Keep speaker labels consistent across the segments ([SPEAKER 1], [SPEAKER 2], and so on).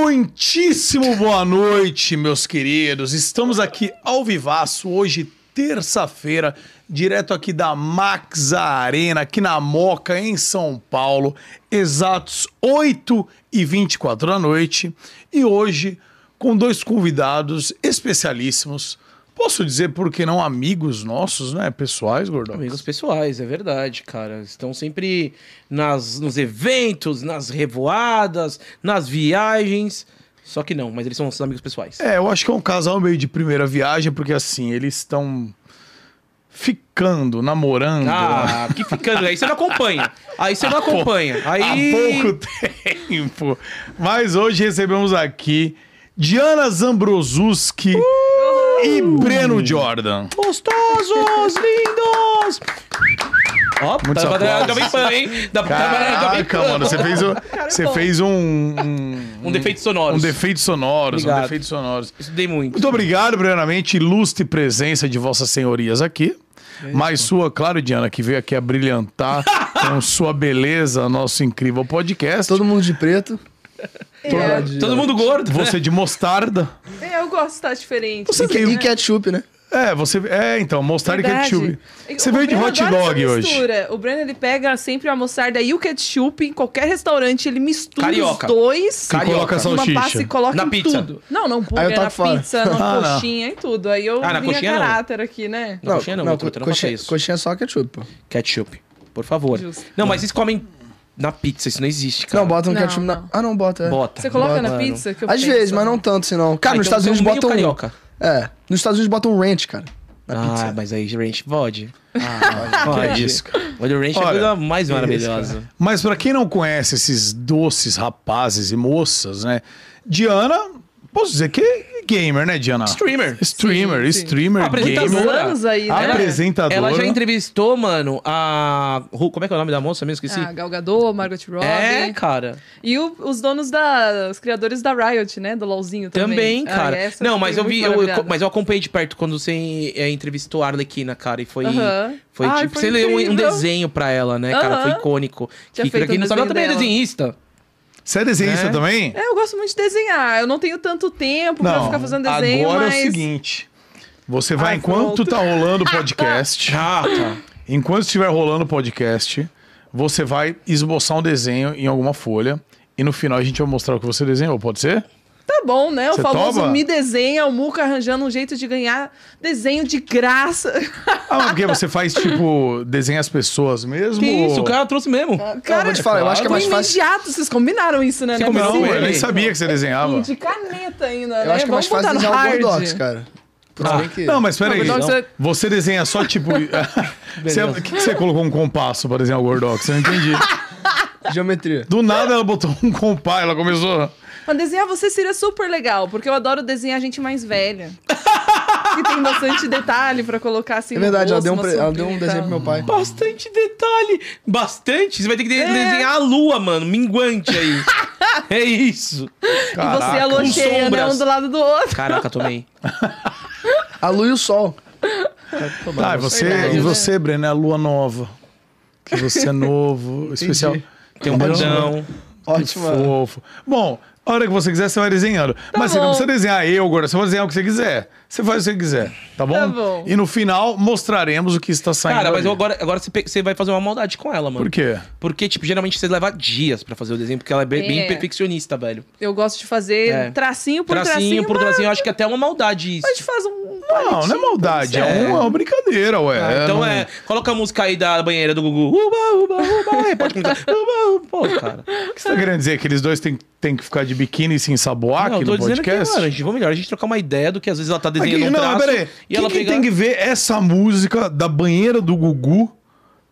[SPEAKER 1] Muitíssimo boa noite, meus queridos. Estamos aqui ao vivaço hoje, terça-feira, direto aqui da Max Arena, aqui na Moca, em São Paulo, exatos 8 e 24 da noite. E hoje, com dois convidados especialíssimos. Posso dizer, por que não, amigos nossos, né? Pessoais, gordão?
[SPEAKER 2] Amigos pessoais, é verdade, cara. Estão sempre nas, nos eventos, nas revoadas, nas viagens. Só que não, mas eles são nossos amigos pessoais.
[SPEAKER 1] É, eu acho que é um casal meio de primeira viagem, porque assim, eles estão ficando, namorando.
[SPEAKER 2] Ah,
[SPEAKER 1] então.
[SPEAKER 2] que ficando. Aí você não acompanha. Aí você não acompanha. Aí...
[SPEAKER 1] Há pouco tempo. Mas hoje recebemos aqui Diana Zambrosuski e Breno Jordan.
[SPEAKER 2] Gostosos, lindos! Ó, dá
[SPEAKER 1] Muitos
[SPEAKER 2] pra trabalhar
[SPEAKER 1] aplausos.
[SPEAKER 2] Jovem Pan, hein? Dá pra trabalhar na Jovem
[SPEAKER 1] Caraca,
[SPEAKER 2] Pan.
[SPEAKER 1] mano, você fez, um, você
[SPEAKER 2] bom.
[SPEAKER 1] fez um, um,
[SPEAKER 2] Um defeito sonoro.
[SPEAKER 1] um defeito sonoro, um
[SPEAKER 2] Obrigado.
[SPEAKER 1] defeito sonoro.
[SPEAKER 2] Estudei muito.
[SPEAKER 1] Muito obrigado, primeiramente, ilustre presença de vossas senhorias aqui. Mas sua, claro, Diana, que veio aqui a brilhantar com sua beleza, nosso incrível podcast.
[SPEAKER 3] Todo mundo de preto. Todo,
[SPEAKER 2] Todo mundo gordo, né?
[SPEAKER 1] Você de mostarda.
[SPEAKER 4] É, Eu gosto de estar diferente.
[SPEAKER 1] Você
[SPEAKER 3] E,
[SPEAKER 1] tem-
[SPEAKER 3] e ketchup, né?
[SPEAKER 1] É, você. É, então, mostarda
[SPEAKER 4] Verdade.
[SPEAKER 1] e ketchup.
[SPEAKER 4] E
[SPEAKER 1] Você
[SPEAKER 4] o
[SPEAKER 1] veio de
[SPEAKER 4] Breno
[SPEAKER 1] hot
[SPEAKER 4] adora essa
[SPEAKER 1] dog hoje.
[SPEAKER 4] mistura. O Breno, ele pega sempre a mostarda e o ketchup em qualquer restaurante. Ele mistura
[SPEAKER 2] Carioca.
[SPEAKER 4] os dois.
[SPEAKER 2] Carioca.
[SPEAKER 1] coloca
[SPEAKER 4] Numa passa
[SPEAKER 1] salsicha.
[SPEAKER 4] e coloca
[SPEAKER 2] Na
[SPEAKER 4] em
[SPEAKER 2] pizza.
[SPEAKER 4] tudo. Não, não
[SPEAKER 3] Aí
[SPEAKER 4] hambúrguer,
[SPEAKER 3] eu toco
[SPEAKER 4] na
[SPEAKER 3] fora.
[SPEAKER 4] pizza, na
[SPEAKER 1] Ah, não.
[SPEAKER 4] coxinha, em tudo. Aí eu
[SPEAKER 2] Ah, na
[SPEAKER 4] vim a
[SPEAKER 2] coxinha não.
[SPEAKER 4] caráter aqui, né?
[SPEAKER 2] Não, coxinha não,
[SPEAKER 3] não,
[SPEAKER 2] Vitor, não
[SPEAKER 3] coxinha-
[SPEAKER 2] faça isso.
[SPEAKER 3] coxinha é só ketchup, pô.
[SPEAKER 1] Tá.
[SPEAKER 2] Ketchup, por favor.
[SPEAKER 4] Justo.
[SPEAKER 2] Não, mas vocês comem na pizza, isso não existe, cara.
[SPEAKER 3] Não, bota um
[SPEAKER 4] Não,
[SPEAKER 3] ketchup
[SPEAKER 4] não.
[SPEAKER 3] na. Ah, não, bota. é.
[SPEAKER 2] Bota.
[SPEAKER 4] Você coloca
[SPEAKER 3] Bota,
[SPEAKER 4] na
[SPEAKER 3] mano.
[SPEAKER 4] pizza? Que eu
[SPEAKER 3] Às
[SPEAKER 4] penso. né?
[SPEAKER 3] vezes, mas não tanto, senão. Cara,
[SPEAKER 2] Ah,
[SPEAKER 3] nos
[SPEAKER 2] então
[SPEAKER 3] Estados
[SPEAKER 2] tem um
[SPEAKER 3] Unidos
[SPEAKER 2] meio
[SPEAKER 3] botam.
[SPEAKER 2] carioca.
[SPEAKER 3] É. Nos Estados Unidos botam ranch, cara. Na
[SPEAKER 2] ah,
[SPEAKER 3] pizza.
[SPEAKER 2] mas aí ranch pode.
[SPEAKER 3] Ah,
[SPEAKER 2] Pode.
[SPEAKER 1] é isso,
[SPEAKER 2] Olha, o ranch é a
[SPEAKER 1] Olha,
[SPEAKER 2] coisa mais
[SPEAKER 3] que isso,
[SPEAKER 2] maravilhosa.
[SPEAKER 1] Mas pra quem não conhece esses doces rapazes e moças, né? Diana, posso dizer que é gamer, né, Diana?
[SPEAKER 2] Streamer.
[SPEAKER 1] Streamer,
[SPEAKER 4] Sim, sim.
[SPEAKER 1] streamer,
[SPEAKER 2] Apresentadora.
[SPEAKER 1] gamer.
[SPEAKER 4] anos aí, né?
[SPEAKER 2] um
[SPEAKER 1] Apresentadora.
[SPEAKER 2] Ela já entrevistou, mano, a. Ru- Como é que é o nome da moça mesmo? Esqueci.
[SPEAKER 4] Ah, Gal Gadot, Margot Robbie.
[SPEAKER 2] é, cara.
[SPEAKER 4] E o- os donos da... Os criadores da Riot, né? Do LoLzinho também.
[SPEAKER 2] Também,
[SPEAKER 4] Ah,
[SPEAKER 2] cara.
[SPEAKER 4] essa
[SPEAKER 2] não,
[SPEAKER 4] eu
[SPEAKER 2] mas eu
[SPEAKER 4] fiquei
[SPEAKER 2] vi. eu-
[SPEAKER 4] muito
[SPEAKER 2] eu,
[SPEAKER 4] maravilhada.
[SPEAKER 2] mas eu acompanhei de perto quando você é, entrevistou a Arlequina, cara. E foi.
[SPEAKER 4] Aham.
[SPEAKER 2] Foi
[SPEAKER 4] Ai,
[SPEAKER 2] tipo.
[SPEAKER 4] foi
[SPEAKER 2] você leu um- um
[SPEAKER 4] incrível.
[SPEAKER 2] desenho pra ela, né, cara?
[SPEAKER 4] Aham.
[SPEAKER 2] Foi icônico.
[SPEAKER 4] Tinha
[SPEAKER 2] que pra
[SPEAKER 4] feito
[SPEAKER 2] quem
[SPEAKER 4] um
[SPEAKER 2] não sabe, ela também
[SPEAKER 4] desenho
[SPEAKER 2] é
[SPEAKER 4] dela.
[SPEAKER 2] desenhista.
[SPEAKER 1] Você é desenhista
[SPEAKER 2] Né?
[SPEAKER 1] também?
[SPEAKER 4] É, eu gosto muito de desenhar. Eu não tenho tanto tempo pra ficar fazendo desenho,
[SPEAKER 1] agora
[SPEAKER 4] mas...
[SPEAKER 1] é o seguinte. Você vai,
[SPEAKER 4] Ai,
[SPEAKER 1] enquanto
[SPEAKER 4] pronto.
[SPEAKER 1] tá rolando o podcast,
[SPEAKER 2] Chata.
[SPEAKER 1] enquanto estiver rolando o podcast, você vai esboçar um desenho em alguma folha e no final a gente vai mostrar o que você desenhou, pode ser?
[SPEAKER 4] Tá bom, né? O
[SPEAKER 1] Você
[SPEAKER 4] famoso
[SPEAKER 1] topa?
[SPEAKER 4] me desenha, o Muca arranjando um jeito de ganhar desenho de graça.
[SPEAKER 3] é
[SPEAKER 1] Ah, mas porque você faz, tipo, desenha as pessoas mesmo?
[SPEAKER 2] que isso, o
[SPEAKER 1] ou-
[SPEAKER 2] cara trouxe mesmo.
[SPEAKER 3] Cara, vou te falar, eu acho que é
[SPEAKER 4] no
[SPEAKER 3] mais fácil.
[SPEAKER 4] um imediato, vocês combinaram isso, né?
[SPEAKER 2] Você
[SPEAKER 4] Não é
[SPEAKER 2] combinou,
[SPEAKER 1] Não,
[SPEAKER 4] possível.
[SPEAKER 1] eu nem
[SPEAKER 2] Sim.
[SPEAKER 1] sabia que você desenhava.
[SPEAKER 4] E de caneta ainda,
[SPEAKER 3] Eu
[SPEAKER 4] né?
[SPEAKER 3] acho que é mais
[SPEAKER 4] Vamos botar
[SPEAKER 3] fácil
[SPEAKER 4] no
[SPEAKER 3] desenhar o
[SPEAKER 4] hard.
[SPEAKER 3] Gordox, cara. Tudo
[SPEAKER 2] Ah.
[SPEAKER 3] bem que.
[SPEAKER 1] Não, mas peraí.
[SPEAKER 4] Não, mas
[SPEAKER 1] Você...
[SPEAKER 4] você-
[SPEAKER 1] você desenha só tipo. você... Por que que você colocou um compasso pra desenhar o Gordox? Eu não entendi.
[SPEAKER 3] Geometria. É
[SPEAKER 1] Do nada ela botou um compasso, ela começou.
[SPEAKER 4] Mas desenhar você seria super legal, porque eu adoro desenhar gente mais velha. que tem bastante detalhe pra colocar assim
[SPEAKER 3] É verdade, ela
[SPEAKER 4] no rosto,
[SPEAKER 3] deu, um
[SPEAKER 4] uma
[SPEAKER 3] pre- ela
[SPEAKER 4] sombrinha
[SPEAKER 3] deu um
[SPEAKER 4] e
[SPEAKER 3] desenho
[SPEAKER 4] tal.
[SPEAKER 3] pro meu pai.
[SPEAKER 2] Bastante detalhe. Bastante. Você vai ter que de- desenhar a lua, mano. Minguante aí. é isso.
[SPEAKER 4] E você
[SPEAKER 1] Caraca.
[SPEAKER 4] a lua
[SPEAKER 2] Com
[SPEAKER 4] cheia, né?
[SPEAKER 2] sombras.
[SPEAKER 4] Um do lado do outro.
[SPEAKER 2] Caraca, tomei.
[SPEAKER 3] A lua e o sol.
[SPEAKER 1] Tá, e você,
[SPEAKER 4] Verdade,
[SPEAKER 1] e
[SPEAKER 4] né?
[SPEAKER 1] você Breno, é a lua nova. Que você é novo, especial.
[SPEAKER 2] Tem um
[SPEAKER 1] Entendeu?
[SPEAKER 2] bandão.
[SPEAKER 3] Ótima.
[SPEAKER 1] Fofo. Bom, a hora que você quiser, você vai desenhando. Mas você não
[SPEAKER 4] bom.
[SPEAKER 1] precisa desenhar eu, agora. Você vai desenhar o que você quiser. Você faz o que você quiser, tá bom?
[SPEAKER 4] Tá bom.
[SPEAKER 1] E no final, mostraremos o que está saindo.
[SPEAKER 2] Cara, mas
[SPEAKER 1] ali.
[SPEAKER 2] eu agora, agora você, pe- você vai fazer uma maldade com ela, mano.
[SPEAKER 1] Por quê?
[SPEAKER 2] Porque, tipo, geralmente você leva dias pra fazer o desenho, porque ela é bem,
[SPEAKER 4] É.
[SPEAKER 2] bem perfeccionista, velho.
[SPEAKER 4] Eu gosto de fazer
[SPEAKER 2] É.
[SPEAKER 4] tracinho por
[SPEAKER 2] Tracinho,
[SPEAKER 4] tracinho.
[SPEAKER 2] por
[SPEAKER 4] mas
[SPEAKER 2] tracinho, eu acho que é até uma maldade isso.
[SPEAKER 4] A gente faz um
[SPEAKER 1] Não, não é
[SPEAKER 4] palitinho.
[SPEAKER 1] maldade, é,
[SPEAKER 2] É.
[SPEAKER 1] um- é uma brincadeira, ué.
[SPEAKER 2] Ah, então
[SPEAKER 1] não-
[SPEAKER 2] é, coloca a música aí da banheira do Gugu. Uba, uba, uba. Aí pode começar. Uba, uba. Pô, cara.
[SPEAKER 1] O que você tá querendo dizer? Que eles dois têm, têm que ficar de biquíni e se ensaboar
[SPEAKER 2] não,
[SPEAKER 1] Ah, aqui
[SPEAKER 2] eu tô
[SPEAKER 1] no
[SPEAKER 2] dizendo
[SPEAKER 1] podcast?
[SPEAKER 2] que, mano, a gente, vamos melhor a gente trocar uma ideia do que às vezes ela tá
[SPEAKER 1] Mas
[SPEAKER 2] desenhando
[SPEAKER 1] que-
[SPEAKER 2] um
[SPEAKER 1] não,
[SPEAKER 2] traço
[SPEAKER 1] mas peraí.
[SPEAKER 2] e
[SPEAKER 1] Quem
[SPEAKER 2] ela
[SPEAKER 1] que
[SPEAKER 2] pega...
[SPEAKER 1] tem que ver essa música da banheira do Gugu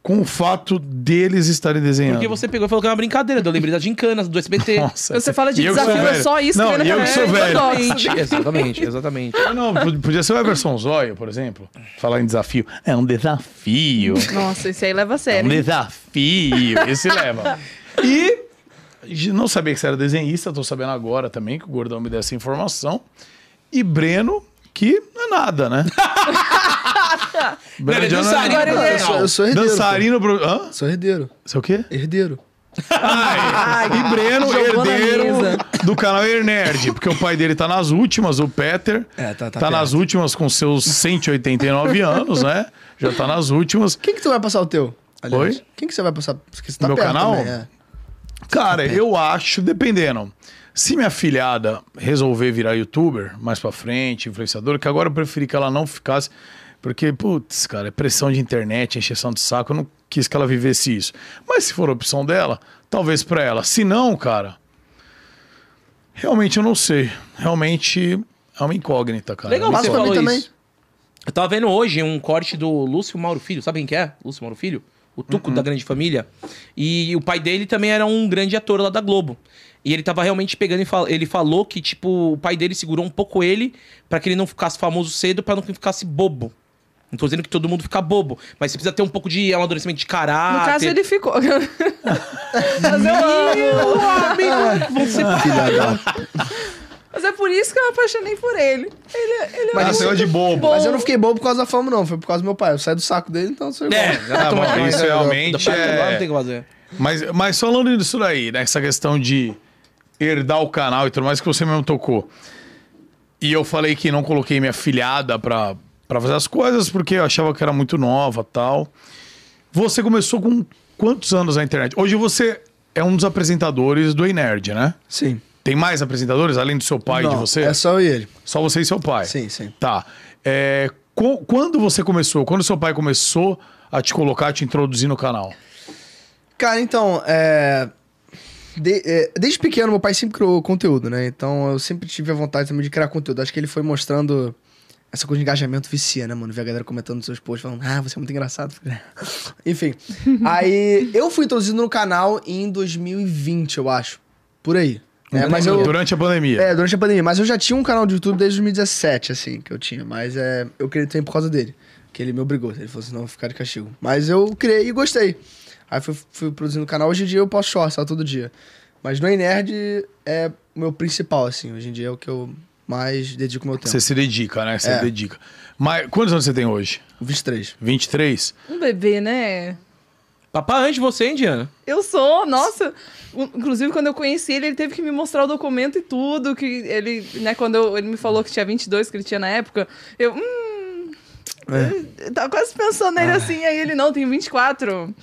[SPEAKER 1] com o fato deles estarem desenhando?
[SPEAKER 2] Porque você pegou e falou que é uma brincadeira, eu lembrei da gincana, do SBT.
[SPEAKER 1] Nossa,
[SPEAKER 4] Você fala de
[SPEAKER 1] E eu que sou
[SPEAKER 4] desafio, é
[SPEAKER 1] velho.
[SPEAKER 4] só isso
[SPEAKER 1] não,
[SPEAKER 4] que vem na
[SPEAKER 1] e eu que
[SPEAKER 4] cabeça.
[SPEAKER 1] sou velho.
[SPEAKER 4] Ortodoxo.
[SPEAKER 2] exatamente, exatamente.
[SPEAKER 1] Não, pod- podia ser o Everson Zóio, por exemplo. Falar em desafio. É um desafio.
[SPEAKER 4] Nossa, esse aí leva a
[SPEAKER 1] É um
[SPEAKER 4] sério.
[SPEAKER 1] desafio. Esse leva. E de- não sabia que você era desenhista, tô sabendo agora também que o Gordão me deu essa informação. E Breno, que não é nada, né?
[SPEAKER 2] Não, ele é
[SPEAKER 1] já
[SPEAKER 2] dançarino
[SPEAKER 1] nada.
[SPEAKER 4] Agora
[SPEAKER 3] Eu sou, eu sou herdeiro.
[SPEAKER 1] Dançarino. Pro... Hã?
[SPEAKER 3] pô. Sou herdeiro.
[SPEAKER 1] Isso é o quê?
[SPEAKER 3] Herdeiro.
[SPEAKER 1] e Breno,
[SPEAKER 4] Jogou na
[SPEAKER 1] herdeiro
[SPEAKER 4] mesa.
[SPEAKER 1] do canal Air Nerd, porque o pai dele tá nas últimas, o Peter.
[SPEAKER 3] É, tá- tá
[SPEAKER 1] nas
[SPEAKER 3] perto.
[SPEAKER 1] últimas com seus 189 anos, né? Já tá nas últimas.
[SPEAKER 3] Quem que tu vai passar o teu?
[SPEAKER 1] Oi?
[SPEAKER 3] Quem que você vai passar? Porque você tá
[SPEAKER 1] Meu
[SPEAKER 3] perto
[SPEAKER 1] canal?
[SPEAKER 3] também, é.
[SPEAKER 1] Cara, eu acho, dependendo. Se minha filhada resolver virar youtuber mais pra frente, influenciadora, que agora eu preferi que ela não ficasse, porque, putz, cara, é pressão de internet, é encheção de saco, eu não quis que ela vivesse isso. Mas se for a opção dela, talvez pra ela. Se não, cara, realmente eu não sei. Realmente é uma incógnita, cara.
[SPEAKER 2] Legal
[SPEAKER 1] Uma
[SPEAKER 2] que
[SPEAKER 3] Passa
[SPEAKER 2] você
[SPEAKER 3] pra
[SPEAKER 1] incógnita.
[SPEAKER 3] mim
[SPEAKER 2] falou
[SPEAKER 3] também.
[SPEAKER 2] isso. Eu tava vendo hoje um corte do Lúcio Mauro Filho, sabe quem que é? Lúcio Mauro Filho? O Tuco da Grande Família. E o pai dele também era um grande ator lá da Globo. E ele tava realmente pegando e fal... ele falou que, tipo, o pai dele segurou um pouco ele pra que ele não ficasse famoso cedo, pra não que ficasse bobo. Não tô dizendo que todo mundo fica bobo, mas você precisa ter um pouco de amadurecimento de caráter.
[SPEAKER 4] No caso, ele ficou. Mas eu amo. Mas é por isso que eu me apaixonei por ele. Ele, ele é
[SPEAKER 1] Ah,
[SPEAKER 4] muito
[SPEAKER 1] você é de bobo.
[SPEAKER 4] bom.
[SPEAKER 3] Mas eu não fiquei bobo por causa da fama, não. Foi por causa do meu pai. Eu saí do saco dele, então eu sou igual.
[SPEAKER 2] É, já
[SPEAKER 1] Ah,
[SPEAKER 2] tomou
[SPEAKER 1] bom,
[SPEAKER 2] conta,
[SPEAKER 1] isso
[SPEAKER 2] né?
[SPEAKER 1] realmente
[SPEAKER 2] Do pai,
[SPEAKER 1] é-
[SPEAKER 2] agora Não tem o que fazer.
[SPEAKER 1] Mas, mas falando disso daí, né? Essa questão de herdar o canal e tudo mais que você mesmo tocou. E eu falei que não coloquei minha filhada pra, pra fazer as coisas porque eu achava que era muito nova tal. Você começou com quantos anos na internet? Hoje você é um dos apresentadores do Enerd, né?
[SPEAKER 3] Sim.
[SPEAKER 1] Tem mais apresentadores além do seu pai e de
[SPEAKER 3] Não,
[SPEAKER 1] você?
[SPEAKER 3] É só eu e ele.
[SPEAKER 1] Só você e seu pai?
[SPEAKER 3] Sim, sim.
[SPEAKER 1] Tá. É, qu- quando você começou? Quando seu pai começou a te colocar, a te introduzir no canal?
[SPEAKER 3] Cara, então, é... de- é, desde pequeno, meu pai sempre criou conteúdo, né? Então, eu sempre tive a vontade também de criar conteúdo. Acho que ele foi mostrando essa coisa de engajamento vicia, né, mano? Ver a galera comentando nos seus posts, falando, ah, você é muito engraçado. Enfim. aí, eu fui introduzido no canal em 2020, eu acho. Por aí. né? mas eu,
[SPEAKER 1] Durante a pandemia.
[SPEAKER 3] É, durante a pandemia. Mas eu já tinha um canal de YouTube desde 2017, assim, que eu tinha. Mas é, eu criei também por causa dele. Que ele me obrigou. Ele falou assim, não, eu vou ficar de castigo. Mas eu criei e gostei. Aí fui, fui produzindo o canal. Hoje em dia eu posto shorts, tá, todo dia. Mas no Nerd é o meu principal, assim. Hoje em dia é o que eu mais dedico meu tempo.
[SPEAKER 1] Você se dedica, né? Você
[SPEAKER 3] Então. É.
[SPEAKER 1] se dedica. Mas quantos anos você tem hoje?
[SPEAKER 3] 23.
[SPEAKER 1] 23?
[SPEAKER 4] Um bebê, né?
[SPEAKER 2] Papá, antes de você, hein, Diana?
[SPEAKER 4] Eu sou, nossa. O- Inclusive, quando eu conheci ele, ele teve que me mostrar o documento e tudo. Que ele, né, quando eu- ele me falou que tinha 22, que ele tinha na época, eu, hum.
[SPEAKER 3] É.
[SPEAKER 4] eu Tava quase pensando nele
[SPEAKER 1] Ah.
[SPEAKER 4] assim, aí ele não, tem 24.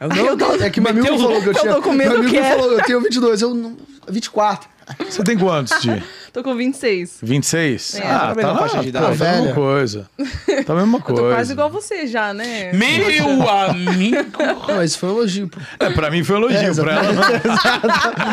[SPEAKER 3] Eu
[SPEAKER 4] Ai, eu tô-
[SPEAKER 3] é que meu amigo
[SPEAKER 2] Meteu-
[SPEAKER 3] falou que eu
[SPEAKER 4] eu
[SPEAKER 3] tinha...
[SPEAKER 4] tô com medo
[SPEAKER 3] meu amigo
[SPEAKER 4] que é.
[SPEAKER 3] falou, eu tenho 22. Eu não... 24.
[SPEAKER 1] Você tem quantos, Di?
[SPEAKER 4] Tô com 26.
[SPEAKER 1] 26?
[SPEAKER 4] É,
[SPEAKER 1] ah,
[SPEAKER 2] também
[SPEAKER 1] tá
[SPEAKER 2] não
[SPEAKER 1] na,
[SPEAKER 2] faixa de
[SPEAKER 1] pô,
[SPEAKER 2] idade.
[SPEAKER 1] tá a mesma
[SPEAKER 3] Velha.
[SPEAKER 1] coisa. Tá a mesma
[SPEAKER 4] Eu
[SPEAKER 1] coisa.
[SPEAKER 4] tô
[SPEAKER 3] é.
[SPEAKER 4] quase igual você já, né?
[SPEAKER 2] Meu amigo!
[SPEAKER 3] Não, isso foi um elogio, pô.
[SPEAKER 1] É, pra mim foi um
[SPEAKER 3] É,
[SPEAKER 1] elogio, pra ela não.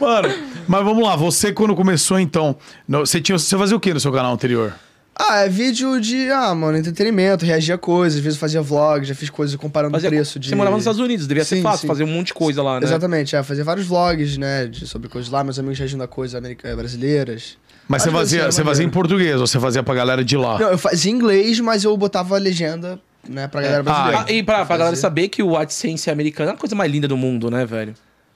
[SPEAKER 1] Mano, mas vamos lá. Você quando começou, então... no- Você, tinha, você fazia o que no seu canal anterior?
[SPEAKER 3] Ah, é vídeo de, ah, mano, entretenimento, reagir a coisas. Às vezes eu fazia vlog, já fiz coisas comparando o
[SPEAKER 2] Fazia-
[SPEAKER 3] preço de...
[SPEAKER 2] Você morava nos Estados Unidos, devia ser
[SPEAKER 3] Sim,
[SPEAKER 2] fácil
[SPEAKER 3] sim.
[SPEAKER 2] fazer um monte de coisa lá, né?
[SPEAKER 3] Exatamente, é, fazia vários vlogs, né, de, sobre coisas lá, meus amigos reagindo a coisas america- eh, brasileiras.
[SPEAKER 1] Mas você
[SPEAKER 3] Acho que
[SPEAKER 1] fazia,
[SPEAKER 3] isso
[SPEAKER 1] você
[SPEAKER 3] era
[SPEAKER 1] fazia em
[SPEAKER 3] maneiro.
[SPEAKER 1] português ou você fazia pra galera de
[SPEAKER 2] Ah.
[SPEAKER 1] lá?
[SPEAKER 3] Não, eu fazia em inglês, mas eu botava a legenda, né, pra galera brasileira.
[SPEAKER 2] Ah, e pra, pra
[SPEAKER 3] Fazia.
[SPEAKER 2] galera saber que o AdSense americano é a coisa mais linda do mundo, né, velho?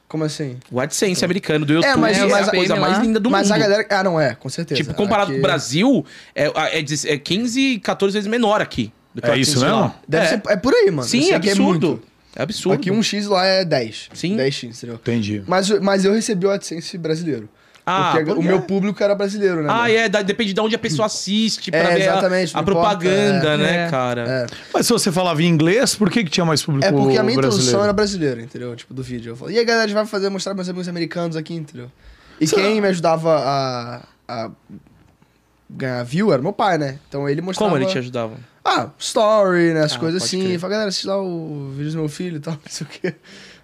[SPEAKER 3] Como assim?
[SPEAKER 2] O AdSense americano do YouTube é,
[SPEAKER 3] É, mas- mas
[SPEAKER 2] a
[SPEAKER 3] a-
[SPEAKER 2] coisa mais linda É do
[SPEAKER 3] mas
[SPEAKER 2] mundo.
[SPEAKER 3] a galera... Ah, não, é, com certeza.
[SPEAKER 2] Tipo, comparado com
[SPEAKER 3] Aqui-
[SPEAKER 2] o Brasil, é, é, dez- é 15, 14 vezes menor aqui. do que o
[SPEAKER 1] É isso
[SPEAKER 2] AdSense lá.
[SPEAKER 1] mesmo?
[SPEAKER 3] Deve
[SPEAKER 2] é.
[SPEAKER 3] ser- é por aí, mano. Eu
[SPEAKER 2] Sim,
[SPEAKER 3] sei
[SPEAKER 2] é
[SPEAKER 3] que
[SPEAKER 2] absurdo.
[SPEAKER 3] muito.
[SPEAKER 2] É, absurdo.
[SPEAKER 3] Aqui um X lá é 10.
[SPEAKER 2] Sim.
[SPEAKER 3] 10x, entendeu?
[SPEAKER 1] Entendi.
[SPEAKER 3] Mas, mas eu recebi o AdSense brasileiro.
[SPEAKER 2] Ah,
[SPEAKER 3] porque
[SPEAKER 2] pois
[SPEAKER 3] o
[SPEAKER 2] é.
[SPEAKER 3] meu público era brasileiro, né?
[SPEAKER 2] Ah,
[SPEAKER 3] mano?
[SPEAKER 2] é, da- depende de onde a pessoa assiste pra
[SPEAKER 3] É,
[SPEAKER 2] ver a-
[SPEAKER 3] exatamente,
[SPEAKER 2] a,
[SPEAKER 3] não importa,
[SPEAKER 2] propaganda,
[SPEAKER 3] é.
[SPEAKER 2] né,
[SPEAKER 4] É.
[SPEAKER 2] cara?
[SPEAKER 3] É.
[SPEAKER 1] Mas se você falava em inglês, por que, que tinha mais público
[SPEAKER 3] É porque a minha
[SPEAKER 1] brasileiro?
[SPEAKER 3] introdução era brasileira, entendeu? Tipo, do vídeo. Eu falei, e aí, galera, a gente vai fazer, mostrar meus amigos americanos aqui, entendeu? E quem me ajudava a, a ganhar view era meu pai, né? Então ele mostrava...
[SPEAKER 2] Como ele te ajudava?
[SPEAKER 3] Ah, story, né? As
[SPEAKER 2] Ah,
[SPEAKER 3] coisas
[SPEAKER 2] pode
[SPEAKER 3] assim.
[SPEAKER 2] crer.
[SPEAKER 3] Eu Falei, galera, assiste lá o vídeo do meu filho e tal, não sei o quê.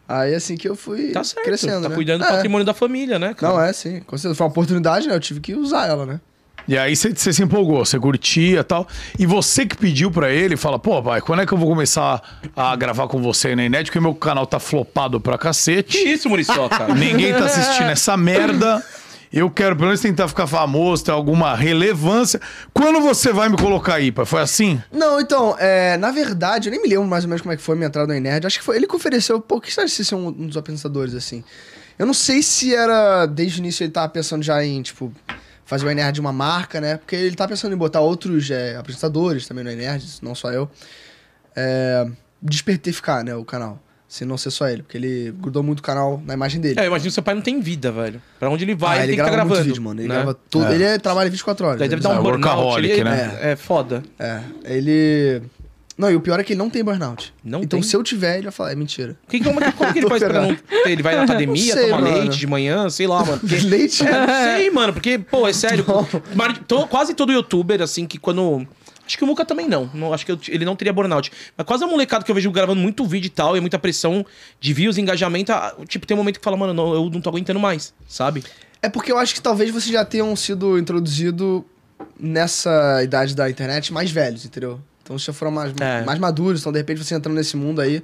[SPEAKER 3] Aí assim que eu fui
[SPEAKER 2] Tá certo,
[SPEAKER 3] crescendo,
[SPEAKER 2] tá
[SPEAKER 3] né?
[SPEAKER 2] cuidando do
[SPEAKER 3] É.
[SPEAKER 2] patrimônio da família, né, cara?
[SPEAKER 3] Não, é sim. Com certeza. Foi uma oportunidade, né? Eu tive que usar ela, né?
[SPEAKER 1] E aí você você se empolgou, você curtia e tal. E você que pediu pra ele, fala, pô, pai, quando é que eu vou começar a gravar com você na internet? Porque meu canal tá flopado pra
[SPEAKER 2] Que
[SPEAKER 1] cacete.
[SPEAKER 2] isso, Muriçoca?
[SPEAKER 1] Ninguém tá assistindo essa merda. Eu quero pelo menos tentar ficar famoso, ter alguma relevância. Quando você vai me colocar aí, pai? Foi assim?
[SPEAKER 3] Não, então, é, na verdade, eu nem me lembro mais ou menos como é que foi a minha entrada no Nerd. Acho que foi ele que ofereceu, pô, que sabe se ser um, um dos apresentadores, assim. Eu não sei se era, desde o início ele tava pensando já em, tipo, fazer o Nerd uma marca, né? Porque ele tava pensando em botar outros é, apresentadores também no Nerd, não só eu. É, despertificar, né, o canal. Se não ser só ele, porque ele grudou muito o canal na imagem dele.
[SPEAKER 2] É, eu imagino que seu pai não tem vida, velho. Pra onde ele vai,
[SPEAKER 3] Ah,
[SPEAKER 2] ele,
[SPEAKER 3] ele
[SPEAKER 2] tem que
[SPEAKER 3] grava
[SPEAKER 2] estar
[SPEAKER 3] muito
[SPEAKER 2] gravando.
[SPEAKER 3] vídeo, mano. Ele
[SPEAKER 2] né?
[SPEAKER 3] grava tudo. Ele é- trabalha 24 horas.
[SPEAKER 2] Daí
[SPEAKER 3] é
[SPEAKER 2] deve dar
[SPEAKER 1] É,
[SPEAKER 2] um burnout.
[SPEAKER 1] workaholic,
[SPEAKER 2] Ele,
[SPEAKER 1] né?
[SPEAKER 2] É foda.
[SPEAKER 3] É, ele. Não, e o pior é que ele não tem burnout.
[SPEAKER 2] Não
[SPEAKER 3] então,
[SPEAKER 2] tem?
[SPEAKER 3] se eu tiver, ele vai falar, é mentira.
[SPEAKER 2] Que, como, que- como que ele faz pra não ter? Ele vai na academia,
[SPEAKER 3] Não sei,
[SPEAKER 2] toma
[SPEAKER 3] mano.
[SPEAKER 2] leite de manhã, sei lá, mano. Porque...
[SPEAKER 3] Leite?
[SPEAKER 2] É, sei, mano, porque, pô, é sério. Mar- to- quase todo youtuber, assim, que quando. Acho que o Muca também não. não acho que eu- ele não teria burnout. Mas quase é um molecado que eu vejo gravando muito vídeo e tal, e muita pressão de views, engajamento. ah, Tipo, tem um momento que fala, mano, não, eu não tô aguentando mais, sabe?
[SPEAKER 3] É porque eu acho que talvez vocês já tenham sido introduzido nessa idade da internet mais velhos, entendeu? Então vocês já foram mais,
[SPEAKER 2] É.
[SPEAKER 3] mais maduros, então de repente vocês entrando nesse mundo aí,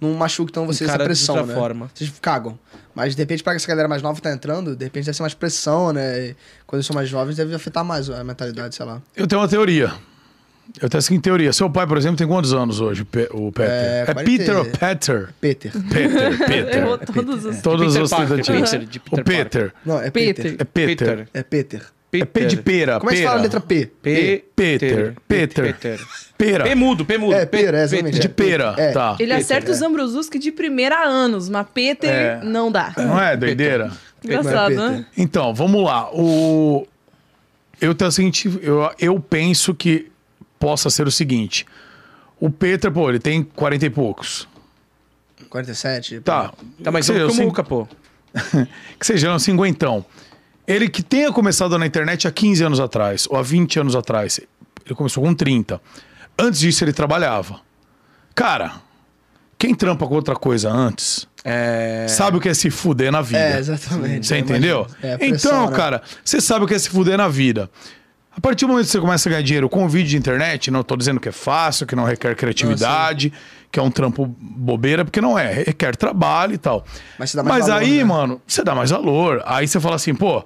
[SPEAKER 3] não machuca então vocês essa
[SPEAKER 2] Encara de
[SPEAKER 3] pressão,
[SPEAKER 2] outra
[SPEAKER 3] né?
[SPEAKER 2] forma.
[SPEAKER 3] Vocês cagam. Mas de repente pra essa galera mais nova que tá entrando, de repente deve ser mais pressão, né? E quando eles são mais jovens deve afetar mais a mentalidade, sei lá.
[SPEAKER 1] Eu tenho uma teoria. Eu tenho a seguinte teoria. Seu pai, por exemplo, tem quantos anos hoje, Pe- o Peter?
[SPEAKER 3] É,
[SPEAKER 1] É,
[SPEAKER 3] 40.
[SPEAKER 1] Peter ou Peter?
[SPEAKER 3] Peter.
[SPEAKER 2] Uhum.
[SPEAKER 1] Peter,
[SPEAKER 4] Errou
[SPEAKER 1] Peter.
[SPEAKER 4] todos os.
[SPEAKER 1] Todas
[SPEAKER 2] Peter
[SPEAKER 1] as
[SPEAKER 2] Parker,
[SPEAKER 1] tentativas.
[SPEAKER 2] Peter, de Peter
[SPEAKER 1] O Peter.
[SPEAKER 3] Não, é Peter.
[SPEAKER 4] Peter.
[SPEAKER 1] É Peter.
[SPEAKER 2] Peter.
[SPEAKER 3] É Peter.
[SPEAKER 1] É P de pera.
[SPEAKER 3] Como é que fala
[SPEAKER 1] pera.
[SPEAKER 3] a letra P?
[SPEAKER 2] P-
[SPEAKER 1] Peter. Peter. Tá. Pera.
[SPEAKER 2] P mudo, P mudo.
[SPEAKER 3] É,
[SPEAKER 2] P-
[SPEAKER 3] pera, é, exatamente.
[SPEAKER 1] De pera.
[SPEAKER 3] É.
[SPEAKER 1] Tá.
[SPEAKER 4] Ele acerta os Ambrosuski de primeira há anos, mas Peter
[SPEAKER 1] É.
[SPEAKER 4] não dá.
[SPEAKER 1] Não é doideira?
[SPEAKER 4] Engraçado,
[SPEAKER 3] Não é
[SPEAKER 4] né?
[SPEAKER 1] Então, vamos lá. O... Eu tenho a seguinte. Eu, eu penso que possa ser o seguinte. O Peter, pô, ele tem 40 e poucos.
[SPEAKER 3] 47.
[SPEAKER 1] Tá.
[SPEAKER 3] é.
[SPEAKER 2] Tá mais
[SPEAKER 1] Que
[SPEAKER 2] novo
[SPEAKER 1] seja,
[SPEAKER 2] que o
[SPEAKER 1] cin-
[SPEAKER 2] Muca, pô.
[SPEAKER 1] Que seja um cinquentão. Ele que tenha começado na internet há 15 anos atrás, ou há 20 anos atrás. Ele começou com 30. Antes disso, ele trabalhava. Cara, quem trampa com outra coisa antes,
[SPEAKER 2] É.
[SPEAKER 1] sabe o que é se fuder na vida.
[SPEAKER 3] É, exatamente.
[SPEAKER 1] Você
[SPEAKER 3] Eu
[SPEAKER 1] entendeu?
[SPEAKER 3] imagino. É, pressão,
[SPEAKER 1] então,
[SPEAKER 3] né?
[SPEAKER 1] cara, você sabe o que é se fuder na vida. A partir do momento que você começa a ganhar dinheiro com vídeo de internet, não tô dizendo que é fácil, que não requer criatividade, que é um trampo bobeira, porque não é, requer trabalho e tal.
[SPEAKER 3] Mas você dá mais valor,
[SPEAKER 1] aí,
[SPEAKER 3] né?
[SPEAKER 1] mano, você dá mais valor. Aí você fala assim, pô,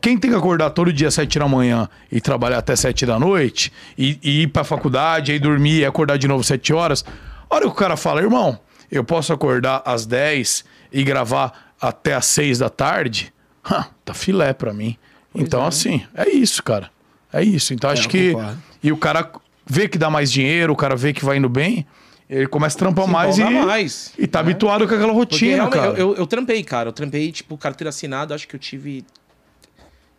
[SPEAKER 1] quem tem que acordar todo dia às 7 da manhã e trabalhar até 7 da noite, e, e ir pra faculdade, aí dormir e acordar de novo 7 horas, a hora que o cara fala, irmão, eu posso acordar às 10 e gravar até às 6 da tarde, Hã, tá filé pra mim. então, assim, é isso, cara. É isso. Então, acho
[SPEAKER 3] eu
[SPEAKER 1] que.
[SPEAKER 3] concordo.
[SPEAKER 1] E o cara vê que dá mais dinheiro, o cara vê que vai indo bem, ele começa a trampar mais e,
[SPEAKER 2] empolga mais, né?
[SPEAKER 1] e tá habituado com aquela
[SPEAKER 2] Porque
[SPEAKER 1] rotina,
[SPEAKER 2] realmente,
[SPEAKER 1] cara.
[SPEAKER 2] eu, eu, eu trampei, cara. Eu trampei, tipo, carteira assinada, acho que eu tive.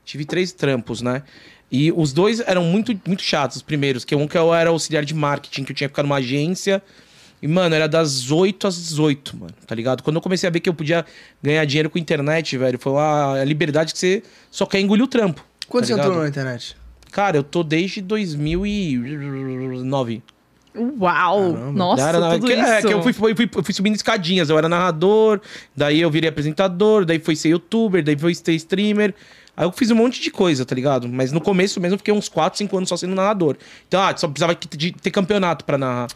[SPEAKER 2] Tive três trampos, né? E os dois eram muito, muito chatos, os primeiros. Que um que eu era auxiliar de marketing, que eu tinha que ficar numa agência. E, mano, era das 8 às 18, mano, tá ligado? Quando eu comecei a ver que eu podia ganhar dinheiro com internet, velho, foi uma liberdade que você só quer engolir o trampo.
[SPEAKER 3] Quando
[SPEAKER 2] tá
[SPEAKER 3] você
[SPEAKER 2] ligado?
[SPEAKER 3] entrou na internet?
[SPEAKER 2] Cara, eu tô desde 2009.
[SPEAKER 4] Uau! Nossa,
[SPEAKER 2] Era na-
[SPEAKER 4] tudo
[SPEAKER 2] que,
[SPEAKER 4] isso.
[SPEAKER 2] É, que eu fui, fui- fui- eu fui subindo escadinhas. Eu era narrador, daí eu virei apresentador, daí fui ser youtuber, daí fui ser streamer. Aí eu fiz um monte de coisa, tá ligado? Mas no começo mesmo eu fiquei uns 4, 5 anos só sendo narrador. Então, ah, só precisava que- de ter campeonato pra narrar.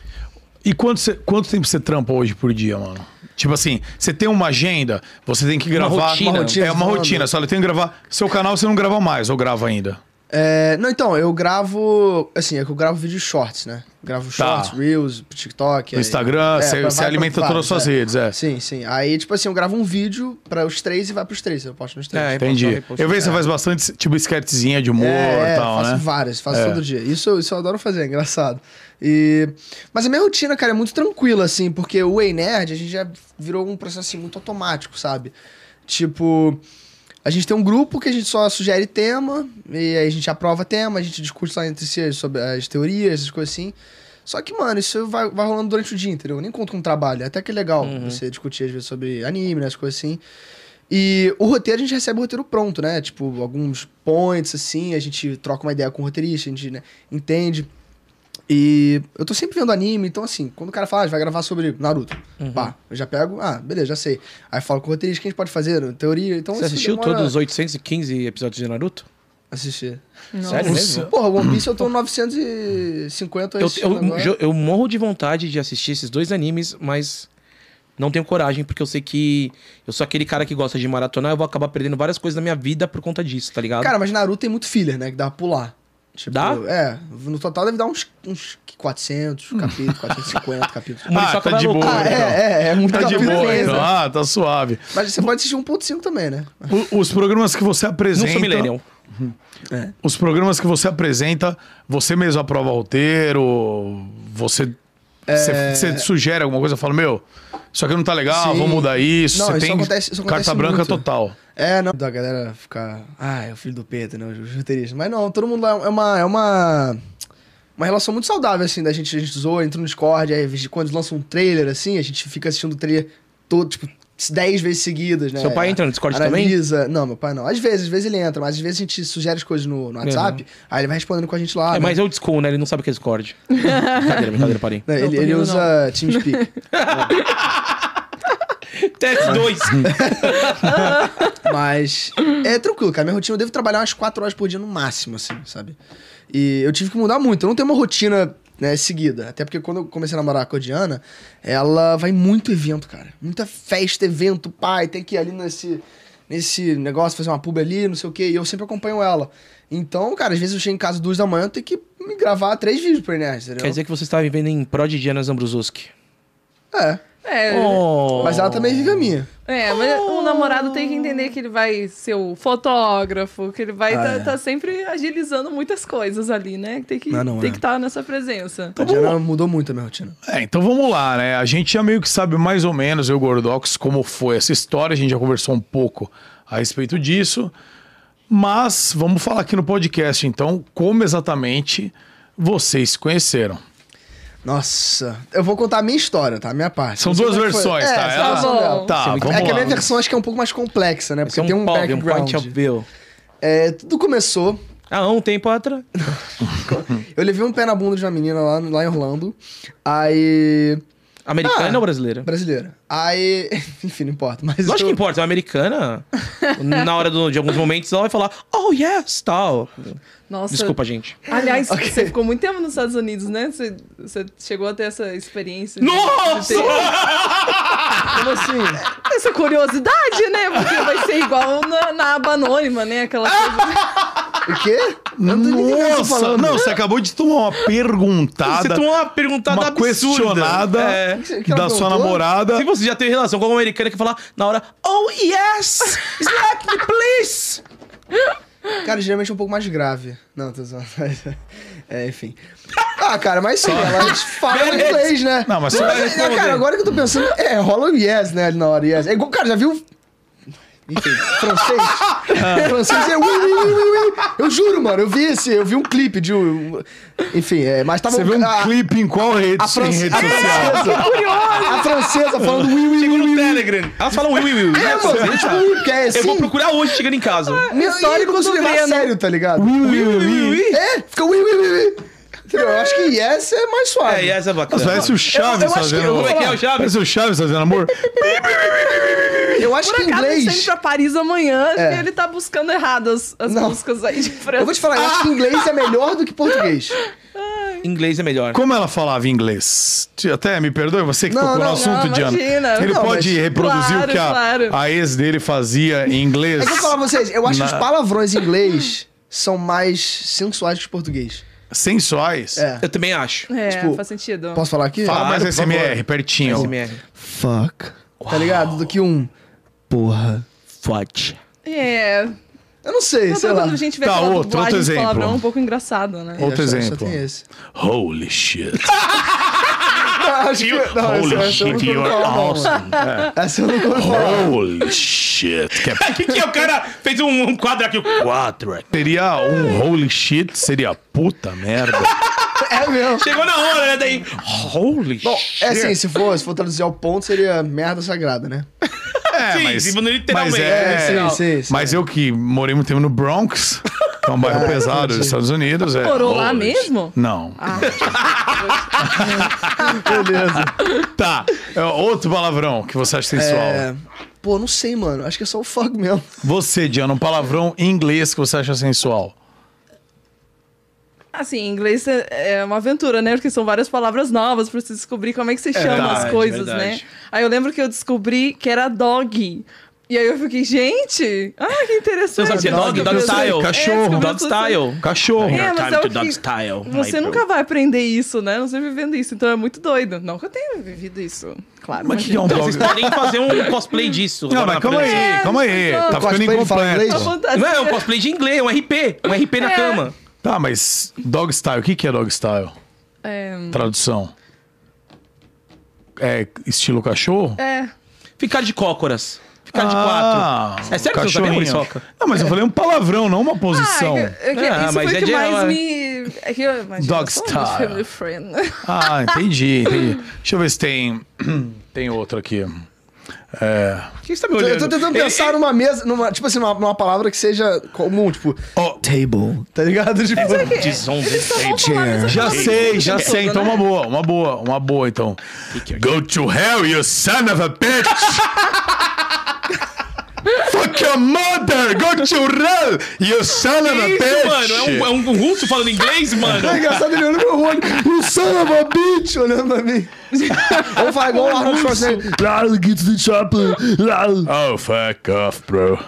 [SPEAKER 1] E quanto, você- quanto tempo você trampa hoje por dia, mano? Tipo assim, você tem uma agenda, você tem que gravar.
[SPEAKER 2] rotina. Uma
[SPEAKER 3] rotina,
[SPEAKER 1] é uma
[SPEAKER 3] mano.
[SPEAKER 1] rotina, só tem que gravar. Seu canal você não grava mais, ou grava ainda.
[SPEAKER 3] É, não, então, eu gravo. Assim, é que eu gravo vídeo shorts, né? Gravo
[SPEAKER 1] Tá.
[SPEAKER 3] shorts, Reels, TikTok.
[SPEAKER 1] No
[SPEAKER 3] aí-
[SPEAKER 1] Instagram,
[SPEAKER 3] É,
[SPEAKER 1] você, você
[SPEAKER 3] pra- vai pra
[SPEAKER 1] alimenta todas as
[SPEAKER 3] vários,
[SPEAKER 1] suas
[SPEAKER 3] é.
[SPEAKER 1] redes, é.
[SPEAKER 3] Sim, sim. Aí, tipo assim, eu gravo um vídeo para os três e vai pros três. Eu posto nos três.
[SPEAKER 2] É,
[SPEAKER 1] Entendi.
[SPEAKER 2] Reposta,
[SPEAKER 1] Eu vejo que você
[SPEAKER 2] é.
[SPEAKER 1] faz bastante, tipo, esquetezinha de humor
[SPEAKER 3] é,
[SPEAKER 1] e
[SPEAKER 3] é,
[SPEAKER 1] tal,
[SPEAKER 3] faço
[SPEAKER 1] né?
[SPEAKER 3] várias, faço todo dia. Isso, isso eu adoro fazer, é engraçado. E... Mas a minha rotina, cara, é muito tranquila, assim, porque o Ei Nerd, a gente já virou um processo assim, muito automático, sabe? Tipo, a gente tem um grupo que a gente só sugere tema, e aí a gente aprova tema, a gente discute lá entre si sobre as teorias, essas coisas assim. Só que, mano, isso vai, vai rolando durante o dia, entendeu? Eu nem conto com trabalho. é Até que é legal
[SPEAKER 2] Uhum.
[SPEAKER 3] você discutir, às vezes, sobre anime, né, as coisas assim. E o roteiro, a gente recebe o roteiro pronto, né? Tipo, alguns points, assim, a gente troca uma ideia com o roteirista, a gente né, entende. E eu tô sempre vendo anime, então assim, quando o cara fala, ah, a gente vai gravar sobre Naruto,
[SPEAKER 2] Uhum.
[SPEAKER 3] pá, eu já pego, ah, beleza, já sei. Aí falo com o roteirista, o que a gente pode fazer, né, teoria, então
[SPEAKER 2] Você
[SPEAKER 3] isso
[SPEAKER 2] assistiu
[SPEAKER 3] demora-
[SPEAKER 2] todos os 815 episódios de Naruto?
[SPEAKER 3] Assistir.
[SPEAKER 4] Nossa.
[SPEAKER 2] Sério
[SPEAKER 1] Nossa.
[SPEAKER 2] mesmo?
[SPEAKER 3] Porra, One Piece eu tô
[SPEAKER 1] Hum.
[SPEAKER 3] no 950
[SPEAKER 2] Eu,
[SPEAKER 3] assistindo
[SPEAKER 2] eu,
[SPEAKER 3] agora.
[SPEAKER 2] jo- eu morro de vontade de assistir esses dois animes, mas não tenho coragem, porque eu sei que eu sou aquele cara que gosta de maratonar, eu vou acabar perdendo várias coisas da minha vida por conta disso, tá ligado?
[SPEAKER 3] Cara, mas Naruto tem muito filler, né, que dá pra pular. Tipo,
[SPEAKER 2] Dá?
[SPEAKER 3] É, no total deve dar uns, uns 400 capítulos, 450 capítulos.
[SPEAKER 2] O Muriçoca
[SPEAKER 1] Ah, tá
[SPEAKER 2] vai
[SPEAKER 1] de
[SPEAKER 2] louco.
[SPEAKER 1] Hum. boa,
[SPEAKER 3] Ah, é, é, é muito
[SPEAKER 1] Tá de
[SPEAKER 3] capítulo
[SPEAKER 1] boa,
[SPEAKER 3] mesmo.
[SPEAKER 1] então. Ah, tá suave.
[SPEAKER 3] Mas você pode assistir 1.5 também, né?
[SPEAKER 1] O- os programas que você
[SPEAKER 2] Não
[SPEAKER 1] apresenta.
[SPEAKER 2] sou millennial.
[SPEAKER 1] Os programas que você apresenta, você mesmo aprova roteiro, você
[SPEAKER 3] É.
[SPEAKER 1] Você sugere alguma coisa? Fala, meu, isso aqui não tá legal,
[SPEAKER 3] Sim.
[SPEAKER 1] vamos mudar isso.
[SPEAKER 3] Não,
[SPEAKER 1] Você
[SPEAKER 3] isso
[SPEAKER 1] tem
[SPEAKER 3] acontece- isso acontece
[SPEAKER 1] carta branca
[SPEAKER 3] muito.
[SPEAKER 1] total.
[SPEAKER 3] É, não. Da galera ficar. Ah, é o filho do Pedro, né? Os roteiristas. Mas não, todo mundo lá é uma. É uma... Uma relação muito saudável, assim, da gente, a gente zoa, entra no Discord, aí quando lança um trailer, assim, a gente fica assistindo o trailer todo, tipo, 10 vezes seguidas, né?
[SPEAKER 2] Seu pai entra no Discord também?
[SPEAKER 3] Analisa. Não, meu pai não. Às vezes, às vezes ele entra, mas às vezes a gente sugere as coisas no, no WhatsApp, aí ele vai respondendo com a gente lá.
[SPEAKER 2] Uhum. é,
[SPEAKER 3] né?
[SPEAKER 2] mas é o Discord, né? Ele não sabe o que é Discord. brincadeira, brincadeira, parei.
[SPEAKER 3] Não, ele,
[SPEAKER 4] tô
[SPEAKER 3] ele
[SPEAKER 4] rindo,
[SPEAKER 3] usa TeamSpeak.
[SPEAKER 2] Teste 2.
[SPEAKER 3] Mas é tranquilo, cara. Minha rotina, eu devo trabalhar umas 4 horas por dia no máximo, assim, sabe? E eu tive que mudar muito. Eu não tenho uma rotina né, seguida. Até porque quando eu comecei a namorar com a Diana, ela vai muito evento, cara. Muita festa, evento, pai. Tem que ir ali nesse, nesse negócio, fazer uma pub ali, não sei o quê. E eu sempre acompanho ela. Então, cara, às vezes eu chego em casa duas da manhã, eu tenho que me gravar três vídeos pra internet, entendeu?
[SPEAKER 2] Quer dizer que você está vivendo em pró de Diana Zambruzoski.
[SPEAKER 3] É.
[SPEAKER 4] É,
[SPEAKER 2] Oh.
[SPEAKER 3] Mas ela também vive a minha.
[SPEAKER 4] é, mas o namorado tem que entender que ele vai ser o fotógrafo, que ele vai
[SPEAKER 3] Ah,
[SPEAKER 4] tá,
[SPEAKER 3] é.
[SPEAKER 4] tá sempre agilizando muitas coisas ali, né? Tem que
[SPEAKER 3] Não, não
[SPEAKER 4] tem
[SPEAKER 3] é.
[SPEAKER 4] que estar nessa presença.
[SPEAKER 3] A Diana mudou muito a minha rotina.
[SPEAKER 1] É, então vamos lá, né? A gente já meio que sabe mais ou menos, eu e o Gordox, como foi essa história. A gente já conversou um pouco a respeito disso. Mas vamos falar aqui no podcast, então, como exatamente vocês se conheceram.
[SPEAKER 3] Nossa, eu vou contar a minha história, tá? A minha parte.
[SPEAKER 1] São
[SPEAKER 3] Não sei
[SPEAKER 1] duas
[SPEAKER 3] como é que foi.
[SPEAKER 1] versões,
[SPEAKER 3] É,
[SPEAKER 1] tá?
[SPEAKER 3] essa é a
[SPEAKER 1] Ela-
[SPEAKER 3] versão dela.
[SPEAKER 1] Tá,
[SPEAKER 2] Sim,
[SPEAKER 1] vamos
[SPEAKER 3] é que a minha
[SPEAKER 1] lá.
[SPEAKER 3] versão acho que é um pouco mais complexa, né? Porque
[SPEAKER 2] Você é
[SPEAKER 3] tem um
[SPEAKER 2] pau, um
[SPEAKER 3] background.
[SPEAKER 2] point of view.
[SPEAKER 3] É, tudo começou.
[SPEAKER 2] Ah, um tempo atrás.
[SPEAKER 3] Eu levei um pé na bunda de uma menina lá, lá em Orlando. Aí.
[SPEAKER 2] Americana
[SPEAKER 3] Ah.
[SPEAKER 2] ou brasileira?
[SPEAKER 3] Brasileira. Aí. Enfim, não importa. Mas
[SPEAKER 2] Lógico
[SPEAKER 3] eu-
[SPEAKER 2] que importa, é uma americana. Na hora do- de alguns momentos ela vai falar, oh yes, tal.
[SPEAKER 4] Nossa.
[SPEAKER 2] Desculpa, gente.
[SPEAKER 4] Aliás, você ficou muito tempo nos Estados Unidos, né? Você, você chegou a ter essa experiência. de-
[SPEAKER 2] Nossa!
[SPEAKER 4] de Como assim? Essa curiosidade, né? Porque vai ser igual na, na aba anônima, né? Aquela
[SPEAKER 3] Ah,
[SPEAKER 4] coisa.
[SPEAKER 3] O quê? Eu não tô nem entendendo o que você tá
[SPEAKER 1] Nossa,
[SPEAKER 3] falando.
[SPEAKER 1] não, você acabou de tomar uma
[SPEAKER 2] Você
[SPEAKER 1] perguntada,
[SPEAKER 2] tomou uma perguntada
[SPEAKER 1] uma
[SPEAKER 2] absurda.
[SPEAKER 1] questionada
[SPEAKER 2] É.
[SPEAKER 3] que ela
[SPEAKER 1] da sua
[SPEAKER 3] perguntou?
[SPEAKER 1] namorada.
[SPEAKER 2] Se você já teve relação com uma americana que fala na hora, oh yes, slap me please.
[SPEAKER 3] Cara, geralmente é um pouco mais grave. Não, tô zoando. É, enfim. Ah, cara, mas sim, elas falam
[SPEAKER 2] Beleza.
[SPEAKER 3] inglês, né?
[SPEAKER 1] Não, mas você vai
[SPEAKER 3] mas,
[SPEAKER 2] responder.
[SPEAKER 3] Cara, agora que eu tô pensando, é, rola um yes, né, ali na hora, yes. É igual, cara, já viu... Enfim, francês.
[SPEAKER 1] Ah.
[SPEAKER 3] francês é... Ui, ui, ui, ui, ui. Eu juro, mano, eu vi esse, eu vi um clipe de... um- Enfim, é, mas tava...
[SPEAKER 1] Você viu um
[SPEAKER 3] a,
[SPEAKER 1] clipe em qual rede,
[SPEAKER 3] a Ah,
[SPEAKER 1] em
[SPEAKER 3] francesa,
[SPEAKER 1] rede social?
[SPEAKER 3] A francesa, a francesa falando... Ui, ui,
[SPEAKER 2] Chegou
[SPEAKER 3] ui,
[SPEAKER 2] no
[SPEAKER 3] ui.
[SPEAKER 2] Telegram. um Elas falam will, will, will.
[SPEAKER 3] É, mano, tipo, ui, porque é assim...
[SPEAKER 2] Eu vou procurar hoje chegando em casa.
[SPEAKER 3] Minha história
[SPEAKER 4] Ui,
[SPEAKER 3] não consigo
[SPEAKER 4] quando
[SPEAKER 3] levar
[SPEAKER 4] vê,
[SPEAKER 3] a
[SPEAKER 4] né?
[SPEAKER 3] sério, tá ligado?
[SPEAKER 1] Ui, ui, ui, ui.
[SPEAKER 3] É, fica ui, ui, ui, ui. Entendeu? Eu acho que yes é mais
[SPEAKER 2] É,
[SPEAKER 3] suave.
[SPEAKER 2] e essa
[SPEAKER 1] Nossa,
[SPEAKER 2] é bacana.
[SPEAKER 1] parece o Chaves
[SPEAKER 3] eu acho que-
[SPEAKER 1] fazendo...
[SPEAKER 3] como
[SPEAKER 2] é que é o Chaves?
[SPEAKER 1] Parece o Chaves fazendo amor.
[SPEAKER 3] Eu acho
[SPEAKER 4] Por
[SPEAKER 3] que
[SPEAKER 4] acaso ele tá
[SPEAKER 3] inglês.
[SPEAKER 4] indo pra Paris amanhã
[SPEAKER 3] É.
[SPEAKER 4] e ele tá buscando erradas as
[SPEAKER 3] Não.
[SPEAKER 4] músicas aí de França.
[SPEAKER 3] Eu vou te falar, eu acho que inglês é melhor do que português.
[SPEAKER 2] Inglês é melhor.
[SPEAKER 1] Como ela falava inglês? Ti- Até me perdoe, você que
[SPEAKER 3] Não,
[SPEAKER 1] tocou
[SPEAKER 3] não,
[SPEAKER 1] no assunto,
[SPEAKER 4] não,
[SPEAKER 1] Diana.
[SPEAKER 4] imagina.
[SPEAKER 1] Ele
[SPEAKER 3] Não,
[SPEAKER 1] pode
[SPEAKER 3] mas-
[SPEAKER 1] reproduzir o
[SPEAKER 4] Claro,
[SPEAKER 1] que a,
[SPEAKER 4] claro.
[SPEAKER 1] a ex dele fazia em inglês.
[SPEAKER 3] É que eu falo pra vocês, eu acho que
[SPEAKER 1] Na-
[SPEAKER 3] os palavrões em inglês são mais sensuais que os português.
[SPEAKER 1] Sensuais.
[SPEAKER 3] É.
[SPEAKER 2] Eu também acho.
[SPEAKER 4] É,
[SPEAKER 3] Tipo,
[SPEAKER 4] faz sentido.
[SPEAKER 3] Posso falar aqui?
[SPEAKER 1] Fala mais
[SPEAKER 2] Claro, por
[SPEAKER 1] SMR,
[SPEAKER 2] favor.
[SPEAKER 1] pertinho.
[SPEAKER 2] SMR.
[SPEAKER 3] Fuck. Tá ligado? Do que um... Porra.
[SPEAKER 2] Fudge.
[SPEAKER 4] É.
[SPEAKER 3] Eu não sei,
[SPEAKER 4] Não,
[SPEAKER 3] sei lá.
[SPEAKER 4] quando a gente vê
[SPEAKER 1] Tá,
[SPEAKER 4] aquela
[SPEAKER 1] outro,
[SPEAKER 4] dublagem
[SPEAKER 1] outro
[SPEAKER 4] de
[SPEAKER 1] exemplo.
[SPEAKER 4] palavrão, é um pouco engraçado, né?
[SPEAKER 1] Outro
[SPEAKER 3] Só- só
[SPEAKER 1] exemplo.
[SPEAKER 3] tem esse.
[SPEAKER 1] Holy shit.
[SPEAKER 3] Não, acho que... Não, essa-
[SPEAKER 1] Ah, Holy
[SPEAKER 3] essa eu não
[SPEAKER 1] shit,
[SPEAKER 3] tô
[SPEAKER 1] you're
[SPEAKER 3] falando.
[SPEAKER 1] awesome. É.
[SPEAKER 3] Essa eu não tô falando.
[SPEAKER 1] Holy shit. Que é-
[SPEAKER 2] O que, que é? O cara fez um, um quadro aqui. Quadro.
[SPEAKER 1] Teria um holy shit, seria puta merda.
[SPEAKER 3] É mesmo.
[SPEAKER 2] Chegou na hora, né? Daí. Holy
[SPEAKER 3] Bom,
[SPEAKER 2] shit.
[SPEAKER 3] é assim, se for, se for traduzir ao ponto, seria merda sagrada, né?
[SPEAKER 1] É,
[SPEAKER 2] Sim,
[SPEAKER 1] mas,
[SPEAKER 2] sim, literalmente.
[SPEAKER 1] mas é-
[SPEAKER 3] É, sim, sim, sim.
[SPEAKER 1] Mas eu que morei muito tempo no Bronx, que é um bairro pesado dos Estados Unidos. É,
[SPEAKER 4] Morou lá
[SPEAKER 1] holy-
[SPEAKER 4] mesmo?
[SPEAKER 1] Não.
[SPEAKER 3] Beleza.
[SPEAKER 1] Tá. é outro palavrão que você acha sensual.
[SPEAKER 3] É... Pô, não sei, mano. Acho que é só o fuck mesmo.
[SPEAKER 1] Você, Diana, um palavrão em inglês que você acha sensual.
[SPEAKER 4] Assim, em inglês é é uma aventura, né? Porque são várias palavras novas pra você descobrir como é que você chama
[SPEAKER 2] verdade,
[SPEAKER 4] as coisas,
[SPEAKER 2] verdade.
[SPEAKER 4] né? Aí eu lembro que eu descobri que era dog. E aí eu fiquei, gente, ah, que
[SPEAKER 2] Você
[SPEAKER 4] interessante.
[SPEAKER 2] sabe que é dog?
[SPEAKER 4] Nossa,
[SPEAKER 2] Dog
[SPEAKER 4] eu
[SPEAKER 2] style.
[SPEAKER 4] sei.
[SPEAKER 1] Cachorro,
[SPEAKER 4] descobri
[SPEAKER 2] Dog
[SPEAKER 4] tudo
[SPEAKER 1] assim.
[SPEAKER 2] style.
[SPEAKER 1] Cachorro.
[SPEAKER 4] É, mas é o que-
[SPEAKER 2] style.
[SPEAKER 4] Você nunca vai aprender isso, né? Não sei vivendo isso. Então é muito doido. Não que eu tenha vivido isso, claro.
[SPEAKER 1] Mas que é um
[SPEAKER 2] Então, vocês
[SPEAKER 1] dog?
[SPEAKER 2] podem fazer um cosplay disso.
[SPEAKER 1] Não,
[SPEAKER 2] agora
[SPEAKER 1] mas
[SPEAKER 2] na
[SPEAKER 1] calma
[SPEAKER 2] França.
[SPEAKER 1] aí, calma aí.
[SPEAKER 4] É,
[SPEAKER 1] Tá
[SPEAKER 4] mas-
[SPEAKER 1] ficando
[SPEAKER 3] Cosplay, fala
[SPEAKER 1] incompleto.
[SPEAKER 3] inglês?
[SPEAKER 4] fantasia.
[SPEAKER 2] Não, é um cosplay de inglês, um RP. Um RP na
[SPEAKER 4] É.
[SPEAKER 2] cama.
[SPEAKER 1] Tá, mas dog style, o que que é dog style?
[SPEAKER 4] É,
[SPEAKER 1] Tradução. é, estilo cachorro?
[SPEAKER 4] É.
[SPEAKER 2] Ficar de cócoras. Ficar de
[SPEAKER 1] Ah,
[SPEAKER 2] quatro. É sério que você sabia,
[SPEAKER 1] cachorrinho.
[SPEAKER 2] Muriçoca?
[SPEAKER 1] Não, mas eu falei um palavrão, não uma posição.
[SPEAKER 4] Ah, é que- é que
[SPEAKER 2] Ah, mas
[SPEAKER 4] isso foi
[SPEAKER 2] é
[SPEAKER 4] o que
[SPEAKER 2] de-
[SPEAKER 4] mais
[SPEAKER 2] ela-
[SPEAKER 4] me. É que eu, imagina,
[SPEAKER 1] Dog
[SPEAKER 4] eu sou muito
[SPEAKER 1] style.
[SPEAKER 4] Family friend.
[SPEAKER 1] Ah, entendi, entendi. Deixa eu ver se tem. Tem outra aqui. É.
[SPEAKER 2] Por que você tá me
[SPEAKER 3] Eu
[SPEAKER 2] olhando?
[SPEAKER 3] tô tentando pensar numa mesa, numa, tipo assim, numa, numa palavra que seja comum, tipo,
[SPEAKER 1] Ó,
[SPEAKER 3] table, tá ligado? Tipo,
[SPEAKER 2] Desonra.
[SPEAKER 4] Só vão falar a mesma
[SPEAKER 1] já
[SPEAKER 4] palavra
[SPEAKER 1] sei,
[SPEAKER 4] o
[SPEAKER 1] já
[SPEAKER 4] tempo
[SPEAKER 1] sei.
[SPEAKER 4] todo,
[SPEAKER 1] Então,
[SPEAKER 4] né?
[SPEAKER 1] uma boa, uma boa, uma boa, então.
[SPEAKER 2] é
[SPEAKER 1] Go to hell, you son of a bitch! Fuck your mother! Go to hell, you son of a
[SPEAKER 2] Que
[SPEAKER 1] bitch!
[SPEAKER 2] isso, mano? É um, é um russo falando inglês, mano?
[SPEAKER 3] é engraçado ele olhando pro olho, you son of a bitch, olhando pra mim. Ou fala igual o Arnold Schwarzenegger, "Lalo, get to the chopper, lalo."
[SPEAKER 1] Oh, fuck off, bro.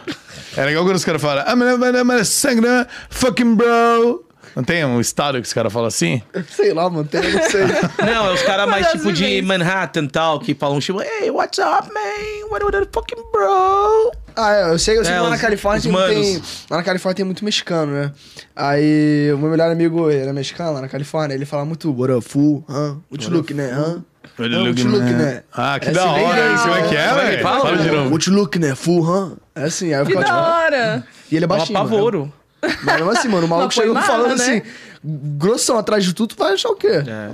[SPEAKER 1] É legal quando os caras falam, I'm gonna, I'm gonna sangra, fucking bro. Não tem um estado que os caras falam assim?
[SPEAKER 3] Sei lá, mano, tem, não sei.
[SPEAKER 2] Não, é os caras mais
[SPEAKER 4] Mas
[SPEAKER 2] tipo
[SPEAKER 4] às
[SPEAKER 2] de
[SPEAKER 4] vezes-
[SPEAKER 2] Manhattan e tal, que falam tipo, hey, what's up, man? What the fucking bro?
[SPEAKER 3] Ah, é, eu sei, eu sei
[SPEAKER 2] É,
[SPEAKER 3] que lá na
[SPEAKER 2] os-
[SPEAKER 3] Califórnia
[SPEAKER 2] os
[SPEAKER 3] tem,
[SPEAKER 2] manos.
[SPEAKER 3] tem- Lá na Califórnia tem muito mexicano, né? Aí o meu melhor amigo ele era mexicano lá na Califórnia, ele fala muito Borafu, hã? What you look, né? Hã? Não, what you look, né?
[SPEAKER 1] Ah, que
[SPEAKER 3] É
[SPEAKER 1] da
[SPEAKER 3] assim, bem
[SPEAKER 1] hora.
[SPEAKER 3] legal.
[SPEAKER 1] Como é que é,
[SPEAKER 2] Como é que
[SPEAKER 1] velho?
[SPEAKER 2] fala,
[SPEAKER 1] Fala de
[SPEAKER 2] mano?
[SPEAKER 1] novo.
[SPEAKER 3] What you look, né? Full, hã? É assim, aí eu
[SPEAKER 4] Que
[SPEAKER 3] ficava
[SPEAKER 4] da
[SPEAKER 3] tipo.
[SPEAKER 4] hora.
[SPEAKER 3] E ele é
[SPEAKER 2] Dá um
[SPEAKER 3] baixinho. né?
[SPEAKER 2] apavoro.
[SPEAKER 3] Mas mesmo assim, mano, o maluco
[SPEAKER 4] Mas foi
[SPEAKER 3] chegou
[SPEAKER 4] mala,
[SPEAKER 3] falando
[SPEAKER 4] né?
[SPEAKER 3] assim, grossão atrás de tudo, tu vai achar o quê?
[SPEAKER 2] É.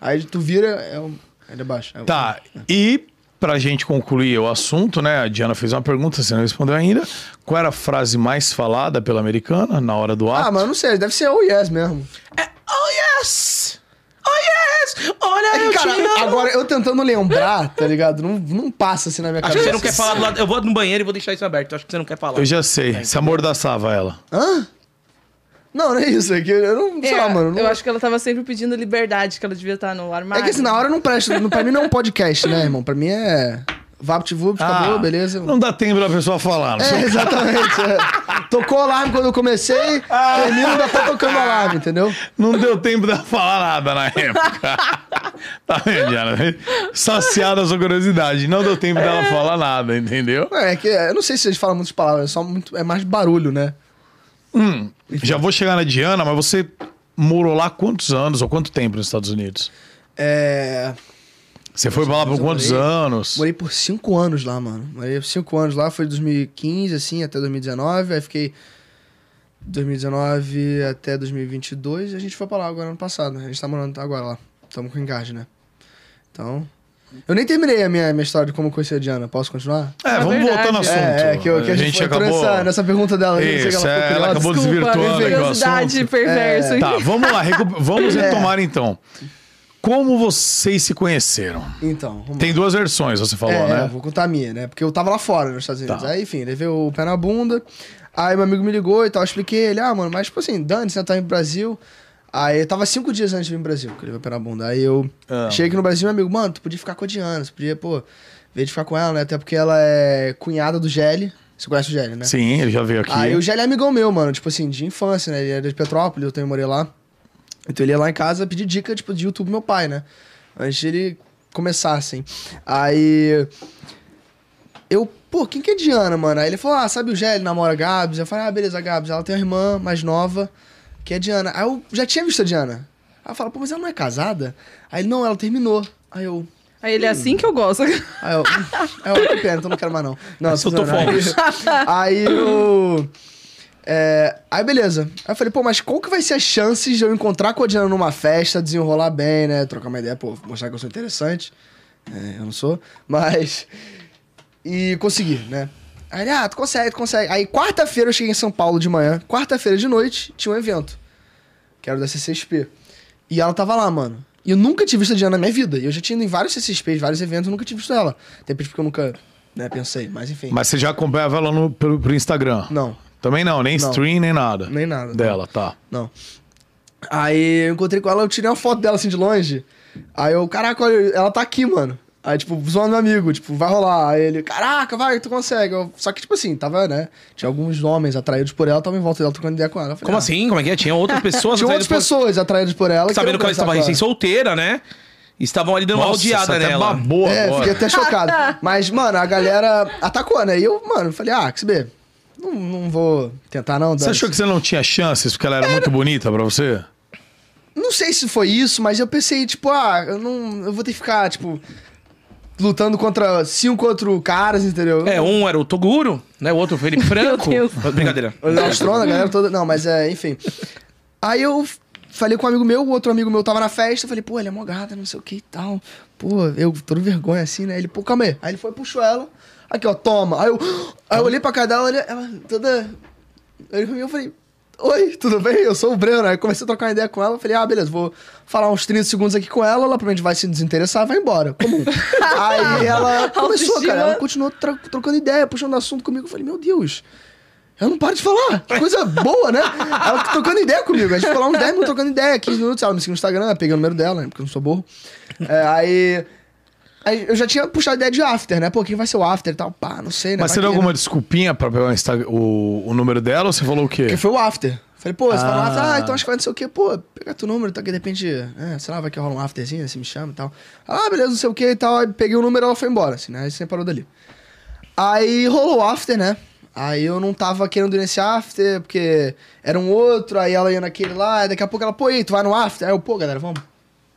[SPEAKER 3] Aí tu vira, é um. Ele é baixo. É um-
[SPEAKER 1] Tá, e pra gente concluir o assunto, né? A Diana fez uma pergunta, você não respondeu ainda. Qual era a frase mais falada pela americana na hora do ato?
[SPEAKER 3] Ah, mas eu não sei, deve ser o yes mesmo.
[SPEAKER 2] Oh yes! Oh yes! Olha,
[SPEAKER 3] É
[SPEAKER 2] eu
[SPEAKER 3] que,
[SPEAKER 2] te amo!
[SPEAKER 3] cara, agora eu tentando lembrar, tá ligado? Não, não passa assim na minha
[SPEAKER 2] Acho
[SPEAKER 3] cabeça.
[SPEAKER 2] que você não quer falar do lado. Eu vou no banheiro e vou deixar isso aberto. Acho que você não quer falar.
[SPEAKER 1] Eu já sei, se amordaçava ela.
[SPEAKER 3] Hã? Não, não é isso. É que eu não. Sei
[SPEAKER 4] É,
[SPEAKER 3] lá, mano. não-
[SPEAKER 4] Eu acho que ela tava sempre pedindo liberdade, que ela devia estar no armário.
[SPEAKER 3] É que assim, na hora não presta. não- Pra mim não é um podcast, né, irmão? Pra mim é. Vapt-vupt, Ah,
[SPEAKER 2] Ah.
[SPEAKER 3] acabou, beleza.
[SPEAKER 1] Ah, Não dá tempo da pessoa falar. não
[SPEAKER 3] É,
[SPEAKER 1] sei.
[SPEAKER 3] exatamente. é. Tocou o alarme quando eu comecei,
[SPEAKER 2] Ah.
[SPEAKER 3] termino ainda tá tocando o alarme, entendeu?
[SPEAKER 1] Não deu tempo de ela falar nada na época. tá vendo, Diana? Saciada a sua curiosidade. Não deu tempo dela falar nada, entendeu?
[SPEAKER 3] É, é que é, eu não sei se eles falam muitas palavras, é só muito. É mais barulho, né?
[SPEAKER 1] Já vou chegar na Diana, mas você morou lá quantos anos ou quanto tempo nos Estados Unidos?
[SPEAKER 3] É.
[SPEAKER 1] Você foi pra lá por
[SPEAKER 3] eu
[SPEAKER 1] quantos
[SPEAKER 3] morei-
[SPEAKER 1] anos?
[SPEAKER 3] Morei por cinco anos lá, mano. Morei por cinco anos lá, foi de 2015, assim, até 2019. Aí fiquei 2019 até 2022 e a gente foi pra lá agora ano passado. né? A gente tá morando agora lá. Tamo com engaje, né? Então... Eu nem terminei a minha, minha história de como eu conheci a Diana. Posso continuar?
[SPEAKER 1] É, vamos
[SPEAKER 4] verdade.
[SPEAKER 1] voltar no assunto.
[SPEAKER 3] É, é que, eu, que a gente, entrou nessa, nessa pergunta dela. né? não sei
[SPEAKER 1] Isso,
[SPEAKER 3] que ela É.
[SPEAKER 1] é, ela
[SPEAKER 3] ficou curiosa.
[SPEAKER 1] acabou
[SPEAKER 4] Desculpa,
[SPEAKER 1] desvirtuando aqui o
[SPEAKER 4] curiosidade
[SPEAKER 1] assunto.
[SPEAKER 4] perverso.
[SPEAKER 1] Tá, vamos lá, recu- vamos
[SPEAKER 3] É.
[SPEAKER 1] retomar então. Como vocês se conheceram?
[SPEAKER 3] Então, vamos lá.
[SPEAKER 1] Tem duas versões, você falou,
[SPEAKER 3] é,
[SPEAKER 1] né?
[SPEAKER 3] eu vou contar a minha, né? Porque eu tava lá fora, nos Estados Unidos.
[SPEAKER 1] Tá.
[SPEAKER 3] Aí, enfim, levei o pé na bunda. Aí meu amigo me ligou e tal, eu expliquei ele, ah, mano, mas tipo assim, dane-se, né? Tá indo pro Brasil. Aí eu tava cinco dias antes de vir pro Brasil, que eu levei o pé na bunda. Aí eu
[SPEAKER 1] Ah.
[SPEAKER 3] cheguei aqui no Brasil e meu amigo, mano, tu podia ficar com a Diana, você podia, pô, ver de ficar com ela, né? Até porque ela é cunhada do Gelli. Você conhece o Gelli, né?
[SPEAKER 1] Sim, ele já veio aqui.
[SPEAKER 3] Aí o Gelli é amigão meu, mano, tipo assim, de infância, né? Ele era de Petrópolis, eu também morei lá. Então ele ia lá em casa pedir dica, tipo, de YouTube do meu pai, né? Antes de ele começar, assim. Aí. Eu, pô, quem que é Diana, mano? Aí ele falou, ah, sabe o Gelli namora a Gabs? Eu falei, ah, beleza, a Gabs, ela tem uma irmã mais nova, que é Diana. Aí eu já tinha visto a Diana. Aí eu falo, pô, mas ela não é casada? Aí ele, não, ela terminou. Aí eu.
[SPEAKER 4] Aí ele é assim que eu gosto.
[SPEAKER 3] Aí eu, aí eu, que pena, então não quero mais não. Não,
[SPEAKER 2] Soltou
[SPEAKER 3] tô zoando.
[SPEAKER 2] fogos.
[SPEAKER 3] Aí eu... é, aí beleza. Aí eu falei, pô, mas qual que vai ser as chances de eu encontrar com a Diana numa festa, desenrolar bem, né? Trocar uma ideia, pô, mostrar que eu sou interessante. É, eu não sou, mas... E consegui, né? Aí ele, ah, tu consegue, tu consegue. Aí quarta-feira eu cheguei em São Paulo de manhã. Quarta-feira de noite tinha um evento. Que era o da CCXP. E ela tava lá, mano. E eu nunca tinha visto a Diana na minha vida. E eu já tinha ido em vários CCXPs, vários eventos, eu nunca tinha visto ela. Até porque eu nunca, né, pensei. Mas enfim.
[SPEAKER 1] Mas você já acompanhava ela no, pelo, pelo Instagram?
[SPEAKER 3] Não,
[SPEAKER 1] Também não, nem
[SPEAKER 3] Não.
[SPEAKER 1] stream, nem nada.
[SPEAKER 3] nem nada.
[SPEAKER 1] Dela, tá.
[SPEAKER 3] Não. Aí eu encontrei com ela, eu tirei uma foto dela assim de longe. Aí eu, caraca, olha, ela tá aqui, mano. Aí, tipo, zoando meu amigo, tipo, vai rolar. Aí ele, caraca, vai, tu consegue. Eu- só que, tipo assim, tava, né? Tinha alguns homens atraídos por ela, estavam em volta dela trocando ideia com ela. Eu falei,
[SPEAKER 2] Como
[SPEAKER 3] ah,
[SPEAKER 2] assim? Como é que é? Tinha outras pessoas
[SPEAKER 3] Tinha outras
[SPEAKER 2] atrás do-
[SPEAKER 3] pessoas atraídas por ela.
[SPEAKER 2] sabendo que ela estava
[SPEAKER 3] recém
[SPEAKER 2] recém-solteira, né? Estavam ali dando uma
[SPEAKER 1] você
[SPEAKER 2] rodeada
[SPEAKER 1] até
[SPEAKER 2] nela.
[SPEAKER 1] babou
[SPEAKER 3] É,
[SPEAKER 1] agora.
[SPEAKER 3] fiquei até chocado. Mas, mano, a galera atacou, né? E eu, mano, falei, ah, que se bê, não, não vou tentar, não.
[SPEAKER 1] Você achou que você não tinha chances porque ela era muito bonita pra você?
[SPEAKER 3] Não sei se foi isso, mas eu pensei, tipo, ah, eu não. Eu vou ter que ficar, tipo. lutando contra cinco outros caras, entendeu?
[SPEAKER 2] É, um era o Toguro, né? O outro foi o Felipe Franco.
[SPEAKER 4] Deus.
[SPEAKER 2] Brincadeira.
[SPEAKER 3] O Astrona, a galera toda. Não, mas é, enfim. Aí eu f- falei com um amigo meu, o outro amigo meu tava na festa, eu falei, pô, ele é mogada, não sei o que e tal. Pô, eu todo vergonha assim, né? Ele, pô, calma aí. Aí ele foi, puxou ela. Aqui, ó, toma. Aí eu, aí eu olhei pra cara dela, olhei- ela toda. Ele pra mim, eu falei, oi, tudo bem? Eu sou o Breno. Aí comecei a trocar uma ideia com ela, eu falei, ah, beleza, vou falar uns 30 segundos aqui com ela, ela provavelmente vai se desinteressar, vai embora. Comum. aí ela começou,
[SPEAKER 4] Autoestima.
[SPEAKER 3] cara, ela continuou tro- trocando ideia, puxando assunto comigo. Eu falei, meu Deus. Eu não paro de falar. Que Coisa boa, né? Ela trocando ideia comigo. A gente ficou lá uns 10 minutos trocando ideia, 15 minutos. Ela me seguiu no Instagram, peguei o número dela, né? Porque eu não sou burro. É, aí. Aí eu já tinha puxado ideia de after, né? Pô, quem vai ser o after e tal? Pá, não sei, né?
[SPEAKER 1] Mas você
[SPEAKER 3] Vai que,
[SPEAKER 1] deu
[SPEAKER 3] né?
[SPEAKER 1] alguma desculpinha pra pegar o, Insta- o- o número dela ou você falou o quê?
[SPEAKER 3] Porque foi o after. Falei, pô, você falou
[SPEAKER 1] É. Ah.
[SPEAKER 3] after, ah, então acho que vai não sei o quê, pô, pega teu número, tá? Que de repente, é, sei lá, vai que rola um afterzinho, você me chama e tal. Ah, beleza, não sei o quê e tal. Aí peguei o número, ela foi embora, assim, né? Aí você parou dali. Aí rolou o after, né? Aí eu não tava querendo ir nesse after, porque era um outro, aí ela ia naquele lá, aí daqui a pouco ela, pô, e aí, tu vai no after? Aí eu, pô, galera, vamos.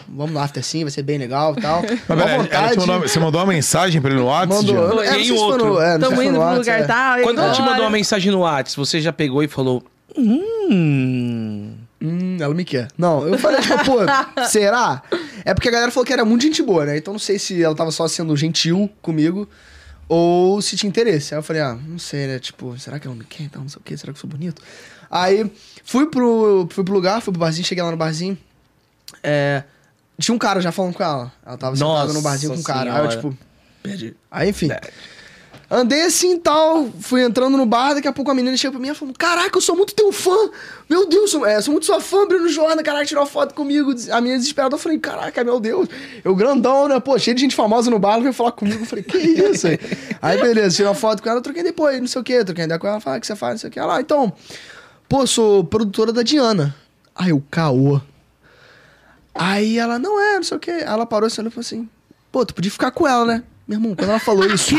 [SPEAKER 3] Vamos no after sim, vai ser bem legal e tal.
[SPEAKER 1] Mas,
[SPEAKER 3] Mó
[SPEAKER 1] pera, ela um te mandou uma- você mandou uma mensagem pra ele no WhatsApp?
[SPEAKER 3] Mandou.
[SPEAKER 1] Jean?
[SPEAKER 3] eu não- eu não
[SPEAKER 2] Em
[SPEAKER 3] sei se foi
[SPEAKER 2] outro.
[SPEAKER 3] no- é, não sei se
[SPEAKER 4] Tamo
[SPEAKER 3] foi
[SPEAKER 4] indo
[SPEAKER 3] no
[SPEAKER 4] pro
[SPEAKER 3] WhatsApp,
[SPEAKER 4] lugar tá?
[SPEAKER 3] é.
[SPEAKER 4] tal.
[SPEAKER 2] Quando ela te
[SPEAKER 4] agora-
[SPEAKER 2] mandou uma mensagem no WhatsApp, você já pegou e falou. Hum.
[SPEAKER 3] Hum, ela me quer. Não, eu falei, tipo, pô, será? É porque a galera falou que era muito gente boa, né? Então não sei se ela tava só sendo gentil comigo ou se tinha interesse. Aí eu falei, ah, não sei, né? Tipo, será que ela me quer? Então, não sei o quê, será que eu sou bonito? Aí fui pro, fui pro lugar, fui pro barzinho, cheguei lá no barzinho. É, tinha um cara já falando com ela. Ela tava sentada
[SPEAKER 2] Nossa
[SPEAKER 3] no barzinho com um cara. Aí eu,
[SPEAKER 2] Senhora. É.
[SPEAKER 3] tipo, perdi. Aí, enfim. Andei assim e tal, fui entrando no bar, daqui a pouco a menina chega pra mim e falou: Caraca, eu sou muito teu fã! Meu Deus, sou, é, sou muito sua fã, Bruno Jordan, caraca, tirou uma foto comigo. A menina desesperada, eu falei, caraca, meu Deus, eu grandão, né? Pô, cheio de gente famosa no bar, ela veio falar comigo. Eu falei, que isso? aí?" aí, beleza, tirei uma foto com ela, troquei depois, não sei o quê, troquei ideia com ela, fala o que você faz, não sei o quê. Ela, "Ah, então, pô, sou produtora da Diana. Aí eu, caô. Aí ela, não é, não sei o quê. Aí ela parou assim, olhou e falou assim, pô, tu podia ficar com ela, né? Meu irmão, quando ela falou isso,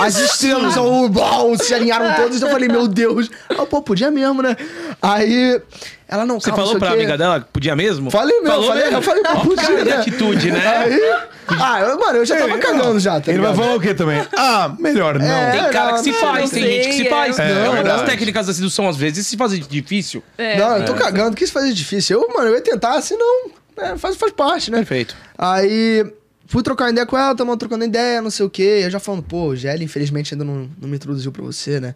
[SPEAKER 3] as estrelas ó, uau, se alinharam todas, eu falei, meu Deus. Aí eu, pô, podia mesmo, né? Aí ela não,
[SPEAKER 2] Você falou pra amiga dela que podia mesmo?
[SPEAKER 3] Ah, Falei mesmo,
[SPEAKER 2] Falou
[SPEAKER 3] falei,
[SPEAKER 2] mesmo?
[SPEAKER 3] eu falei pra
[SPEAKER 2] Ó,
[SPEAKER 3] podia,
[SPEAKER 2] cara de
[SPEAKER 3] né?
[SPEAKER 2] atitude, né?
[SPEAKER 3] Aí, ah, eu- mano, eu já tava cagando já, tá
[SPEAKER 1] Ele vai
[SPEAKER 3] ligado?
[SPEAKER 1] falar o quê também? Ah, melhor não.
[SPEAKER 3] É.
[SPEAKER 2] Tem cara que se
[SPEAKER 4] não,
[SPEAKER 2] faz,
[SPEAKER 4] não
[SPEAKER 2] tem gente que
[SPEAKER 4] sei,
[SPEAKER 2] se
[SPEAKER 4] é.
[SPEAKER 2] faz.
[SPEAKER 1] É,
[SPEAKER 2] É uma das
[SPEAKER 1] verdade.
[SPEAKER 2] técnicas da sedução, às vezes, se fazer difícil.
[SPEAKER 4] É.
[SPEAKER 3] Não, eu tô cagando, quis fazer difícil. Eu, mano, eu ia tentar, assim não. né, faz, faz parte, né?
[SPEAKER 2] Perfeito.
[SPEAKER 3] Aí fui trocar ideia com ela, tamo trocando ideia, não sei o quê. Eu já falando, pô, o Gelli infelizmente ainda não, não me introduziu pra você, né?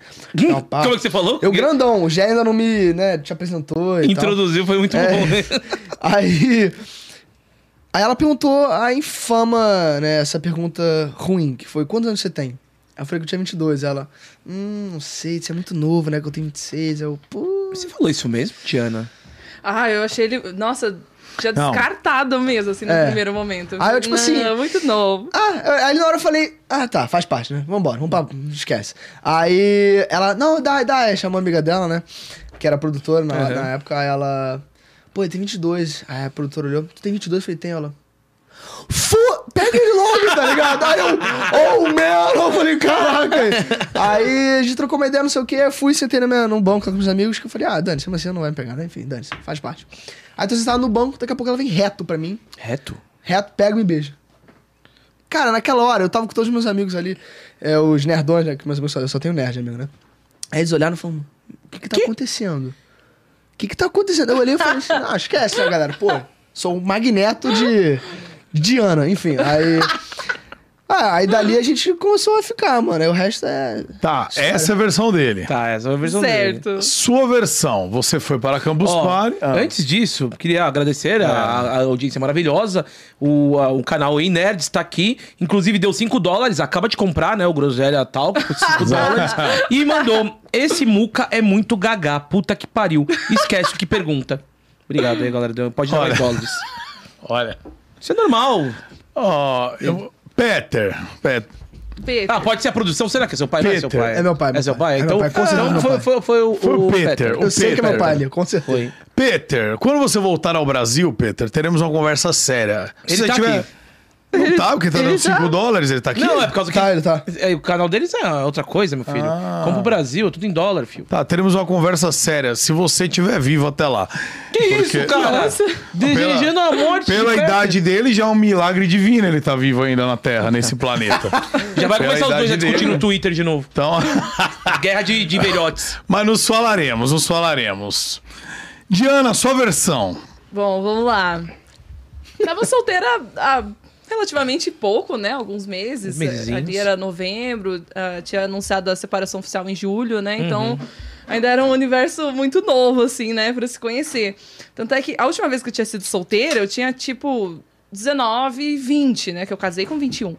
[SPEAKER 3] Tal, pá.
[SPEAKER 2] Como é que você falou?
[SPEAKER 3] Eu grandão, o Gelli ainda não me, né, te apresentou e tal.
[SPEAKER 2] Introduziu, foi muito
[SPEAKER 3] É.
[SPEAKER 2] bom, né?
[SPEAKER 3] Aí. Aí ela perguntou a infama, né, essa pergunta ruim, que foi: quantos anos você tem? Aí Eu falei que eu tinha 22. Ela, hum, não sei, você é muito novo, né, que eu tenho 26. Eu, pô.
[SPEAKER 2] Você falou isso mesmo, Tiana?
[SPEAKER 4] Ah, eu achei ele. Nossa, já
[SPEAKER 1] Não.
[SPEAKER 4] descartado mesmo, assim, no
[SPEAKER 3] É.
[SPEAKER 4] primeiro momento.
[SPEAKER 3] Ah, eu, tipo
[SPEAKER 4] Não, é
[SPEAKER 3] assim-
[SPEAKER 4] Muito novo.
[SPEAKER 3] Ah, aí na hora eu falei, ah, tá, faz parte, né? Vambora, vamos pra. Esquece. Aí ela, não, dá, dá, aí chamou a amiga dela, né? Que era produtora na,
[SPEAKER 2] Aham.
[SPEAKER 3] na época, aí ela. Pô, ele tem 22. Aí a produtora olhou, tu tem 22? Eu falei, tem, ela. Fu pega ele logo, tá ligado? Aí eu, oh, man! Eu falei, caraca! Aí a gente trocou uma ideia, não sei o quê, fui, sentei na minha, num banco com meus amigos, que eu falei, ah, Dani, se você não vai me pegar, né? Enfim, Dani, faz parte. Aí tô sentado no banco, daqui a pouco ela vem reto pra mim,
[SPEAKER 2] Reto?
[SPEAKER 3] reto, pega e me beija. Cara, naquela hora, eu tava com todos os meus amigos ali, é, os nerdões, né? Que meus amigos só, eu só tenho nerd, amigo, né? Aí eles olharam e falaram, o que que tá acontecendo? O que que tá acontecendo? Eu olhei e falei assim, não, esquece, né, galera? Pô, sou um magneto de, de Diana, enfim. Aí... Ah, aí dali a gente começou a ficar, mano. Aí o resto é...
[SPEAKER 1] Tá, essa é a versão dele.
[SPEAKER 2] Tá, essa é a versão dele.
[SPEAKER 4] Certo.
[SPEAKER 1] Sua versão, você foi para Campus
[SPEAKER 2] Ó,
[SPEAKER 1] Party. Ah.
[SPEAKER 2] Antes disso, queria agradecer
[SPEAKER 3] É.
[SPEAKER 2] a, a audiência maravilhosa. O, a- o canal Ei Nerds está aqui. Inclusive, deu 5 dólares. Acaba de comprar, né? O Groselha tal, por 5 dólares. E mandou: Esse Muca é muito gagá. Puta que pariu. Esquece o que pergunta. Obrigado aí, galera. Deu- Pode dar
[SPEAKER 1] Olha.
[SPEAKER 2] mais dólares.
[SPEAKER 1] Ah, Olha.
[SPEAKER 2] Isso é normal.
[SPEAKER 1] Ó, eu... Peter. Peter.
[SPEAKER 4] Pedro.
[SPEAKER 1] Tá,
[SPEAKER 2] Ah, pode ser a produção. Será que é seu pai? Não é seu
[SPEAKER 1] Peter.
[SPEAKER 2] pai.
[SPEAKER 3] É meu pai,
[SPEAKER 2] É
[SPEAKER 3] meu
[SPEAKER 2] seu
[SPEAKER 3] pai.
[SPEAKER 2] pai.
[SPEAKER 3] É
[SPEAKER 2] Então,
[SPEAKER 3] meu pai, com certeza
[SPEAKER 2] então
[SPEAKER 3] meu
[SPEAKER 2] foi,
[SPEAKER 3] pai.
[SPEAKER 2] foi, foi,
[SPEAKER 1] Foi o Peter.
[SPEAKER 3] Eu sei que é meu
[SPEAKER 1] Peter.
[SPEAKER 3] pai ali, com
[SPEAKER 2] tá
[SPEAKER 3] certeza.
[SPEAKER 2] Foi.
[SPEAKER 1] Peter, quando você voltar ao Brasil, Peter, teremos uma conversa séria.
[SPEAKER 2] Ele tá
[SPEAKER 1] tiver-
[SPEAKER 2] aqui.
[SPEAKER 1] Não tá, porque tá
[SPEAKER 4] Ele
[SPEAKER 1] dando
[SPEAKER 4] já-
[SPEAKER 1] 5 dólares, ele tá aqui.
[SPEAKER 2] Não, é por causa que.
[SPEAKER 3] Tá, ele tá.
[SPEAKER 2] É, O canal deles é outra coisa, meu filho.
[SPEAKER 1] Ah.
[SPEAKER 2] Como o Brasil, é tudo em dólar, filho.
[SPEAKER 1] Tá, teremos uma conversa séria, se você estiver vivo até lá.
[SPEAKER 2] Que isso, cara?
[SPEAKER 4] Nossa.
[SPEAKER 2] Dirigindo a morte.
[SPEAKER 1] Pela
[SPEAKER 2] cara.
[SPEAKER 1] idade dele, já é um milagre divino ele tá vivo ainda na Terra, nesse planeta.
[SPEAKER 2] Já vai
[SPEAKER 1] Pela
[SPEAKER 2] começar os dois a
[SPEAKER 1] idade
[SPEAKER 2] discutir
[SPEAKER 1] dele.
[SPEAKER 2] no Twitter de novo.
[SPEAKER 1] Então,
[SPEAKER 2] Guerra de, de velhotes.
[SPEAKER 1] mas nos falaremos, nos falaremos. Diana, sua versão.
[SPEAKER 4] Bom, vamos lá. Tava solteira há, há relativamente pouco, né? Alguns meses.
[SPEAKER 2] Mesezinhos.
[SPEAKER 4] Ali era novembro, ah, tinha anunciado a separação oficial em julho, né? Então ainda era um universo muito novo, assim, né? Pra se conhecer. Tanto é que a última vez que eu tinha sido solteira, eu tinha tipo 19 e 20, né? Que eu casei com 21.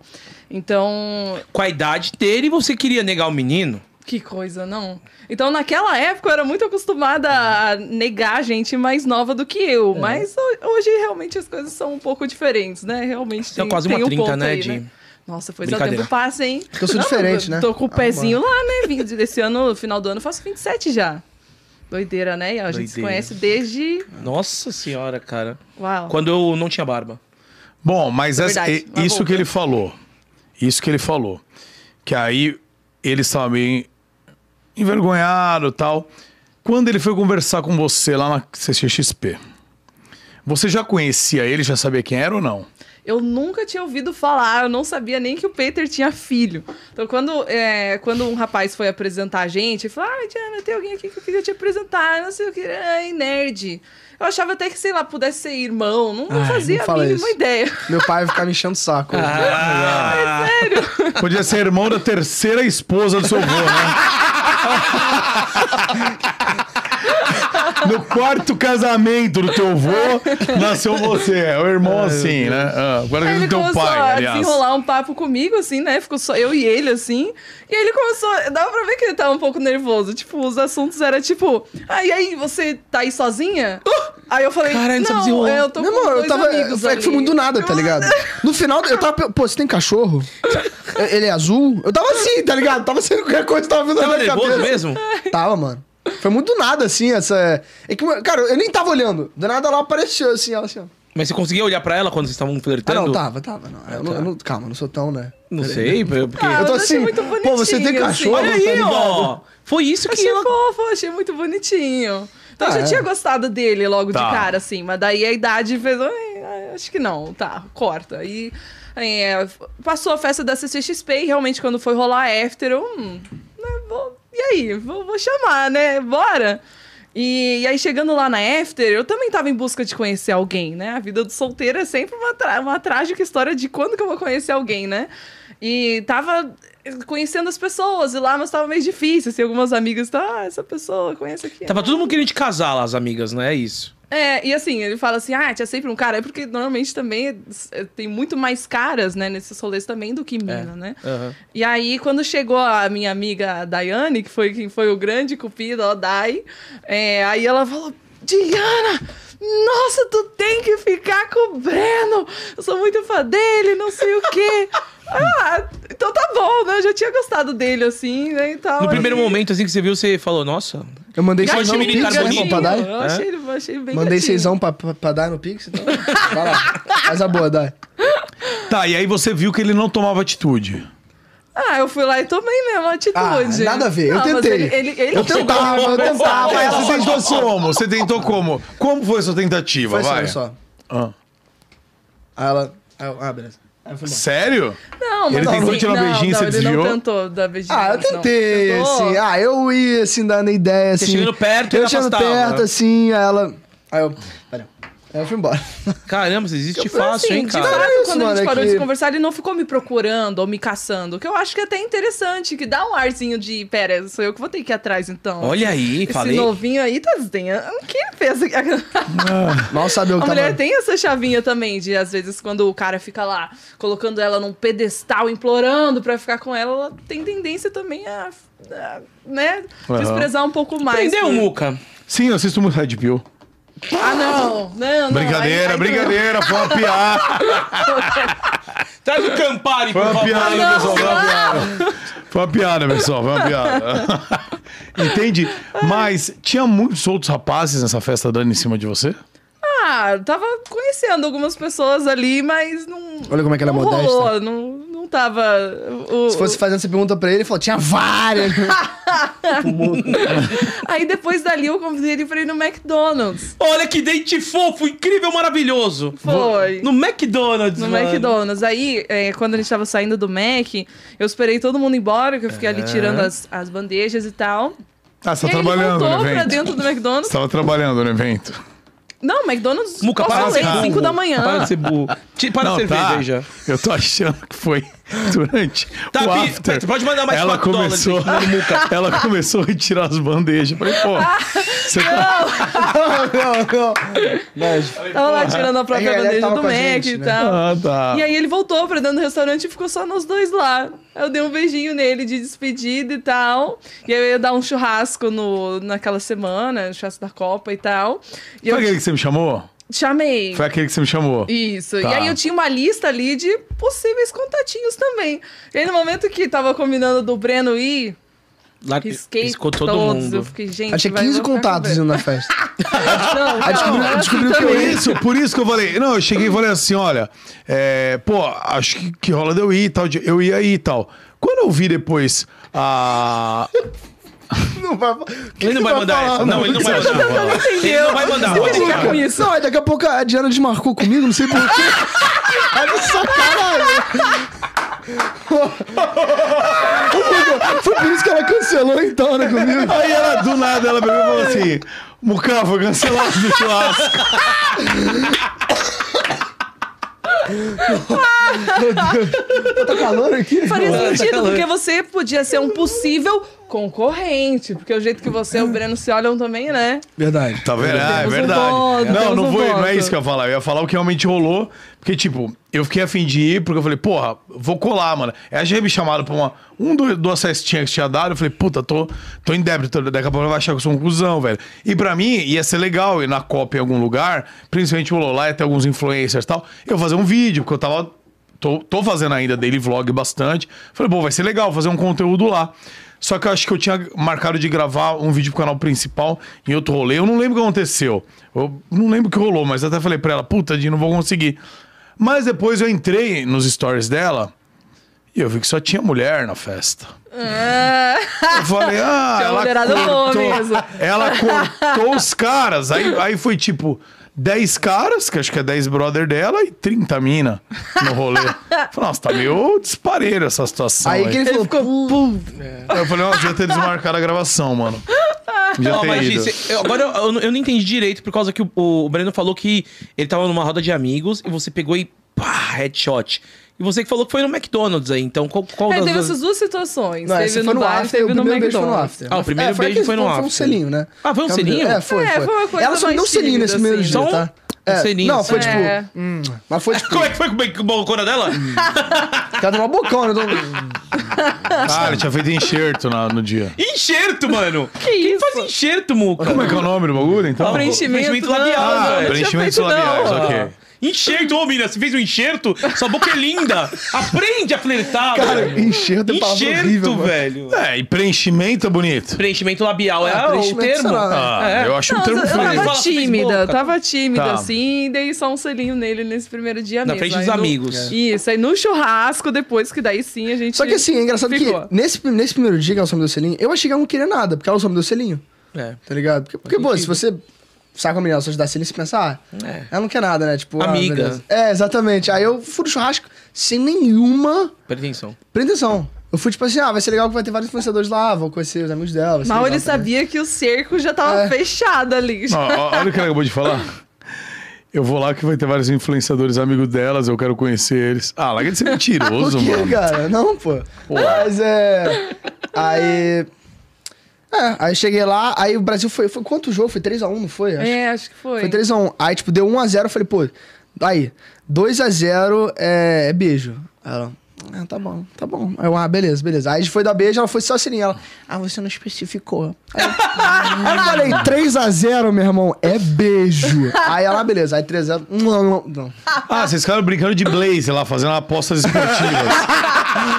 [SPEAKER 4] Então,
[SPEAKER 2] Com a idade dele, você queria negar o menino?
[SPEAKER 4] que coisa, não? Então, naquela época, eu era muito acostumada a negar gente mais nova do que eu. Mas ho- hoje, realmente, as coisas são um pouco diferentes, né? Realmente,
[SPEAKER 2] Então,
[SPEAKER 4] tem,
[SPEAKER 2] quase
[SPEAKER 4] tem
[SPEAKER 2] uma
[SPEAKER 4] um
[SPEAKER 2] 30,
[SPEAKER 4] ponto
[SPEAKER 2] né,
[SPEAKER 4] aí,
[SPEAKER 2] de-
[SPEAKER 4] Nossa, pois é, o
[SPEAKER 2] Brincadeira.
[SPEAKER 4] tempo passa, hein?
[SPEAKER 3] eu sou diferente,
[SPEAKER 4] eu
[SPEAKER 3] né?
[SPEAKER 4] Tô com o
[SPEAKER 3] Ah, bora.
[SPEAKER 4] pezinho lá, né? Vim Desse ano, final do ano, eu faço 27 já. Doideira, né? E a gente se
[SPEAKER 2] Doideira.
[SPEAKER 4] conhece desde...
[SPEAKER 2] Nossa senhora, cara.
[SPEAKER 4] Uau.
[SPEAKER 2] Quando eu não tinha barba.
[SPEAKER 1] Bom, mas
[SPEAKER 4] É
[SPEAKER 1] essa-
[SPEAKER 4] verdade,
[SPEAKER 1] e-
[SPEAKER 4] uma
[SPEAKER 1] isso
[SPEAKER 4] boa.
[SPEAKER 1] que ele falou. Isso que ele falou. Que aí ele estava meio envergonhado e tal. Quando ele foi conversar com você lá na CCXP, você já conhecia ele, já sabia quem era ou não?
[SPEAKER 4] Eu nunca tinha ouvido falar, eu não sabia nem que o Peter tinha filho. Então, quando, é, quando um rapaz foi apresentar a gente, ele falou: Ah, Diana, tem alguém aqui que eu queria te apresentar, não sei o que, ai, nerd. Eu achava até que, sei lá, pudesse ser irmão, não, não
[SPEAKER 2] Ai,
[SPEAKER 4] fazia
[SPEAKER 3] não
[SPEAKER 4] a
[SPEAKER 3] fala
[SPEAKER 4] mínima
[SPEAKER 3] isso.
[SPEAKER 4] ideia.
[SPEAKER 3] Meu pai vai ficar me enchendo o saco.
[SPEAKER 2] Ah,
[SPEAKER 1] Podia ser irmão da terceira esposa do seu avô, né? No quarto casamento do teu avô, nasceu você. É o irmão assim, né? Ah, agora
[SPEAKER 4] Aí
[SPEAKER 1] que é
[SPEAKER 4] ele
[SPEAKER 1] do teu
[SPEAKER 4] começou
[SPEAKER 1] pai,
[SPEAKER 4] a
[SPEAKER 1] aliás.
[SPEAKER 4] desenrolar um papo comigo, assim, né? Ficou só eu e ele, assim. E ele começou. Dava pra ver que ele tava um pouco nervoso. Tipo, os assuntos eram tipo. Ah, e aí, você tá aí sozinha? Aí eu falei.
[SPEAKER 2] Caralho, não sabe
[SPEAKER 4] não,
[SPEAKER 2] desenrolar."
[SPEAKER 4] eu tô com
[SPEAKER 3] Não, mano, eu
[SPEAKER 4] dois
[SPEAKER 3] tava.
[SPEAKER 4] amigos
[SPEAKER 3] é que foi
[SPEAKER 4] ali."
[SPEAKER 3] muito do nada, tá
[SPEAKER 4] Eu-
[SPEAKER 3] ligado? No final, eu tava. Pô, você tem cachorro? Ele é azul? Eu tava assim, tá ligado? Tava sendo qualquer coisa, tava vindo na
[SPEAKER 2] tava
[SPEAKER 3] minha
[SPEAKER 2] nervoso
[SPEAKER 3] cabeça.
[SPEAKER 2] mesmo?
[SPEAKER 3] Tava, mano. Foi muito do nada, assim, essa. É que, cara, eu nem tava olhando. Do nada ela apareceu, assim, ela assim, ó.
[SPEAKER 2] Mas você conseguia olhar pra ela quando vocês estavam
[SPEAKER 3] Ah,
[SPEAKER 2] flertando?
[SPEAKER 3] não, tava, tava. Não. Eu, não, eu não- calma, eu não sou tão, né?
[SPEAKER 2] Não sei, porque...
[SPEAKER 4] Ah,
[SPEAKER 3] eu tô
[SPEAKER 4] mas achei
[SPEAKER 3] assim.
[SPEAKER 4] muito
[SPEAKER 3] Pô, você tem
[SPEAKER 4] bonitinho,
[SPEAKER 3] cachorro?
[SPEAKER 4] assim.
[SPEAKER 2] Olha
[SPEAKER 3] tá
[SPEAKER 2] aí,
[SPEAKER 3] ligado?
[SPEAKER 2] ó. Foi isso que
[SPEAKER 4] Achei
[SPEAKER 2] ela...
[SPEAKER 4] fofo, achei muito bonitinho. Então
[SPEAKER 3] Ah,
[SPEAKER 4] eu já
[SPEAKER 3] é.
[SPEAKER 4] tinha gostado dele logo
[SPEAKER 1] Tá.
[SPEAKER 4] de cara, assim, mas daí a idade fez. "Ai, ai, Acho que não, tá, corta. E é, passou a festa da CCXP e realmente quando foi rolar a after, eu. Hum, né, vou- e aí? Vou, vou chamar, né? Bora! E, e aí, chegando lá na After, eu também tava em busca de conhecer alguém, né? A vida do solteiro é sempre uma, tra- uma trágica história de quando que eu vou conhecer alguém, né? E tava conhecendo as pessoas, e lá, mas tava meio difícil, assim, algumas amigas, tá, ah, essa pessoa, conhece aqui.
[SPEAKER 2] Tava todo mundo querendo te casar lá, as amigas, né? É isso.
[SPEAKER 4] É, e assim, ele fala assim, ah, tinha sempre um cara, é porque normalmente também é, tem muito mais caras, né, nesses rolês também do que
[SPEAKER 2] É,
[SPEAKER 4] mina, né?
[SPEAKER 2] Aham.
[SPEAKER 4] E aí, quando chegou a minha amiga Daiane, que foi quem foi o grande cupido, ó, Dai, é, aí ela falou: Diana! Nossa, tu tem que ficar com o Breno! Eu sou muito fã dele, não sei o quê. ah, então tá bom, né? Eu já tinha gostado dele, assim, né? E tal,
[SPEAKER 2] No primeiro
[SPEAKER 4] aí-
[SPEAKER 2] momento, assim, que você viu, você falou, nossa...
[SPEAKER 3] Eu mandei
[SPEAKER 2] Gatinho
[SPEAKER 3] seisão no
[SPEAKER 2] menino
[SPEAKER 3] Pix, né,
[SPEAKER 2] carboninho.
[SPEAKER 3] irmão, pra dar?
[SPEAKER 4] Eu achei, ele- achei bem
[SPEAKER 3] Mandei um
[SPEAKER 4] gatinho.
[SPEAKER 3] seisão pra, pra, pra dar no Pix, então. Vai lá. Faz a boa, Dai.
[SPEAKER 1] Tá, e aí você viu que ele não tomava atitude.
[SPEAKER 4] Ah, eu fui lá e tomei mesmo a atitude.
[SPEAKER 3] Ah, nada a ver, eu
[SPEAKER 4] mas
[SPEAKER 3] tentei.
[SPEAKER 4] ele- ele- ele-
[SPEAKER 3] Eu tentava, eu
[SPEAKER 1] Ah,
[SPEAKER 3] tentava. assim,
[SPEAKER 1] mas
[SPEAKER 3] ela
[SPEAKER 1] você tentou como? Você tentou como? Como foi a sua tentativa?
[SPEAKER 3] Foi só,
[SPEAKER 1] Vai.
[SPEAKER 3] olha só.
[SPEAKER 1] Ah.
[SPEAKER 3] Aí ela. aí eu- Ah, beleza. Aí eu fui embora.
[SPEAKER 1] Sério?
[SPEAKER 4] Não, mas
[SPEAKER 1] Ele tentou
[SPEAKER 4] assim,
[SPEAKER 1] te dar um
[SPEAKER 4] não,
[SPEAKER 1] beijinho,
[SPEAKER 4] não,
[SPEAKER 1] você
[SPEAKER 4] ele não
[SPEAKER 1] desviou?
[SPEAKER 4] tentou dar beijinho.
[SPEAKER 3] Ah, eu
[SPEAKER 4] não.
[SPEAKER 3] tentei,
[SPEAKER 4] Tentou?
[SPEAKER 3] assim. Ah, eu ia, assim, dando ideia, assim.
[SPEAKER 2] chegando perto e
[SPEAKER 3] Eu
[SPEAKER 2] ela
[SPEAKER 3] chegando
[SPEAKER 2] afastava.
[SPEAKER 3] perto,
[SPEAKER 4] né?
[SPEAKER 3] assim, aí ela... Aí eu... Pera. Aí eu fui embora.
[SPEAKER 2] Caramba, você existe
[SPEAKER 4] Então,
[SPEAKER 2] fácil,
[SPEAKER 4] assim,
[SPEAKER 2] hein,
[SPEAKER 4] De
[SPEAKER 2] cara?
[SPEAKER 4] fato,
[SPEAKER 3] Não é isso,
[SPEAKER 4] quando a
[SPEAKER 3] mano,
[SPEAKER 4] gente
[SPEAKER 3] é
[SPEAKER 4] parou
[SPEAKER 3] que-
[SPEAKER 4] de conversar, ele não ficou me procurando ou me caçando. Que eu acho que é até interessante, que dá um arzinho de... Pera, sou eu que vou ter que ir atrás, então.
[SPEAKER 2] Olha aí,
[SPEAKER 4] Esse
[SPEAKER 2] falei.
[SPEAKER 4] novinho aí tá desenhando. Quem fez...
[SPEAKER 3] Mal sabe eu
[SPEAKER 4] A
[SPEAKER 3] que
[SPEAKER 4] mulher
[SPEAKER 3] tava...
[SPEAKER 4] tem essa chavinha também de, às vezes, quando o cara fica lá colocando ela num pedestal, implorando pra ficar com ela, ela tem tendência também a, a, né,
[SPEAKER 1] Aham.
[SPEAKER 4] desprezar um pouco mais.
[SPEAKER 2] Entendeu,
[SPEAKER 4] por-
[SPEAKER 2] Muca?
[SPEAKER 1] Sim, eu assisto muito Red Pill.
[SPEAKER 4] Ah, não, não, não.
[SPEAKER 1] Brincadeira,
[SPEAKER 4] aí- aí-
[SPEAKER 1] brincadeira, foi uma piada.
[SPEAKER 2] Traz o Campari,
[SPEAKER 1] Foi
[SPEAKER 2] por
[SPEAKER 1] uma
[SPEAKER 2] favor.
[SPEAKER 1] piada,
[SPEAKER 4] não,
[SPEAKER 1] pessoal. Foi uma piada. Foi uma piada, pessoal. Foi uma piada. Entende? Mas tinha muitos outros rapazes nessa festa dando em cima de você?
[SPEAKER 4] Ah, tava conhecendo algumas pessoas ali, mas não.
[SPEAKER 3] Olha como é que ela é
[SPEAKER 4] não
[SPEAKER 3] modesta.
[SPEAKER 4] rolou, não, não tava. o-
[SPEAKER 3] Se fosse fazendo essa pergunta pra ele, ele falou: tinha várias.
[SPEAKER 4] Aí depois dali eu convidei ele pra ir no McDonald's.
[SPEAKER 2] Olha que dente fofo, incrível, maravilhoso.
[SPEAKER 4] Foi.
[SPEAKER 2] No McDonald's,
[SPEAKER 4] No
[SPEAKER 2] mano.
[SPEAKER 4] McDonald's. Aí, é, quando a gente tava saindo do Mac, eu esperei todo mundo embora, que eu fiquei ali tirando as, as bandejas e tal.
[SPEAKER 1] Ah, você
[SPEAKER 4] e
[SPEAKER 1] tá
[SPEAKER 4] aí ele
[SPEAKER 1] trabalhando
[SPEAKER 4] voltou
[SPEAKER 1] no
[SPEAKER 4] pra
[SPEAKER 1] evento.
[SPEAKER 4] dentro do McDonald's.
[SPEAKER 1] Você tava trabalhando no evento.
[SPEAKER 4] Não, McDonald's.
[SPEAKER 2] Muca,
[SPEAKER 4] eu
[SPEAKER 2] para de
[SPEAKER 4] falei,
[SPEAKER 2] ser burro.
[SPEAKER 4] 5 da manhã.
[SPEAKER 2] Para de ser burro. Ti- Para de
[SPEAKER 1] Não,
[SPEAKER 2] ser
[SPEAKER 1] tá.
[SPEAKER 2] cerveja aí já.
[SPEAKER 1] Eu tô achando que foi durante
[SPEAKER 2] Tá,
[SPEAKER 1] o
[SPEAKER 2] Bi,
[SPEAKER 1] after.
[SPEAKER 2] Petro, pode mandar mais
[SPEAKER 1] ela
[SPEAKER 2] McDonald's
[SPEAKER 1] começou,
[SPEAKER 2] aqui no Muca.
[SPEAKER 1] Ela começou a retirar as bandejas. Falei, pô,
[SPEAKER 4] Ah,
[SPEAKER 1] você tá...
[SPEAKER 3] não, não. Mas,
[SPEAKER 4] Tava lá tirando a
[SPEAKER 3] É,
[SPEAKER 4] própria
[SPEAKER 3] ele
[SPEAKER 4] bandeja
[SPEAKER 3] tava
[SPEAKER 4] do
[SPEAKER 3] com a
[SPEAKER 4] Mac
[SPEAKER 3] gente,
[SPEAKER 4] e
[SPEAKER 3] né?
[SPEAKER 4] tal.
[SPEAKER 1] Ah, tá.
[SPEAKER 4] E aí ele voltou pra dentro do restaurante e ficou só nós dois lá. Eu dei um beijinho nele de despedida e tal. E aí eu ia dar um churrasco no, naquela semana, churrasco da Copa e tal.
[SPEAKER 1] Foi
[SPEAKER 4] E eu
[SPEAKER 1] aquele que você me chamou?
[SPEAKER 4] te chamei.
[SPEAKER 1] Foi aquele que você me chamou.
[SPEAKER 4] Isso.
[SPEAKER 1] Tá.
[SPEAKER 4] E aí eu tinha uma lista ali de possíveis contatinhos também. E aí no momento que tava combinando do Breno ir,
[SPEAKER 2] Lá
[SPEAKER 4] risquei
[SPEAKER 2] piscou todo
[SPEAKER 4] todos. Eu
[SPEAKER 2] mundo.
[SPEAKER 4] fiquei, gente,
[SPEAKER 3] eu tinha
[SPEAKER 4] vai
[SPEAKER 3] 15
[SPEAKER 4] voltar com
[SPEAKER 3] contatos
[SPEAKER 4] o
[SPEAKER 3] indo
[SPEAKER 4] Breno.
[SPEAKER 3] na festa.
[SPEAKER 4] Não,
[SPEAKER 3] Aí descobriu,
[SPEAKER 4] calma.
[SPEAKER 3] descobriu que
[SPEAKER 1] Por
[SPEAKER 3] eu ia.
[SPEAKER 1] é isso, por isso que eu falei. Não, eu cheguei e falei assim: olha, é, pô, acho que, que rola de eu ir e tal, de- eu ia ir e tal. Quando eu vi depois a.
[SPEAKER 3] Não vai,
[SPEAKER 2] Ele não vai mandar essa. Não, ele não
[SPEAKER 3] tá
[SPEAKER 2] vai mandar. Ele não vai mandar. pode
[SPEAKER 4] Você
[SPEAKER 2] deixar.
[SPEAKER 4] com isso.
[SPEAKER 3] Não, aí daqui a pouco a Diana desmarcou comigo, não sei porquê. Olha só, caralho. Foi por isso que ela cancelou então, né, comigo?
[SPEAKER 1] Aí ela, do nada, ela pegou e falou assim: Mucá, foi cancelado do churrasco.
[SPEAKER 3] Tá calor aqui?
[SPEAKER 4] Faria sentido,
[SPEAKER 2] calando.
[SPEAKER 4] porque você podia ser um possível concorrente. Porque o jeito que você e
[SPEAKER 3] É.
[SPEAKER 4] o Breno se olham também, né?
[SPEAKER 3] Verdade.
[SPEAKER 1] Tá vendo? Ah, é
[SPEAKER 4] Temos um
[SPEAKER 1] verdade.
[SPEAKER 4] voto,
[SPEAKER 1] não,
[SPEAKER 4] temos
[SPEAKER 1] não,
[SPEAKER 4] um
[SPEAKER 1] foi, não é
[SPEAKER 4] voto.
[SPEAKER 1] isso que eu ia falar. Eu ia falar o que realmente rolou. Porque, tipo, eu fiquei afim de ir, porque eu falei, porra, vou colar, mano. Aí a gente me chamaram pra uma, um, do- duas festinhas que tinha dado. Eu falei, puta, tô, tô em débito. Daqui a pouco vai achar que eu sou um cuzão, velho. E pra mim, ia ser legal ir na Copa em algum lugar, principalmente o Lolá e ter alguns influencers e tal. Eu fazer um vídeo, porque eu tava Tô, tô fazendo ainda daily vlog bastante. Falei, bom, vai ser legal fazer um conteúdo lá. Só que eu acho que eu tinha marcado de gravar um vídeo pro canal principal em outro rolê. Eu não lembro o que aconteceu. Eu não lembro o que rolou, mas até falei pra ela, puta, Di, não vou conseguir. Mas depois eu entrei nos stories dela e eu vi que só tinha mulher na festa.
[SPEAKER 4] Ah,
[SPEAKER 1] Eu falei, ah,
[SPEAKER 4] Tinha
[SPEAKER 1] ela
[SPEAKER 4] mulherada boa
[SPEAKER 1] cortou,
[SPEAKER 4] mesmo.
[SPEAKER 1] ela cortou os caras. Aí, aí foi tipo 10 caras, que acho que é 10 brother dela, e 30 mina no rolê. Eu Falei, nossa, tá meio dispareiro essa situação.
[SPEAKER 3] Aí
[SPEAKER 1] Aí
[SPEAKER 3] que ele
[SPEAKER 4] ele
[SPEAKER 3] falou,
[SPEAKER 4] ficou.
[SPEAKER 1] Eu falei, nossa, devia ter desmarcado a gravação, mano. Devia
[SPEAKER 2] Não,
[SPEAKER 1] ter
[SPEAKER 2] mas
[SPEAKER 1] ido.
[SPEAKER 2] isso, eu- agora eu, eu não- eu não entendi direito por causa que o, o Breno falou que ele tava numa roda de amigos e você pegou e pá, headshot. E você que falou que foi no McDonald's aí, então qual, qual
[SPEAKER 4] Aí
[SPEAKER 2] das
[SPEAKER 4] É, teve
[SPEAKER 2] duas-
[SPEAKER 4] essas duas situações.
[SPEAKER 3] Não,
[SPEAKER 4] teve
[SPEAKER 3] esse foi no
[SPEAKER 4] bar,
[SPEAKER 3] after, o
[SPEAKER 4] teve no
[SPEAKER 3] primeiro beijo foi no
[SPEAKER 4] McDonald's.
[SPEAKER 3] after.
[SPEAKER 2] Ah, o primeiro
[SPEAKER 3] foi
[SPEAKER 2] beijo
[SPEAKER 3] aquele-
[SPEAKER 2] foi no
[SPEAKER 3] Foi um
[SPEAKER 2] after.
[SPEAKER 3] selinho, né?
[SPEAKER 2] Ah, foi um
[SPEAKER 3] Ela-
[SPEAKER 2] selinho?
[SPEAKER 3] É, foi,
[SPEAKER 4] É,
[SPEAKER 3] foi.
[SPEAKER 4] foi uma coisa
[SPEAKER 3] Ela só me
[SPEAKER 4] mais
[SPEAKER 3] deu um selinho
[SPEAKER 4] tímida,
[SPEAKER 3] nesse primeiro
[SPEAKER 4] assim.
[SPEAKER 3] dia,
[SPEAKER 2] Só um-
[SPEAKER 3] tá?
[SPEAKER 2] um
[SPEAKER 3] É,
[SPEAKER 2] selinho,
[SPEAKER 3] Não, foi
[SPEAKER 4] assim.
[SPEAKER 3] tipo...
[SPEAKER 4] É.
[SPEAKER 3] hum, mas foi tipo...
[SPEAKER 2] Como é que foi com a bocona dela?
[SPEAKER 3] Tá numa bocão, né? Então,
[SPEAKER 1] Ah, ele tinha feito enxerto na- no dia.
[SPEAKER 2] enxerto, mano!
[SPEAKER 4] Que
[SPEAKER 2] Quem
[SPEAKER 4] isso?
[SPEAKER 2] faz enxerto, Muca?
[SPEAKER 1] Como é que é o nome do bagulho, então?
[SPEAKER 4] Preenchimento,
[SPEAKER 2] Preenchimento né? Ah, labial,
[SPEAKER 4] não,
[SPEAKER 2] velho.
[SPEAKER 4] não tinha
[SPEAKER 1] Preenchimentos
[SPEAKER 4] feito,
[SPEAKER 1] labiais,
[SPEAKER 4] não.
[SPEAKER 1] ok.
[SPEAKER 2] Enxerto, ô mina, você fez um enxerto? Sua boca é linda! Aprende a flertar,
[SPEAKER 3] Cara,
[SPEAKER 2] velho.
[SPEAKER 3] enxerto é palavra horrível,
[SPEAKER 2] Enxerto,
[SPEAKER 3] mano.
[SPEAKER 2] velho!
[SPEAKER 1] É, e preenchimento é bonito.
[SPEAKER 2] Preenchimento labial é
[SPEAKER 3] Ah,
[SPEAKER 2] o
[SPEAKER 3] preenchimento,
[SPEAKER 2] termo.
[SPEAKER 3] sei
[SPEAKER 4] né?
[SPEAKER 3] lá.
[SPEAKER 1] Ah,
[SPEAKER 2] É.
[SPEAKER 1] eu acho um
[SPEAKER 4] Não,
[SPEAKER 1] termo
[SPEAKER 4] eu
[SPEAKER 2] faz.
[SPEAKER 4] tava
[SPEAKER 2] Fala,
[SPEAKER 1] bonito.
[SPEAKER 4] tímida,
[SPEAKER 2] Facebook.
[SPEAKER 4] tava tímida,
[SPEAKER 1] Tá.
[SPEAKER 4] assim, e dei só um selinho nele nesse primeiro dia
[SPEAKER 2] Na
[SPEAKER 4] mesmo.
[SPEAKER 2] frente
[SPEAKER 4] Aí
[SPEAKER 2] dos
[SPEAKER 4] no-
[SPEAKER 2] amigos.
[SPEAKER 4] Isso, aí no churrasco depois, que daí sim a gente.
[SPEAKER 3] Só que assim, é engraçado
[SPEAKER 4] ficou.
[SPEAKER 3] que nesse, nesse primeiro dia que ela só me deu selinho, eu achei que ela não queria nada, porque ela só me deu selinho,
[SPEAKER 2] É.
[SPEAKER 3] tá ligado? Porque, porque pô, se você sai com a menina, ela só te dá selinho, você pensa, ah,
[SPEAKER 2] É.
[SPEAKER 3] ela não quer nada, né? Tipo, ah,
[SPEAKER 2] Amiga.
[SPEAKER 3] beleza. é, exatamente. Aí eu fui no churrasco sem nenhuma
[SPEAKER 2] Pretensão.
[SPEAKER 3] pretensão. Eu fui tipo assim, ah, vai ser legal que vai ter vários influenciadores lá, vou conhecer os amigos dela. vai ser
[SPEAKER 4] Mal
[SPEAKER 3] legal
[SPEAKER 4] ele
[SPEAKER 3] também.
[SPEAKER 4] sabia que o cerco já tava
[SPEAKER 3] tá. É.
[SPEAKER 4] fechado ali.
[SPEAKER 1] Ó, ó, olha o que ela acabou de falar. Eu vou lá que vai ter vários influenciadores amigos delas, eu quero conhecer eles. Ah, larga de ser mentiroso,
[SPEAKER 3] Por quê,
[SPEAKER 1] mano.
[SPEAKER 3] cara? Não, pô. Mas é. Aí. É, aí cheguei lá, aí o Brasil foi. foi quanto jogo? Foi 3x1, não foi? Acho.
[SPEAKER 4] É, acho que foi.
[SPEAKER 3] Foi 3x1. Aí, tipo, deu 1x0, eu falei, pô, aí, 2x0 é, é beijo. Aí Ela, ah, tá bom, tá bom. Aí eu, ah, beleza, beleza. Aí a gente foi dar beijo, ela foi só sininho. Ela, ah, você não especificou. Aí, eu- "Ah." aí eu falei, 3x0, meu irmão, é beijo. Aí ela, ah, beleza, aí 3x0, não, não, um, não.
[SPEAKER 1] Ah, vocês ficaram brincando de Blaze lá, fazendo apostas esportivas.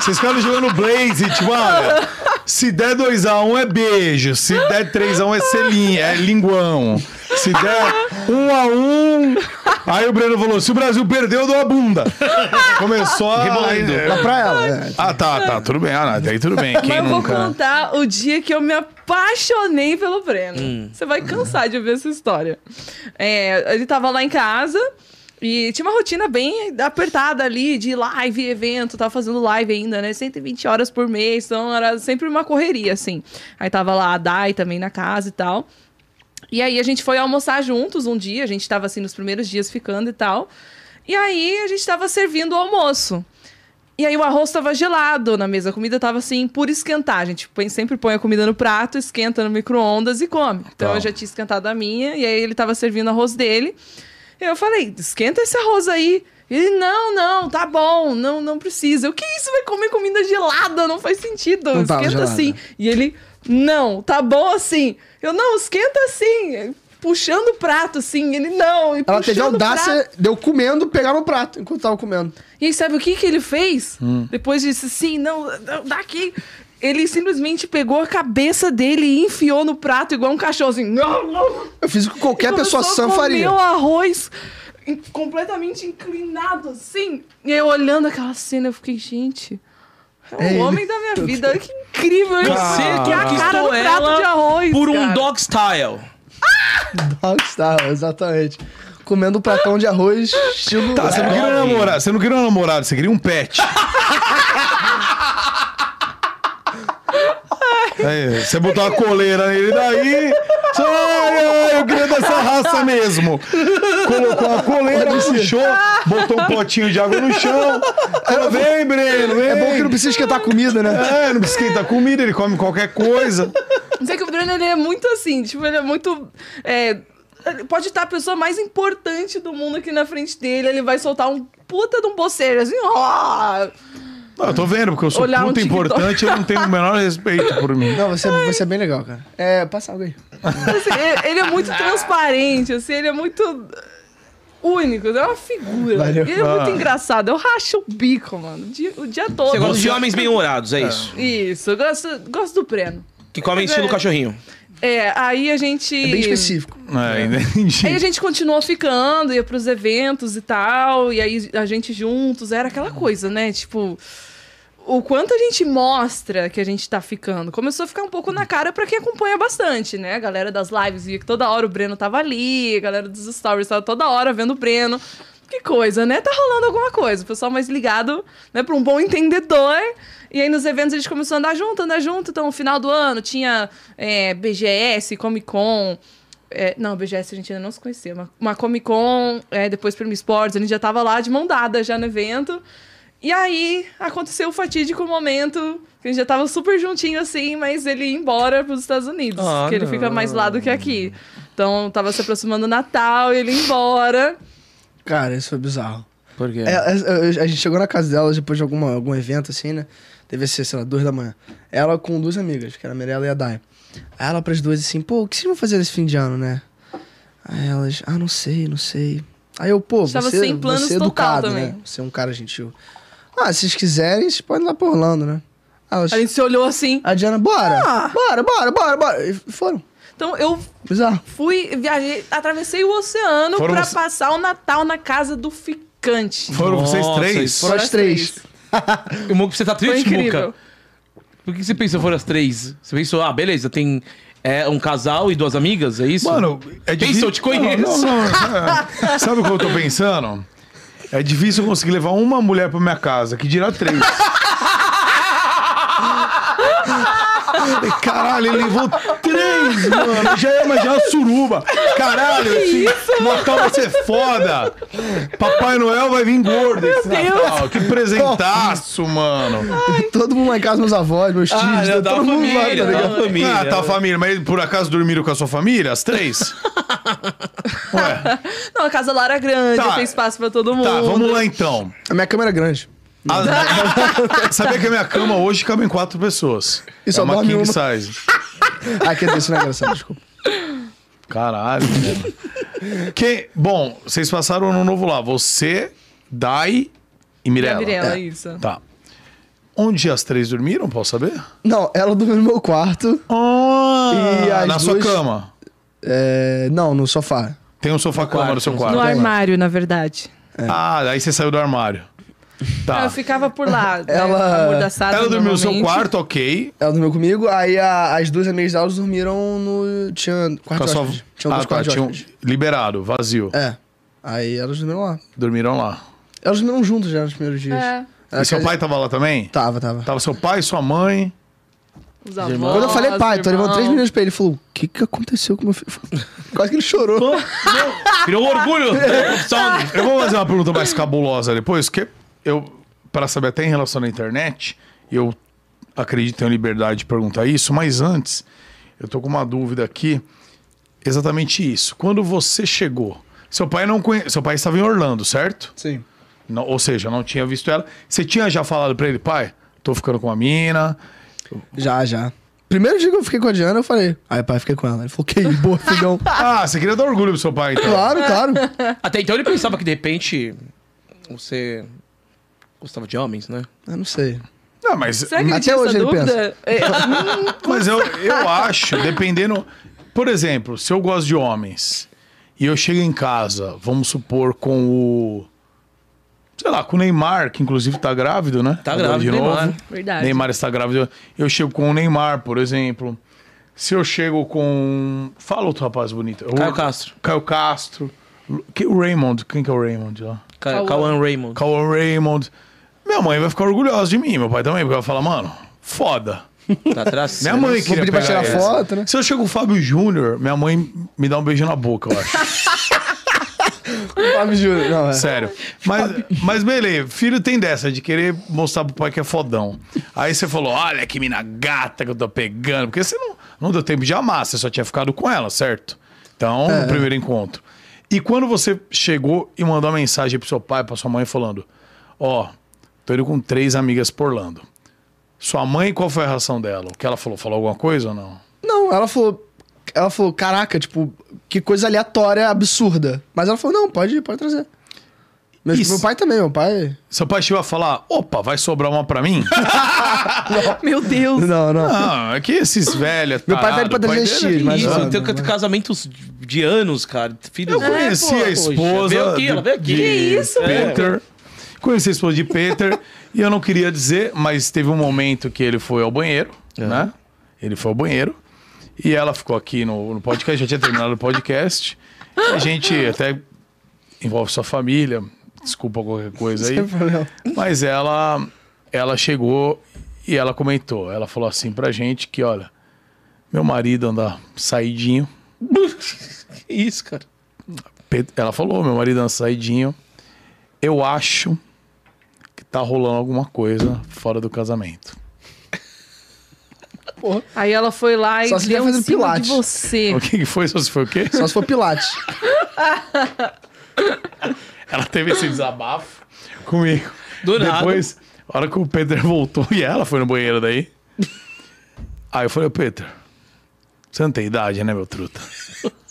[SPEAKER 1] vocês ficaram jogando Blaze, tipo, olha, se der 2x1 é beijo, se der 3x1 é selinho, é linguão. Se der Um a um. Aí o Breno falou: se o Brasil perdeu, eu dou a bunda. Começou a.
[SPEAKER 2] Rebolando.
[SPEAKER 1] É.
[SPEAKER 3] Lá pra ela. né?
[SPEAKER 1] Ah, tá, tá. Tudo bem. Ah, daí tudo bem. Quem
[SPEAKER 4] Mas eu
[SPEAKER 1] nunca.
[SPEAKER 4] vou
[SPEAKER 1] né?
[SPEAKER 4] contar o dia que eu me apaixonei pelo Breno.
[SPEAKER 1] Hum.
[SPEAKER 4] Você vai cansar de ouvir essa história. É, ele tava lá em casa e tinha uma rotina bem apertada ali de live, evento, tava fazendo live ainda, né? 120 horas por mês, então era sempre uma correria, assim. Aí tava lá a Dai também na casa e tal. E aí a gente foi almoçar juntos um dia, a gente tava assim nos primeiros dias ficando e tal. E aí a gente tava servindo o almoço. E aí o arroz tava gelado na mesa, a comida tava assim, por esquentar. A gente põe- sempre põe a comida no prato, esquenta no micro-ondas e come. Então
[SPEAKER 1] Tá.
[SPEAKER 4] eu já tinha esquentado a minha, e aí ele tava servindo o arroz dele. Eu falei, esquenta esse arroz aí. Ele, não, não, tá bom, não, não precisa. O que isso? Vai comer comida gelada? Não faz sentido.
[SPEAKER 3] Não tava
[SPEAKER 4] esquenta
[SPEAKER 3] gelada.
[SPEAKER 4] assim. E ele, não, tá bom assim. Eu, não, esquenta assim. Puxando o prato, assim. Ele, não. E
[SPEAKER 3] Ela
[SPEAKER 4] puxando
[SPEAKER 3] teve a
[SPEAKER 4] o prato.
[SPEAKER 3] audácia de eu comendo, pegar no prato enquanto tava comendo.
[SPEAKER 4] E aí, sabe o que, que ele fez?
[SPEAKER 3] Hum.
[SPEAKER 4] Depois disse, sim, não, não, dá aqui. Ele simplesmente pegou a cabeça dele e enfiou no prato igual um cachorro, assim. Não, não.
[SPEAKER 3] Eu fiz o que qualquer pessoa sã faria.
[SPEAKER 4] Meu arroz em- completamente inclinado, assim. E eu olhando aquela cena, eu fiquei, gente... É o
[SPEAKER 3] É ele.
[SPEAKER 4] homem da minha vida, olha que incrível ele
[SPEAKER 1] Você
[SPEAKER 4] Que é a cara do
[SPEAKER 2] conquistou
[SPEAKER 4] prato
[SPEAKER 2] ela
[SPEAKER 4] de arroz.
[SPEAKER 2] Por um
[SPEAKER 4] cara.
[SPEAKER 2] dog style.
[SPEAKER 3] Rockstar, exatamente. Comendo um pratão de arroz, estilo.
[SPEAKER 1] Tá, você não queria namorar, você não queria um namorado, você queria um pet. Aí, você botou uma coleira nele, daí. você, Ai, ai, eu queria dessa raça mesmo. Colocou a coleira, puxou, botou um potinho de água no chão. Ela, vem, Breno, vem.
[SPEAKER 3] É bom que não precisa esquentar comida, né?
[SPEAKER 1] É, não precisa esquentar comida, ele come qualquer coisa.
[SPEAKER 4] Não sei que o Bruno ele é muito assim, tipo, ele é muito. é, ele pode estar a pessoa mais importante do mundo aqui na frente dele, ele vai soltar um puta de um boceiro, assim, ó.
[SPEAKER 1] Não, eu tô vendo, porque eu sou
[SPEAKER 4] Olhar um
[SPEAKER 1] muito
[SPEAKER 4] TikTok.
[SPEAKER 1] importante, eu não tenho o menor respeito por mim.
[SPEAKER 3] Não, você, você é bem legal, cara. É, passa algo aí.
[SPEAKER 4] Assim, ele- ele é muito
[SPEAKER 2] Ah.
[SPEAKER 4] transparente, assim, ele é muito único, ele é uma figura.
[SPEAKER 3] Valeu.
[SPEAKER 4] Ele é muito engraçado, eu racho o bico, mano, o dia, o dia todo.
[SPEAKER 2] Você gosta de homens bem-humorados, é isso.
[SPEAKER 4] Isso, eu gosto, gosto do Breno.
[SPEAKER 2] Que comem estilo
[SPEAKER 4] É.
[SPEAKER 2] cachorrinho.
[SPEAKER 4] É, aí a gente.
[SPEAKER 3] É bem específico.
[SPEAKER 1] É, entendi.
[SPEAKER 4] Aí a gente continuou ficando, ia pros eventos e tal, e aí a gente juntos, era aquela coisa, né? Tipo, o quanto a gente mostra que a gente tá ficando. Começou a ficar um pouco na cara pra quem acompanha bastante, né? A galera das lives via que toda hora o Breno tava ali, a galera dos stories tava toda hora vendo o Breno. Que coisa, né? Tá rolando alguma coisa. O pessoal mais ligado, né, pra um bom entendedor. E aí nos eventos a gente começou a andar junto, andar junto. Então, no final do ano tinha é, BGS, Comic Con. É, não, BGS a gente ainda não se conhecia. Uma, uma Comic Con, é, depois Prêmio Sports, a gente já tava lá de mão dada já no evento. E aí aconteceu o fatídico momento, que a gente já tava super juntinho assim, mas ele ia embora pros Estados Unidos,
[SPEAKER 2] Ah,
[SPEAKER 4] que ele
[SPEAKER 2] não.
[SPEAKER 4] fica mais lá do que aqui. Então tava se aproximando o Natal, ele ia embora.
[SPEAKER 3] Cara, isso foi bizarro.
[SPEAKER 2] Por quê?
[SPEAKER 3] É, é, é, a gente chegou na casa dela depois de alguma, algum evento, assim, né? Deve ser, sei lá, duas da manhã. Ela com duas amigas, que era a Mirella e a Dai. Aí ela pras duas assim, pô, o que vocês vão fazer nesse fim de ano, né? Aí elas, ah, não sei, não sei. Aí eu, pô,
[SPEAKER 4] Estava
[SPEAKER 3] você,
[SPEAKER 4] sem planos
[SPEAKER 3] você é
[SPEAKER 4] total
[SPEAKER 3] educado,
[SPEAKER 4] também.
[SPEAKER 3] né? Você é um cara gentil. Ah, se vocês quiserem, vocês podem ir lá pra Orlando, né? Aí Elas,
[SPEAKER 4] A gente se olhou assim.
[SPEAKER 3] a Diana, bora!
[SPEAKER 4] Ah!
[SPEAKER 3] Bora, bora, bora, bora! E foram.
[SPEAKER 4] Então eu
[SPEAKER 3] Bizarro.
[SPEAKER 4] fui, viajei, atravessei o oceano
[SPEAKER 1] Foram
[SPEAKER 4] pra
[SPEAKER 1] você-
[SPEAKER 4] passar o Natal na casa do ficante.
[SPEAKER 1] Foram vocês
[SPEAKER 2] Nossa,
[SPEAKER 1] três?
[SPEAKER 2] isso-
[SPEAKER 3] Foram as três.
[SPEAKER 2] O Muca, você tá
[SPEAKER 4] Foi
[SPEAKER 2] triste,
[SPEAKER 4] incrível.
[SPEAKER 2] Muca? Por que você pensou foram as três? Você pensou, ah, beleza, tem é, um casal e duas amigas, é isso?
[SPEAKER 1] Mano, é difícil.
[SPEAKER 2] Pensa, eu te conheço.
[SPEAKER 1] Não, não, não. Sabe o que eu tô pensando? É difícil eu conseguir levar uma mulher pra minha casa, que dirá três. Caralho, ele levou três, mano. Já ia imaginar a suruba. Caralho, esse Natal vai ser foda. Papai Noel vai vir gordo esse Natal. Que presentaço, mano.
[SPEAKER 3] Todo mundo lá em casa, meus avós, meus tios,
[SPEAKER 2] Ah, não, né?
[SPEAKER 3] todo
[SPEAKER 2] da
[SPEAKER 3] mundo lá,
[SPEAKER 2] família,
[SPEAKER 3] tá ligado?
[SPEAKER 2] da família.
[SPEAKER 1] ah, tá, família. Mas por acaso dormiram com a sua família? As três? Ué.
[SPEAKER 4] Não, a casa lá era grande,
[SPEAKER 1] Tá.
[SPEAKER 4] fez espaço pra todo mundo.
[SPEAKER 1] Tá, vamos lá então.
[SPEAKER 3] A minha câmera é grande.
[SPEAKER 1] A- Ah, Sabia que a minha cama hoje cabe em quatro pessoas.
[SPEAKER 3] E
[SPEAKER 1] é
[SPEAKER 3] só
[SPEAKER 1] uma
[SPEAKER 3] dorme
[SPEAKER 1] king
[SPEAKER 3] uma.
[SPEAKER 1] size.
[SPEAKER 3] Ah, quer dizer, isso não é engraçado, desculpa.
[SPEAKER 1] Caralho, mano. Que, bom, vocês passaram no novo lá. Você, Dai e
[SPEAKER 4] E
[SPEAKER 1] Mirella.
[SPEAKER 4] a Mirella,
[SPEAKER 1] É.
[SPEAKER 4] isso.
[SPEAKER 1] Tá. Onde as três dormiram, posso saber?
[SPEAKER 3] Não, ela dormiu no meu quarto.
[SPEAKER 1] Ah,
[SPEAKER 3] E as
[SPEAKER 1] na sua
[SPEAKER 3] duas-
[SPEAKER 1] cama.
[SPEAKER 3] É, não, no sofá.
[SPEAKER 1] Tem um sofá-cama no seu quarto.
[SPEAKER 4] No armário, na verdade.
[SPEAKER 1] Ah, aí você saiu do armário. Tá.
[SPEAKER 4] Eu ficava por lá, né,
[SPEAKER 3] Ela-
[SPEAKER 4] amordaçada
[SPEAKER 1] Ela dormiu no seu
[SPEAKER 4] normalmente.
[SPEAKER 1] quarto, ok.
[SPEAKER 3] Ela dormiu comigo, aí a- as duas amigas delas dormiram no. Tinha
[SPEAKER 1] Com
[SPEAKER 3] quarto
[SPEAKER 1] a
[SPEAKER 3] de
[SPEAKER 1] sua...
[SPEAKER 3] hóspedes. Tinha
[SPEAKER 1] ah,
[SPEAKER 3] dois
[SPEAKER 1] tá,
[SPEAKER 3] quartos de
[SPEAKER 1] tinha um...
[SPEAKER 3] hóspedes.
[SPEAKER 1] Liberado, vazio.
[SPEAKER 3] É. Aí elas dormiram lá.
[SPEAKER 1] Dormiram lá.
[SPEAKER 3] Elas dormiram juntas já nos primeiros dias.
[SPEAKER 4] É,
[SPEAKER 3] Era
[SPEAKER 1] e seu
[SPEAKER 3] aquela-
[SPEAKER 1] pai Tá. tava lá também?
[SPEAKER 3] Tava, tava.
[SPEAKER 1] Tava seu pai, sua mãe.
[SPEAKER 4] os avós,
[SPEAKER 3] Quando eu falei pai, tô levando três
[SPEAKER 4] irmão.
[SPEAKER 3] minutos pra ele. Ele falou: O que que aconteceu com meu filho? Quase que ele chorou.
[SPEAKER 2] Virou um orgulho. Só-
[SPEAKER 1] Eu vou fazer uma pergunta mais cabulosa depois, que eu, para saber até em relação à internet, eu acredito em liberdade de perguntar isso, mas antes, eu tô com uma dúvida aqui. Exatamente isso. Quando você chegou, seu pai não conhe... seu pai estava em Orlando, certo?
[SPEAKER 3] Sim.
[SPEAKER 1] Não- ou seja, não tinha visto ela. Você tinha já falado pra ele, pai, tô ficando com uma mina.
[SPEAKER 3] Já, já. Primeiro dia que eu fiquei com a Diana, eu falei: Aí, pai, fiquei com ela. Ele falou: Que boa, filhão.
[SPEAKER 1] Ah, você queria dar orgulho pro seu pai, então.
[SPEAKER 3] claro, claro.
[SPEAKER 2] Até então ele pensava que de repente você gostava de homens, né?
[SPEAKER 3] Eu não sei.
[SPEAKER 1] Não, mas
[SPEAKER 4] Será que ele
[SPEAKER 3] Até
[SPEAKER 4] tinha
[SPEAKER 3] hoje
[SPEAKER 4] essa
[SPEAKER 3] ele
[SPEAKER 4] dúvida? É,
[SPEAKER 1] Mas eu, eu acho, dependendo. Por exemplo, se eu gosto de homens e eu chego em casa, vamos supor, com o. Sei lá, com o Neymar, que inclusive tá grávido, né?
[SPEAKER 2] Tá
[SPEAKER 1] Agora
[SPEAKER 2] grávido,
[SPEAKER 1] de
[SPEAKER 2] Neymar.
[SPEAKER 1] novo.
[SPEAKER 4] Verdade.
[SPEAKER 1] Neymar está grávido. Eu chego com o Neymar, por exemplo. Se eu chego com. Fala outro rapaz bonito. O-
[SPEAKER 2] Caio Castro.
[SPEAKER 1] Caio Castro. Que, o Raymond. Quem que é o Raymond lá?
[SPEAKER 2] Ca-
[SPEAKER 4] Cauã.
[SPEAKER 2] Cauã Raymond.
[SPEAKER 1] Cauã Raymond. Minha mãe vai ficar orgulhosa de mim, meu pai também, porque vai falar, mano, foda.
[SPEAKER 2] Tá atrás.
[SPEAKER 1] Minha mãe queria
[SPEAKER 3] pedir pra
[SPEAKER 1] pegar
[SPEAKER 3] tirar
[SPEAKER 1] essa.
[SPEAKER 3] foto, né?
[SPEAKER 1] Se eu chego com o Fábio Júnior, minha mãe me dá um beijo na boca, eu acho.
[SPEAKER 3] Ah, me juro. Não, é.
[SPEAKER 1] Sério. Mas, mas beleza, filho tem dessa, de querer mostrar pro pai que é fodão. Aí você falou, olha que mina gata que eu tô pegando. Porque você não, não deu tempo de amar, você só tinha ficado com ela, certo? Então,
[SPEAKER 3] É.
[SPEAKER 1] no primeiro encontro. E quando você chegou e mandou uma mensagem pro seu pai, pra sua mãe, falando, ó, tô indo com três amigas por Orlando. Sua mãe, qual foi a reação dela? O que ela falou? Falou alguma coisa ou não?
[SPEAKER 3] Não, ela falou. Ela falou, caraca, tipo, que coisa aleatória, absurda. Mas ela falou, não, pode, pode trazer. Meu,
[SPEAKER 1] Isso.
[SPEAKER 3] meu pai também, meu pai.
[SPEAKER 1] Seu pai chegou a falar, opa, vai sobrar uma pra mim?
[SPEAKER 4] ah, Meu Deus.
[SPEAKER 3] Não, não.
[SPEAKER 1] Não, é que esses velhos.
[SPEAKER 3] Meu pai tá
[SPEAKER 1] tarado,
[SPEAKER 3] de
[SPEAKER 1] o pai
[SPEAKER 3] patrocínio
[SPEAKER 1] dele- é
[SPEAKER 3] X, mas-
[SPEAKER 2] Isso,
[SPEAKER 3] mano,
[SPEAKER 2] tem
[SPEAKER 3] mas-
[SPEAKER 2] casamentos de anos, cara. Filhos
[SPEAKER 1] né? Eu conheci a esposa.
[SPEAKER 2] É, Veio aqui,
[SPEAKER 1] do-
[SPEAKER 2] ela veio aqui.
[SPEAKER 1] de
[SPEAKER 4] Que isso,
[SPEAKER 1] Peter. Conheci a esposa de Peter. e eu não queria dizer, mas teve um momento que ele foi ao banheiro,
[SPEAKER 3] É.
[SPEAKER 1] né? Ele foi ao banheiro. E ela ficou aqui no, no podcast, já tinha terminado o podcast. A gente até envolve sua família. Desculpa qualquer coisa aí.
[SPEAKER 3] Sem problema.
[SPEAKER 1] Mas ela, ela chegou e ela comentou. Ela falou assim pra gente que, olha, meu marido anda saidinho.
[SPEAKER 2] Que isso, cara.
[SPEAKER 1] Pe- Ela falou, meu marido anda saidinho. Eu acho que tá rolando alguma coisa fora do casamento.
[SPEAKER 4] Aí ela foi lá e
[SPEAKER 3] Só se
[SPEAKER 4] deu
[SPEAKER 3] tiver
[SPEAKER 4] em
[SPEAKER 3] fazendo
[SPEAKER 4] cima
[SPEAKER 3] pilates.
[SPEAKER 4] de você.
[SPEAKER 1] O que que foi? Só se foi o quê?
[SPEAKER 3] Só se for Pilates.
[SPEAKER 1] Ela teve esse desabafo comigo.
[SPEAKER 2] Do nada.
[SPEAKER 1] Depois, a hora que o Peter voltou e ela foi no banheiro daí. Aí eu falei, ô Peter, você não tem idade, né, meu truta?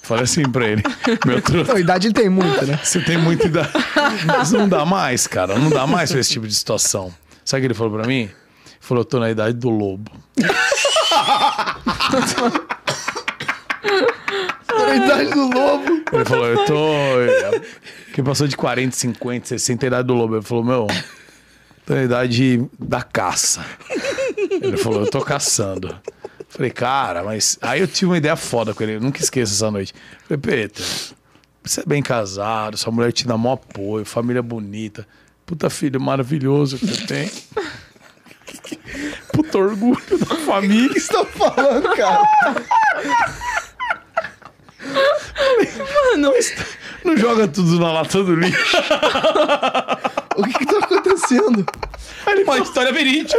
[SPEAKER 1] Falei assim pra ele, meu truta.
[SPEAKER 3] Não, idade ele tem muita, né?
[SPEAKER 1] Você tem muita idade. Mas não dá mais, cara. Não dá mais pra esse tipo de situação. Sabe o que ele falou pra mim? Ele falou, eu tô na idade do lobo.
[SPEAKER 3] A idade do lobo.
[SPEAKER 1] Ele falou, eu tô... Que passou de 40, 50, 60, a idade do lobo. Ele falou, meu, tô na idade da caça. Ele falou, eu tô caçando. Falei, cara, mas... Aí eu tive uma ideia foda com ele. Eu nunca esqueço essa noite. Falei, Peter, você é bem casado, sua mulher te dá maior apoio, família bonita. Puta filho maravilhoso que você tem. Puta orgulho da família.
[SPEAKER 3] Você tá falando, cara?
[SPEAKER 4] é
[SPEAKER 1] Não joga tudo na lata do lixo.
[SPEAKER 3] O que que tá acontecendo?
[SPEAKER 2] Uma história verídica.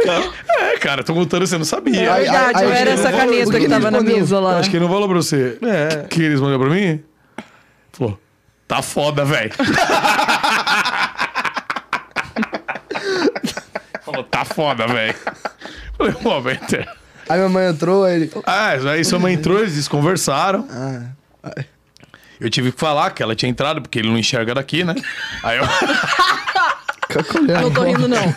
[SPEAKER 1] É, cara, tô contando, você não sabia.
[SPEAKER 3] Ai, ai,
[SPEAKER 4] Verdade,
[SPEAKER 3] ai,
[SPEAKER 4] eu
[SPEAKER 3] gente,
[SPEAKER 4] era
[SPEAKER 3] eu
[SPEAKER 4] essa
[SPEAKER 3] vou- o
[SPEAKER 4] caneta
[SPEAKER 3] que
[SPEAKER 4] que
[SPEAKER 3] ele
[SPEAKER 4] tava na
[SPEAKER 3] respondeu?
[SPEAKER 4] mesa lá.
[SPEAKER 1] É. Acho que ele não falou pra você.
[SPEAKER 2] É.
[SPEAKER 1] Que eles mandou pra mim? Falou, tá foda, velho. falou, tá foda, velho. Falei, pô, Peter.
[SPEAKER 3] Aí minha mãe entrou, aí ele.
[SPEAKER 1] Ah, aí sua mãe entrou, eles desconversaram.
[SPEAKER 3] Ah.
[SPEAKER 1] Eu tive que falar que ela tinha entrado, porque ele não enxerga daqui, né? Aí eu,
[SPEAKER 3] Cacolhão. é.
[SPEAKER 4] Não tô rindo, não.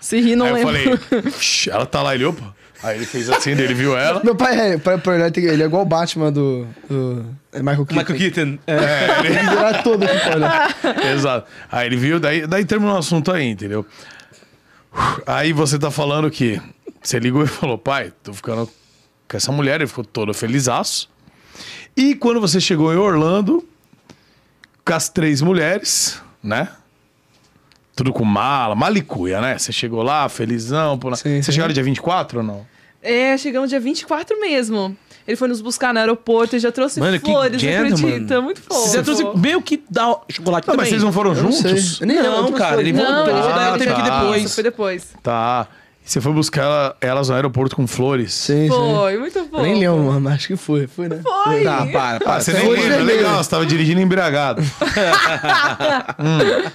[SPEAKER 4] Se rir, não
[SPEAKER 1] aí eu
[SPEAKER 4] lembro.
[SPEAKER 1] falei, "Shh, ela tá lá, ele, opa. Aí ele fez assim, daí ele viu ela.
[SPEAKER 3] Meu pai, é, pra, pra olhar, tem- ele é igual o Batman do, do é Michael Keaton.
[SPEAKER 2] Michael Keaton. É.
[SPEAKER 3] Tem que virar todo aqui né? pra olhar.
[SPEAKER 1] Exato. Aí ele viu, daí, daí terminou o assunto aí, entendeu? Aí você tá falando que você ligou e falou, pai, tô ficando com essa mulher, ele ficou todo felizaço. E quando você chegou em Orlando, com as três mulheres, né? Tudo com mala, malicuia, né? Você chegou lá, felizão. Pô, na...
[SPEAKER 3] Sim,
[SPEAKER 1] Você
[SPEAKER 3] sim.
[SPEAKER 1] chegaram dia 24 ou não?
[SPEAKER 4] É, chegamos dia 24 mesmo. Ele foi nos buscar no aeroporto, ele já trouxe
[SPEAKER 2] Mano, que
[SPEAKER 4] flores, não
[SPEAKER 2] gentleman.
[SPEAKER 4] acredita? Muito fofo.
[SPEAKER 2] Você trouxe meio que dá chocolate
[SPEAKER 1] Não,
[SPEAKER 2] também.
[SPEAKER 1] mas vocês não foram
[SPEAKER 3] Eu não
[SPEAKER 1] juntos?
[SPEAKER 3] sei. Eu nem lembro,
[SPEAKER 2] Não,
[SPEAKER 3] eu
[SPEAKER 2] cara, ele
[SPEAKER 3] tô-
[SPEAKER 4] Não, ele já
[SPEAKER 1] Ah,
[SPEAKER 4] teve
[SPEAKER 1] tá.
[SPEAKER 4] que depois.
[SPEAKER 1] Isso
[SPEAKER 4] Foi depois.
[SPEAKER 1] Tá. E você foi buscar ela- elas no aeroporto com flores?
[SPEAKER 3] Sim, sim.
[SPEAKER 4] Foi, muito fofo.
[SPEAKER 3] Eu né? nem lembro, mano, mas acho que foi, foi, né?
[SPEAKER 4] Foi.
[SPEAKER 2] Tá, para, para.
[SPEAKER 1] Ah, você nem
[SPEAKER 3] Flores
[SPEAKER 1] lembra.
[SPEAKER 3] vermelhas.
[SPEAKER 1] Legal, você tava dirigindo embriagado. Hum.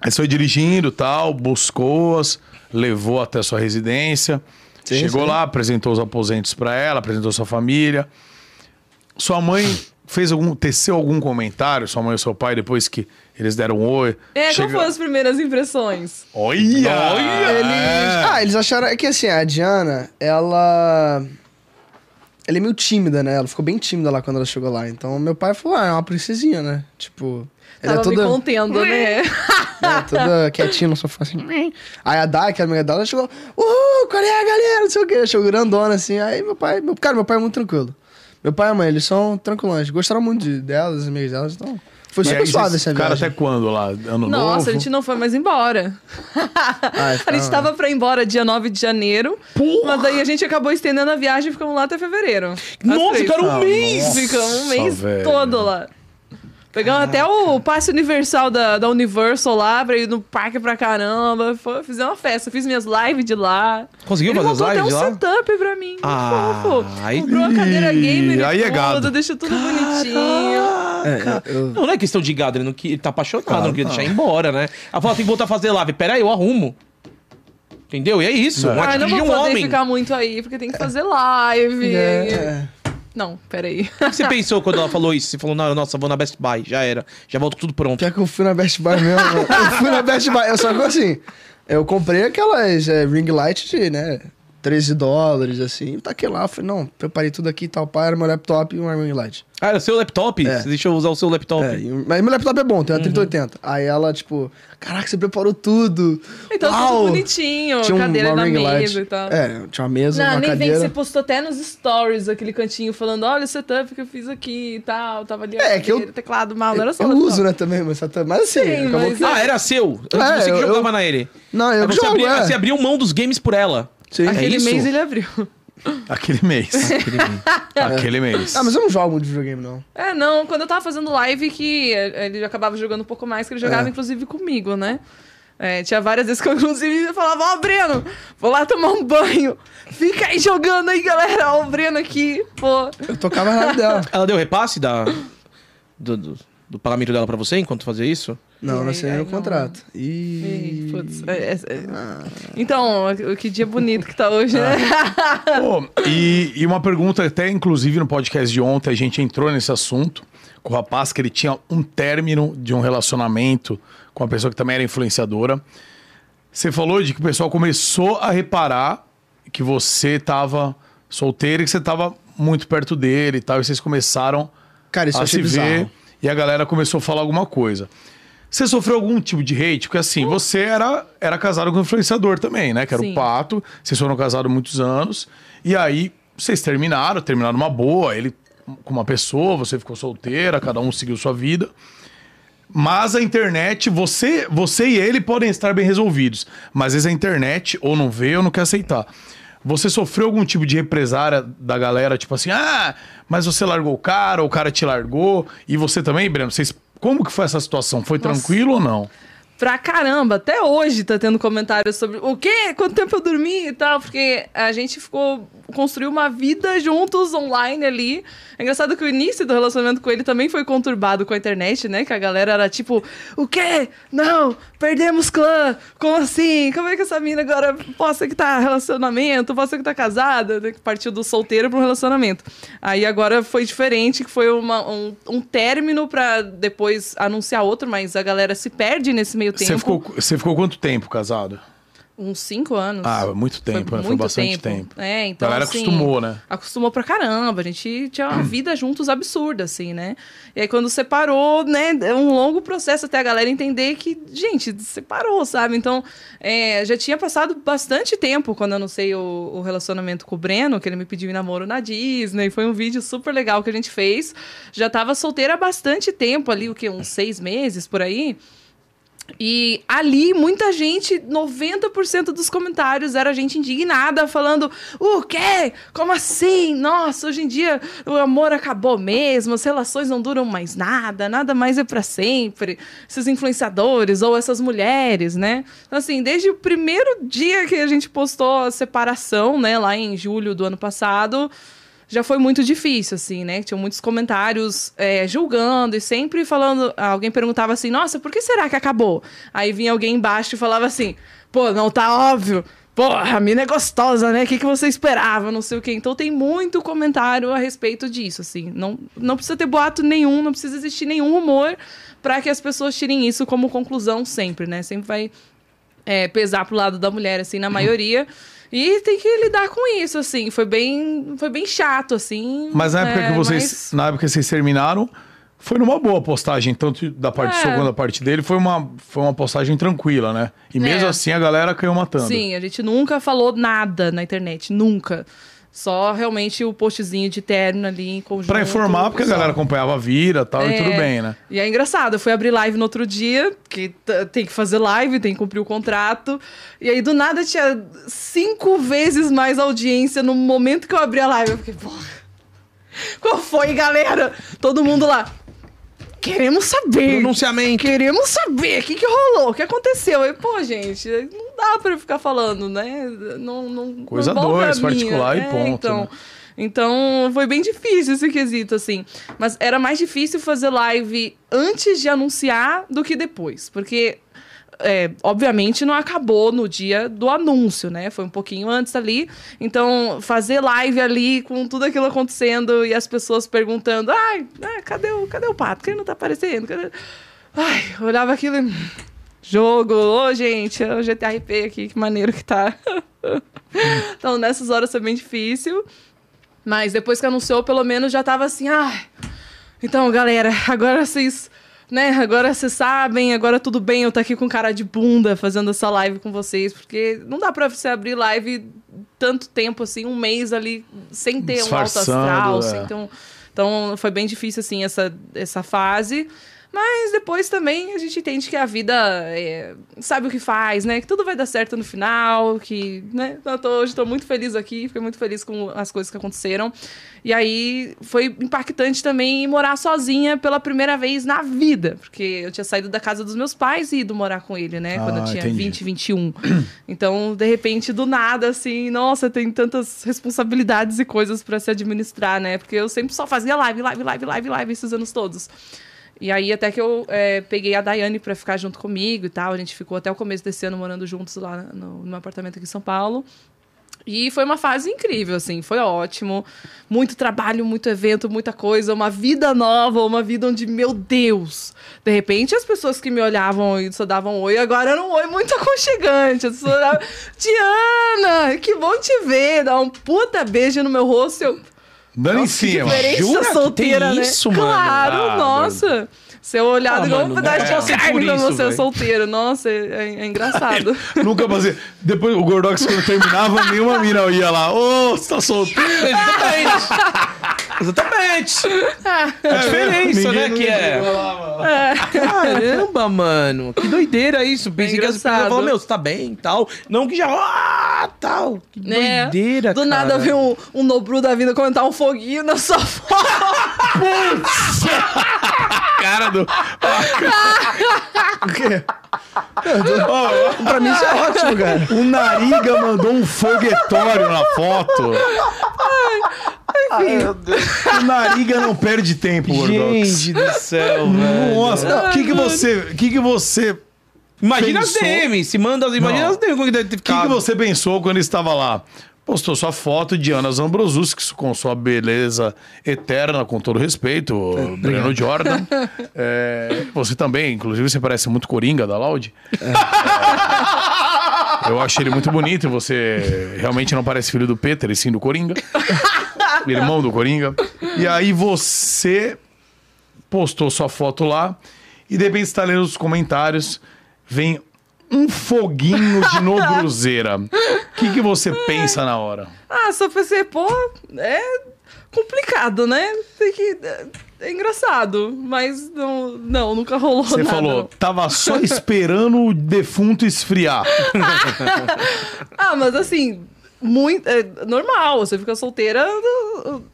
[SPEAKER 1] Aí você foi dirigindo tal, buscou-as, levou até sua residência.
[SPEAKER 3] Sim,
[SPEAKER 1] chegou
[SPEAKER 3] sim.
[SPEAKER 1] lá, apresentou os aposentos pra ela, apresentou sua família. Sua mãe fez algum, teceu algum comentário, sua mãe e seu pai, depois que eles deram um oi.
[SPEAKER 4] É,
[SPEAKER 1] Chega-
[SPEAKER 4] qual foram as primeiras impressões?
[SPEAKER 1] Olha!
[SPEAKER 3] Eles-
[SPEAKER 1] É.
[SPEAKER 3] Ah, eles acharam. É que assim, a Diana, ela. Ela é meio tímida, né? Ela ficou bem tímida lá quando ela chegou lá. Então meu pai falou: ah, é uma princesinha, né? Tipo. Ela
[SPEAKER 4] Tava
[SPEAKER 3] é toda,
[SPEAKER 4] me contendo, né?
[SPEAKER 3] né, toda quietinha no sofá assim. "Mim". Aí a Dai, que era minha amiga dela, ela chegou: Uhul, qual é, galera? Não sei o quê. Ela Chegou grandona assim. Aí meu pai. Meu, cara, meu pai é muito tranquilo. Meu pai e a mãe, eles são tranquilos. Gostaram muito de, delas, das amigas delas. Então. Foi
[SPEAKER 4] é
[SPEAKER 1] E
[SPEAKER 3] super
[SPEAKER 1] aí,
[SPEAKER 3] suave
[SPEAKER 1] vocês
[SPEAKER 3] essa
[SPEAKER 1] ficaram
[SPEAKER 3] viagem.
[SPEAKER 1] até quando lá? Ano novo?
[SPEAKER 4] Nossa, a gente não foi mais embora.
[SPEAKER 2] Ah,
[SPEAKER 3] Ai,
[SPEAKER 4] a gente
[SPEAKER 3] tá.
[SPEAKER 4] tava pra ir embora dia 9 de janeiro, mas daí a gente acabou estendendo a viagem e ficamos lá até fevereiro.
[SPEAKER 2] Nossa,
[SPEAKER 4] As três.
[SPEAKER 2] cara, um
[SPEAKER 4] Ah,
[SPEAKER 2] mês!
[SPEAKER 4] nossa, Ficamos um mês
[SPEAKER 1] velho.
[SPEAKER 4] todo lá. Pegamos até o passe universal da, da Universal lá pra ir no parque pra caramba. Foi, fizemos uma festa, fiz minhas lives de lá.
[SPEAKER 2] Conseguiu
[SPEAKER 4] Ele
[SPEAKER 2] fazer as
[SPEAKER 4] montou até
[SPEAKER 2] lives
[SPEAKER 4] um
[SPEAKER 2] lá?
[SPEAKER 4] setup pra mim. muito
[SPEAKER 2] Ah,
[SPEAKER 4] fofo.
[SPEAKER 2] aí-
[SPEAKER 4] Comprou uma cadeira gamer e
[SPEAKER 1] Ih, aí é
[SPEAKER 4] tudo,
[SPEAKER 1] gado.
[SPEAKER 4] deixou tudo bonitinho.
[SPEAKER 3] É, eu- eu-
[SPEAKER 2] Não, não é questão de gado, ele, não, que- ele tá apaixonado, não queria deixar ir embora, né? Ela fala, tem que voltar a fazer live. Pera aí, eu arrumo. Entendeu? E é isso.
[SPEAKER 1] É.
[SPEAKER 2] Uma
[SPEAKER 4] Ah, eu não
[SPEAKER 2] atitude
[SPEAKER 4] vou
[SPEAKER 2] de um
[SPEAKER 4] poder
[SPEAKER 2] homem.
[SPEAKER 4] ficar muito aí, porque tem que fazer live.
[SPEAKER 3] é.
[SPEAKER 4] Não, peraí.
[SPEAKER 2] O que você pensou quando ela falou isso? Você falou, não, nossa, vou na Best Buy, já era. Já volto tudo pronto.
[SPEAKER 3] Pior que eu fui na Best Buy mesmo. mano. Eu fui na Best Buy. Eu só que assim, eu comprei aquelas é, ring light de, né, 13 dólares, assim. Taquei lá, falei, não, preparei tudo aqui e tal. Pai, era meu laptop e uma ring light.
[SPEAKER 2] Ah, era o seu laptop?
[SPEAKER 3] É.
[SPEAKER 2] Você deixou eu usar o seu laptop.
[SPEAKER 3] É, e- mas meu laptop é bom, tem uma 3080. Aí ela, tipo, caraca, você preparou tudo.
[SPEAKER 4] Então
[SPEAKER 3] Uau!
[SPEAKER 4] tudo bonitinho,
[SPEAKER 3] Tinha um-
[SPEAKER 4] cadeira
[SPEAKER 3] uma
[SPEAKER 4] na
[SPEAKER 3] ring
[SPEAKER 4] mesa
[SPEAKER 3] light.
[SPEAKER 4] e tal.
[SPEAKER 3] É, tinha uma mesa,
[SPEAKER 4] Não,
[SPEAKER 3] uma
[SPEAKER 4] nem
[SPEAKER 3] cadeira.
[SPEAKER 4] vem que você postou até nos stories aquele cantinho falando, olha o setup que eu fiz aqui e tal. Tava ali, a
[SPEAKER 3] É, que eu-
[SPEAKER 4] cadeira, teclado mal, não era só
[SPEAKER 3] eu
[SPEAKER 4] laptop.
[SPEAKER 3] uso, né, também, mas, mas assim,
[SPEAKER 4] Sim,
[SPEAKER 3] acabou
[SPEAKER 4] mas
[SPEAKER 3] que...
[SPEAKER 4] é-
[SPEAKER 2] Ah, era seu. Antes
[SPEAKER 3] É,
[SPEAKER 2] você que
[SPEAKER 3] eu-
[SPEAKER 2] jogava
[SPEAKER 3] eu-
[SPEAKER 2] na ele.
[SPEAKER 3] Não,
[SPEAKER 2] Aí
[SPEAKER 3] eu
[SPEAKER 2] você,
[SPEAKER 3] jogo,
[SPEAKER 2] abria,
[SPEAKER 3] é.
[SPEAKER 2] você abriu mão dos games por ela.
[SPEAKER 3] Sim.
[SPEAKER 2] É
[SPEAKER 4] Aquele
[SPEAKER 2] isso?
[SPEAKER 4] mês ele abriu.
[SPEAKER 1] Aquele mês. Aquele mês.
[SPEAKER 3] Ah, mas eu não jogo muito videogame, não.
[SPEAKER 4] É, não, quando eu tava fazendo live que é, ele acabava jogando um pouco mais, que ele jogava
[SPEAKER 3] É.
[SPEAKER 4] inclusive comigo, né? É, tinha várias vezes que eu, inclusive, eu falava, ó, Breno, vou lá tomar um banho. Fica aí jogando aí, galera. Ó, o Breno aqui, pô.
[SPEAKER 3] Eu tocava na dela.
[SPEAKER 2] Ela deu repasse da, do, do, do pagamento dela pra você enquanto fazia isso?
[SPEAKER 3] Não,
[SPEAKER 4] Ai,
[SPEAKER 3] não assinei
[SPEAKER 4] ai,
[SPEAKER 3] o
[SPEAKER 4] não.
[SPEAKER 3] contrato. E...
[SPEAKER 4] Ih, putz. É, é, é. Então, o- que dia bonito que tá hoje, né?
[SPEAKER 1] Pô, e, e uma pergunta, até inclusive no podcast de ontem, a gente entrou nesse assunto com o rapaz que ele tinha um término de um relacionamento com uma pessoa que também era influenciadora. Você falou de que o pessoal começou a reparar que você tava solteiro e que você tava muito perto dele e tal, e vocês começaram
[SPEAKER 3] Cara, isso eu
[SPEAKER 1] a se
[SPEAKER 3] achei
[SPEAKER 1] ver
[SPEAKER 3] bizarro.
[SPEAKER 1] e a galera começou a falar alguma coisa. Você sofreu algum tipo de hate? Porque assim, você era, era casado com um influenciador também, né? Que era o
[SPEAKER 4] Sim.
[SPEAKER 1] Pato. Vocês foram casados há muitos anos. E aí, vocês terminaram, terminaram uma boa. Ele com uma pessoa, você ficou solteira, cada um seguiu sua vida. Mas a internet, você, você e ele podem estar bem resolvidos. Mas às vezes a internet ou não vê ou não quer aceitar. Você sofreu algum tipo de represária da galera, tipo assim, ah, mas você largou o cara, ou o cara te largou, e você também, Breno? Vocês, como que foi essa situação? Foi tranquilo ou não?
[SPEAKER 4] pra caramba. Até hoje tá tendo comentários sobre o quê? Quanto tempo eu dormi e tal, porque a gente ficou. construiu uma vida juntos online ali. É engraçado que o início do relacionamento com ele também foi conturbado com a internet, né? Que a galera era tipo, o quê? Não, perdemos clã! Como assim? Como é que essa mina agora possa que tá relacionamento, possa que tá casada? né? Que Partiu do solteiro pro relacionamento. Aí agora foi diferente, que foi uma- um, um término pra depois anunciar outro, mas a galera se perde nesse meio tempo.
[SPEAKER 1] Você ficou, você ficou quanto tempo casado?
[SPEAKER 4] uns cinco anos.
[SPEAKER 1] Ah, muito tempo, né? Foi bastante tempo.
[SPEAKER 4] É,
[SPEAKER 1] A
[SPEAKER 4] então,
[SPEAKER 1] galera
[SPEAKER 4] assim,
[SPEAKER 1] acostumou, né?
[SPEAKER 4] acostumou pra caramba. A gente tinha uma vida juntos absurda, assim, né? E aí, quando separou, né? É um longo processo até a galera entender que, gente, separou, sabe? Então, é, já tinha passado bastante tempo quando eu anunciei o, o relacionamento com o Breno, que ele me pediu em namoro na Disney. Foi um vídeo super legal que a gente fez. Já tava solteira há bastante tempo ali, o quê? Uns seis meses por aí. E ali, muita gente, 90% dos comentários era gente indignada, falando: o quê? Como assim? Nossa, hoje em dia o amor acabou mesmo, as relações não duram mais nada, nada mais é pra sempre. Esses influenciadores ou essas mulheres, né? Então, assim, desde o primeiro dia que a gente postou a separação, né, lá em julho do ano passado, já foi muito difícil, assim, né? Tinham muitos comentários é, julgando e sempre falando. Alguém perguntava assim, nossa, por que será que acabou? Aí vinha alguém embaixo e falava assim, pô, não tá óbvio. Porra, a mina é gostosa, né? O que, que você esperava? Não sei o quê. Então tem muito comentário a respeito disso, assim. Não, não precisa ter boato nenhum, não precisa existir nenhum rumor para que as pessoas tirem isso como conclusão sempre, né? Sempre vai é, pesar pro lado da mulher, assim, na maioria. E tem que lidar com isso, assim. Foi bem, foi bem chato, assim.
[SPEAKER 1] Mas na época
[SPEAKER 4] né?
[SPEAKER 1] que vocês.
[SPEAKER 4] Mas-
[SPEAKER 1] Na época que vocês terminaram, foi numa boa postagem, tanto da parte
[SPEAKER 4] É.
[SPEAKER 1] sua quanto da parte dele, foi uma, foi uma postagem tranquila, né? E mesmo
[SPEAKER 4] É.
[SPEAKER 1] assim a galera caiu matando.
[SPEAKER 4] Sim, a gente nunca falou nada na internet, nunca. Só realmente o postzinho de terno ali em conjunto.
[SPEAKER 1] Pra informar, porque a
[SPEAKER 4] só.
[SPEAKER 1] galera acompanhava a vira tal, e
[SPEAKER 4] É.
[SPEAKER 1] tudo bem, né?
[SPEAKER 4] E é engraçado, eu fui abrir live no outro dia, que t- tem que fazer live, tem que cumprir o contrato. E aí, do nada, tinha cinco vezes mais audiência no momento que eu abri a live. Eu fiquei, porra, qual foi, galera? Todo mundo lá. Queremos saber.
[SPEAKER 2] Pronunciamento.
[SPEAKER 4] Queremos saber o que, que rolou, o que aconteceu. Aí, pô, gente, não dá pra eu ficar falando, né? Não, não,
[SPEAKER 1] Coisa
[SPEAKER 4] não envolve a
[SPEAKER 1] dois, particular e ponto,
[SPEAKER 4] Então,
[SPEAKER 1] né?
[SPEAKER 4] então, foi bem difícil esse quesito, assim. Mas era mais difícil fazer live antes de anunciar do que depois. Porque, é, obviamente, não acabou no dia do anúncio, né? Foi um pouquinho antes ali. Então, fazer live ali com tudo aquilo acontecendo e as pessoas perguntando: ai, ah, cadê, o, cadê o pato? Que ele não tá aparecendo? Cadê-" Ai, eu olhava aquilo e. Jogo, ô gente, é o GTRP aqui, que maneiro que tá. então, nessas horas foi bem difícil. Mas depois que anunciou, pelo menos já tava assim, ah, então galera, agora vocês, né, agora vocês sabem, agora tudo bem, eu tô aqui com cara de bunda fazendo essa live com vocês, porque não dá pra você abrir live tanto tempo assim, um mês ali, sem ter um alto
[SPEAKER 1] Disfarçando,
[SPEAKER 4] astral,
[SPEAKER 1] é.
[SPEAKER 4] sem ter um- Então foi bem difícil assim essa, essa fase. Mas depois também a gente entende que a vida é, sabe o que faz, né? Que tudo vai dar certo no final, que, né? Eu tô, hoje tô muito feliz aqui, fiquei muito feliz com as coisas que aconteceram. E aí foi impactante também morar sozinha pela primeira vez na vida, porque eu tinha saído da casa dos meus pais e ido morar com ele, né? Quando eu
[SPEAKER 1] Ah,
[SPEAKER 4] tinha
[SPEAKER 1] entendi.
[SPEAKER 4] 20, 21. Então, de repente, do nada, assim, nossa, tem tantas responsabilidades e coisas pra se administrar, né? Porque eu sempre só fazia live, live, live, live, live esses anos todos. E aí, até que eu é, peguei a Daiane pra ficar junto comigo e tal. A gente ficou até o começo desse ano morando juntos lá no, no apartamento aqui em São Paulo. E foi uma fase incrível, assim, foi ótimo. Muito trabalho, muito evento, muita coisa, uma vida nova, uma vida onde, meu Deus, de repente as pessoas que me olhavam e só davam oi, agora era um oi muito aconchegante. As pessoas olhavam, Diana, que bom te ver, dá um puta beijo no meu rosto. e Eu,
[SPEAKER 1] Dando em cima.
[SPEAKER 4] diferença
[SPEAKER 2] jura que tem
[SPEAKER 4] solteira, né?
[SPEAKER 2] isso, mano?
[SPEAKER 4] Claro,
[SPEAKER 1] Ah,
[SPEAKER 4] nossa. Seu
[SPEAKER 2] Ah,
[SPEAKER 4] olhado igual
[SPEAKER 2] mano,
[SPEAKER 4] um pedaço de
[SPEAKER 2] não passei
[SPEAKER 4] carne
[SPEAKER 2] por
[SPEAKER 4] pra
[SPEAKER 2] isso,
[SPEAKER 4] você
[SPEAKER 2] velho.
[SPEAKER 4] solteiro. Nossa, é, é engraçado.
[SPEAKER 1] Nunca fazia. Depois o Gordox, quando terminava, nenhuma mina ia lá. Ô, você tá solteiro?
[SPEAKER 2] Exatamente. Exatamente.
[SPEAKER 3] É.
[SPEAKER 2] A diferença, né?
[SPEAKER 1] Ninguém
[SPEAKER 2] Que é. Caramba, mano. Que doideira isso. Pensei que as pessoas
[SPEAKER 4] engraçado.
[SPEAKER 2] iam falar, meu, você tá bem e tal. Não que já. Ah, tal. Que
[SPEAKER 4] Né?
[SPEAKER 2] doideira,
[SPEAKER 4] Do
[SPEAKER 2] cara.
[SPEAKER 4] nada veio um, um nobru da vida comentar um foguinho na sua foto.
[SPEAKER 1] Cara do.
[SPEAKER 3] O quê?
[SPEAKER 1] Ó,
[SPEAKER 3] Pra mim isso é
[SPEAKER 1] Ah.
[SPEAKER 3] ótimo, cara.
[SPEAKER 1] o Nariga mandou um foguetório na foto. O Nariga não perde tempo, Gordox.
[SPEAKER 2] Gente do céu, velho.
[SPEAKER 1] Nossa, o que, que você. O que, que você.
[SPEAKER 4] um
[SPEAKER 2] Imagina
[SPEAKER 1] Pensou?
[SPEAKER 2] as DM. Se manda, imagina
[SPEAKER 1] Não.
[SPEAKER 2] as DM. Como que deve ter
[SPEAKER 1] O que,
[SPEAKER 2] ficado.
[SPEAKER 1] que você pensou quando estava lá? Postou sua foto de Ana Zambrosuski com sua beleza eterna, com todo respeito, Breno Jordan. É, você também, inclusive, você parece muito Coringa da Loud. É. Eu achei ele muito bonito. Você realmente não parece filho do Peter, e sim do Coringa. Irmão do Coringa. E aí você postou sua foto lá. E de repente você tá lendo os comentários. Vem um foguinho de nobruzeira. O que, que você pensa na hora?
[SPEAKER 4] Ah, só pensei, pô, é complicado, né? Tem que. É engraçado, mas não, não nunca rolou
[SPEAKER 1] Você
[SPEAKER 4] nada.
[SPEAKER 1] falou, tava só esperando o defunto esfriar.
[SPEAKER 4] Ah, mas assim, muito, é normal, você fica solteira,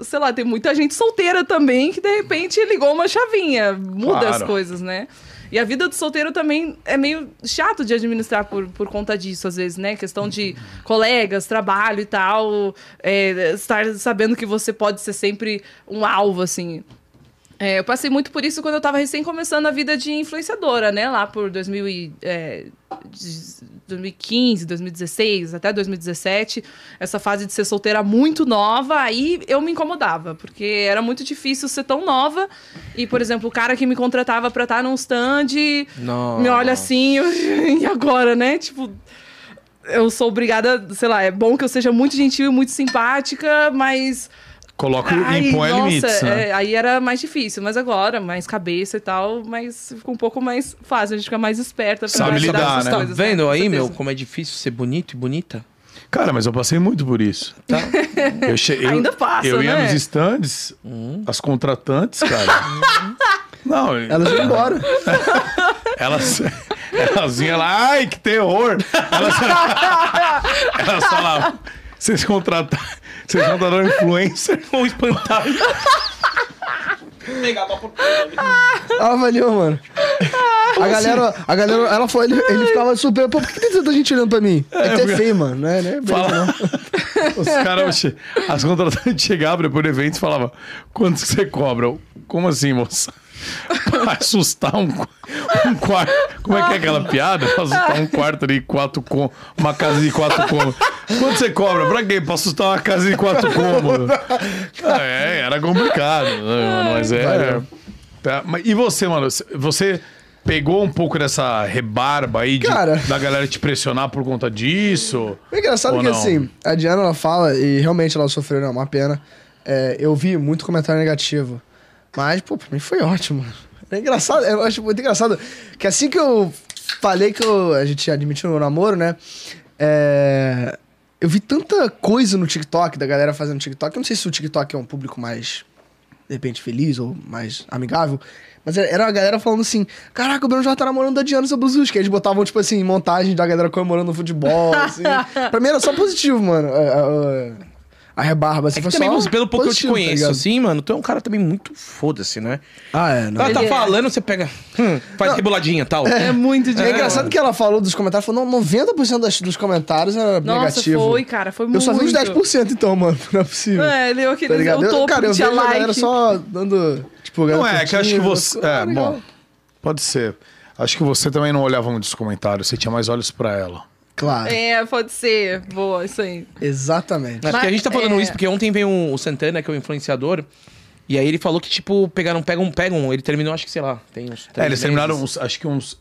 [SPEAKER 4] sei lá, tem muita gente solteira também que de repente ligou uma chavinha, muda
[SPEAKER 1] Claro.
[SPEAKER 4] as coisas, né? E a vida do solteiro também é meio chato de administrar por, por conta disso, às vezes, né? Questão de colegas, trabalho e tal, é, estar sabendo que você pode ser sempre um alvo, assim. É, eu passei muito por isso quando eu tava recém começando a vida de influenciadora, né? Lá por 2000 e, é, de- 2015, 2016, até 2017. Essa fase de ser solteira muito nova, aí eu me incomodava, porque era muito difícil ser tão nova. E, por exemplo, o cara que me contratava pra estar num stand
[SPEAKER 2] Nossa.
[SPEAKER 4] me olha assim, eu- e agora, né? Tipo, eu sou obrigada, sei lá, é bom que eu seja muito gentil e muito simpática, mas.
[SPEAKER 1] Coloca e
[SPEAKER 4] Ai,
[SPEAKER 1] impõe
[SPEAKER 4] nossa,
[SPEAKER 1] limites, né?
[SPEAKER 4] é, aí era mais difícil, mas agora, mais cabeça e tal, mas fica um pouco mais fácil, a gente fica mais esperta pra
[SPEAKER 1] Sabe lidar,
[SPEAKER 4] lidar com essas
[SPEAKER 1] né?
[SPEAKER 2] Tá
[SPEAKER 4] coisas,
[SPEAKER 2] vendo
[SPEAKER 4] Com
[SPEAKER 2] aí,
[SPEAKER 4] certeza.
[SPEAKER 2] meu, como é difícil ser bonito e bonita?
[SPEAKER 1] Cara, mas eu passei muito por isso.
[SPEAKER 2] Tá.
[SPEAKER 1] Eu che... eu-
[SPEAKER 4] Ainda passa,
[SPEAKER 1] Eu ia
[SPEAKER 4] né? Hum.
[SPEAKER 1] nos stands, as contratantes, cara. Não,
[SPEAKER 3] Elas vão embora.
[SPEAKER 1] elas, elas vinham lá, ai, que terror! Elas, elas falavam, vocês contrataram, vocês contrataram influencer.
[SPEAKER 2] Um espantalho.
[SPEAKER 3] Ah, valeu, mano.
[SPEAKER 1] Ah.
[SPEAKER 3] A galera, a galera, ela foi, ele, ele ficava super, pô, por que tem tanta gente olhando pra mim? É que tu é feio, mano, né? né?
[SPEAKER 1] Fala. Os caras, che- as contratantes chegavam depois do evento e falavam: quanto que você cobra? Eu, Como assim, moça? Pra assustar um, um quarto. Como é que é aquela piada? Pra assustar um quarto de quatro com Uma casa de quatro cômodos. Quanto você cobra? Pra quê? Pra assustar uma casa de quatro cômodos. Ah, É, era complicado. né, mano? Mas é.
[SPEAKER 3] Valeu.
[SPEAKER 1] Tá, mas E você, mano? Você pegou um pouco dessa rebarba aí de-
[SPEAKER 3] Cara.
[SPEAKER 1] da galera te pressionar por conta disso?
[SPEAKER 3] É engraçado
[SPEAKER 1] Ou
[SPEAKER 3] que
[SPEAKER 1] não?
[SPEAKER 3] assim, a Diana ela fala, e realmente ela sofreu, não, uma pena. É, eu vi muito comentário negativo. Mas, pô, pra mim foi ótimo. É engraçado, eu acho muito engraçado que assim que eu falei que eu- a gente admitiu o namoro, né? É, eu vi tanta coisa no TikTok, da galera fazendo TikTok. Eu não sei se o TikTok é um público mais de repente, feliz ou mais amigável. Mas era- era a galera falando assim: Caraca, o Bruno Jorge tá namorando da Diana Sobrusus. Que eles botavam, tipo assim, montagem da galera comemorando o futebol. Assim. pra mim era só positivo, mano. A, a- a rebarba, assim,
[SPEAKER 2] É que
[SPEAKER 3] foi
[SPEAKER 2] também,
[SPEAKER 3] só
[SPEAKER 2] você- pelo pouco que eu te
[SPEAKER 3] positivo, tá
[SPEAKER 2] conheço,
[SPEAKER 3] ligado?
[SPEAKER 2] assim, mano, tu é um cara também muito foda-se, né?
[SPEAKER 3] ah, é, não.
[SPEAKER 2] Ela tá
[SPEAKER 4] Ele é.
[SPEAKER 2] falando, você pega. hum, faz reboladinha e tal.
[SPEAKER 4] É muito
[SPEAKER 3] É
[SPEAKER 4] difícil.
[SPEAKER 3] engraçado que ela falou dos comentários, falou: não, 90% das, dos comentários era
[SPEAKER 4] Nossa,
[SPEAKER 3] é negativo.
[SPEAKER 4] foi, cara, foi muito.
[SPEAKER 3] Eu só vi uns 10%, então, mano. Não é possível.
[SPEAKER 4] É, ele, eu
[SPEAKER 3] Tá
[SPEAKER 4] queria dizer,
[SPEAKER 3] ligado?
[SPEAKER 4] o
[SPEAKER 3] Eu,
[SPEAKER 4] topo
[SPEAKER 3] cara, eu
[SPEAKER 4] tinha
[SPEAKER 3] vejo a galera
[SPEAKER 4] like.
[SPEAKER 3] só dando. Tipo,
[SPEAKER 1] Não
[SPEAKER 3] galera
[SPEAKER 1] é, que eu acho que
[SPEAKER 3] curtindo,
[SPEAKER 1] você.
[SPEAKER 3] ah,
[SPEAKER 1] É,
[SPEAKER 3] legal.
[SPEAKER 1] bom. Pode ser. Acho que você também não olhava muito os comentários, você tinha mais olhos pra ela.
[SPEAKER 3] Claro.
[SPEAKER 4] É, pode ser. Boa, isso aí.
[SPEAKER 3] Exatamente.
[SPEAKER 2] É, porque a gente tá falando
[SPEAKER 4] Mas, é.
[SPEAKER 2] isso, porque ontem veio um, o Santana, que é o influenciador, e aí ele falou que, tipo, pegaram, pegam, pegam. Ele terminou, acho que, sei lá, tem uns.
[SPEAKER 1] É,
[SPEAKER 2] três
[SPEAKER 1] eles terminaram
[SPEAKER 2] meses.
[SPEAKER 1] uns, acho que uns.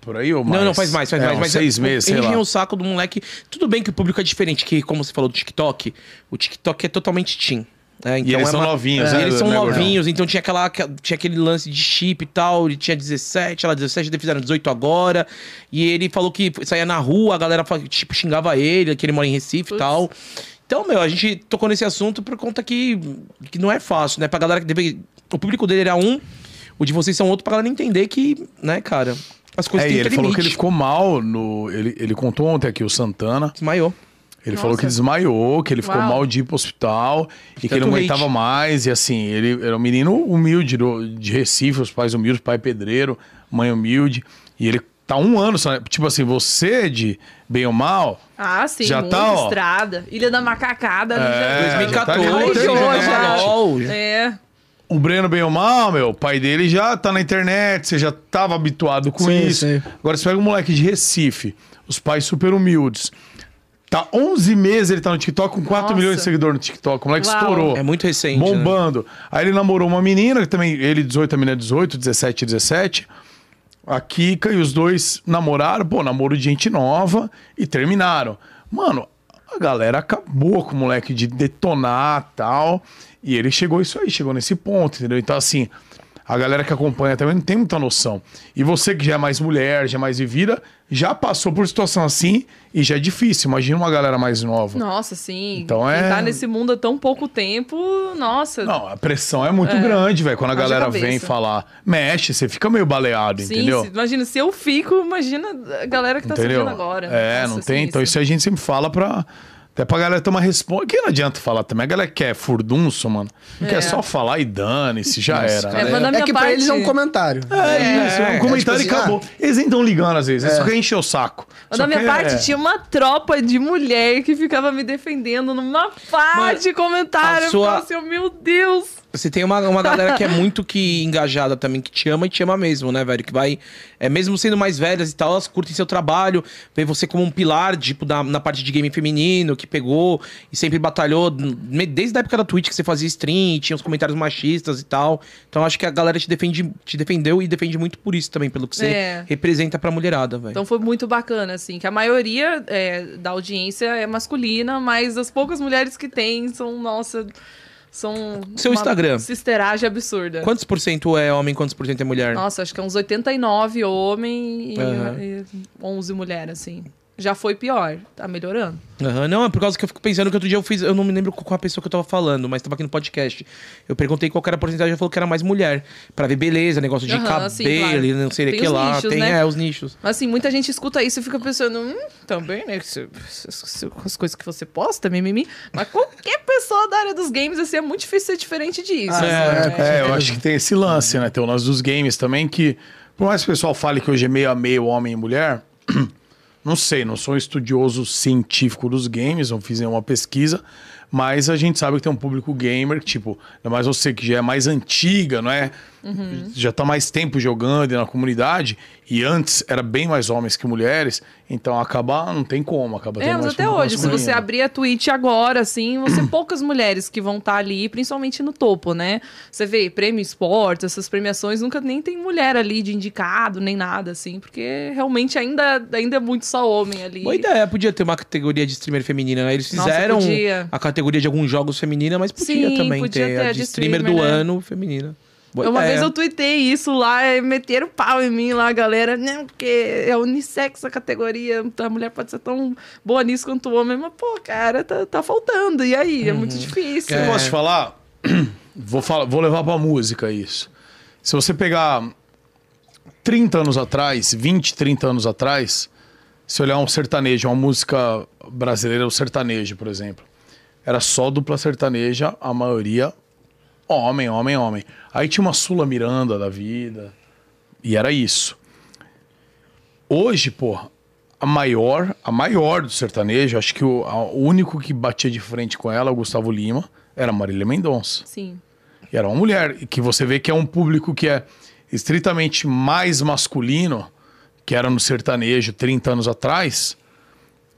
[SPEAKER 1] Por aí ou mais?
[SPEAKER 2] Não, não, faz mais, faz
[SPEAKER 1] É,
[SPEAKER 2] mais.
[SPEAKER 1] uns
[SPEAKER 2] Mas
[SPEAKER 1] seis
[SPEAKER 2] é,
[SPEAKER 1] meses, sei lá.
[SPEAKER 2] Enchem o saco do moleque. Tudo bem que o público é diferente, que como você falou do TikTok, o TikTok é totalmente teen. né? Então
[SPEAKER 1] eles
[SPEAKER 2] é
[SPEAKER 1] são novinhos,
[SPEAKER 2] é,
[SPEAKER 1] né,
[SPEAKER 2] Eles são
[SPEAKER 1] né, Gordão?
[SPEAKER 2] novinhos, então tinha, aquela, aqua- tinha aquele lance de chip e tal. Ele tinha 17, ela 17, eles fizeram 18 agora. E ele falou que saía na rua, a galera fa- tipo, xingava ele, que ele mora em Recife e tal. Então, meu, a gente tocou nesse assunto por conta que, que não é fácil, né? Pra galera que deve. O público dele era um, o de vocês são outro, pra galera entender que, né, cara, as coisas
[SPEAKER 1] É, e
[SPEAKER 2] têm
[SPEAKER 1] ele
[SPEAKER 2] ter
[SPEAKER 1] falou que
[SPEAKER 2] limite.
[SPEAKER 1] ele ficou mal no. Ele, ele contou ontem aqui o Santana.
[SPEAKER 2] Desmaiou.
[SPEAKER 1] Ele falou que desmaiou, que ele ficou
[SPEAKER 4] Uau.
[SPEAKER 1] mal de ir pro hospital e que ele
[SPEAKER 2] tanto
[SPEAKER 1] não aguentava
[SPEAKER 2] hate.
[SPEAKER 1] mais. E assim, ele era um menino humilde do- de Recife, os pais humildes, pai pedreiro, mãe humilde. E ele tá um ano só. né? Tipo assim, você de bem ou mal.
[SPEAKER 4] Ah, sim,
[SPEAKER 1] Já
[SPEAKER 4] muita
[SPEAKER 1] tá, ó.
[SPEAKER 4] estrada. Ilha da Macacada. né,
[SPEAKER 1] É,
[SPEAKER 4] ali já-
[SPEAKER 1] já tá ali,
[SPEAKER 2] 2014,
[SPEAKER 1] já tá
[SPEAKER 4] Jogava
[SPEAKER 2] jogava
[SPEAKER 4] já.
[SPEAKER 2] LOL.
[SPEAKER 4] É.
[SPEAKER 1] O Breno, bem ou mal, meu, o pai dele já tá na internet, você já tava habituado com
[SPEAKER 3] Sim,
[SPEAKER 1] isso.
[SPEAKER 3] sim.
[SPEAKER 1] Agora você pega um moleque de Recife, os pais super humildes. Tá 11 meses ele tá no TikTok com 4
[SPEAKER 4] Nossa.
[SPEAKER 1] milhões de seguidores no TikTok. O moleque
[SPEAKER 4] Uau.
[SPEAKER 1] estourou.
[SPEAKER 2] É muito recente, né?
[SPEAKER 1] Bombando. Aí ele namorou uma menina, que também ele 18, a menina 18, 17, 17. a Kika e os dois namoraram, pô, namoro de gente nova e terminaram. Mano, a galera acabou com o moleque de detonar tal. E ele chegou isso aí, chegou nesse ponto, entendeu? Então, assim, a galera que acompanha também não tem muita noção. E você que já é mais mulher, já é mais vivida, já passou por situação assim e já é difícil. Imagina uma galera mais nova.
[SPEAKER 4] Nossa, sim.
[SPEAKER 1] Então
[SPEAKER 4] Quem
[SPEAKER 1] é-
[SPEAKER 4] tá nesse mundo há tão pouco tempo, nossa.
[SPEAKER 1] Não, a pressão é muito grande, velho. Quando a
[SPEAKER 4] Haja
[SPEAKER 1] galera
[SPEAKER 4] cabeça.
[SPEAKER 1] vem falar, mexe, você fica meio baleado,
[SPEAKER 4] sim,
[SPEAKER 1] entendeu?
[SPEAKER 4] se- imagina, se eu fico, imagina a galera que tá
[SPEAKER 1] entendeu?
[SPEAKER 4] surgindo agora.
[SPEAKER 1] É,
[SPEAKER 4] Nossa,
[SPEAKER 1] não tem.
[SPEAKER 4] sinistro.
[SPEAKER 1] Então isso a gente sempre fala pra. Até pra galera ter uma resposta. Que não adianta falar também. A galera quer furdunço, mano.
[SPEAKER 4] É.
[SPEAKER 1] Quer só falar e dane-se, já era.
[SPEAKER 4] cara, É, mas na
[SPEAKER 3] é
[SPEAKER 4] minha
[SPEAKER 3] que pra
[SPEAKER 4] parte-
[SPEAKER 3] eles é um comentário.
[SPEAKER 1] É, isso, é um comentário
[SPEAKER 3] É, tipo
[SPEAKER 1] e
[SPEAKER 3] assim,
[SPEAKER 1] acabou. Eles nem estão ligando às vezes, é só quer encher o saco.
[SPEAKER 4] Mas
[SPEAKER 1] Só é-
[SPEAKER 4] Na minha
[SPEAKER 1] quer-
[SPEAKER 4] parte, tinha uma tropa de mulher que ficava me defendendo numa pá
[SPEAKER 2] Mas
[SPEAKER 4] de comentário.
[SPEAKER 2] a sua-
[SPEAKER 4] Eu ficava assim, meu Deus.
[SPEAKER 2] Você tem uma, uma galera que é muito que engajada também, que te ama e te ama mesmo, né, velho? Que vai, é, mesmo sendo mais velhas e tal, elas curtem seu trabalho, vê você como um pilar, tipo, na, na parte de game feminino, que pegou e sempre batalhou, me- desde a época da Twitch que você fazia stream, tinha os comentários machistas e tal. Então acho que a galera te, defende, te defendeu e defende muito por isso também, pelo que você
[SPEAKER 4] É.
[SPEAKER 2] representa pra mulherada, velho.
[SPEAKER 4] Então foi muito bacana, assim, que a maioria é, da audiência é masculina, mas as poucas mulheres que tem são, nossa, são.
[SPEAKER 2] Seu
[SPEAKER 4] uma
[SPEAKER 2] Instagram.
[SPEAKER 4] Sisteragem absurda.
[SPEAKER 2] Quantos por cento é homem, quantos por cento é mulher?
[SPEAKER 4] Nossa, acho que é uns 89 homem e,
[SPEAKER 2] Aham.
[SPEAKER 4] e 11 mulher, assim. Já foi pior, tá melhorando.
[SPEAKER 2] Aham, Não, é por causa que eu fico pensando que outro dia eu fiz. Eu não me lembro qual a pessoa que eu tava falando, mas tava aqui no podcast. Eu perguntei qual que era a porcentagem, ela falou que era mais mulher. Pra ver beleza, negócio de
[SPEAKER 4] Aham,
[SPEAKER 2] cabelo,
[SPEAKER 4] sim, claro.
[SPEAKER 2] não sei o
[SPEAKER 4] Tem
[SPEAKER 2] que
[SPEAKER 4] os
[SPEAKER 2] lá.
[SPEAKER 4] nichos,
[SPEAKER 2] tem
[SPEAKER 4] né?
[SPEAKER 2] é, os nichos.
[SPEAKER 4] Mas assim, muita gente escuta isso e fica pensando, hum, também, né? se- se- se- As coisas que você posta, mimimi. Mas qualquer pessoa da área dos games, assim, é muito difícil ser diferente disso.
[SPEAKER 2] Ah,
[SPEAKER 4] assim,
[SPEAKER 2] é.
[SPEAKER 4] né?
[SPEAKER 1] É, eu acho que tem esse lance, né? Tem o lance dos games também, que por mais que o pessoal fale que hoje é meio a meio homem e mulher, não sei, não sou um estudioso científico dos games, não fiz nenhuma pesquisa, mas a gente sabe que tem um público gamer, que, tipo, ainda mais você que já é mais antiga, não é?
[SPEAKER 4] Uhum.
[SPEAKER 1] Já tá mais tempo jogando e na comunidade, e antes era bem mais homens que mulheres, então acaba, não tem como, acaba
[SPEAKER 4] É,
[SPEAKER 1] tendo
[SPEAKER 4] mas
[SPEAKER 1] mais
[SPEAKER 4] até
[SPEAKER 1] público
[SPEAKER 4] hoje, se
[SPEAKER 1] masculino.
[SPEAKER 4] você abrir a Twitch agora, assim, você poucas mulheres que vão estar ali, principalmente no topo, né? Você vê prêmio esporte, essas premiações, nunca nem tem mulher ali de indicado, nem nada, assim, porque realmente ainda, ainda é muito só homem ali.
[SPEAKER 2] Boa ideia, podia ter uma categoria de streamer feminina, né? Eles
[SPEAKER 4] Nossa,
[SPEAKER 2] fizeram
[SPEAKER 4] podia.
[SPEAKER 2] a categoria de alguns jogos feminina, mas podia
[SPEAKER 4] Sim,
[SPEAKER 2] também
[SPEAKER 4] podia
[SPEAKER 2] ter,
[SPEAKER 4] ter
[SPEAKER 2] a
[SPEAKER 4] a
[SPEAKER 2] de
[SPEAKER 4] de
[SPEAKER 2] streamer,
[SPEAKER 4] streamer,
[SPEAKER 2] do
[SPEAKER 4] né?
[SPEAKER 2] ano feminina.
[SPEAKER 1] É.
[SPEAKER 2] Boa
[SPEAKER 4] Uma
[SPEAKER 2] ideia.
[SPEAKER 4] vez eu tuitei isso lá, e meteram pau em mim lá, a galera. Não, porque é unissex a categoria, então a mulher pode ser tão boa nisso quanto o homem. Mas, pô, cara, tá, tá faltando. E aí?
[SPEAKER 1] Uhum.
[SPEAKER 4] É muito difícil.
[SPEAKER 1] Eu posso te falar? Vou, falar, vou levar pra música isso. Se você pegar 30 anos atrás, 20, 30 anos atrás, se olhar um sertanejo, uma música brasileira, o sertanejo, por exemplo, era só dupla sertaneja, a maioria homem, homem, homem. Aí tinha uma Sula Miranda da vida, e era isso. Hoje, porra, a maior, a maior do sertanejo, acho que o, a- o único que batia de frente com ela, o Gustavo Lima, era Marília Mendonça.
[SPEAKER 4] Sim.
[SPEAKER 1] E era uma mulher, e que você vê que é um público que é estritamente mais masculino, que era no sertanejo 30 anos atrás.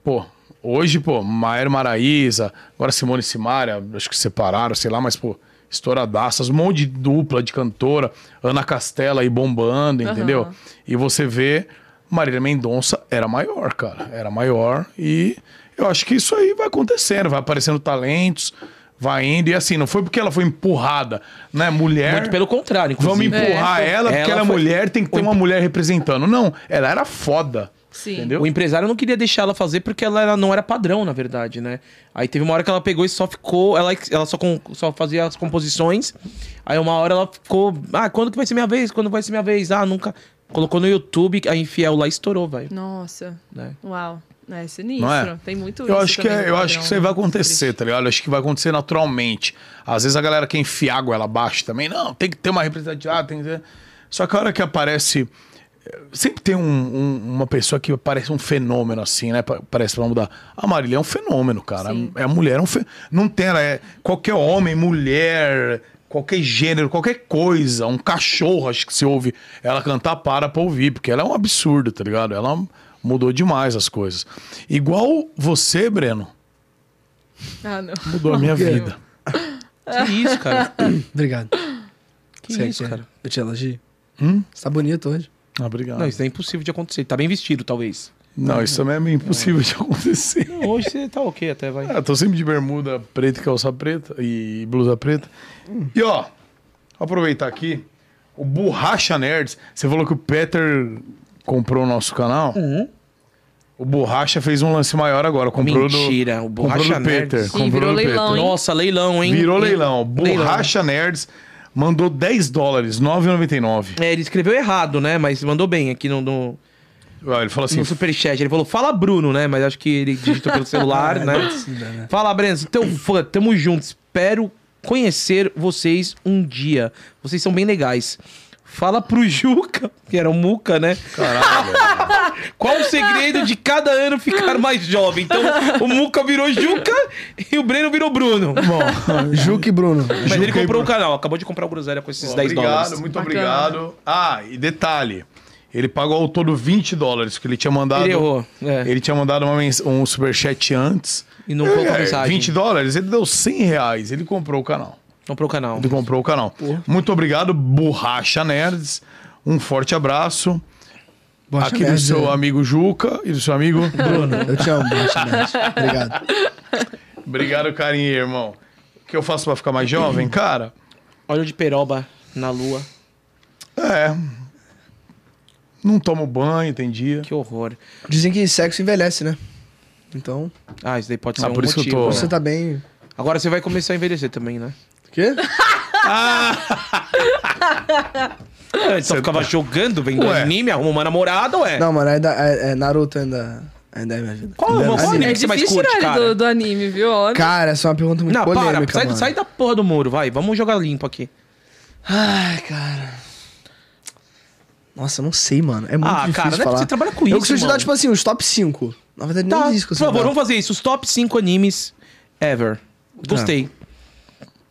[SPEAKER 1] Pô, hoje, pô, Maer Maraíza, agora Simone e Simaria, acho que separaram, sei lá, mas, pô, estouradaças, um monte de dupla de cantora, Ana Castela aí bombando, entendeu?
[SPEAKER 4] Aham.
[SPEAKER 1] E você vê, Marília Mendonça era maior, cara. Era maior. E eu acho que isso aí vai acontecendo, vai aparecendo talentos, vai indo. E assim, não foi porque ela foi empurrada, né? Mulher.
[SPEAKER 2] Muito pelo contrário,
[SPEAKER 1] Vamos
[SPEAKER 2] inclusive.
[SPEAKER 1] empurrar
[SPEAKER 2] É.
[SPEAKER 1] ela porque ela, é
[SPEAKER 2] foi-
[SPEAKER 1] mulher, tem que ter uma mulher representando. Não, ela era foda.
[SPEAKER 4] Sim.
[SPEAKER 1] Entendeu?
[SPEAKER 2] O empresário não queria deixar ela fazer porque ela era- não era padrão, na verdade, né? Aí teve uma hora que ela pegou e só ficou. Ela, ela só, com- só fazia as composições. Aí uma hora ela ficou. Ah, quando que vai ser minha vez? Quando vai ser minha vez? Ah, nunca. Colocou no YouTube, a Infiel lá estourou, velho.
[SPEAKER 4] Nossa.
[SPEAKER 2] né?
[SPEAKER 4] Uau. É sinistro.
[SPEAKER 1] Não é?
[SPEAKER 4] Tem muito
[SPEAKER 1] Eu
[SPEAKER 4] isso
[SPEAKER 1] acho, que
[SPEAKER 4] também
[SPEAKER 1] é-
[SPEAKER 4] no
[SPEAKER 1] eu
[SPEAKER 4] padrão,
[SPEAKER 1] acho que isso aí vai
[SPEAKER 4] né?
[SPEAKER 1] acontecer, tá ligado? Eu acho que vai acontecer naturalmente. Às vezes a galera quer enfiar a goela abaixo também. Não, tem que ter uma representatividade, tem que ter... Só que a hora que aparece... eh, Sempre tem um- um- uma pessoa que parece um fenômeno, assim, né? Pa- Parece, vamos mudar. A Marília é um fenômeno, cara.
[SPEAKER 4] Sim.
[SPEAKER 1] É a mulher, é um fe... Não tem, ela é qualquer homem, mulher, qualquer gênero, qualquer coisa. Um cachorro, acho que se ouve ela cantar, para pra ouvir, porque ela é um absurdo, tá ligado? Ela mudou demais as coisas. Igual você, Breno.
[SPEAKER 4] Ah, não.
[SPEAKER 1] Mudou a minha vida.
[SPEAKER 2] Que isso, cara.
[SPEAKER 3] Obrigado.
[SPEAKER 2] Que
[SPEAKER 3] Você
[SPEAKER 2] isso,
[SPEAKER 3] quer-
[SPEAKER 2] cara.
[SPEAKER 3] Eu te elogio?
[SPEAKER 1] Hum?
[SPEAKER 3] Você tá bonito hoje.
[SPEAKER 1] Ah, obrigado.
[SPEAKER 2] Não, isso é impossível de acontecer. Ele tá bem vestido, talvez.
[SPEAKER 1] Não, isso também é meio impossível de acontecer.
[SPEAKER 2] Não, hoje você tá ok até, vai.
[SPEAKER 1] Ah, tô sempre de bermuda preta e calça preta e blusa preta. E ó, aproveitar aqui, o Borracha Nerds, você falou que o Peter comprou o nosso canal. O Borracha fez um lance maior agora, comprou
[SPEAKER 2] Mentira,
[SPEAKER 1] do
[SPEAKER 2] o Borracha
[SPEAKER 1] comprou do
[SPEAKER 2] Nerds.
[SPEAKER 1] Peter,
[SPEAKER 2] Ih,
[SPEAKER 1] comprou
[SPEAKER 4] virou
[SPEAKER 1] do Peter.
[SPEAKER 4] leilão, hein?
[SPEAKER 2] Nossa, leilão, hein?
[SPEAKER 1] Virou leilão.
[SPEAKER 2] Leilão.
[SPEAKER 1] Borracha Nerds mandou 10 dólares, 9,99.
[SPEAKER 2] É, ele escreveu errado, né? Mas mandou bem aqui no, no,
[SPEAKER 1] Ah, Ele falou assim,
[SPEAKER 2] no superchat. Ele falou, fala Bruno, né? Mas acho que ele digitou pelo
[SPEAKER 1] É,
[SPEAKER 2] celular, né? Fala, Brenzo, teu fã, tamo junto. Espero conhecer vocês um dia. Vocês são bem legais. Fala pro Juca, que era o Muca, né?
[SPEAKER 1] caralho.
[SPEAKER 2] Qual o segredo de cada ano ficar mais jovem? Então, o Muca virou Juca e o Breno virou Bruno. Ah,
[SPEAKER 3] Juca e Bruno.
[SPEAKER 2] Mas ele
[SPEAKER 1] Juca e
[SPEAKER 2] comprou o canal, acabou de comprar o Groselha com esses 10
[SPEAKER 1] obrigado,
[SPEAKER 2] dólares.
[SPEAKER 1] muito
[SPEAKER 4] Bacana.
[SPEAKER 1] obrigado. Ah, e detalhe, ele pagou ao todo 20 dólares, que ele tinha mandado...
[SPEAKER 2] Ele errou. É.
[SPEAKER 1] Ele tinha mandado uma mens- um superchat antes.
[SPEAKER 2] E não colocou
[SPEAKER 1] É,
[SPEAKER 2] mensagem.
[SPEAKER 1] 20 dólares, ele deu 100 reais, ele comprou o canal.
[SPEAKER 2] Comprou o canal.
[SPEAKER 1] Ele comprou o canal. Muito obrigado, Borracha Nerds. Um forte abraço.
[SPEAKER 3] Borracha
[SPEAKER 1] aqui do
[SPEAKER 3] Nerds,
[SPEAKER 1] seu
[SPEAKER 3] né?
[SPEAKER 1] amigo Juca e do seu amigo Bruno.
[SPEAKER 3] Eu te amo, Borracha Nerds. Obrigado.
[SPEAKER 1] Obrigado, carinho, irmão. O que eu faço pra ficar mais jovem, cara?
[SPEAKER 2] Óleo de peroba na lua.
[SPEAKER 1] É. Não tomo banho, tem dia.
[SPEAKER 2] Que horror.
[SPEAKER 3] Dizem que sexo envelhece, né? Então,
[SPEAKER 2] Ah, isso daí pode ser
[SPEAKER 1] Ah,
[SPEAKER 2] um
[SPEAKER 1] por isso eu
[SPEAKER 2] motivo.
[SPEAKER 1] tô-
[SPEAKER 2] né?
[SPEAKER 3] você tá bem.
[SPEAKER 2] Agora você vai começar a envelhecer também, né?
[SPEAKER 3] O quê?
[SPEAKER 2] Antes só É, então, ficava jogando, vendo
[SPEAKER 1] Ué.
[SPEAKER 2] anime, arruma uma namorada, ué.
[SPEAKER 3] Não, mano, ainda, é, é Naruto ainda, ainda é minha vida.
[SPEAKER 2] Qual é o
[SPEAKER 3] Ainda
[SPEAKER 2] qual
[SPEAKER 3] assim.
[SPEAKER 2] anime
[SPEAKER 4] É
[SPEAKER 2] que você mais
[SPEAKER 4] difícil
[SPEAKER 2] curte,
[SPEAKER 4] tirar ele
[SPEAKER 2] cara?
[SPEAKER 4] do, do anime, viu? Olha.
[SPEAKER 3] Cara, essa é uma pergunta muito
[SPEAKER 2] Não,
[SPEAKER 3] polêmica,
[SPEAKER 2] para, sai,
[SPEAKER 3] mano.
[SPEAKER 2] sai da porra do muro, vai. Vamos jogar limpo aqui.
[SPEAKER 3] Ai, cara. Nossa, eu não sei, mano. É muito
[SPEAKER 2] Ah,
[SPEAKER 3] difícil
[SPEAKER 2] cara, não é
[SPEAKER 3] falar.
[SPEAKER 2] que você trabalha com
[SPEAKER 3] Eu
[SPEAKER 2] isso,
[SPEAKER 3] preciso te dar,
[SPEAKER 2] mano.
[SPEAKER 3] tipo assim, os top 5. Na verdade,
[SPEAKER 2] Tá,
[SPEAKER 3] nem isso
[SPEAKER 2] por
[SPEAKER 3] que eu sei.
[SPEAKER 2] favor,
[SPEAKER 3] dar.
[SPEAKER 2] vamos fazer isso. Os top 5 animes ever. Gostei.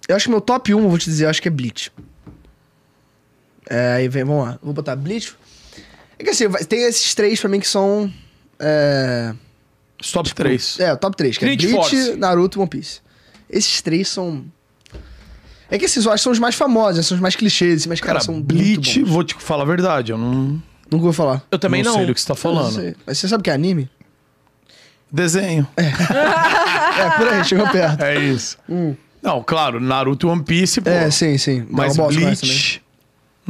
[SPEAKER 3] Eu acho que meu top 1, eu vou te dizer, eu acho que é Bleach. É, aí vem, vamos lá. Vou botar Bleach. É que assim, vai- tem esses três pra mim que são. É,
[SPEAKER 1] Top 3.
[SPEAKER 3] é o top 3, que é
[SPEAKER 2] Bleach
[SPEAKER 3] Bleach,
[SPEAKER 2] Force.
[SPEAKER 3] Naruto e One Piece. Esses três são. É que esses eu acho que são os mais famosos, né? são os mais clichês, assim, mas, cara,
[SPEAKER 1] Cara,
[SPEAKER 3] são
[SPEAKER 1] Bleach,
[SPEAKER 3] muito bons.
[SPEAKER 1] vou te falar a verdade, eu não,
[SPEAKER 3] Nunca vou falar.
[SPEAKER 2] Eu também não.
[SPEAKER 1] sei do que você tá
[SPEAKER 3] Eu
[SPEAKER 1] falando.
[SPEAKER 3] sei. Mas você sabe o que é anime?
[SPEAKER 1] Desenho. É,
[SPEAKER 2] Ah.
[SPEAKER 3] É, por aí, chegou perto.
[SPEAKER 1] isso. Não, claro, Naruto e One Piece, pô.
[SPEAKER 3] É, sim, sim.
[SPEAKER 1] Mas
[SPEAKER 3] Dragon Ball você conhece também.
[SPEAKER 1] Bleach.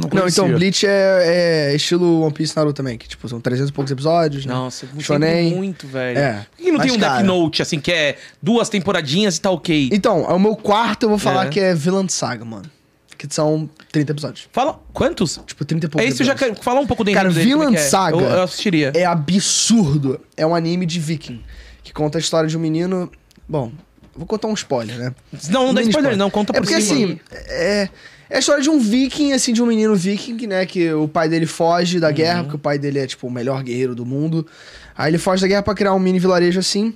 [SPEAKER 1] Não,
[SPEAKER 3] né? Não,
[SPEAKER 1] conhecia.
[SPEAKER 3] então, Bleach é, é estilo One Piece Naruto também, que tipo, são 300 e poucos episódios, né?
[SPEAKER 2] Nossa, eu sempre
[SPEAKER 3] Shonen.
[SPEAKER 2] muito, velho.
[SPEAKER 3] É.
[SPEAKER 2] Por que não tem
[SPEAKER 3] Mas,
[SPEAKER 2] um
[SPEAKER 3] cara-
[SPEAKER 2] Death Note, assim, que é duas temporadinhas e tá ok?
[SPEAKER 3] Então, é o meu quarto, eu vou falar
[SPEAKER 2] É.
[SPEAKER 3] que é Villain Saga, mano. Que são 30 episódios.
[SPEAKER 2] Fala, quantos?
[SPEAKER 3] Tipo, 30 e
[SPEAKER 2] É
[SPEAKER 3] poucos
[SPEAKER 2] isso, eu já
[SPEAKER 3] episódios.
[SPEAKER 2] quero falar um pouco do
[SPEAKER 3] Cara,
[SPEAKER 2] enredo dele, como
[SPEAKER 3] Vinland
[SPEAKER 2] é que é.
[SPEAKER 3] Saga.
[SPEAKER 2] Eu, eu assistiria.
[SPEAKER 3] É absurdo. É um anime de viking, que conta a história de um menino... Bom, vou contar um spoiler, né?
[SPEAKER 2] Não, não dá
[SPEAKER 3] Mini
[SPEAKER 2] spoiler, não. Conta
[SPEAKER 3] é
[SPEAKER 2] por
[SPEAKER 3] porque,
[SPEAKER 2] cima.
[SPEAKER 3] assim, é, é a história de um viking, assim, de um menino viking, né? Que o pai dele foge da
[SPEAKER 2] Uhum.
[SPEAKER 3] guerra, porque o pai dele é, tipo, o melhor guerreiro do mundo. Aí ele foge da guerra pra criar um mini vilarejo assim.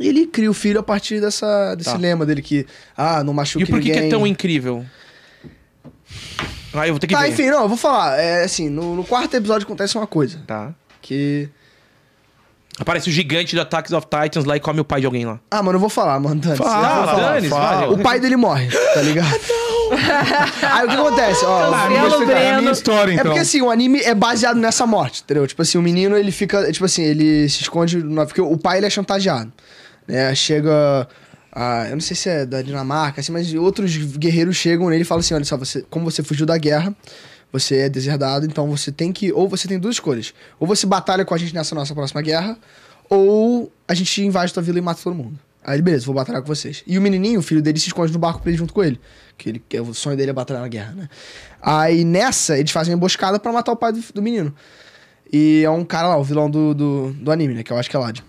[SPEAKER 3] E ele cria o filho a partir dessa, desse
[SPEAKER 2] Tá.
[SPEAKER 3] lema dele que, ah, não machuque
[SPEAKER 2] E por que, que
[SPEAKER 3] ninguém.
[SPEAKER 2] é tão incrível? Ah, eu vou ter que
[SPEAKER 3] Tá,
[SPEAKER 2] ver.
[SPEAKER 3] enfim, não, eu vou falar. É assim, no, no quarto episódio acontece uma coisa.
[SPEAKER 2] Tá.
[SPEAKER 3] Que.
[SPEAKER 2] Aparece o gigante do Attacks of Titans lá e come o pai de alguém lá.
[SPEAKER 3] Ah, mano, eu vou falar, mano. Dani,
[SPEAKER 1] Fala,
[SPEAKER 3] eu vou falar.
[SPEAKER 2] Dani, fala.
[SPEAKER 3] O pai dele morre, tá ligado? Aí o que acontece? Ó,
[SPEAKER 4] Ah, Cancela
[SPEAKER 3] eu vou
[SPEAKER 4] o
[SPEAKER 3] explicar.
[SPEAKER 4] Breno.
[SPEAKER 1] É a minha história,
[SPEAKER 3] É
[SPEAKER 1] então.
[SPEAKER 3] porque assim, o anime é baseado nessa morte, entendeu? Tipo assim, o menino ele fica. Tipo assim, ele se esconde. no- Porque o pai ele é chantageado. Né? Chega. a- eu não sei se é da Dinamarca, assim, mas outros guerreiros chegam nele e falam assim: olha só, você, como você fugiu da guerra, você é deserdado, então você tem que. Ou você tem duas escolhas. Ou você batalha com a gente nessa nossa próxima guerra, ou a gente invade tua vila e mata todo mundo. Aí ele, beleza, vou batalhar com vocês. E o menininho, o filho dele, se esconde no barco pra ele junto com ele. Que, ele, que o sonho dele é batalhar na guerra, né? Aí nessa, eles fazem uma emboscada pra matar o pai do, do menino. E é um cara lá, o vilão do, do, do anime, né? Que eu acho que é Lad.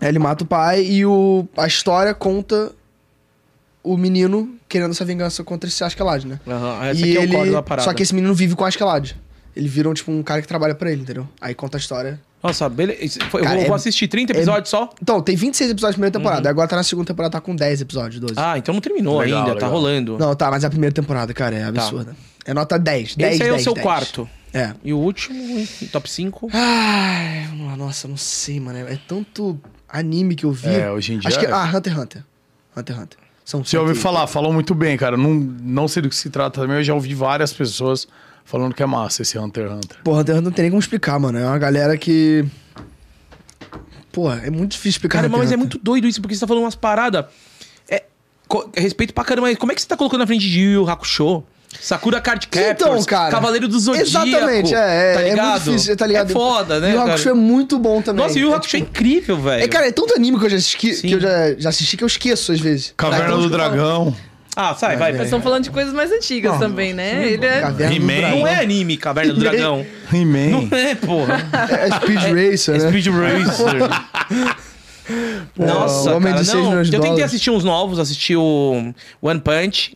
[SPEAKER 3] Aí ele mata o pai e o, a história conta o menino querendo essa vingança contra esse Askeladd, né?
[SPEAKER 2] Aham, esse aqui
[SPEAKER 3] E
[SPEAKER 2] é o
[SPEAKER 3] ele-
[SPEAKER 2] código da parada.
[SPEAKER 3] Só que esse menino vive com o Askeladd. Ele vira um, tipo, um cara que trabalha pra ele, entendeu? Aí conta a história.
[SPEAKER 2] Nossa, beleza. Isso foi-
[SPEAKER 3] Cara,
[SPEAKER 2] eu vou,
[SPEAKER 3] é-
[SPEAKER 2] vou assistir 30 episódios só?
[SPEAKER 3] Então, tem 26 episódios na primeira
[SPEAKER 2] Uhum.
[SPEAKER 3] temporada. Agora tá na segunda temporada, tá com 10 episódios, 12.
[SPEAKER 2] Ah, então não terminou
[SPEAKER 1] Legal,
[SPEAKER 2] ainda, tá
[SPEAKER 1] legal.
[SPEAKER 2] rolando.
[SPEAKER 3] Não, tá, mas a primeira temporada, cara, é absurda. É nota 10, 10,
[SPEAKER 2] Tá. Esse aí é o
[SPEAKER 3] 10,
[SPEAKER 2] seu
[SPEAKER 3] 10.
[SPEAKER 2] quarto.
[SPEAKER 3] É.
[SPEAKER 2] E o último, enfim, top 5.
[SPEAKER 3] Ai, vamos lá, nossa, não sei, mano. É tanto anime que eu vi.
[SPEAKER 1] É, hoje em dia
[SPEAKER 3] Acho que,
[SPEAKER 1] é.
[SPEAKER 3] Ah, Hunter x Hunter. Hunter x Hunter. São
[SPEAKER 1] Você ouviu
[SPEAKER 3] cento e-
[SPEAKER 1] falar, falou muito bem, cara. Não, não sei do que se trata também. Eu já ouvi várias pessoas falando que é massa esse Hunter x Hunter.
[SPEAKER 3] Porra, Hunter x Hunter não tem nem como explicar, mano. É uma galera que. Porra, é muito difícil explicar.
[SPEAKER 2] Cara,
[SPEAKER 3] Hunter
[SPEAKER 2] mas
[SPEAKER 3] x
[SPEAKER 2] é
[SPEAKER 3] Hunter.
[SPEAKER 2] muito doido isso, porque você tá falando umas paradas. É, co- é respeito pra caramba. mas Como é que você tá colocando na frente de Yu Yu Hakusho? Sakura Card Captors,
[SPEAKER 3] Então, cara.
[SPEAKER 2] Cavaleiro do Zodíaco.
[SPEAKER 3] Exatamente, é. é
[SPEAKER 2] tá ligado?
[SPEAKER 3] É muito difícil, tá ligado?
[SPEAKER 2] É foda, né?
[SPEAKER 3] E o Hakusho é
[SPEAKER 2] cara?
[SPEAKER 3] muito bom também.
[SPEAKER 2] Nossa, Yu Yu
[SPEAKER 3] É,
[SPEAKER 2] Hakusho é,
[SPEAKER 3] tipo,
[SPEAKER 2] incrível, velho.
[SPEAKER 3] É, cara, é tanto anime que eu já assisti
[SPEAKER 2] Sim. É,
[SPEAKER 3] que eu, já, já assisti que eu esqueço às vezes.
[SPEAKER 1] Caverna
[SPEAKER 3] Então,
[SPEAKER 1] do
[SPEAKER 3] tipo,
[SPEAKER 1] Dragão.
[SPEAKER 2] Ah,
[SPEAKER 3] é
[SPEAKER 2] sai, vai.
[SPEAKER 4] Nós estamos falando de coisas mais antigas
[SPEAKER 3] Não,
[SPEAKER 4] também, né? Ele é...
[SPEAKER 3] Caverna do
[SPEAKER 1] He-Man.
[SPEAKER 3] Dragão.
[SPEAKER 2] Não é anime, Caverna do Dragão.
[SPEAKER 1] He-Man.
[SPEAKER 2] Não é, porra.
[SPEAKER 3] É Speed Racer, né?
[SPEAKER 2] Speed Racer. Nossa,
[SPEAKER 3] o Homem
[SPEAKER 2] cara,
[SPEAKER 3] de Seis
[SPEAKER 2] não. Eu
[SPEAKER 3] Milhões de
[SPEAKER 2] tentei
[SPEAKER 3] Dólares.
[SPEAKER 2] assistir uns novos, assisti o One Punch.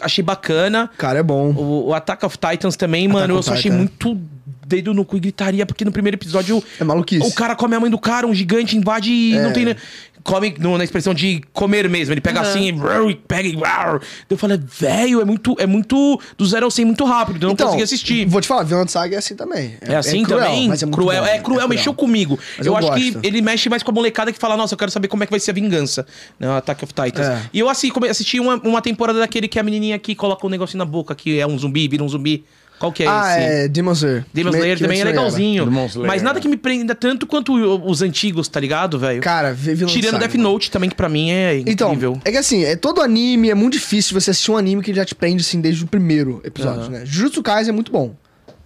[SPEAKER 2] Achei bacana.
[SPEAKER 3] Cara, é bom.
[SPEAKER 2] O, o Attack of Titans também, mano, eu
[SPEAKER 3] of
[SPEAKER 2] só achei
[SPEAKER 3] Titan.
[SPEAKER 2] muito dedo no cu e gritaria, porque no primeiro episódio
[SPEAKER 3] É maluquice. É.
[SPEAKER 2] o cara come a mãe do cara, um gigante invade e não tem. Come no- na expressão de comer mesmo. Ele pega assim, e pega e. Daí Eu falei, velho, é muito, é muito. Do zero ao 100 muito rápido, então eu não consegui assistir.
[SPEAKER 3] Vou te falar, Violent Saga é assim também.
[SPEAKER 2] É assim
[SPEAKER 3] cruel,
[SPEAKER 2] também?
[SPEAKER 3] mas é muito
[SPEAKER 2] cruel,
[SPEAKER 3] bom.
[SPEAKER 2] é cruel, mexeu comigo.
[SPEAKER 3] Mas
[SPEAKER 2] eu
[SPEAKER 3] eu
[SPEAKER 2] acho
[SPEAKER 3] gosto.
[SPEAKER 2] que ele mexe mais com a molecada que fala, nossa, eu quero saber como é que vai ser a vingança. Não, Attack of Titans.
[SPEAKER 3] É.
[SPEAKER 2] E eu assim, come- assisti uma, uma temporada daquele que a menininha aqui coloca um negocinho na boca, que é um zumbi, vira um zumbi. Qual que é
[SPEAKER 3] Ah,
[SPEAKER 2] esse?
[SPEAKER 3] é Demon Slayer.
[SPEAKER 2] Demon Slayer também é
[SPEAKER 3] Kimetsu no Yaiba.
[SPEAKER 2] legalzinho.
[SPEAKER 1] Demon Slayer.
[SPEAKER 2] Mas nada que me prenda tanto quanto o- os antigos, tá ligado, velho?
[SPEAKER 3] Cara, vê Villain
[SPEAKER 2] Tirando
[SPEAKER 3] Saga.
[SPEAKER 2] Death Note também, que pra mim é
[SPEAKER 3] Então,
[SPEAKER 2] incrível.
[SPEAKER 3] é que assim, é todo anime, é muito difícil você assistir um anime que já te prende, assim, desde o primeiro episódio, né? Jujutsu Kaisen é muito bom.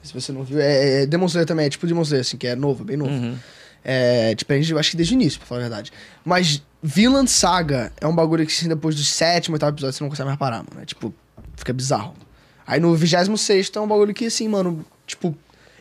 [SPEAKER 3] Se você não viu, é, é Demon Slayer também, é tipo Demon Slayer, assim, que é novo, bem novo.
[SPEAKER 2] Uhum.
[SPEAKER 3] É, te prende, eu acho que desde o início, pra falar a verdade. Mas Vinland Saga é um bagulho que, assim, depois do sétimo, oitavo episódio, você não consegue mais parar, mano. É tipo, fica bizarro. Aí no 26 é um bagulho que, assim, mano, tipo,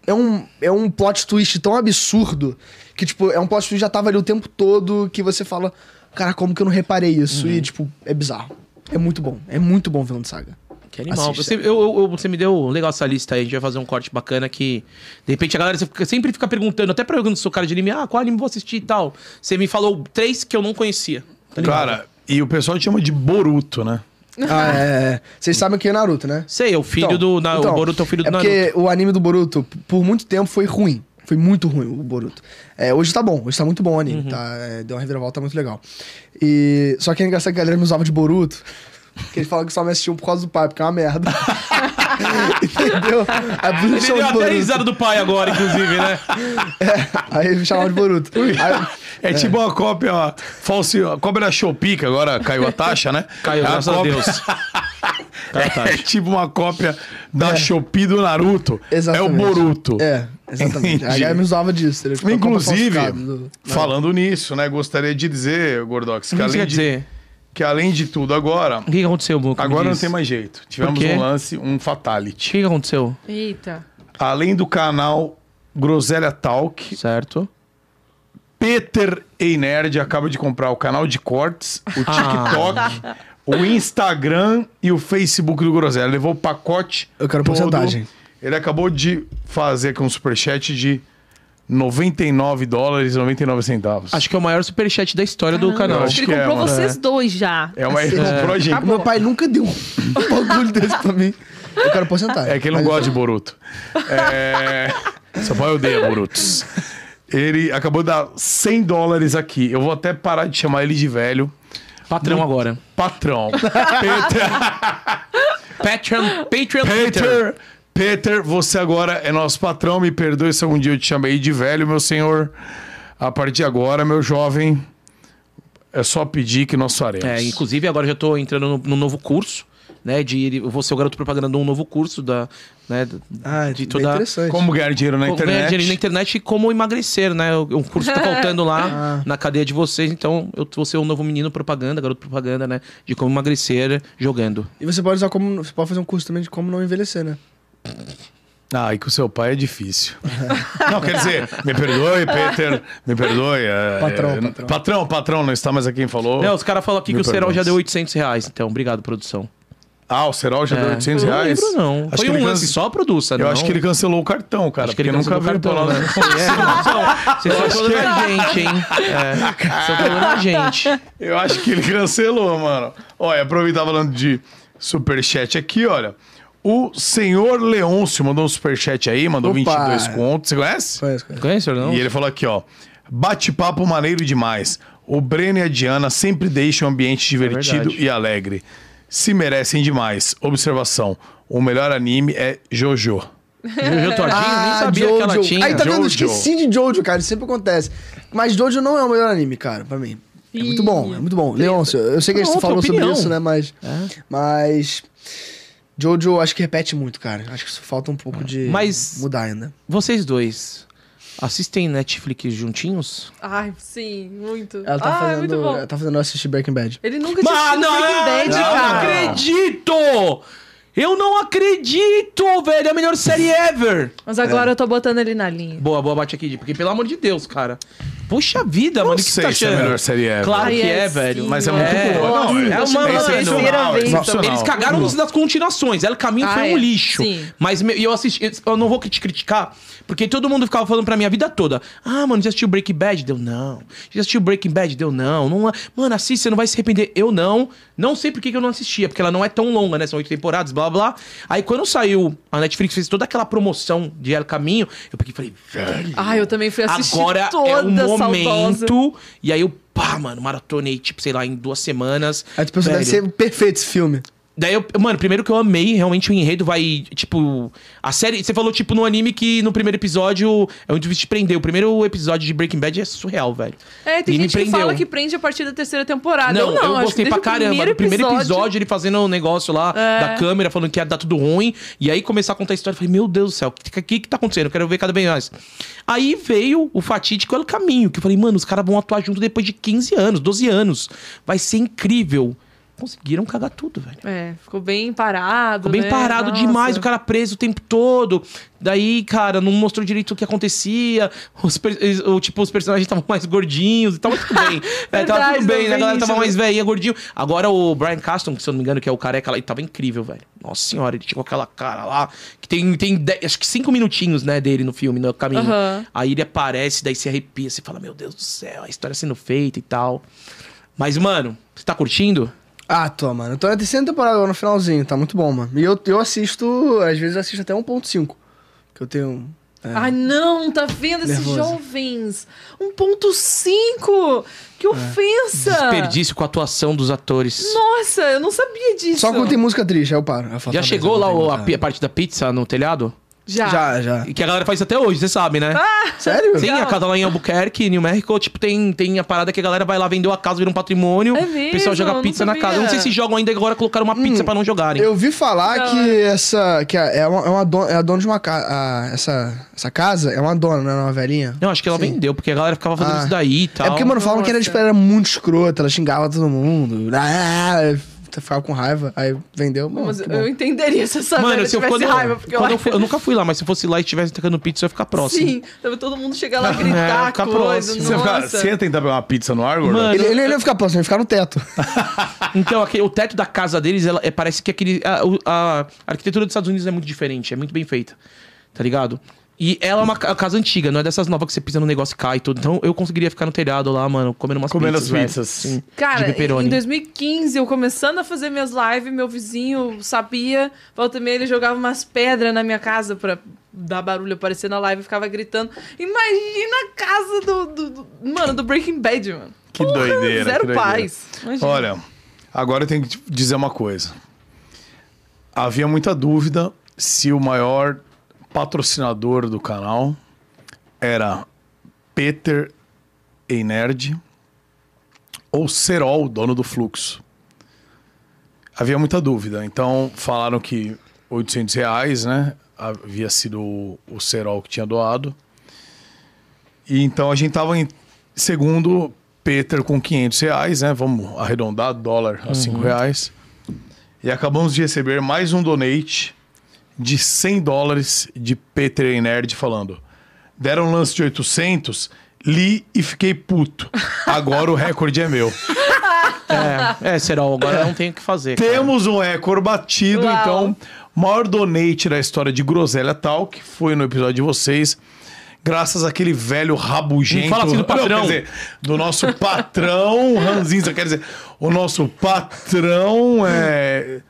[SPEAKER 3] é um, é um plot twist tão absurdo que, tipo, é um plot twist que já tava ali o tempo todo que você fala, cara, como que eu não reparei isso?
[SPEAKER 2] Uhum.
[SPEAKER 3] E, tipo, é bizarro. É muito bom. É muito bom Vinland Saga.
[SPEAKER 2] Que animal.
[SPEAKER 3] Assista.
[SPEAKER 2] Você, eu, eu- eu- você me deu legal essa lista aí. A gente vai fazer um corte bacana que, de repente, a galera você fica- sempre fica perguntando, até perguntando se sou cara de anime, ah, qual anime vou assistir e tal. Você me falou três que eu não conhecia. tá ligado?
[SPEAKER 1] Cara, e o pessoal chama de Boruto, né?
[SPEAKER 3] Ah, é, é. Vocês sabem quem é Naruto, né?
[SPEAKER 2] Sei, é o filho
[SPEAKER 3] Então,
[SPEAKER 2] do. na-
[SPEAKER 3] então,
[SPEAKER 2] o Boruto é o filho do
[SPEAKER 3] é
[SPEAKER 2] Naruto.
[SPEAKER 3] Porque o anime do Boruto, p- por muito tempo, foi ruim. Foi muito ruim o Boruto. É, hoje tá bom, hoje tá muito bom o
[SPEAKER 2] Uhum.
[SPEAKER 3] anime. Tá, É, deu uma reviravolta muito legal. E, só que é engraçado que a galera me usava de Boruto. Porque eles falam que só me assistiam por causa do pai, porque é uma merda. Entendeu? Aí por isso
[SPEAKER 2] Ele deu até a
[SPEAKER 3] chamam de Boruto. É,
[SPEAKER 2] risada do pai agora, inclusive, né?
[SPEAKER 3] Aí eles me chamavam de Boruto. Aí,
[SPEAKER 1] É, tipo uma cópia, ó, falsi, a cópia da Shopee, que agora caiu a taxa, né?
[SPEAKER 2] Caiu,
[SPEAKER 1] é
[SPEAKER 2] graças a
[SPEAKER 1] cópia-
[SPEAKER 2] Deus.
[SPEAKER 1] É tipo uma cópia da Shopee do Naruto.
[SPEAKER 3] exatamente.
[SPEAKER 1] É o Boruto.
[SPEAKER 3] É, exatamente. Aí
[SPEAKER 1] Entendi.
[SPEAKER 3] a galera me usava disso. entendeu? Ficava com uma
[SPEAKER 1] Inclusive,
[SPEAKER 2] né?
[SPEAKER 3] falsificada do-
[SPEAKER 1] falando nisso, né? Gostaria de dizer, Gordox, que,
[SPEAKER 2] O que você
[SPEAKER 1] além
[SPEAKER 2] quer
[SPEAKER 1] de,
[SPEAKER 2] dizer?
[SPEAKER 1] que além de tudo agora,
[SPEAKER 2] O que que aconteceu, Boca? Me
[SPEAKER 1] agora não
[SPEAKER 2] diz.
[SPEAKER 1] tem mais jeito. Tivemos
[SPEAKER 2] quê?
[SPEAKER 1] um lance, um
[SPEAKER 2] O
[SPEAKER 1] fatality.
[SPEAKER 2] que que aconteceu?
[SPEAKER 4] Eita.
[SPEAKER 1] Além do canal Groselha Talk,
[SPEAKER 2] Certo.
[SPEAKER 1] Peter Einerd acaba de comprar o canal de cortes, o
[SPEAKER 2] Ah.
[SPEAKER 1] TikTok, o Instagram e o Facebook do Groselha. Levou o pacote.
[SPEAKER 3] Eu quero porcentagem.
[SPEAKER 1] Ele acabou de fazer aqui um superchat de 99 dólares e 99 centavos.
[SPEAKER 2] Acho que é o maior superchat da história do canal.
[SPEAKER 1] acho
[SPEAKER 4] Ele
[SPEAKER 1] que é,
[SPEAKER 4] comprou
[SPEAKER 1] mano.
[SPEAKER 4] vocês dois já.
[SPEAKER 1] É
[SPEAKER 2] assim,
[SPEAKER 1] uma é. gente.
[SPEAKER 3] Meu pai nunca deu um bagulho desse pra mim. Eu quero porcentagem.
[SPEAKER 1] É que ele não
[SPEAKER 3] Mas-
[SPEAKER 1] gosta de Boruto. É... Seu pai odeia Borutos. Ele acabou de dar 100 dólares aqui. Eu vou até parar de chamar ele de velho.
[SPEAKER 2] Patrão agora.
[SPEAKER 1] Patrão. Peter,
[SPEAKER 2] Patreon, Patreon Peter.
[SPEAKER 1] Peter, Peter, você agora é nosso patrão. Me perdoe se algum dia eu te chamei de velho, meu senhor. A partir de agora, meu jovem, é só pedir que nós faremos.
[SPEAKER 2] É, inclusive agora eu já tô entrando no, no novo curso, né? De eu vou ser o garoto propaganda de um novo curso da, né? d-
[SPEAKER 3] Ah,
[SPEAKER 2] de
[SPEAKER 3] de
[SPEAKER 2] toda
[SPEAKER 3] interessante.
[SPEAKER 1] Como ganhar dinheiro na
[SPEAKER 2] como ganhar dinheiro na
[SPEAKER 1] internet?
[SPEAKER 2] internet e como emagrecer, né? O- Um curso que tá faltando lá
[SPEAKER 1] Ah.
[SPEAKER 2] na cadeia de vocês, então eu vou ser o novo menino propaganda, garoto propaganda, né? De como emagrecer jogando.
[SPEAKER 3] E você pode usar como. Você pode fazer um curso também de como não envelhecer, né?
[SPEAKER 1] Ah, e com seu pai é difícil. não, quer dizer, me perdoe, Peter, me perdoe. é,
[SPEAKER 3] Patrão,
[SPEAKER 1] é,
[SPEAKER 3] patrão.
[SPEAKER 1] patrão. Patrão, não está mais aqui quem falou.
[SPEAKER 2] Não, os caras falam aqui
[SPEAKER 1] Mil
[SPEAKER 2] que o Serol já
[SPEAKER 1] perdões.
[SPEAKER 2] deu 800 reais, então obrigado, produção.
[SPEAKER 1] Ah, o Serol já deu 800
[SPEAKER 2] É. eu não
[SPEAKER 1] reais?
[SPEAKER 2] lembro, não.
[SPEAKER 1] Acho
[SPEAKER 2] Foi
[SPEAKER 1] que
[SPEAKER 2] um
[SPEAKER 1] ele
[SPEAKER 2] lance
[SPEAKER 1] canc-
[SPEAKER 2] só, produça,
[SPEAKER 1] Eu
[SPEAKER 2] não?
[SPEAKER 1] acho que ele cancelou o cartão, cara.
[SPEAKER 2] Acho que ele
[SPEAKER 1] porque
[SPEAKER 2] cancelou
[SPEAKER 1] nunca
[SPEAKER 2] o
[SPEAKER 1] veio
[SPEAKER 2] cartão,
[SPEAKER 1] pra
[SPEAKER 2] né?
[SPEAKER 1] nós.
[SPEAKER 2] É, produção, Vocês estão falando da gente, hein? É, Vocês estão falando da gente.
[SPEAKER 1] Eu acho que ele cancelou, mano. Olha, aproveitar falando de superchat aqui, olha. O senhor Leôncio mandou um superchat aí, mandou
[SPEAKER 3] Opa.
[SPEAKER 1] 22 contos. Você conhece?
[SPEAKER 3] Conhece, conhece.
[SPEAKER 2] Conhece ou não?
[SPEAKER 1] E ele falou aqui, ó. Bate-papo maneiro demais. O Breno e a Diana sempre deixam o ambiente divertido
[SPEAKER 2] É verdade.
[SPEAKER 1] e alegre. Se merecem demais. Observação: o melhor anime é Jojo.
[SPEAKER 2] Ah, Jojo Todinho, nem sabia que ela
[SPEAKER 3] Jojo.
[SPEAKER 2] tinha.
[SPEAKER 3] Aí tá vendo?
[SPEAKER 1] Jojo.
[SPEAKER 3] Esqueci de Jojo, cara. Isso sempre acontece. Mas Jojo não é o melhor anime, cara, pra mim. É muito bom, é muito bom. Leôncio, eu sei que a
[SPEAKER 2] Não,
[SPEAKER 3] gente
[SPEAKER 2] outra
[SPEAKER 3] falou sobre
[SPEAKER 2] opinião. É.
[SPEAKER 3] isso, né? Mas. Mas. Jojo, acho que repete muito, cara. Acho que isso falta um pouco de
[SPEAKER 2] É. Mas-
[SPEAKER 3] mudar ainda.
[SPEAKER 2] Vocês dois assistem Netflix juntinhos?
[SPEAKER 4] Ai, sim, muito.
[SPEAKER 3] Ela tá
[SPEAKER 4] ah, é muito
[SPEAKER 3] fazendo.
[SPEAKER 4] bom.
[SPEAKER 3] Ela tá fazendo eu assistir Breaking Bad.
[SPEAKER 4] Ele nunca tinha assistido Breaking Bad,
[SPEAKER 2] eu não
[SPEAKER 4] cara.
[SPEAKER 2] acredito! Eu não acredito, velho! É a melhor série ever!
[SPEAKER 4] Mas agora eu tô botando ele na linha.
[SPEAKER 2] Boa, boa, bate aqui, Di, porque pelo amor de Deus, cara. Puxa vida, mano, o que você
[SPEAKER 1] sei
[SPEAKER 2] tá
[SPEAKER 1] se é a
[SPEAKER 2] achando?
[SPEAKER 1] melhor série ever.
[SPEAKER 2] Claro
[SPEAKER 4] Ai,
[SPEAKER 2] que
[SPEAKER 4] é,
[SPEAKER 2] é,
[SPEAKER 4] sim.
[SPEAKER 2] velho.
[SPEAKER 1] Mas é muito
[SPEAKER 2] É.
[SPEAKER 1] boa. Não, é,
[SPEAKER 2] É uma-
[SPEAKER 1] é
[SPEAKER 2] terceira
[SPEAKER 1] excepcional,
[SPEAKER 4] vez,
[SPEAKER 1] excepcional.
[SPEAKER 2] Eles cagaram nas, nas continuações. El Caminho
[SPEAKER 4] Ah,
[SPEAKER 2] foi um
[SPEAKER 4] é.
[SPEAKER 2] lixo.
[SPEAKER 4] Sim.
[SPEAKER 2] Mas meu- e eu assisti. Eu não vou te criticar, porque todo mundo ficava falando pra minha vida toda. Ah, mano, já assistiu Breaking Bad? Deu não. Já assistiu Breaking Bad? Deu não. não é, mano, assiste, você não vai se arrepender. Eu não. Não sei por que que eu não assistia, porque ela não é tão longa, né? São oito temporadas, blá blá. blá. Aí quando saiu, a Netflix fez toda aquela promoção de El Caminho, eu peguei e falei, velho.
[SPEAKER 4] Ai, eu também fui assistir
[SPEAKER 2] Agora
[SPEAKER 4] toda
[SPEAKER 2] é o
[SPEAKER 4] saudosa.
[SPEAKER 2] momento. E aí eu, pá, mano, maratonei, tipo, sei lá, em duas semanas.
[SPEAKER 3] Aí tu pensou,
[SPEAKER 2] Velho,
[SPEAKER 3] É, tipo, deve ser perfeito esse filme.
[SPEAKER 2] Daí eu, mano, primeiro que eu amei, realmente o enredo vai, tipo, a série, você falou tipo no anime que no primeiro episódio é onde te prendeu. O primeiro episódio de Breaking Bad é surreal, velho.
[SPEAKER 4] É, tem
[SPEAKER 2] E me
[SPEAKER 4] gente que
[SPEAKER 2] prendeu.
[SPEAKER 4] fala que prende a partir da terceira temporada.
[SPEAKER 2] Não,
[SPEAKER 4] eu não,
[SPEAKER 2] eu
[SPEAKER 4] acho que
[SPEAKER 2] gostei pra
[SPEAKER 4] desde o
[SPEAKER 2] caramba. No primeiro episódio, ele fazendo o negócio lá
[SPEAKER 4] É.
[SPEAKER 2] da câmera, falando que ia dar tudo ruim. E aí começar a contar a história. Eu Falei, meu Deus do céu, o que, que, que tá acontecendo? Eu quero ver cada vez mais. Aí veio o fatídico El Caminho, que eu falei, mano, os caras vão atuar junto depois de 15 anos, 12 anos. Vai ser incrível. Conseguiram cagar tudo, velho.
[SPEAKER 4] É, ficou bem parado.
[SPEAKER 2] Ficou bem
[SPEAKER 4] né?
[SPEAKER 2] parado
[SPEAKER 4] Nossa.
[SPEAKER 2] demais, o cara preso o tempo todo. Daí, cara, não mostrou direito o que acontecia. Os, per- eles- o, tipo, os personagens estavam mais gordinhos e tal, mas tudo bem. é, tava
[SPEAKER 4] Verdade,
[SPEAKER 2] tudo bem, né? A
[SPEAKER 4] também
[SPEAKER 2] galera
[SPEAKER 4] isso,
[SPEAKER 2] tava
[SPEAKER 4] né?
[SPEAKER 2] mais velhinha, gordinho. Agora o Brian Caston, que se eu não me engano, que é o careca lá, ele tava incrível, velho. Nossa senhora, ele tinha aquela cara lá, que tem, tem dez- acho que cinco minutinhos, né, dele no filme, no caminho.
[SPEAKER 4] Aham.
[SPEAKER 2] Aí ele aparece, daí se arrepia, você fala, meu Deus do céu, a história sendo feita e tal. Mas, mano, você tá curtindo?
[SPEAKER 3] Ah, tô, mano. Eu tô na terceira temporada agora no finalzinho, tá muito bom, mano. E eu, eu assisto, às vezes eu assisto até 1.5. Que eu tenho. É.
[SPEAKER 4] Ai, não, tá vendo esses
[SPEAKER 3] Nervoso.
[SPEAKER 4] jovens? 1.5!
[SPEAKER 2] É.
[SPEAKER 4] Que ofensa!
[SPEAKER 2] Desperdício com a atuação dos atores.
[SPEAKER 4] Nossa, eu não sabia disso.
[SPEAKER 3] Só quando tem música triste, aí eu paro. Aí eu falo,
[SPEAKER 2] Já
[SPEAKER 3] tá,
[SPEAKER 2] chegou lá
[SPEAKER 3] beleza, não
[SPEAKER 2] o- a,
[SPEAKER 3] tem mais
[SPEAKER 2] pi- a
[SPEAKER 3] nada.
[SPEAKER 2] parte da pizza no telhado?
[SPEAKER 4] Já.
[SPEAKER 3] Já, já.
[SPEAKER 2] E que a galera faz até hoje, você sabe, né?
[SPEAKER 3] Sério?
[SPEAKER 2] Sim, a
[SPEAKER 4] Ah, legal.
[SPEAKER 2] casa lá em Albuquerque, New Mexico, tipo, tem, tem a parada que a galera vai lá, vendeu a casa, vira um patrimônio.
[SPEAKER 4] É
[SPEAKER 2] o pessoal
[SPEAKER 4] mesmo?
[SPEAKER 2] joga
[SPEAKER 4] Não
[SPEAKER 2] pizza na
[SPEAKER 4] sabia.
[SPEAKER 2] casa. Eu não sei se jogam ainda agora, colocaram uma pizza pra não jogarem.
[SPEAKER 3] Hum. Eu vi falar
[SPEAKER 4] Da hora.
[SPEAKER 3] que essa. Que é uma, é uma dona, é a dona de uma casa. Essa, essa casa é uma dona, não é uma velhinha?
[SPEAKER 2] Não, acho que ela
[SPEAKER 3] Sim.
[SPEAKER 2] vendeu, porque a galera ficava fazendo
[SPEAKER 3] Ah.
[SPEAKER 2] isso daí e tal.
[SPEAKER 3] É porque, mano, falam que era, tipo, era muito escrota, ela xingava todo mundo. Ah, ficava com raiva, aí vendeu. Bom,
[SPEAKER 4] Mas
[SPEAKER 3] que bom.
[SPEAKER 4] eu entenderia se essa
[SPEAKER 2] Mano,
[SPEAKER 4] velha
[SPEAKER 2] se eu,
[SPEAKER 4] tivesse
[SPEAKER 2] quando,
[SPEAKER 4] raiva, porque
[SPEAKER 2] quando
[SPEAKER 4] eu
[SPEAKER 2] eu, fui- eu nunca fui lá, mas se eu fosse lá e estivesse tacando pizza, eu ia ficar próximo.
[SPEAKER 4] Sim, tava todo mundo chega lá
[SPEAKER 2] É,
[SPEAKER 4] gritar
[SPEAKER 2] fica
[SPEAKER 4] coisa,
[SPEAKER 2] próximo.
[SPEAKER 1] Você fica,
[SPEAKER 4] nossa.
[SPEAKER 1] senta e dá uma pizza no ar, gordo?
[SPEAKER 2] Mano,
[SPEAKER 3] Ele, ele, ele ia ficar próximo, ele ia ficar no teto.
[SPEAKER 2] Então, aquele- o teto da casa deles, ela, é, parece que aquele. A, o- a arquitetura dos Estados Unidos é muito diferente, é muito bem feita. Tá ligado? E ela é uma ca- casa antiga, não é dessas novas que você pisa no negócio e cai e tudo. Então eu conseguiria ficar no telhado lá, mano, comendo umas
[SPEAKER 1] Comendo
[SPEAKER 2] pizzas.
[SPEAKER 1] as
[SPEAKER 2] velho.
[SPEAKER 1] pizzas.
[SPEAKER 2] Sim.
[SPEAKER 4] Cara,
[SPEAKER 2] de pepperoni.
[SPEAKER 4] em 2015, eu começando a fazer minhas lives, meu vizinho sabia, volta e meia ele jogava umas pedras na minha casa pra dar barulho, aparecer na live, eu ficava gritando. Imagina a casa do, do- do- mano, do Breaking Bad, mano.
[SPEAKER 1] Que doideira.
[SPEAKER 4] Zero
[SPEAKER 1] que doideira.
[SPEAKER 4] paz. Imagina.
[SPEAKER 1] Olha, agora eu tenho que te dizer uma coisa. Havia muita dúvida se o maior patrocinador do canal era Peter Einerd ou Serol, dono do Fluxo. Havia muita dúvida. Então, falaram que 800 reais, né? Havia sido o- o Serol que tinha doado. E então a gente tava em segundo Peter com 500 reais, né? Vamos arredondar dólar a 5 reais. E acabamos de receber mais um donate de 100 dólares de Peter e Nerd falando. Deram um lance de 800, li e fiquei puto. Agora o recorde é meu.
[SPEAKER 2] É, é, Serol, agora não tem o que fazer. cara.
[SPEAKER 1] Temos um recorde batido,
[SPEAKER 4] Uau.
[SPEAKER 1] então. Maior donate da história de Groselha Tal, que foi no episódio de vocês. Graças àquele velho rabugento.
[SPEAKER 2] Não fala assim do patrão.
[SPEAKER 1] quer dizer, do nosso patrão, Ranzinza. Quer dizer, o nosso patrão é.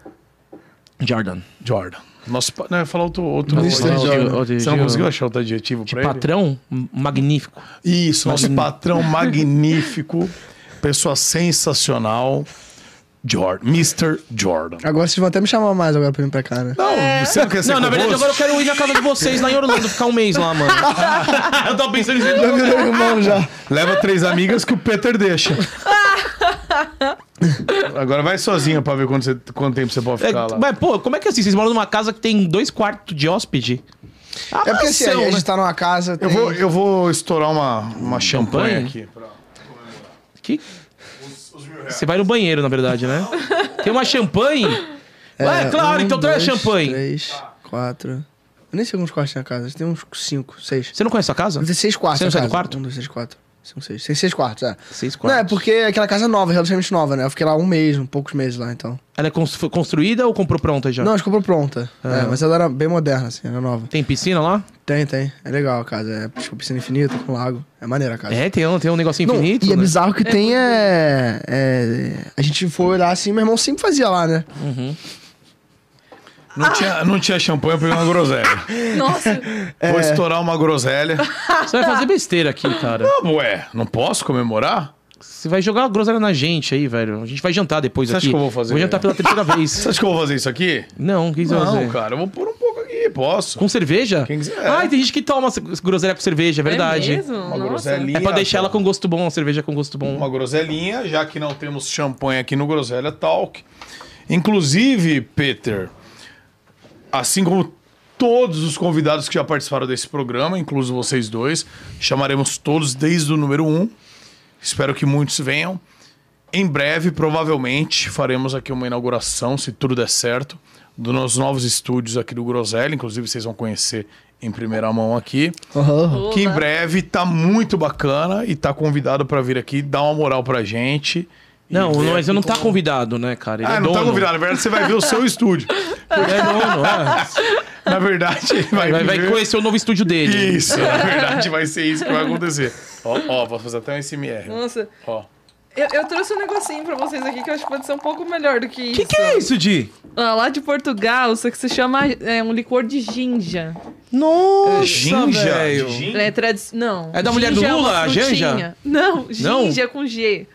[SPEAKER 2] Jordan.
[SPEAKER 1] Jordan. Nosso pa- Não, eu ia falar outro. outro
[SPEAKER 3] Mr.
[SPEAKER 1] adjetivo.
[SPEAKER 3] Jordan.
[SPEAKER 1] Você não conseguiu achar outro adjetivo pra ele?
[SPEAKER 2] Patrão magnífico.
[SPEAKER 1] Isso, nosso
[SPEAKER 2] Magnífico.
[SPEAKER 1] patrão magnífico, pessoa sensacional, Jordan. Mr. Jordan.
[SPEAKER 3] Agora vocês vão até me chamar mais agora pra vir pra cá, né?
[SPEAKER 1] Não, você não quer ser
[SPEAKER 2] Não, na verdade,
[SPEAKER 1] co-host?
[SPEAKER 2] agora eu quero ir na casa de vocês lá em Orlando, ficar um mês lá, mano. eu tava pensando em
[SPEAKER 3] Já virou irmão já.
[SPEAKER 1] Leva três amigas que o Peter deixa. Agora vai sozinha pra ver quanto, você- quanto tempo você pode
[SPEAKER 2] É,
[SPEAKER 1] ficar lá.
[SPEAKER 2] mas, pô, como é que é assim? Vocês moram numa casa que tem dois quartos de hóspede? Ah,
[SPEAKER 3] É porque assim, a
[SPEAKER 2] mansão, né?
[SPEAKER 3] gente tá numa casa.
[SPEAKER 1] Eu
[SPEAKER 3] tem-
[SPEAKER 1] vou,
[SPEAKER 2] é
[SPEAKER 1] eu vou estourar uma, uma
[SPEAKER 2] Um
[SPEAKER 1] champanhe aqui.
[SPEAKER 2] Que- Você vai no banheiro, na verdade, né? Tem uma champanhe? É, claro,
[SPEAKER 3] um,
[SPEAKER 2] então traz
[SPEAKER 3] dois,
[SPEAKER 2] champanhe.
[SPEAKER 3] Três, quatro. Eu nem sei quantos quartos tem na casa. Tem uns cinco, seis.
[SPEAKER 2] Você não conhece a casa?
[SPEAKER 3] Tem seis quartos.
[SPEAKER 2] Você não
[SPEAKER 3] na
[SPEAKER 2] sai do
[SPEAKER 3] casa.
[SPEAKER 2] quarto?
[SPEAKER 3] Um, dois, três, quatro. Cinco, seis. Tem seis quartos, é.
[SPEAKER 2] Seis
[SPEAKER 3] Não,
[SPEAKER 2] quartos.
[SPEAKER 3] é porque aquela casa é nova, relativamente nova, né? Eu fiquei lá um mês, um poucos meses lá, então.
[SPEAKER 2] Ela é cons- foi construída ou comprou pronta já? Ah.
[SPEAKER 3] Não, a gente comprou pronta. É, mas ela era bem moderna, assim, era nova.
[SPEAKER 2] Tem piscina lá?
[SPEAKER 3] Tem, tem. É legal a casa. É tipo, piscina infinita, com lago. É maneira a casa.
[SPEAKER 2] É, tem, um- tem um negocinho
[SPEAKER 3] Não,
[SPEAKER 2] infinito.
[SPEAKER 3] e é
[SPEAKER 2] né?
[SPEAKER 3] bizarro que tem é, é- A gente foi olhar assim, meu irmão sempre fazia lá, né?
[SPEAKER 1] Não, tinha, não tinha champanhe, eu peguei uma groselha.
[SPEAKER 4] Nossa,
[SPEAKER 2] É.
[SPEAKER 1] Vou estourar uma groselha.
[SPEAKER 2] Você vai fazer besteira aqui, cara.
[SPEAKER 1] Ah, Ué, não posso comemorar?
[SPEAKER 2] Você vai jogar groselha na gente aí, velho. A gente vai jantar depois
[SPEAKER 1] Você
[SPEAKER 2] aqui.
[SPEAKER 1] acha que eu vou fazer?
[SPEAKER 2] Vou jantar pela terceira vez.
[SPEAKER 1] Você acha que eu vou fazer isso aqui?
[SPEAKER 2] Não, o que você vai
[SPEAKER 1] Não,
[SPEAKER 2] fazer?
[SPEAKER 1] cara, eu vou pôr um pouco aqui, posso.
[SPEAKER 2] Com cerveja?
[SPEAKER 1] Quem é. quiser.
[SPEAKER 2] Ah, tem gente que toma c- groselha com cerveja, é verdade.
[SPEAKER 4] É mesmo?
[SPEAKER 1] Uma
[SPEAKER 4] Nossa.
[SPEAKER 1] groselinha.
[SPEAKER 2] É pra deixar ela com gosto bom, a cerveja com gosto bom.
[SPEAKER 1] Uma groselinha, já que não temos champanhe aqui no Groselha Talk. Inclusive, Peter, assim como todos os convidados que já participaram desse programa, incluso vocês dois, chamaremos todos desde o número um. Espero que muitos venham. Em breve, provavelmente, faremos aqui uma inauguração, se tudo der certo, dos nossos novos estúdios aqui do Groselha. Inclusive, vocês vão conhecer em primeira mão aqui.
[SPEAKER 4] Olá.
[SPEAKER 1] Que em breve tá muito bacana e tá convidado pra vir aqui dar uma moral pra gente. E
[SPEAKER 2] Não,
[SPEAKER 1] ver
[SPEAKER 2] mas
[SPEAKER 1] aqui
[SPEAKER 2] eu não tá
[SPEAKER 1] como-
[SPEAKER 2] convidado, né, cara? Ele
[SPEAKER 1] Ah,
[SPEAKER 2] é
[SPEAKER 1] não tá
[SPEAKER 2] dono.
[SPEAKER 1] convidado. Na verdade, você vai ver o seu estúdio.
[SPEAKER 2] Ele é dono, é.
[SPEAKER 1] Na verdade, ele vai,
[SPEAKER 2] Vai, vai
[SPEAKER 1] ver-
[SPEAKER 2] conhecer o novo estúdio dele.
[SPEAKER 1] Isso, na verdade, vai ser isso que vai acontecer. Ó, ó, vou fazer até um SMR.
[SPEAKER 4] nossa.
[SPEAKER 1] Ó.
[SPEAKER 4] Eu, eu trouxe um negocinho pra vocês aqui que eu acho que pode ser um pouco melhor do que
[SPEAKER 2] O
[SPEAKER 4] isso.
[SPEAKER 2] que, que é isso, Di?
[SPEAKER 4] Ah, lá de Portugal, isso que se chama é, um licor de ginja.
[SPEAKER 2] Nossa,
[SPEAKER 1] Ginja?
[SPEAKER 2] velho.
[SPEAKER 1] Gin-
[SPEAKER 4] É tradici- Não.
[SPEAKER 2] É da mulher do
[SPEAKER 4] Ginja é uma
[SPEAKER 2] Lula, a
[SPEAKER 4] frutinha.
[SPEAKER 2] janja?
[SPEAKER 4] Não,
[SPEAKER 2] Não?
[SPEAKER 4] ginja com G.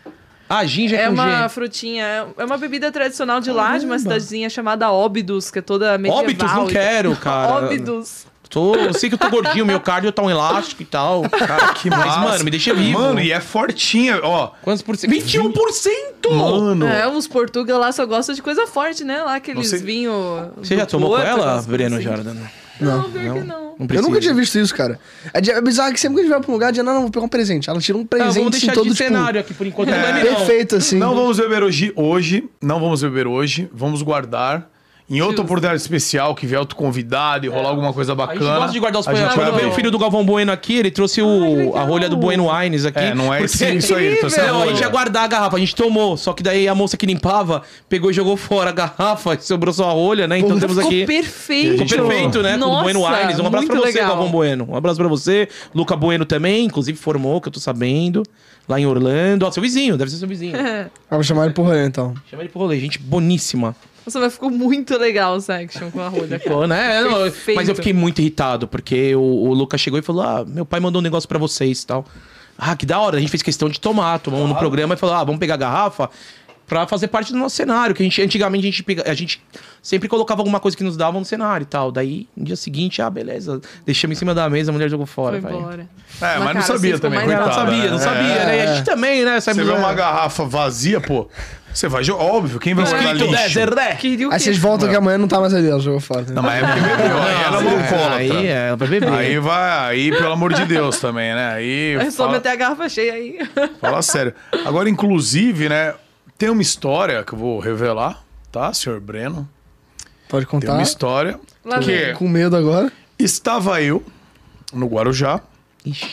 [SPEAKER 2] Ah, ginja
[SPEAKER 4] É
[SPEAKER 2] com
[SPEAKER 4] uma
[SPEAKER 2] G.
[SPEAKER 4] frutinha, é uma bebida tradicional de lá, de uma cidadezinha chamada Óbidos, que é toda medieval.
[SPEAKER 2] Óbitos, não
[SPEAKER 4] e-
[SPEAKER 2] quero, cara.
[SPEAKER 4] Óbidos.
[SPEAKER 2] Tô, eu sei que eu tô gordinho, meu cardio tá um elástico e tal.
[SPEAKER 1] Cara, que
[SPEAKER 2] Mas,
[SPEAKER 1] massa.
[SPEAKER 2] mano, me deixa vivo.
[SPEAKER 1] Mano, e é fortinha, ó. um
[SPEAKER 2] Quantos um por cento? 21%!
[SPEAKER 1] Mano.
[SPEAKER 4] É, os portugueses lá só gostam de coisa forte, né? Lá aqueles
[SPEAKER 1] Você-
[SPEAKER 4] vinhos.
[SPEAKER 2] Você já tomou com ela, Breno Jordan?
[SPEAKER 4] assim. Não, não, pior que não.
[SPEAKER 2] Não
[SPEAKER 3] Eu
[SPEAKER 2] precisa.
[SPEAKER 3] nunca tinha visto isso, cara. É, de- é bizarro que sempre que a gente vai pra um lugar, a Diana, não, vou pegar um presente. Ela tira um
[SPEAKER 2] Ah,
[SPEAKER 3] presente
[SPEAKER 2] vamos
[SPEAKER 3] assim,
[SPEAKER 2] deixar
[SPEAKER 3] todo
[SPEAKER 2] de
[SPEAKER 3] tipo,
[SPEAKER 2] cenário aqui por enquanto. Não, é não.
[SPEAKER 3] Perfeito, assim.
[SPEAKER 1] né? Não vamos beber hoje, hoje, não vamos beber hoje, vamos guardar. Em outra oportunidade especial, que vier outro convidado e rolar alguma coisa
[SPEAKER 2] É. A
[SPEAKER 1] bacana.
[SPEAKER 2] gente gosta de guardar os
[SPEAKER 1] a gente
[SPEAKER 2] poemas.
[SPEAKER 1] vai
[SPEAKER 2] Quando veio o
[SPEAKER 1] ver.
[SPEAKER 2] filho do Galvão Bueno aqui, ele trouxe o,
[SPEAKER 4] legal.
[SPEAKER 2] a rolha do Bueno Wines aqui.
[SPEAKER 1] É, não é
[SPEAKER 2] porque-
[SPEAKER 1] isso, isso aí. Tô sendo
[SPEAKER 2] Não, a
[SPEAKER 1] louco.
[SPEAKER 2] gente é ia guardar a garrafa, a gente tomou, só que daí a moça que limpava pegou e jogou fora a garrafa, e sobrou só a rolha, né? Então
[SPEAKER 3] Pô,
[SPEAKER 2] temos
[SPEAKER 4] Ficou
[SPEAKER 2] aqui.
[SPEAKER 4] perfeito.
[SPEAKER 2] Ficou perfeito, né? com o
[SPEAKER 4] Nossa,
[SPEAKER 2] Bueno Aires. Um abraço pra
[SPEAKER 4] muito
[SPEAKER 2] você,
[SPEAKER 4] legal.
[SPEAKER 2] Galvão Bueno. Um abraço pra você. Luca Bueno também, inclusive formou, que eu tô sabendo. Lá em Orlando. Ó, seu vizinho, deve ser seu vizinho.
[SPEAKER 4] É.
[SPEAKER 3] Ah, vou chamar ele pro rolê, então.
[SPEAKER 2] Chama ele pro rolê, gente boníssima.
[SPEAKER 4] Nossa, mas ficou muito legal o section com a rolha. cara.
[SPEAKER 2] Pô, né? Eu-
[SPEAKER 4] Perfeito.
[SPEAKER 2] mas eu fiquei muito irritado, porque o, o Lucas chegou e falou: Ah, meu pai mandou um negócio pra vocês e tal. Ah, que da hora. A gente fez questão de tomar, tomamos no programa e falou: Ah, vamos pegar a garrafa pra fazer parte do nosso cenário. Que a gente, antigamente a gente, pega- a gente sempre colocava alguma coisa que nos dava no cenário e tal. Daí, no dia seguinte, ah, beleza. Deixamos em cima da mesa, a mulher jogou fora.
[SPEAKER 4] Foi
[SPEAKER 2] vai.
[SPEAKER 4] embora.
[SPEAKER 1] É, mas não sabia
[SPEAKER 4] cara, assim ficou
[SPEAKER 1] também,
[SPEAKER 4] mais
[SPEAKER 2] Ela
[SPEAKER 1] coitada.
[SPEAKER 2] não sabia, não
[SPEAKER 1] né?
[SPEAKER 2] sabia,
[SPEAKER 1] É.
[SPEAKER 2] né? E a gente também, né? Sabe
[SPEAKER 1] Você vê uma garrafa vazia, pô, você vai jogar. Óbvio, quem vai jogar
[SPEAKER 2] Escrito
[SPEAKER 1] lixo?
[SPEAKER 2] 10 ré.
[SPEAKER 4] Queria o
[SPEAKER 3] Aí
[SPEAKER 4] quê?
[SPEAKER 3] vocês voltam que amanhã não tá mais ali, ela jogou fora.
[SPEAKER 1] Não, mas é porque bebeu, aí ela é uma
[SPEAKER 2] Aí
[SPEAKER 1] alcoólatra.
[SPEAKER 2] é, vai beber.
[SPEAKER 1] Aí vai, aí, pelo amor de Deus também, né? Aí.
[SPEAKER 4] É só
[SPEAKER 1] fala-
[SPEAKER 4] meter a garrafa cheia aí.
[SPEAKER 1] Fala sério. Agora, inclusive, né, tem uma história que eu vou revelar, tá, senhor Breno?
[SPEAKER 3] Pode
[SPEAKER 1] Tem uma
[SPEAKER 3] contar.
[SPEAKER 1] história
[SPEAKER 4] Lá
[SPEAKER 1] que
[SPEAKER 3] Com medo agora.
[SPEAKER 1] estava eu no Guarujá,
[SPEAKER 2] Ixi.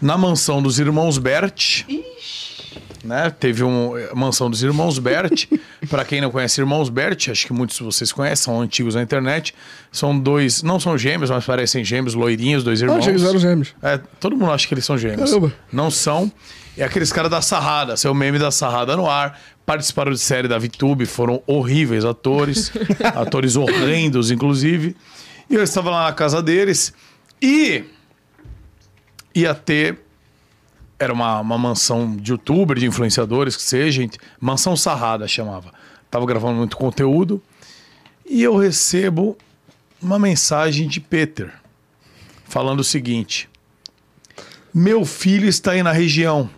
[SPEAKER 1] na mansão dos irmãos Bert. Né? Teve um eh, mansão dos irmãos Bert. Para quem não conhece irmãos Bert, acho que muitos de vocês conhecem, são antigos na internet. São dois, não são gêmeos, mas parecem gêmeos, loirinhos, dois
[SPEAKER 3] Ah,
[SPEAKER 1] irmãos.
[SPEAKER 3] achei que eram gêmeos.
[SPEAKER 1] É, todo mundo acha que eles são gêmeos.
[SPEAKER 3] Caramba.
[SPEAKER 1] Não são. É aqueles caras da sarrada, seu meme da sarrada no ar. Participaram de série da VTube, foram horríveis atores, atores horrendos, inclusive. E eu estava lá na casa deles e ia ter era uma, uma mansão de youtuber, de influenciadores, que seja, ent- mansão sarrada chamava. Tava gravando muito conteúdo e eu recebo uma mensagem de Peter falando o seguinte: Meu filho está aí na região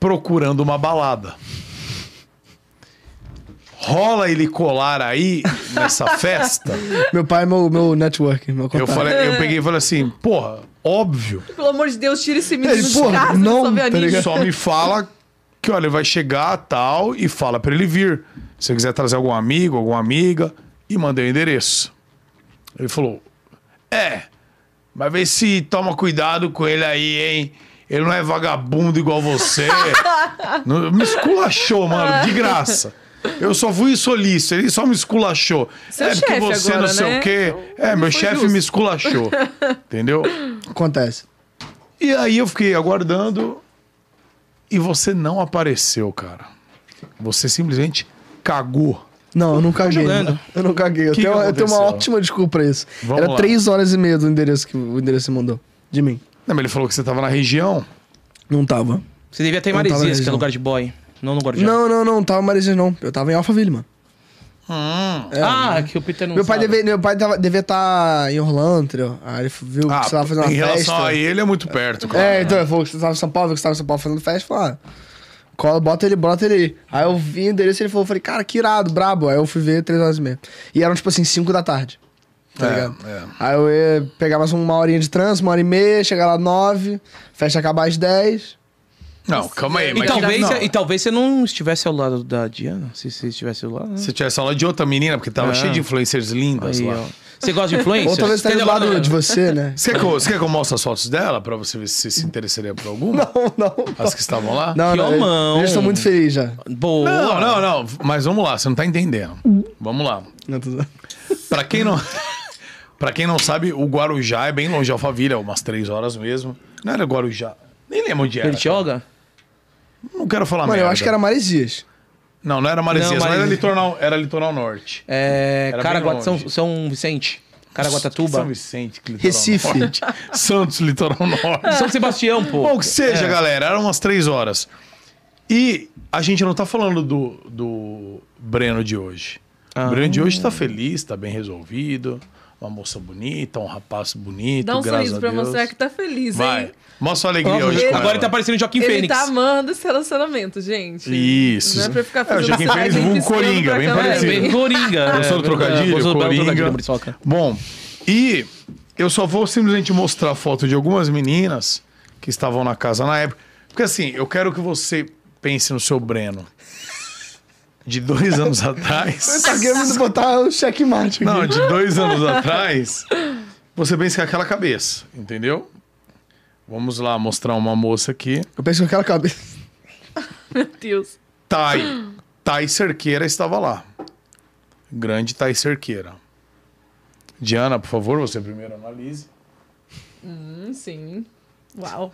[SPEAKER 1] procurando uma balada. Rola ele colar aí nessa festa?
[SPEAKER 3] Meu pai é meu, meu network, meu
[SPEAKER 1] Eu,
[SPEAKER 3] contato.
[SPEAKER 1] falei, eu peguei e falei assim, porra, óbvio.
[SPEAKER 4] Pelo amor de Deus, tira esse menino
[SPEAKER 3] Ele,
[SPEAKER 4] de
[SPEAKER 3] porra,
[SPEAKER 4] casa,
[SPEAKER 3] não,
[SPEAKER 4] só vê
[SPEAKER 3] tá
[SPEAKER 4] anime.
[SPEAKER 3] ligado?
[SPEAKER 1] Só me fala que, olha, ele vai chegar tal e fala pra ele vir. Se você quiser trazer algum amigo, alguma amiga, e mandei o endereço. Ele falou: É, mas vê se toma cuidado com ele aí, hein? Ele não é vagabundo igual você. Não- me esculachou, mano, de graça. Eu só fui solícito, ele só me esculachou.
[SPEAKER 4] Seu
[SPEAKER 1] é porque
[SPEAKER 4] chefe
[SPEAKER 1] você
[SPEAKER 4] agora,
[SPEAKER 1] não sei
[SPEAKER 4] né?
[SPEAKER 1] o quê. É, meu
[SPEAKER 4] foi
[SPEAKER 1] chefe
[SPEAKER 4] justo.
[SPEAKER 1] me esculachou. Entendeu?
[SPEAKER 3] Acontece.
[SPEAKER 1] E aí eu fiquei aguardando e você não apareceu, cara. Você simplesmente cagou.
[SPEAKER 3] Não, eu não caguei.
[SPEAKER 2] jogando.
[SPEAKER 3] Eu não caguei. Eu,
[SPEAKER 1] Tá Que
[SPEAKER 3] tenho,
[SPEAKER 1] que
[SPEAKER 3] eu tenho uma
[SPEAKER 1] aconteceu?
[SPEAKER 3] ótima desculpa pra isso.
[SPEAKER 1] Vamos
[SPEAKER 3] Era
[SPEAKER 1] lá.
[SPEAKER 3] três horas e meia do endereço que o endereço que você mandou. De mim.
[SPEAKER 1] Não, mas ele falou que você tava na região.
[SPEAKER 3] Não tava.
[SPEAKER 2] Você devia ter em
[SPEAKER 3] Eu não tava
[SPEAKER 2] Maresias,
[SPEAKER 3] na
[SPEAKER 2] que é
[SPEAKER 3] região.
[SPEAKER 2] lugar de boy. Não no Guarujá.
[SPEAKER 3] Não, não, não. Tava em Maresias, não. Eu tava em Alphaville, mano.
[SPEAKER 2] ah, que o Peter não
[SPEAKER 3] meu, pai
[SPEAKER 2] sabe.
[SPEAKER 3] deve, meu pai tava- devia estar em Orlando, entendeu? Aí ele viu que
[SPEAKER 1] Ah,
[SPEAKER 3] você tava fazendo uma
[SPEAKER 1] em
[SPEAKER 3] festa.
[SPEAKER 1] relação a ele é muito perto, cara.
[SPEAKER 3] É, então, ele falou que você tava em São Paulo, viu que você tava em São Paulo fazendo festa, falou, ah, cola, bota ele, bota ele aí. Aí eu vi o endereço e ele falou, falei, cara, que irado, brabo. Aí eu fui ver três horas e meia. E eram, tipo assim, cinco da tarde. Tá
[SPEAKER 1] É,
[SPEAKER 3] ligado?
[SPEAKER 1] é.
[SPEAKER 3] Aí eu ia pegar mais uma horinha de trânsito, uma hora e meia, chegar lá nove, festa acabar às dez.
[SPEAKER 1] Não, calma
[SPEAKER 3] É.
[SPEAKER 1] aí.
[SPEAKER 2] E
[SPEAKER 1] Mas
[SPEAKER 2] talvez, é,
[SPEAKER 1] não.
[SPEAKER 2] e talvez você não estivesse ao lado da Diana. Se você estivesse ao lado. né?
[SPEAKER 1] Se tivesse aula de outra menina, porque tava
[SPEAKER 3] É.
[SPEAKER 2] Ah.
[SPEAKER 1] cheio de influencers lindas
[SPEAKER 2] Aí,
[SPEAKER 1] lá.
[SPEAKER 2] ó. Você gosta de influencer?
[SPEAKER 3] Ou talvez esteja do lado tá de você, né?
[SPEAKER 1] Você quer, que eu, você quer que eu mostre as fotos dela pra você ver se você se interessaria por alguma?
[SPEAKER 3] Não, não.
[SPEAKER 1] As que Tá estavam lá?
[SPEAKER 3] Não, não.
[SPEAKER 2] homão.
[SPEAKER 3] Eles estão muito felizes já.
[SPEAKER 2] Boa.
[SPEAKER 1] não, não, não. Mas vamos lá, você não tá entendendo. Vamos lá.
[SPEAKER 3] Não, tô... zoando.
[SPEAKER 1] Pra quem não. Pra quem não sabe, o Guarujá é bem longe de Alphaville, é umas três horas mesmo. Não era Guarujá. Nem lembro onde era.
[SPEAKER 2] Bertioga?
[SPEAKER 1] Não quero falar
[SPEAKER 3] Mano,
[SPEAKER 1] merda.
[SPEAKER 3] eu acho que era Maresias.
[SPEAKER 1] Não, não era Maresias,
[SPEAKER 2] Não,
[SPEAKER 1] mas era
[SPEAKER 2] Maresias.
[SPEAKER 1] litoral, era litoral norte.
[SPEAKER 2] É,
[SPEAKER 1] Era
[SPEAKER 2] Caraguá,
[SPEAKER 1] bem
[SPEAKER 2] São,
[SPEAKER 1] longe.
[SPEAKER 2] São Vicente. Caraguatatuba.
[SPEAKER 1] São
[SPEAKER 2] São,
[SPEAKER 1] Vicente, que litoral
[SPEAKER 3] Recife.
[SPEAKER 1] norte. Santos, litoral norte.
[SPEAKER 2] Sebastião, pô.
[SPEAKER 1] Bom, que seja, galera, eram umas três horas. E a gente não tá falando do, do Breno de hoje. O Breno de hoje tá feliz, tá bem resolvido. Uma moça bonita, um rapaz bonito,
[SPEAKER 4] Dá um
[SPEAKER 1] graças
[SPEAKER 4] sorriso
[SPEAKER 1] a
[SPEAKER 4] pra
[SPEAKER 1] Deus.
[SPEAKER 4] mostrar que tá feliz,
[SPEAKER 1] Vai.
[SPEAKER 4] hein?
[SPEAKER 1] Mostra a alegria hoje. com
[SPEAKER 2] Agora
[SPEAKER 1] ela.
[SPEAKER 2] ele tá parecendo o Joaquim
[SPEAKER 4] Ele
[SPEAKER 2] Fênix.
[SPEAKER 4] tá amando esse relacionamento, gente.
[SPEAKER 1] Isso.
[SPEAKER 4] Não é pra ficar fazendo
[SPEAKER 1] É, o Joaquim
[SPEAKER 4] slide,
[SPEAKER 1] Fênix, vulgo
[SPEAKER 4] piscando
[SPEAKER 1] Coringa,
[SPEAKER 4] pra
[SPEAKER 1] bem
[SPEAKER 4] câmera.
[SPEAKER 1] parecido.
[SPEAKER 2] Bem É, Coringa.
[SPEAKER 1] Gostou do
[SPEAKER 2] É,
[SPEAKER 1] trocadilho?
[SPEAKER 2] gostou do
[SPEAKER 1] Coringa.
[SPEAKER 2] trocadilho, Muriçoca.
[SPEAKER 1] Bom, e eu só vou simplesmente mostrar foto de algumas meninas que estavam na casa na época. Porque assim, eu quero que você pense no seu Breno. De dois anos atrás.
[SPEAKER 3] Tá querendo botar o checkmate aqui.
[SPEAKER 1] Não, de dois anos atrás, você pensa que é aquela cabeça, entendeu? Vamos lá mostrar uma moça aqui.
[SPEAKER 3] Eu penso que aquela cabeça...
[SPEAKER 4] Meu Deus.
[SPEAKER 1] Tai. Tai Cerqueira estava lá. Grande Tai Cerqueira. Diana, por favor, você primeiro analise.
[SPEAKER 4] Hum, sim. Uau.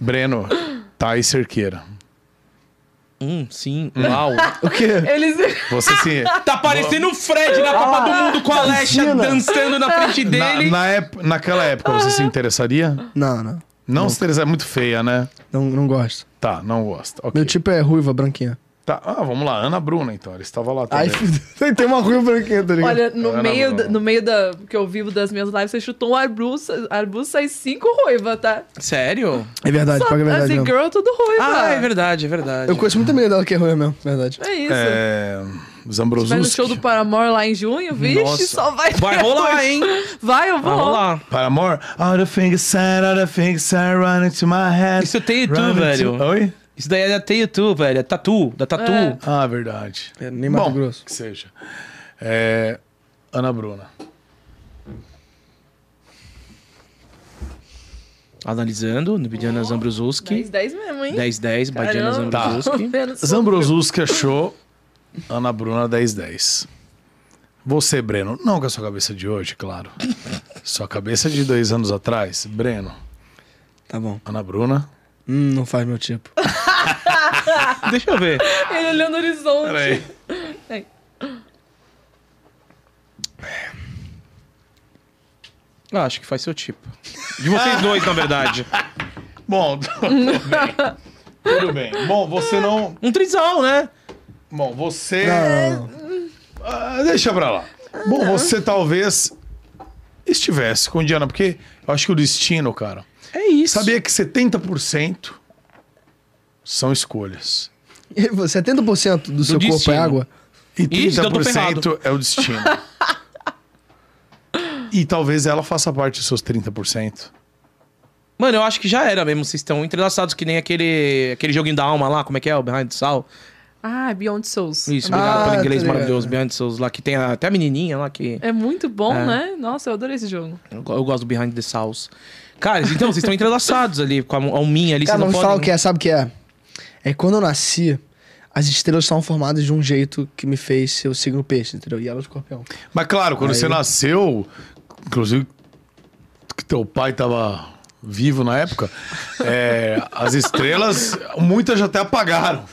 [SPEAKER 1] Breno, Tai Cerqueira.
[SPEAKER 2] Hum, sim. Uau.
[SPEAKER 3] O quê?
[SPEAKER 4] Eles...
[SPEAKER 1] Você se.
[SPEAKER 2] Tá parecendo o Fred na Copa do Mundo com a Alexa
[SPEAKER 3] Imagina.
[SPEAKER 2] dançando na frente
[SPEAKER 1] Na,
[SPEAKER 2] dele.
[SPEAKER 1] na ép- naquela época você se interessaria?
[SPEAKER 3] Não, não.
[SPEAKER 1] Não se interessaria, é muito feia, né?
[SPEAKER 3] Não, não gosto.
[SPEAKER 1] Tá, não gosta. Ok.
[SPEAKER 3] Meu tipo é ruiva, branquinha. Tá
[SPEAKER 1] Tá, ah, vamos lá, Ana Bruna, então. Ela estava lá
[SPEAKER 3] Aí
[SPEAKER 1] também.
[SPEAKER 3] tem uma ruiva branquinha, tá ligado?
[SPEAKER 4] Olha, no
[SPEAKER 1] Era
[SPEAKER 4] meio,
[SPEAKER 1] bom.
[SPEAKER 4] da- no meio da, que eu vivo das minhas lives, você chutou um arbusto, arbusto sai cinco ruiva, tá?
[SPEAKER 2] Sério?
[SPEAKER 3] é verdade,
[SPEAKER 4] Só
[SPEAKER 3] paga a verdade
[SPEAKER 4] as
[SPEAKER 3] mesmo.
[SPEAKER 4] girl tudo ruiva.
[SPEAKER 2] Ah, é verdade, é verdade.
[SPEAKER 3] Eu conheço muita menina dela que é ruiva mesmo, verdade.
[SPEAKER 4] É isso.
[SPEAKER 1] É,
[SPEAKER 4] Vai no
[SPEAKER 1] Zambrosuski.
[SPEAKER 4] show do Paramore lá em junho, vixe,
[SPEAKER 1] Nossa.
[SPEAKER 4] só vai
[SPEAKER 2] Vai
[SPEAKER 4] ter
[SPEAKER 2] rolar,
[SPEAKER 4] coisa.
[SPEAKER 2] hein?
[SPEAKER 4] Vai, eu vou.
[SPEAKER 2] Vai rolar.
[SPEAKER 1] Paramore. All the things said, all the things said, running to my head.
[SPEAKER 2] Isso tem
[SPEAKER 4] é
[SPEAKER 2] YouTube,
[SPEAKER 1] running
[SPEAKER 2] velho.
[SPEAKER 1] To... Oi?
[SPEAKER 2] Isso daí é da Tatu, velho. É Tatu, da Tatu.
[SPEAKER 4] É.
[SPEAKER 1] Ah, verdade.
[SPEAKER 3] É, nem Mato
[SPEAKER 1] Bom,
[SPEAKER 3] Grosso.
[SPEAKER 1] Que seja. É, Ana Bruna.
[SPEAKER 2] Analisando, no Bidiana Zambruzuski.
[SPEAKER 4] 10, 10 mesmo, hein?
[SPEAKER 2] 10-10, Badiana
[SPEAKER 4] Caramba,
[SPEAKER 2] Zambruzuski.
[SPEAKER 4] menos-
[SPEAKER 1] Zambrozuski achou Ana Bruna 1010. Você, Breno, não com a sua cabeça de hoje, claro. Sua cabeça de dois anos atrás, Breno,
[SPEAKER 3] Tá bom.
[SPEAKER 1] Ana Bruna.
[SPEAKER 3] Hum, não faz meu tipo.
[SPEAKER 2] Deixa eu ver.
[SPEAKER 4] Ele olhando o horizonte. É.
[SPEAKER 1] Peraí.
[SPEAKER 4] Ai.
[SPEAKER 2] Ah, acho que faz seu tipo. De vocês dois, na verdade.
[SPEAKER 1] Bom, tudo bem. Tudo bem. Bom, você não.
[SPEAKER 2] Um trisal, né?
[SPEAKER 1] Bom, você.
[SPEAKER 3] Não.
[SPEAKER 1] Ah, deixa pra lá. Bom, você talvez estivesse com Diana, porque eu acho que o destino, cara.
[SPEAKER 2] É isso.
[SPEAKER 1] Sabia que 70% são escolhas.
[SPEAKER 3] E você, 70% do, seu corpo
[SPEAKER 2] destino.
[SPEAKER 3] é água?
[SPEAKER 1] E
[SPEAKER 2] Ih, então eu tô
[SPEAKER 1] 30%
[SPEAKER 2] ferrado.
[SPEAKER 1] é o destino. e talvez ela faça parte dos seus 30%.
[SPEAKER 2] Mano, eu acho que já era mesmo. Vocês estão entrelaçados que nem aquele, aquele joguinho da alma lá, como é que é? O Behind the Soul.
[SPEAKER 4] Ah, Beyond Souls.
[SPEAKER 2] Isso,
[SPEAKER 4] é, muito-
[SPEAKER 2] obrigado
[SPEAKER 3] Ah,
[SPEAKER 2] pelo inglês
[SPEAKER 3] tá ligado.
[SPEAKER 2] maravilhoso. Behind the Souls lá, que tem a- até a menininha lá que...
[SPEAKER 4] é muito bom,
[SPEAKER 2] É.
[SPEAKER 4] né? Nossa, eu adorei esse jogo.
[SPEAKER 2] Eu, go- eu gosto do Behind the Souls. Cara, então, vocês estão entrelaçados ali, com a mão- a alminha ali,
[SPEAKER 3] Cara,
[SPEAKER 2] vocês
[SPEAKER 3] vamos
[SPEAKER 2] não
[SPEAKER 3] falar
[SPEAKER 2] podem...
[SPEAKER 3] o que é, sabe o que é? É que quando eu nasci, as estrelas estavam formadas de um jeito que me fez ser o signo peixe, entendeu? E ela é o escorpião.
[SPEAKER 1] Mas claro, quando
[SPEAKER 3] Aí.
[SPEAKER 1] você nasceu, inclusive que teu pai tava vivo na época, é, as estrelas, muitas já até apagaram.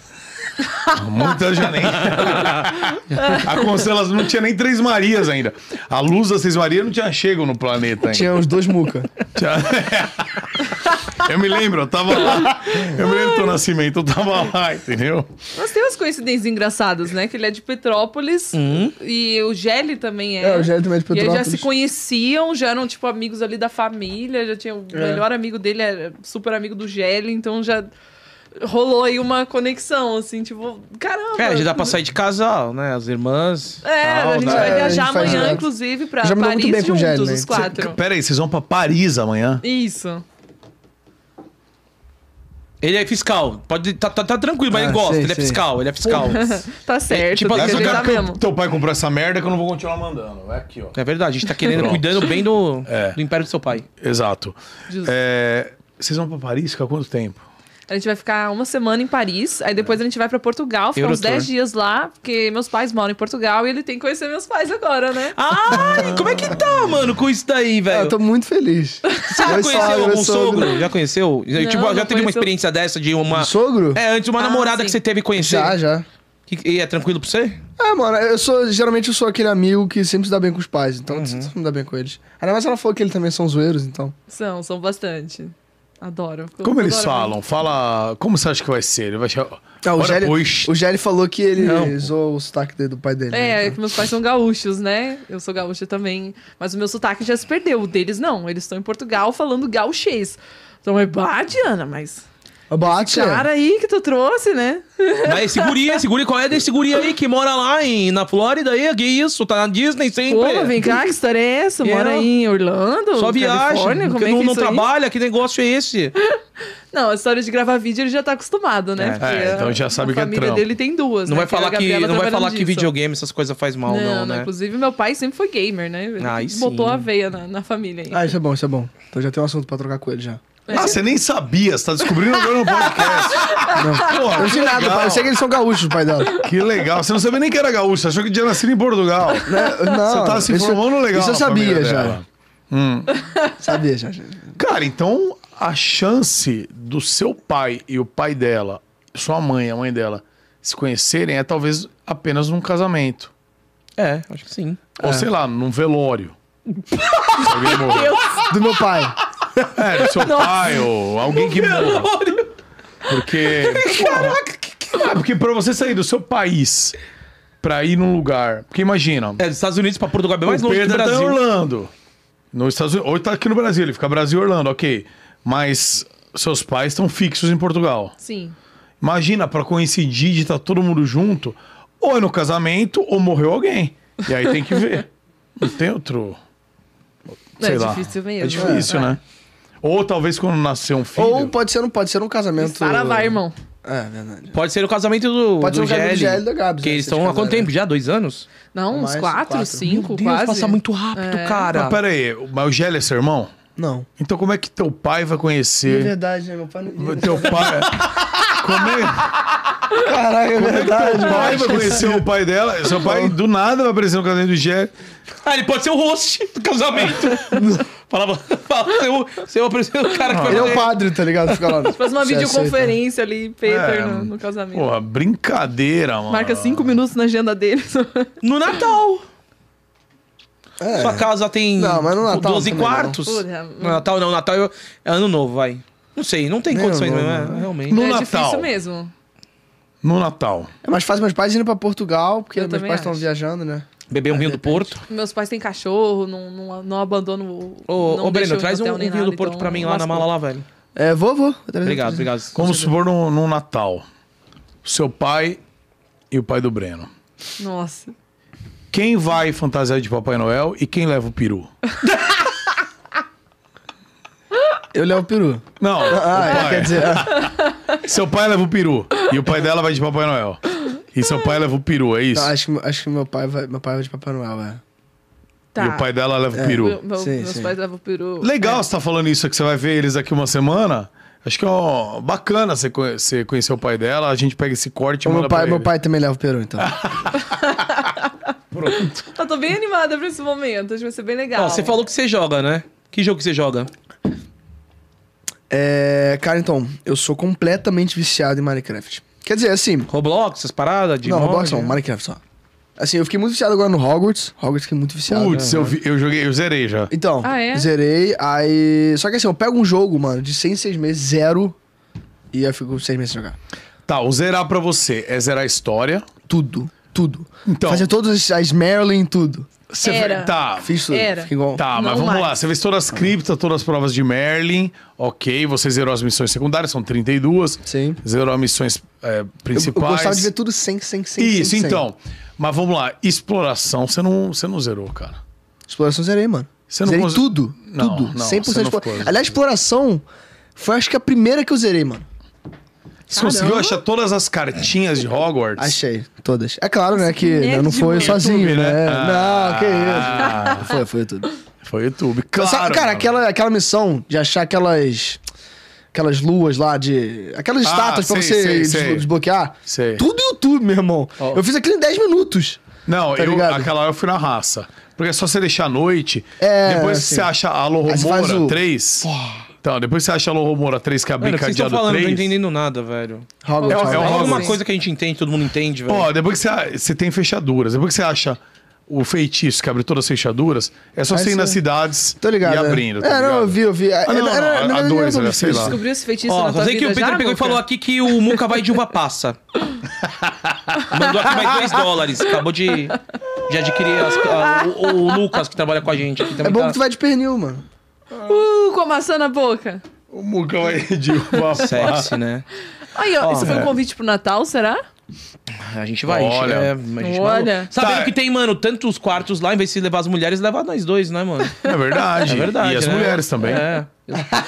[SPEAKER 1] Muitas já nem. A constelação não tinha nem Três Marias ainda. A luz das Três Marias não tinha chego no planeta ainda.
[SPEAKER 3] Tinha os dois muca.
[SPEAKER 1] Tinha- Eu me lembro, eu tava lá. Eu me lembro do teu nascimento, eu tava lá, entendeu?
[SPEAKER 4] Mas tem umas coincidências engraçadas, né? Que ele é de Petrópolis
[SPEAKER 2] Hum?
[SPEAKER 4] e o Gelli também é.
[SPEAKER 3] É, o Gelli também é de
[SPEAKER 4] E eles
[SPEAKER 3] Petrópolis.
[SPEAKER 4] já se conheciam, já eram, tipo, amigos ali da família, já tinha o
[SPEAKER 3] É.
[SPEAKER 4] melhor amigo dele, era super amigo do Gelli, então já rolou aí uma conexão, assim, tipo, caramba.
[SPEAKER 2] É, já dá pra sair de casal, né? As irmãs...
[SPEAKER 4] É,
[SPEAKER 2] tal,
[SPEAKER 4] a gente
[SPEAKER 2] né?
[SPEAKER 3] É,
[SPEAKER 4] vai
[SPEAKER 3] a gente
[SPEAKER 4] viajar
[SPEAKER 3] faz
[SPEAKER 4] amanhã,
[SPEAKER 3] direto.
[SPEAKER 4] inclusive, pra
[SPEAKER 3] Eu já me dou muito
[SPEAKER 4] Paris
[SPEAKER 3] bem com o
[SPEAKER 4] juntos,
[SPEAKER 3] Gelli, né?
[SPEAKER 4] os quatro.
[SPEAKER 1] Pera aí, vocês vão pra Paris amanhã?
[SPEAKER 4] Isso.
[SPEAKER 2] Ele é fiscal. Pode, tá, tá, tá tranquilo, mas
[SPEAKER 3] Ah,
[SPEAKER 2] ele gosta.
[SPEAKER 3] sei,
[SPEAKER 2] ele é
[SPEAKER 3] sei.
[SPEAKER 2] fiscal, ele é fiscal.
[SPEAKER 4] Tá certo,
[SPEAKER 2] tipo,
[SPEAKER 4] tem
[SPEAKER 1] Mas
[SPEAKER 4] que
[SPEAKER 1] eu
[SPEAKER 2] Ele
[SPEAKER 1] quero
[SPEAKER 4] ajeitar
[SPEAKER 1] que
[SPEAKER 4] mesmo.
[SPEAKER 1] o teu pai comprou essa merda que eu não vou continuar mandando. É aqui, ó.
[SPEAKER 2] é verdade, a gente tá querendo,
[SPEAKER 1] Pronto.
[SPEAKER 2] cuidando bem do,
[SPEAKER 1] É.
[SPEAKER 2] do império do seu pai.
[SPEAKER 1] Exato.
[SPEAKER 4] Justo.
[SPEAKER 1] É, vocês vão pra Paris? Fica quanto tempo?
[SPEAKER 4] A gente vai ficar uma semana em Paris, aí depois a gente vai pra Portugal, ficar uns
[SPEAKER 2] Eurotour.
[SPEAKER 4] 10 dias lá, porque meus pais moram em Portugal e ele tem que conhecer meus pais agora,
[SPEAKER 2] Ah.
[SPEAKER 4] né?
[SPEAKER 2] Ai, como é que tá, mano, com isso daí, velho?
[SPEAKER 3] Ah, Eu tô muito feliz.
[SPEAKER 2] Você já
[SPEAKER 3] Eu
[SPEAKER 2] conheceu
[SPEAKER 3] sou- eu
[SPEAKER 2] algum
[SPEAKER 3] sou-
[SPEAKER 2] sogro? Já conheceu?
[SPEAKER 4] Não,
[SPEAKER 2] tipo,
[SPEAKER 4] não
[SPEAKER 2] já teve uma
[SPEAKER 4] conheço.
[SPEAKER 2] experiência dessa de uma.
[SPEAKER 3] Sogro?
[SPEAKER 2] É, antes uma
[SPEAKER 4] Ah,
[SPEAKER 2] namorada
[SPEAKER 4] sim.
[SPEAKER 2] que você teve que conhecer.
[SPEAKER 3] Já, já.
[SPEAKER 2] Que- E é tranquilo pra você?
[SPEAKER 3] Ah, mano, eu sou. Geralmente eu sou aquele amigo que sempre se dá bem com os pais, então
[SPEAKER 1] Uhum.
[SPEAKER 3] eu sempre me dá bem com eles. Ainda mais ela falou que eles também são zoeiros, então.
[SPEAKER 4] São, são bastante. Adoro. Eu
[SPEAKER 1] Como eles
[SPEAKER 4] adoro
[SPEAKER 1] falam? Fala. Como você acha que vai ser? Ele vai chegar.
[SPEAKER 3] Ah, o
[SPEAKER 1] Olha,
[SPEAKER 3] Gelli,
[SPEAKER 1] pois-
[SPEAKER 3] o Gelli falou que ele
[SPEAKER 2] Não, pô.
[SPEAKER 3] zoou o sotaque dele- do pai dele. né?
[SPEAKER 4] É, é
[SPEAKER 2] então.
[SPEAKER 4] que meus pais são gaúchos, né? Eu sou gaúcha também. Mas o meu sotaque já se perdeu. O deles não. Eles estão em Portugal falando gauchês. Então é bah, Diana, mas.
[SPEAKER 3] Bate, é.
[SPEAKER 4] Cara aí que tu trouxe, né?
[SPEAKER 2] Mas esse guri, esse guri, qual é desse guri aí que mora lá em, na Flórida aí? Que isso? Tá na Disney sempre.
[SPEAKER 4] Pô, vem cá, que história é essa? Mora
[SPEAKER 2] É.
[SPEAKER 4] aí em Orlando?
[SPEAKER 2] Só viagem,
[SPEAKER 4] Califórnia? Como
[SPEAKER 2] porque
[SPEAKER 4] é que
[SPEAKER 2] não,
[SPEAKER 4] é
[SPEAKER 2] não
[SPEAKER 4] isso aí?
[SPEAKER 2] trabalha, que negócio é esse?
[SPEAKER 4] Não, a história de gravar vídeo ele já tá acostumado, né?
[SPEAKER 2] É.
[SPEAKER 4] Porque
[SPEAKER 1] É,
[SPEAKER 4] a-
[SPEAKER 1] então já sabe
[SPEAKER 4] a
[SPEAKER 1] que é
[SPEAKER 4] família
[SPEAKER 1] trampo.
[SPEAKER 4] dele tem duas,
[SPEAKER 2] Não
[SPEAKER 4] né?
[SPEAKER 2] vai
[SPEAKER 4] Porque a
[SPEAKER 2] falar que,
[SPEAKER 4] Gabriela
[SPEAKER 2] não vai falar
[SPEAKER 4] trabalhando
[SPEAKER 2] que
[SPEAKER 4] disso.
[SPEAKER 2] videogame, essas coisas faz mal,
[SPEAKER 4] Não,
[SPEAKER 2] não,
[SPEAKER 4] não, é
[SPEAKER 2] né? Ah,
[SPEAKER 4] inclusive meu pai sempre foi gamer, né? Ele
[SPEAKER 2] Aí
[SPEAKER 4] botou
[SPEAKER 2] sim.
[SPEAKER 4] a veia na, na família. aí.
[SPEAKER 3] Ah, isso é bom, isso é bom. Então já tem um assunto pra trocar com ele já.
[SPEAKER 1] Ah, você nem sabia, você tá descobrindo agora no podcast. Porra,
[SPEAKER 3] Eu não
[SPEAKER 1] que,
[SPEAKER 3] sei nada, pai.
[SPEAKER 1] Ah, legal.
[SPEAKER 3] Eu sei que eles são gaúchos, o pai dela.
[SPEAKER 1] que legal. Você não sabia nem que era gaúcho, você achou que tinha nascido em Portugal.
[SPEAKER 3] Né? Não,
[SPEAKER 1] Você tá se
[SPEAKER 3] isso-
[SPEAKER 1] informando legal.
[SPEAKER 3] Isso eu
[SPEAKER 1] na família
[SPEAKER 3] sabia já.
[SPEAKER 1] dela.
[SPEAKER 3] Sabia já. já.
[SPEAKER 1] Cara, então a chance do seu pai e o pai dela, sua mãe, a mãe dela, se conhecerem é talvez apenas num casamento.
[SPEAKER 2] É, acho que sim.
[SPEAKER 1] Ou sei lá, num velório. alguém morreu.
[SPEAKER 3] Do meu pai.
[SPEAKER 1] É, do seu pai ou alguém que morra. Porque. Caraca, que, Porque pra você sair do seu país pra ir num lugar. Porque imagina.
[SPEAKER 2] É, dos Estados Unidos pra Portugal, bem mais
[SPEAKER 1] o
[SPEAKER 2] longe do
[SPEAKER 1] Pedro tá em
[SPEAKER 2] Brasil.
[SPEAKER 1] Orlando. Nos Estados Unidos. Ou tá aqui no Brasil, ele fica Brasil e Orlando, ok. Mas seus pais estão fixos em Portugal.
[SPEAKER 4] Sim.
[SPEAKER 1] Imagina, pra coincidir de estar todo mundo junto, ou é no casamento, ou morreu alguém. E aí tem que ver. Não tem outro. Sei
[SPEAKER 4] é
[SPEAKER 1] lá.
[SPEAKER 4] difícil mesmo.
[SPEAKER 1] É difícil, né? Ou talvez quando nascer um filho.
[SPEAKER 3] Ou pode ser, não pode ser um casamento.
[SPEAKER 4] Saravá, irmão.
[SPEAKER 3] É, verdade.
[SPEAKER 2] Pode ser o casamento do
[SPEAKER 3] Pode ser
[SPEAKER 2] do
[SPEAKER 3] o casamento do
[SPEAKER 2] Gelli,
[SPEAKER 3] GL e da Gabs,
[SPEAKER 2] Que
[SPEAKER 3] né,
[SPEAKER 2] eles
[SPEAKER 3] se eles
[SPEAKER 2] estão há quanto
[SPEAKER 3] casarem.
[SPEAKER 2] tempo já? Dois anos?
[SPEAKER 4] Não, uns
[SPEAKER 3] Mais
[SPEAKER 4] quatro,
[SPEAKER 3] quatro.
[SPEAKER 4] cinco,
[SPEAKER 2] Meu Deus,
[SPEAKER 4] quase. É.
[SPEAKER 2] passa muito rápido, cara.
[SPEAKER 1] Ah, pera aí, mas o Gélio é seu irmão?
[SPEAKER 3] Não.
[SPEAKER 1] Então como é que teu pai vai
[SPEAKER 3] É
[SPEAKER 1] conhecer?
[SPEAKER 3] verdade, né? Meu pai não
[SPEAKER 2] é
[SPEAKER 3] iria.
[SPEAKER 1] Teu pai. Como é
[SPEAKER 3] Caraca, é
[SPEAKER 1] que
[SPEAKER 3] verdade.
[SPEAKER 1] teu pai vai conhecer o pai dela? Seu pai do nada vai aparecer no casamento do Gélio.
[SPEAKER 2] Ah, ele pode ser o host do casamento. Falava, fala, seu, seu apresentador, o cara que vai
[SPEAKER 3] Ele é o
[SPEAKER 2] fazer-
[SPEAKER 3] padre, tá ligado? Fica lá.
[SPEAKER 4] Faz uma
[SPEAKER 3] Você
[SPEAKER 4] videoconferência ali, Peter,
[SPEAKER 1] É.
[SPEAKER 4] no, no casamento.
[SPEAKER 1] Porra, brincadeira, mano.
[SPEAKER 4] Marca cinco minutos na agenda dele.
[SPEAKER 2] No Natal.
[SPEAKER 3] aceita. É.
[SPEAKER 2] Sua casa tem
[SPEAKER 3] Não, mas no Natal
[SPEAKER 2] 12
[SPEAKER 3] também não.
[SPEAKER 2] quartos.
[SPEAKER 4] Porra.
[SPEAKER 2] No Natal não, Natal eu- é ano novo, vai. Não sei, não tem
[SPEAKER 3] Não,
[SPEAKER 2] condições
[SPEAKER 3] não,
[SPEAKER 2] mesmo,
[SPEAKER 3] não.
[SPEAKER 2] é, realmente.
[SPEAKER 1] No
[SPEAKER 4] é
[SPEAKER 1] Natal.
[SPEAKER 4] difícil mesmo.
[SPEAKER 1] No Natal.
[SPEAKER 3] É mais fácil meus pais irem pra Portugal, porque
[SPEAKER 4] Eu
[SPEAKER 3] meus
[SPEAKER 4] também
[SPEAKER 3] pais estão
[SPEAKER 4] acho.
[SPEAKER 3] viajando, né?
[SPEAKER 2] Beber um vinho do Porto.
[SPEAKER 4] Meus pais têm cachorro, não, não, não abandono o.
[SPEAKER 2] Ô,
[SPEAKER 4] não
[SPEAKER 2] ô
[SPEAKER 4] deixo
[SPEAKER 2] Breno,
[SPEAKER 4] em
[SPEAKER 2] traz um,
[SPEAKER 4] hotel
[SPEAKER 2] um
[SPEAKER 4] nem
[SPEAKER 2] vinho
[SPEAKER 4] nada,
[SPEAKER 2] do Porto
[SPEAKER 4] então
[SPEAKER 2] pra mim lá na
[SPEAKER 4] lascou.
[SPEAKER 2] mala lá, velho.
[SPEAKER 3] É, vou, vou.
[SPEAKER 2] Obrigado, obrigado.
[SPEAKER 1] Como supor num, num Natal. Seu pai e o pai do Breno.
[SPEAKER 4] Nossa.
[SPEAKER 1] Quem vai fantasiar de Papai Noel e quem leva o peru?
[SPEAKER 3] Eu levo o peru.
[SPEAKER 1] Não,
[SPEAKER 3] Ah,
[SPEAKER 1] o
[SPEAKER 3] é,
[SPEAKER 1] pai.
[SPEAKER 3] quer dizer... ah,
[SPEAKER 1] seu pai leva o peru e o pai dela vai de Papai Noel. E seu pai leva o peru, é isso?
[SPEAKER 3] não, acho, que, acho que meu pai vai, meu pai vai de Papai Noel, é.
[SPEAKER 4] Tá.
[SPEAKER 1] E o pai dela leva o
[SPEAKER 4] Meu-
[SPEAKER 1] peru.
[SPEAKER 4] meu-
[SPEAKER 3] Sim,
[SPEAKER 4] meus
[SPEAKER 3] sim.
[SPEAKER 4] pais levam o peru.
[SPEAKER 1] Legal
[SPEAKER 3] é.
[SPEAKER 1] você tá falando isso, que você vai ver eles daqui uma semana. Acho que é ó, bacana você, conhe- você conhecer o pai dela. A gente pega esse corte e
[SPEAKER 3] Então,
[SPEAKER 1] manda
[SPEAKER 3] Meu pai,
[SPEAKER 1] pra
[SPEAKER 3] meu
[SPEAKER 1] ele.
[SPEAKER 3] pai também leva o peru, então.
[SPEAKER 4] Eu É. Tá, tô bem animada pra esse momento, acho que vai ser bem legal.
[SPEAKER 2] Ó, você falou que você joga, né? Que jogo que você joga?
[SPEAKER 3] É, cara, então, eu sou completamente viciado em Minecraft. Quer dizer, assim...
[SPEAKER 2] Roblox, essas paradas de
[SPEAKER 3] não,
[SPEAKER 2] mod?
[SPEAKER 3] Roblox não, Minecraft só. Assim, eu fiquei muito viciado agora no Hogwarts. Hogwarts fiquei muito viciado.
[SPEAKER 1] Putz, eu, vi- eu joguei, eu zerei já.
[SPEAKER 3] Então,
[SPEAKER 4] Ah, é?
[SPEAKER 3] zerei, aí... Só que assim, eu pego um jogo, mano, de 100 em 6 meses, zero, e eu fico 6 meses sem jogar.
[SPEAKER 1] Tá, o zerar pra você é zerar a história.
[SPEAKER 3] Tudo, tudo.
[SPEAKER 1] Então-
[SPEAKER 3] Fazer todas as- as Marilyn, tudo.
[SPEAKER 1] Você
[SPEAKER 4] Era.
[SPEAKER 1] fe- Tá,
[SPEAKER 3] Fiz tudo.
[SPEAKER 4] Era.
[SPEAKER 3] Fiquei igual...
[SPEAKER 1] Tá, mas
[SPEAKER 4] Não
[SPEAKER 1] vamos
[SPEAKER 4] mais.
[SPEAKER 1] lá. Você fez todas as criptas, todas as provas de Merlin. Ok, você zerou as missões secundárias, são 32.
[SPEAKER 3] Sim.
[SPEAKER 1] Zerou as missões é,
[SPEAKER 3] Eu, eu
[SPEAKER 1] principais.
[SPEAKER 3] gostava de ver tudo 100, 100, 100,
[SPEAKER 1] Isso,
[SPEAKER 3] 100.
[SPEAKER 1] então. Mas vamos lá. Exploração, você não, você não zerou, cara.
[SPEAKER 3] Exploração zerei, mano.
[SPEAKER 1] Você não
[SPEAKER 3] zerei
[SPEAKER 1] cons-
[SPEAKER 3] tudo,
[SPEAKER 1] Não,
[SPEAKER 3] tudo.
[SPEAKER 1] não,
[SPEAKER 3] 100%
[SPEAKER 1] você não
[SPEAKER 3] explora...
[SPEAKER 1] ficou-
[SPEAKER 3] Aliás, exploração foi acho que a primeira que eu zerei, mano.
[SPEAKER 1] Você
[SPEAKER 4] Caramba.
[SPEAKER 1] conseguiu achar todas as cartinhas de Hogwarts?
[SPEAKER 3] Achei, todas. É claro, né, que
[SPEAKER 4] nerd,
[SPEAKER 3] eu não foi
[SPEAKER 4] mano.
[SPEAKER 3] sozinho,
[SPEAKER 1] YouTube, né?
[SPEAKER 3] né?
[SPEAKER 1] Ah.
[SPEAKER 3] Não, que isso. Não Foi, foi tudo.
[SPEAKER 1] Foi YouTube, claro.
[SPEAKER 3] Sabe, cara,
[SPEAKER 1] mano.
[SPEAKER 3] aquela, aquela missão de achar aquelas... Aquelas luas lá de... Aquelas
[SPEAKER 1] Ah,
[SPEAKER 3] estátuas pra
[SPEAKER 1] sei,
[SPEAKER 3] você
[SPEAKER 1] sei,
[SPEAKER 3] des-
[SPEAKER 1] sei.
[SPEAKER 3] desbloquear.
[SPEAKER 1] Sei.
[SPEAKER 3] Tudo YouTube, meu irmão.
[SPEAKER 2] Ó.
[SPEAKER 3] Eu fiz aquilo em 10 minutos.
[SPEAKER 1] Não,
[SPEAKER 3] tá
[SPEAKER 1] eu,
[SPEAKER 3] ligado?
[SPEAKER 1] aquela hora eu fui na raça. Porque é só você deixar à noite.
[SPEAKER 3] É,
[SPEAKER 1] depois que
[SPEAKER 3] assim.
[SPEAKER 1] você acha a Alô
[SPEAKER 3] Aí você faz
[SPEAKER 1] Romora
[SPEAKER 3] o-
[SPEAKER 1] 3. Então, depois que você acha a Alô Romora 3, que é a
[SPEAKER 2] Mano, o que vocês
[SPEAKER 1] brincadeira
[SPEAKER 2] estão
[SPEAKER 1] do
[SPEAKER 2] falando? Não tô
[SPEAKER 1] 3.
[SPEAKER 2] entendendo nada, velho.
[SPEAKER 3] Hogwarts,
[SPEAKER 1] É o- é o
[SPEAKER 3] Hogwarts.
[SPEAKER 2] Fala alguma
[SPEAKER 4] Hogwarts.
[SPEAKER 2] coisa que a gente entende, todo mundo entende, velho.
[SPEAKER 1] Ó, depois que você, você tem fechaduras, depois que você acha o feitiço que abre todas as fechaduras, é só
[SPEAKER 3] Aí
[SPEAKER 1] você ir
[SPEAKER 3] você-
[SPEAKER 1] nas cidades
[SPEAKER 3] Tô ligado.
[SPEAKER 1] e
[SPEAKER 3] né?
[SPEAKER 1] abrindo. tá
[SPEAKER 3] é, não,
[SPEAKER 1] ligado?
[SPEAKER 3] eu vi, eu vi.
[SPEAKER 1] Ah, não, não, a- a dois, né, sei lá.
[SPEAKER 4] Descobriu esse feitiço
[SPEAKER 2] Ó,
[SPEAKER 4] na
[SPEAKER 2] só
[SPEAKER 4] tua
[SPEAKER 2] sei que
[SPEAKER 4] vida
[SPEAKER 2] o Pedro
[SPEAKER 4] já,
[SPEAKER 2] pegou e
[SPEAKER 4] Muca?
[SPEAKER 2] falou aqui que o Muca vai de uva passa. Mandou aqui mais dois dólares. Acabou de, de adquirir as- a- o, o Lucas, que trabalha com a gente aqui
[SPEAKER 3] É
[SPEAKER 2] também.
[SPEAKER 3] bom
[SPEAKER 2] tá-
[SPEAKER 3] que tu vai de pernil, mano.
[SPEAKER 4] Uh, com a maçã na boca.
[SPEAKER 1] O Muca vai de uva
[SPEAKER 2] Sexy, né?
[SPEAKER 4] Aí, ó, isso foi
[SPEAKER 2] é.
[SPEAKER 4] um convite pro Natal, será?
[SPEAKER 2] A gente vai. a gente-
[SPEAKER 1] Olha.
[SPEAKER 2] é, a gente
[SPEAKER 4] Olha.
[SPEAKER 2] maluco. Sabendo
[SPEAKER 1] Tá.
[SPEAKER 2] que tem, mano, tantos quartos lá, em vez de levar as mulheres, levar nós dois, né, mano?
[SPEAKER 1] É verdade.
[SPEAKER 2] É verdade.
[SPEAKER 1] E as
[SPEAKER 2] né?
[SPEAKER 1] mulheres também.
[SPEAKER 2] É.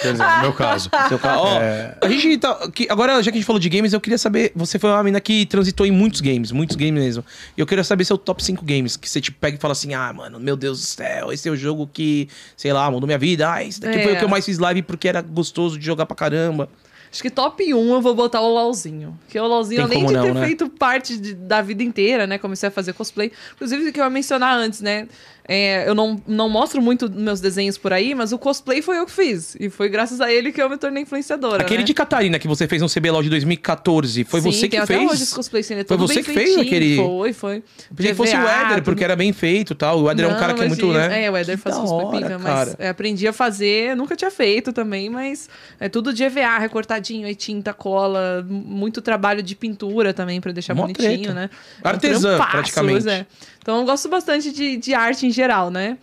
[SPEAKER 1] Quer dizer, no meu caso.
[SPEAKER 2] Seu ca- Ó, a gente tá. que- agora, já que a gente falou de games, eu queria saber. Você foi uma mina que transitou em muitos games, muitos games mesmo. E eu queria saber seu top 5 games. Que você te pega e fala assim: ah, mano, meu Deus do céu, esse é o jogo que, sei lá, mudou minha vida. Ah, esse daqui
[SPEAKER 4] É.
[SPEAKER 2] foi o que eu mais fiz live porque era gostoso de jogar pra caramba.
[SPEAKER 4] Acho que top 1 eu vou botar o LOLzinho. Que o LOLzinho,
[SPEAKER 2] Tem
[SPEAKER 4] além
[SPEAKER 2] como
[SPEAKER 4] de ter
[SPEAKER 2] não, né?
[SPEAKER 4] feito parte de- da vida inteira, né? Comecei a fazer cosplay. Inclusive, o que eu ia mencionar antes, né? é, eu não, não mostro muito meus desenhos por aí, mas o cosplay foi eu que fiz. E foi graças a ele que eu me tornei influenciadora.
[SPEAKER 2] Aquele
[SPEAKER 4] né?
[SPEAKER 2] de Catarina que você fez um no CBLOL de 2014, foi
[SPEAKER 4] Sim,
[SPEAKER 2] você
[SPEAKER 4] tem
[SPEAKER 2] que
[SPEAKER 4] até Hoje
[SPEAKER 2] fez?
[SPEAKER 4] esse cosplay, assim, ele é
[SPEAKER 2] Foi
[SPEAKER 4] todo
[SPEAKER 2] você
[SPEAKER 4] bem
[SPEAKER 2] que fez
[SPEAKER 4] feitinho.
[SPEAKER 2] aquele-
[SPEAKER 4] Foi, foi.
[SPEAKER 2] Pensei que fosse o
[SPEAKER 4] EVA,
[SPEAKER 2] Éder,
[SPEAKER 4] tudo
[SPEAKER 2] porque era bem feito e tal. O Éder é um
[SPEAKER 4] Não,
[SPEAKER 2] cara que é muito,
[SPEAKER 4] imagina.
[SPEAKER 2] né?
[SPEAKER 4] É, o Eder
[SPEAKER 2] Que
[SPEAKER 4] faz
[SPEAKER 2] da
[SPEAKER 4] uns
[SPEAKER 2] hora,
[SPEAKER 4] pipica, mas
[SPEAKER 2] cara.
[SPEAKER 4] é, aprendi a fazer, nunca tinha feito também, mas é tudo de EVA, recortadinho, aí tinta, cola, m- muito trabalho de pintura também pra deixar
[SPEAKER 2] Mó
[SPEAKER 4] bonitinho,
[SPEAKER 2] treta.
[SPEAKER 4] né?
[SPEAKER 2] Artesã,
[SPEAKER 4] trampaço,
[SPEAKER 2] praticamente.
[SPEAKER 4] é. Então eu gosto bastante de, de arte em geral, né?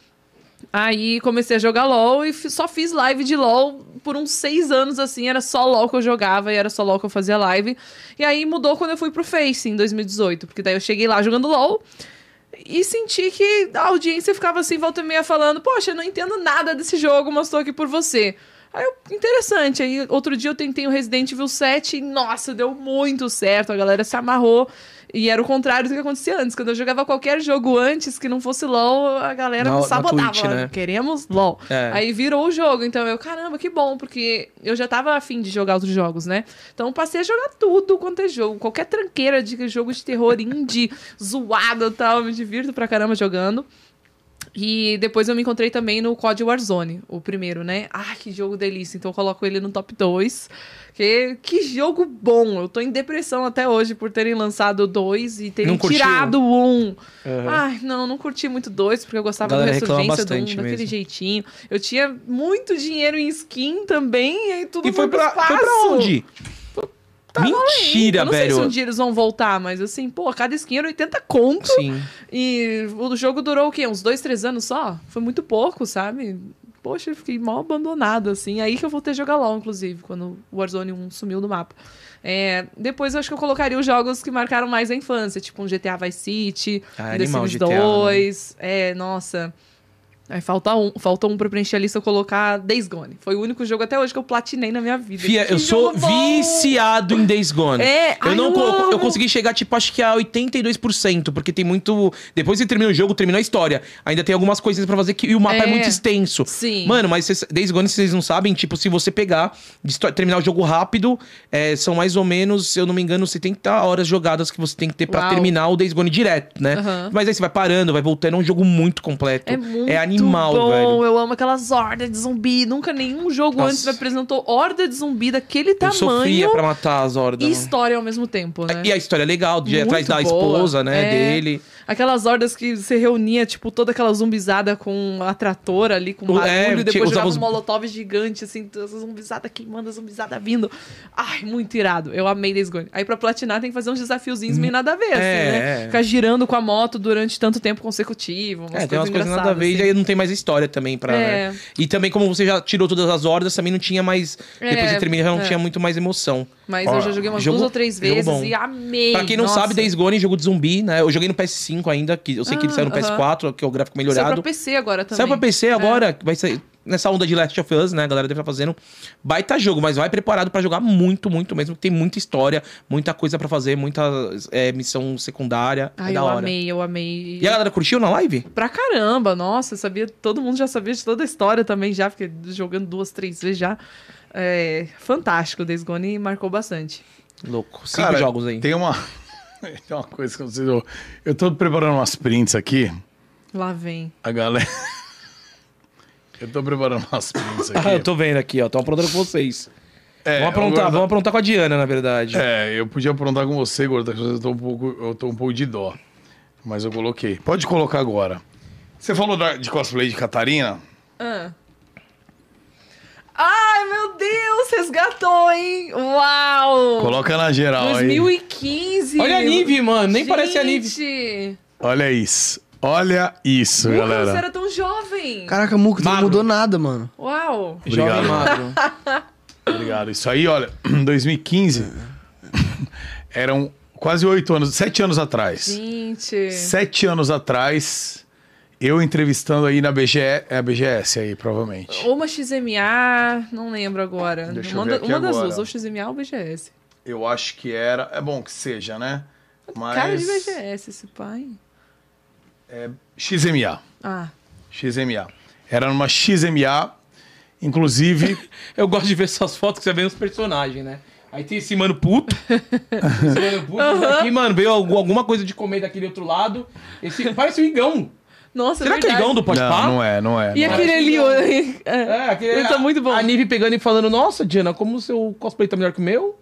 [SPEAKER 4] Aí comecei a jogar LOL e fi- só fiz live de LOL por uns seis anos, assim. Era só LOL que eu jogava e era só LOL que eu fazia live. E aí mudou quando eu fui pro Face em 2018, porque daí eu cheguei lá jogando LOL e senti que a audiência ficava assim, volta e meia, falando: Poxa, eu não entendo nada desse jogo, mas tô aqui por você. Aí eu, interessante. Aí outro dia eu tentei o Resident Evil 7 e, nossa, deu muito certo. A galera se amarrou. E era o contrário do que acontecia antes. Quando eu jogava qualquer jogo antes que não fosse LOL, a galera
[SPEAKER 2] Na-
[SPEAKER 4] me
[SPEAKER 2] na
[SPEAKER 4] sabotava.
[SPEAKER 2] Twitch, né?
[SPEAKER 4] Queremos LOL.
[SPEAKER 2] É.
[SPEAKER 4] Aí virou o jogo. Então eu, caramba, que bom, porque eu já tava afim de jogar outros jogos, né? Então eu passei a jogar tudo quanto é jogo. Qualquer tranqueira de jogo de terror indie, zoado e tal. Eu me divirto pra caramba jogando. E depois eu me encontrei também no COD Warzone, o primeiro, né? Ah, que jogo delícia. Então eu coloco ele no top 2. Que, que jogo bom. Eu tô em depressão até hoje por terem lançado o 2 e terem
[SPEAKER 2] Não curtiu?
[SPEAKER 4] tirado o 1. Um.
[SPEAKER 2] Aham.
[SPEAKER 4] Ai, não, não curti muito o 2, porque eu gostava da
[SPEAKER 2] É. Galera reclama
[SPEAKER 4] ressurgência do 1,
[SPEAKER 2] bastante
[SPEAKER 4] daquele
[SPEAKER 2] mesmo.
[SPEAKER 4] jeitinho. Eu tinha muito dinheiro em skin também, e aí tudo
[SPEAKER 2] E foi
[SPEAKER 4] pro
[SPEAKER 2] pra, foi pra
[SPEAKER 4] espaço. Tá
[SPEAKER 2] onde? Mentira,
[SPEAKER 4] Eu não
[SPEAKER 2] velho.
[SPEAKER 4] sei se um dia eles vão voltar, mas assim, pô, cada skin era 80 conto.
[SPEAKER 2] Sim.
[SPEAKER 4] E o jogo durou o quê? Uns dois, três anos só? Foi muito pouco, sabe? Poxa, eu fiquei mal abandonado, assim. Aí que eu voltei a jogar LOL, inclusive, quando o Warzone 1 sumiu do mapa. É, depois eu acho que eu colocaria os jogos que marcaram mais a infância, tipo um GTA Vice City,
[SPEAKER 2] Ah,
[SPEAKER 4] The
[SPEAKER 2] animal
[SPEAKER 4] Sims
[SPEAKER 2] GTA. né?
[SPEAKER 4] 2. É, nossa. Aí falta um, falta um pra preencher a lista eu colocar Days Gone. Foi o único jogo até hoje que eu platinei na minha vida.
[SPEAKER 2] Fia,
[SPEAKER 4] Que
[SPEAKER 2] eu sou
[SPEAKER 4] jogo bom!
[SPEAKER 2] viciado em Days Gone.
[SPEAKER 4] É,
[SPEAKER 2] Eu
[SPEAKER 4] ai,
[SPEAKER 2] não co- eu,
[SPEAKER 4] amo.
[SPEAKER 2] consegui chegar, tipo, acho que a 82%, porque tem muito. Depois que termina o jogo, termina a história. Ainda tem algumas coisinhas pra fazer que... e o mapa é,
[SPEAKER 4] É.
[SPEAKER 2] muito extenso.
[SPEAKER 4] Sim.
[SPEAKER 2] Mano, mas vocês- Days Gone, se vocês não sabem, tipo, se você pegar, desto- terminar o jogo rápido, é, são mais ou menos, se eu não me engano, 70 horas jogadas que você tem que ter pra
[SPEAKER 4] Uau.
[SPEAKER 2] terminar o Days Gone direto, né?
[SPEAKER 4] Aham.
[SPEAKER 2] Mas aí você vai parando, vai voltando, é um jogo muito completo.
[SPEAKER 4] É muito
[SPEAKER 2] animal,
[SPEAKER 4] bom.
[SPEAKER 2] velho.
[SPEAKER 4] Eu amo aquelas hordas de zumbi. Nunca nenhum jogo
[SPEAKER 2] Nossa.
[SPEAKER 4] antes me apresentou horda de zumbi daquele
[SPEAKER 2] Eu sofria
[SPEAKER 4] É tamanho
[SPEAKER 2] pra matar as hordas.
[SPEAKER 4] e
[SPEAKER 2] mano.
[SPEAKER 4] história ao mesmo tempo, né?
[SPEAKER 2] E a história é legal, de ir
[SPEAKER 4] Muito
[SPEAKER 2] atrás da
[SPEAKER 4] boa.
[SPEAKER 2] esposa, né,
[SPEAKER 4] É.
[SPEAKER 2] dele.
[SPEAKER 4] Aquelas hordas que se reunia, tipo, toda aquela zumbizada com a tratora ali, com
[SPEAKER 2] O-
[SPEAKER 4] barulho,
[SPEAKER 2] é,
[SPEAKER 4] e
[SPEAKER 2] tinha-
[SPEAKER 4] depois
[SPEAKER 2] usava
[SPEAKER 4] jogava
[SPEAKER 2] os-
[SPEAKER 4] um molotov gigante, assim, toda essa zumbizada queimando, a zumbizada vindo. Ai, muito irado. Eu amei Days Gone. Aí pra platinar tem que fazer uns desafiozinhos meio nada a ver,
[SPEAKER 2] é,
[SPEAKER 4] assim,
[SPEAKER 2] é.
[SPEAKER 4] né? Ficar girando com a moto durante tanto tempo consecutivo, umas
[SPEAKER 2] é, tem umas coisas nada a
[SPEAKER 4] engraçadas,
[SPEAKER 2] ver e
[SPEAKER 4] assim.
[SPEAKER 2] aí não tem mais história também pra.
[SPEAKER 4] É.
[SPEAKER 2] né? E também, como você já tirou todas as hordas, também não tinha mais. Depois
[SPEAKER 4] É,
[SPEAKER 2] de terminar, já não
[SPEAKER 4] é.
[SPEAKER 2] tinha muito mais emoção.
[SPEAKER 4] Mas
[SPEAKER 2] Ó,
[SPEAKER 4] eu já joguei umas
[SPEAKER 2] jogo-
[SPEAKER 4] duas ou três
[SPEAKER 2] jogo
[SPEAKER 4] vezes
[SPEAKER 2] bom.
[SPEAKER 4] e amei.
[SPEAKER 2] pra quem não
[SPEAKER 4] nossa.
[SPEAKER 2] sabe, Days Gone é jogo de zumbi, né? Eu joguei no PS5 ainda, que eu sei que ele
[SPEAKER 4] Ah,
[SPEAKER 2] saiu no
[SPEAKER 4] aham.
[SPEAKER 2] PS4, que é o gráfico
[SPEAKER 4] Saiu
[SPEAKER 2] melhorado.
[SPEAKER 4] pra PC agora também. É.
[SPEAKER 2] Saiu é pra PC agora, que vai sair. Nessa onda de Last of Us, né? A galera deve estar fazendo baita jogo, mas vai preparado pra jogar muito, muito mesmo. que Tem muita história, muita coisa pra fazer, muita é, missão secundária.
[SPEAKER 4] Ai,
[SPEAKER 2] é da
[SPEAKER 4] eu
[SPEAKER 2] hora.
[SPEAKER 4] amei, eu amei.
[SPEAKER 2] E a galera curtiu na live?
[SPEAKER 4] Pra caramba, nossa, eu sabia, todo mundo já sabia de toda a história também já, fiquei jogando duas, três vezes já. É, fantástico, Days Gone marcou bastante.
[SPEAKER 2] Louco. Cinco
[SPEAKER 1] Cara,
[SPEAKER 2] jogos aí.
[SPEAKER 1] Tem uma, tem uma coisa que eu preciso. Eu tô preparando umas prints aqui.
[SPEAKER 4] Lá vem.
[SPEAKER 1] A galera. Eu tô preparando umas prints aqui.
[SPEAKER 2] Ah, eu tô vendo aqui, ó. Tô aprontando com vocês.
[SPEAKER 1] É,
[SPEAKER 2] vamos aprontar,
[SPEAKER 1] agora-
[SPEAKER 2] vamos aprontar com a Diana, na verdade.
[SPEAKER 1] É, eu podia aprontar com você, Gorda, eu tô um pouco, eu tô um pouco de dó. Mas eu coloquei. Pode colocar agora. Você falou da- de cosplay de Catarina?
[SPEAKER 4] Ah. Ai, meu Deus, resgatou, hein? Uau!
[SPEAKER 1] Coloca na geral aí.
[SPEAKER 4] 2015.
[SPEAKER 2] Olha a Nive, mano. Nem parece a Nive.
[SPEAKER 4] Gente,
[SPEAKER 1] Olha isso. Olha isso,
[SPEAKER 4] Lucas,
[SPEAKER 1] galera.
[SPEAKER 4] você era tão jovem.
[SPEAKER 3] Caraca, Muco, tu não
[SPEAKER 2] Magro.
[SPEAKER 3] mudou nada, mano.
[SPEAKER 4] Uau.
[SPEAKER 1] Obrigado.
[SPEAKER 2] Jovem magro.
[SPEAKER 1] Obrigado. Isso aí, olha, 2015 eram quase oito anos, sete anos atrás.
[SPEAKER 4] Gente.
[SPEAKER 1] Sete anos atrás, eu entrevistando aí na BGE, é a BGS aí, provavelmente.
[SPEAKER 4] Ou uma XMA, não lembro agora.
[SPEAKER 1] Deixa eu
[SPEAKER 4] uma
[SPEAKER 1] ver
[SPEAKER 4] da-
[SPEAKER 1] aqui
[SPEAKER 4] uma das
[SPEAKER 1] agora.
[SPEAKER 4] duas, ou XMA ou BGS.
[SPEAKER 1] Eu acho que era. É bom que seja, né? Mas.
[SPEAKER 4] Cara de BGS, esse pai.
[SPEAKER 1] XMA.
[SPEAKER 4] Ah,
[SPEAKER 1] XMA. Era numa XMA, inclusive.
[SPEAKER 2] Eu gosto de ver essas fotos que você vê nos personagens, né? Aí tem esse mano puto. esse mano puto. esse Aqui, mano, veio algu- alguma coisa de comer daquele outro lado. Esse parece o Igão.
[SPEAKER 4] nossa,
[SPEAKER 2] Será que é o
[SPEAKER 4] verdade.
[SPEAKER 2] Igão do Pode
[SPEAKER 1] não,
[SPEAKER 2] Pá?
[SPEAKER 1] não é, não é. não
[SPEAKER 4] E
[SPEAKER 1] é.
[SPEAKER 4] aquele ali, ó. É.
[SPEAKER 2] É, aquele
[SPEAKER 4] Ele tá
[SPEAKER 2] a-
[SPEAKER 4] muito bom.
[SPEAKER 2] A Nive pegando e falando: Nossa, Diana, como o seu cosplay tá melhor que o meu?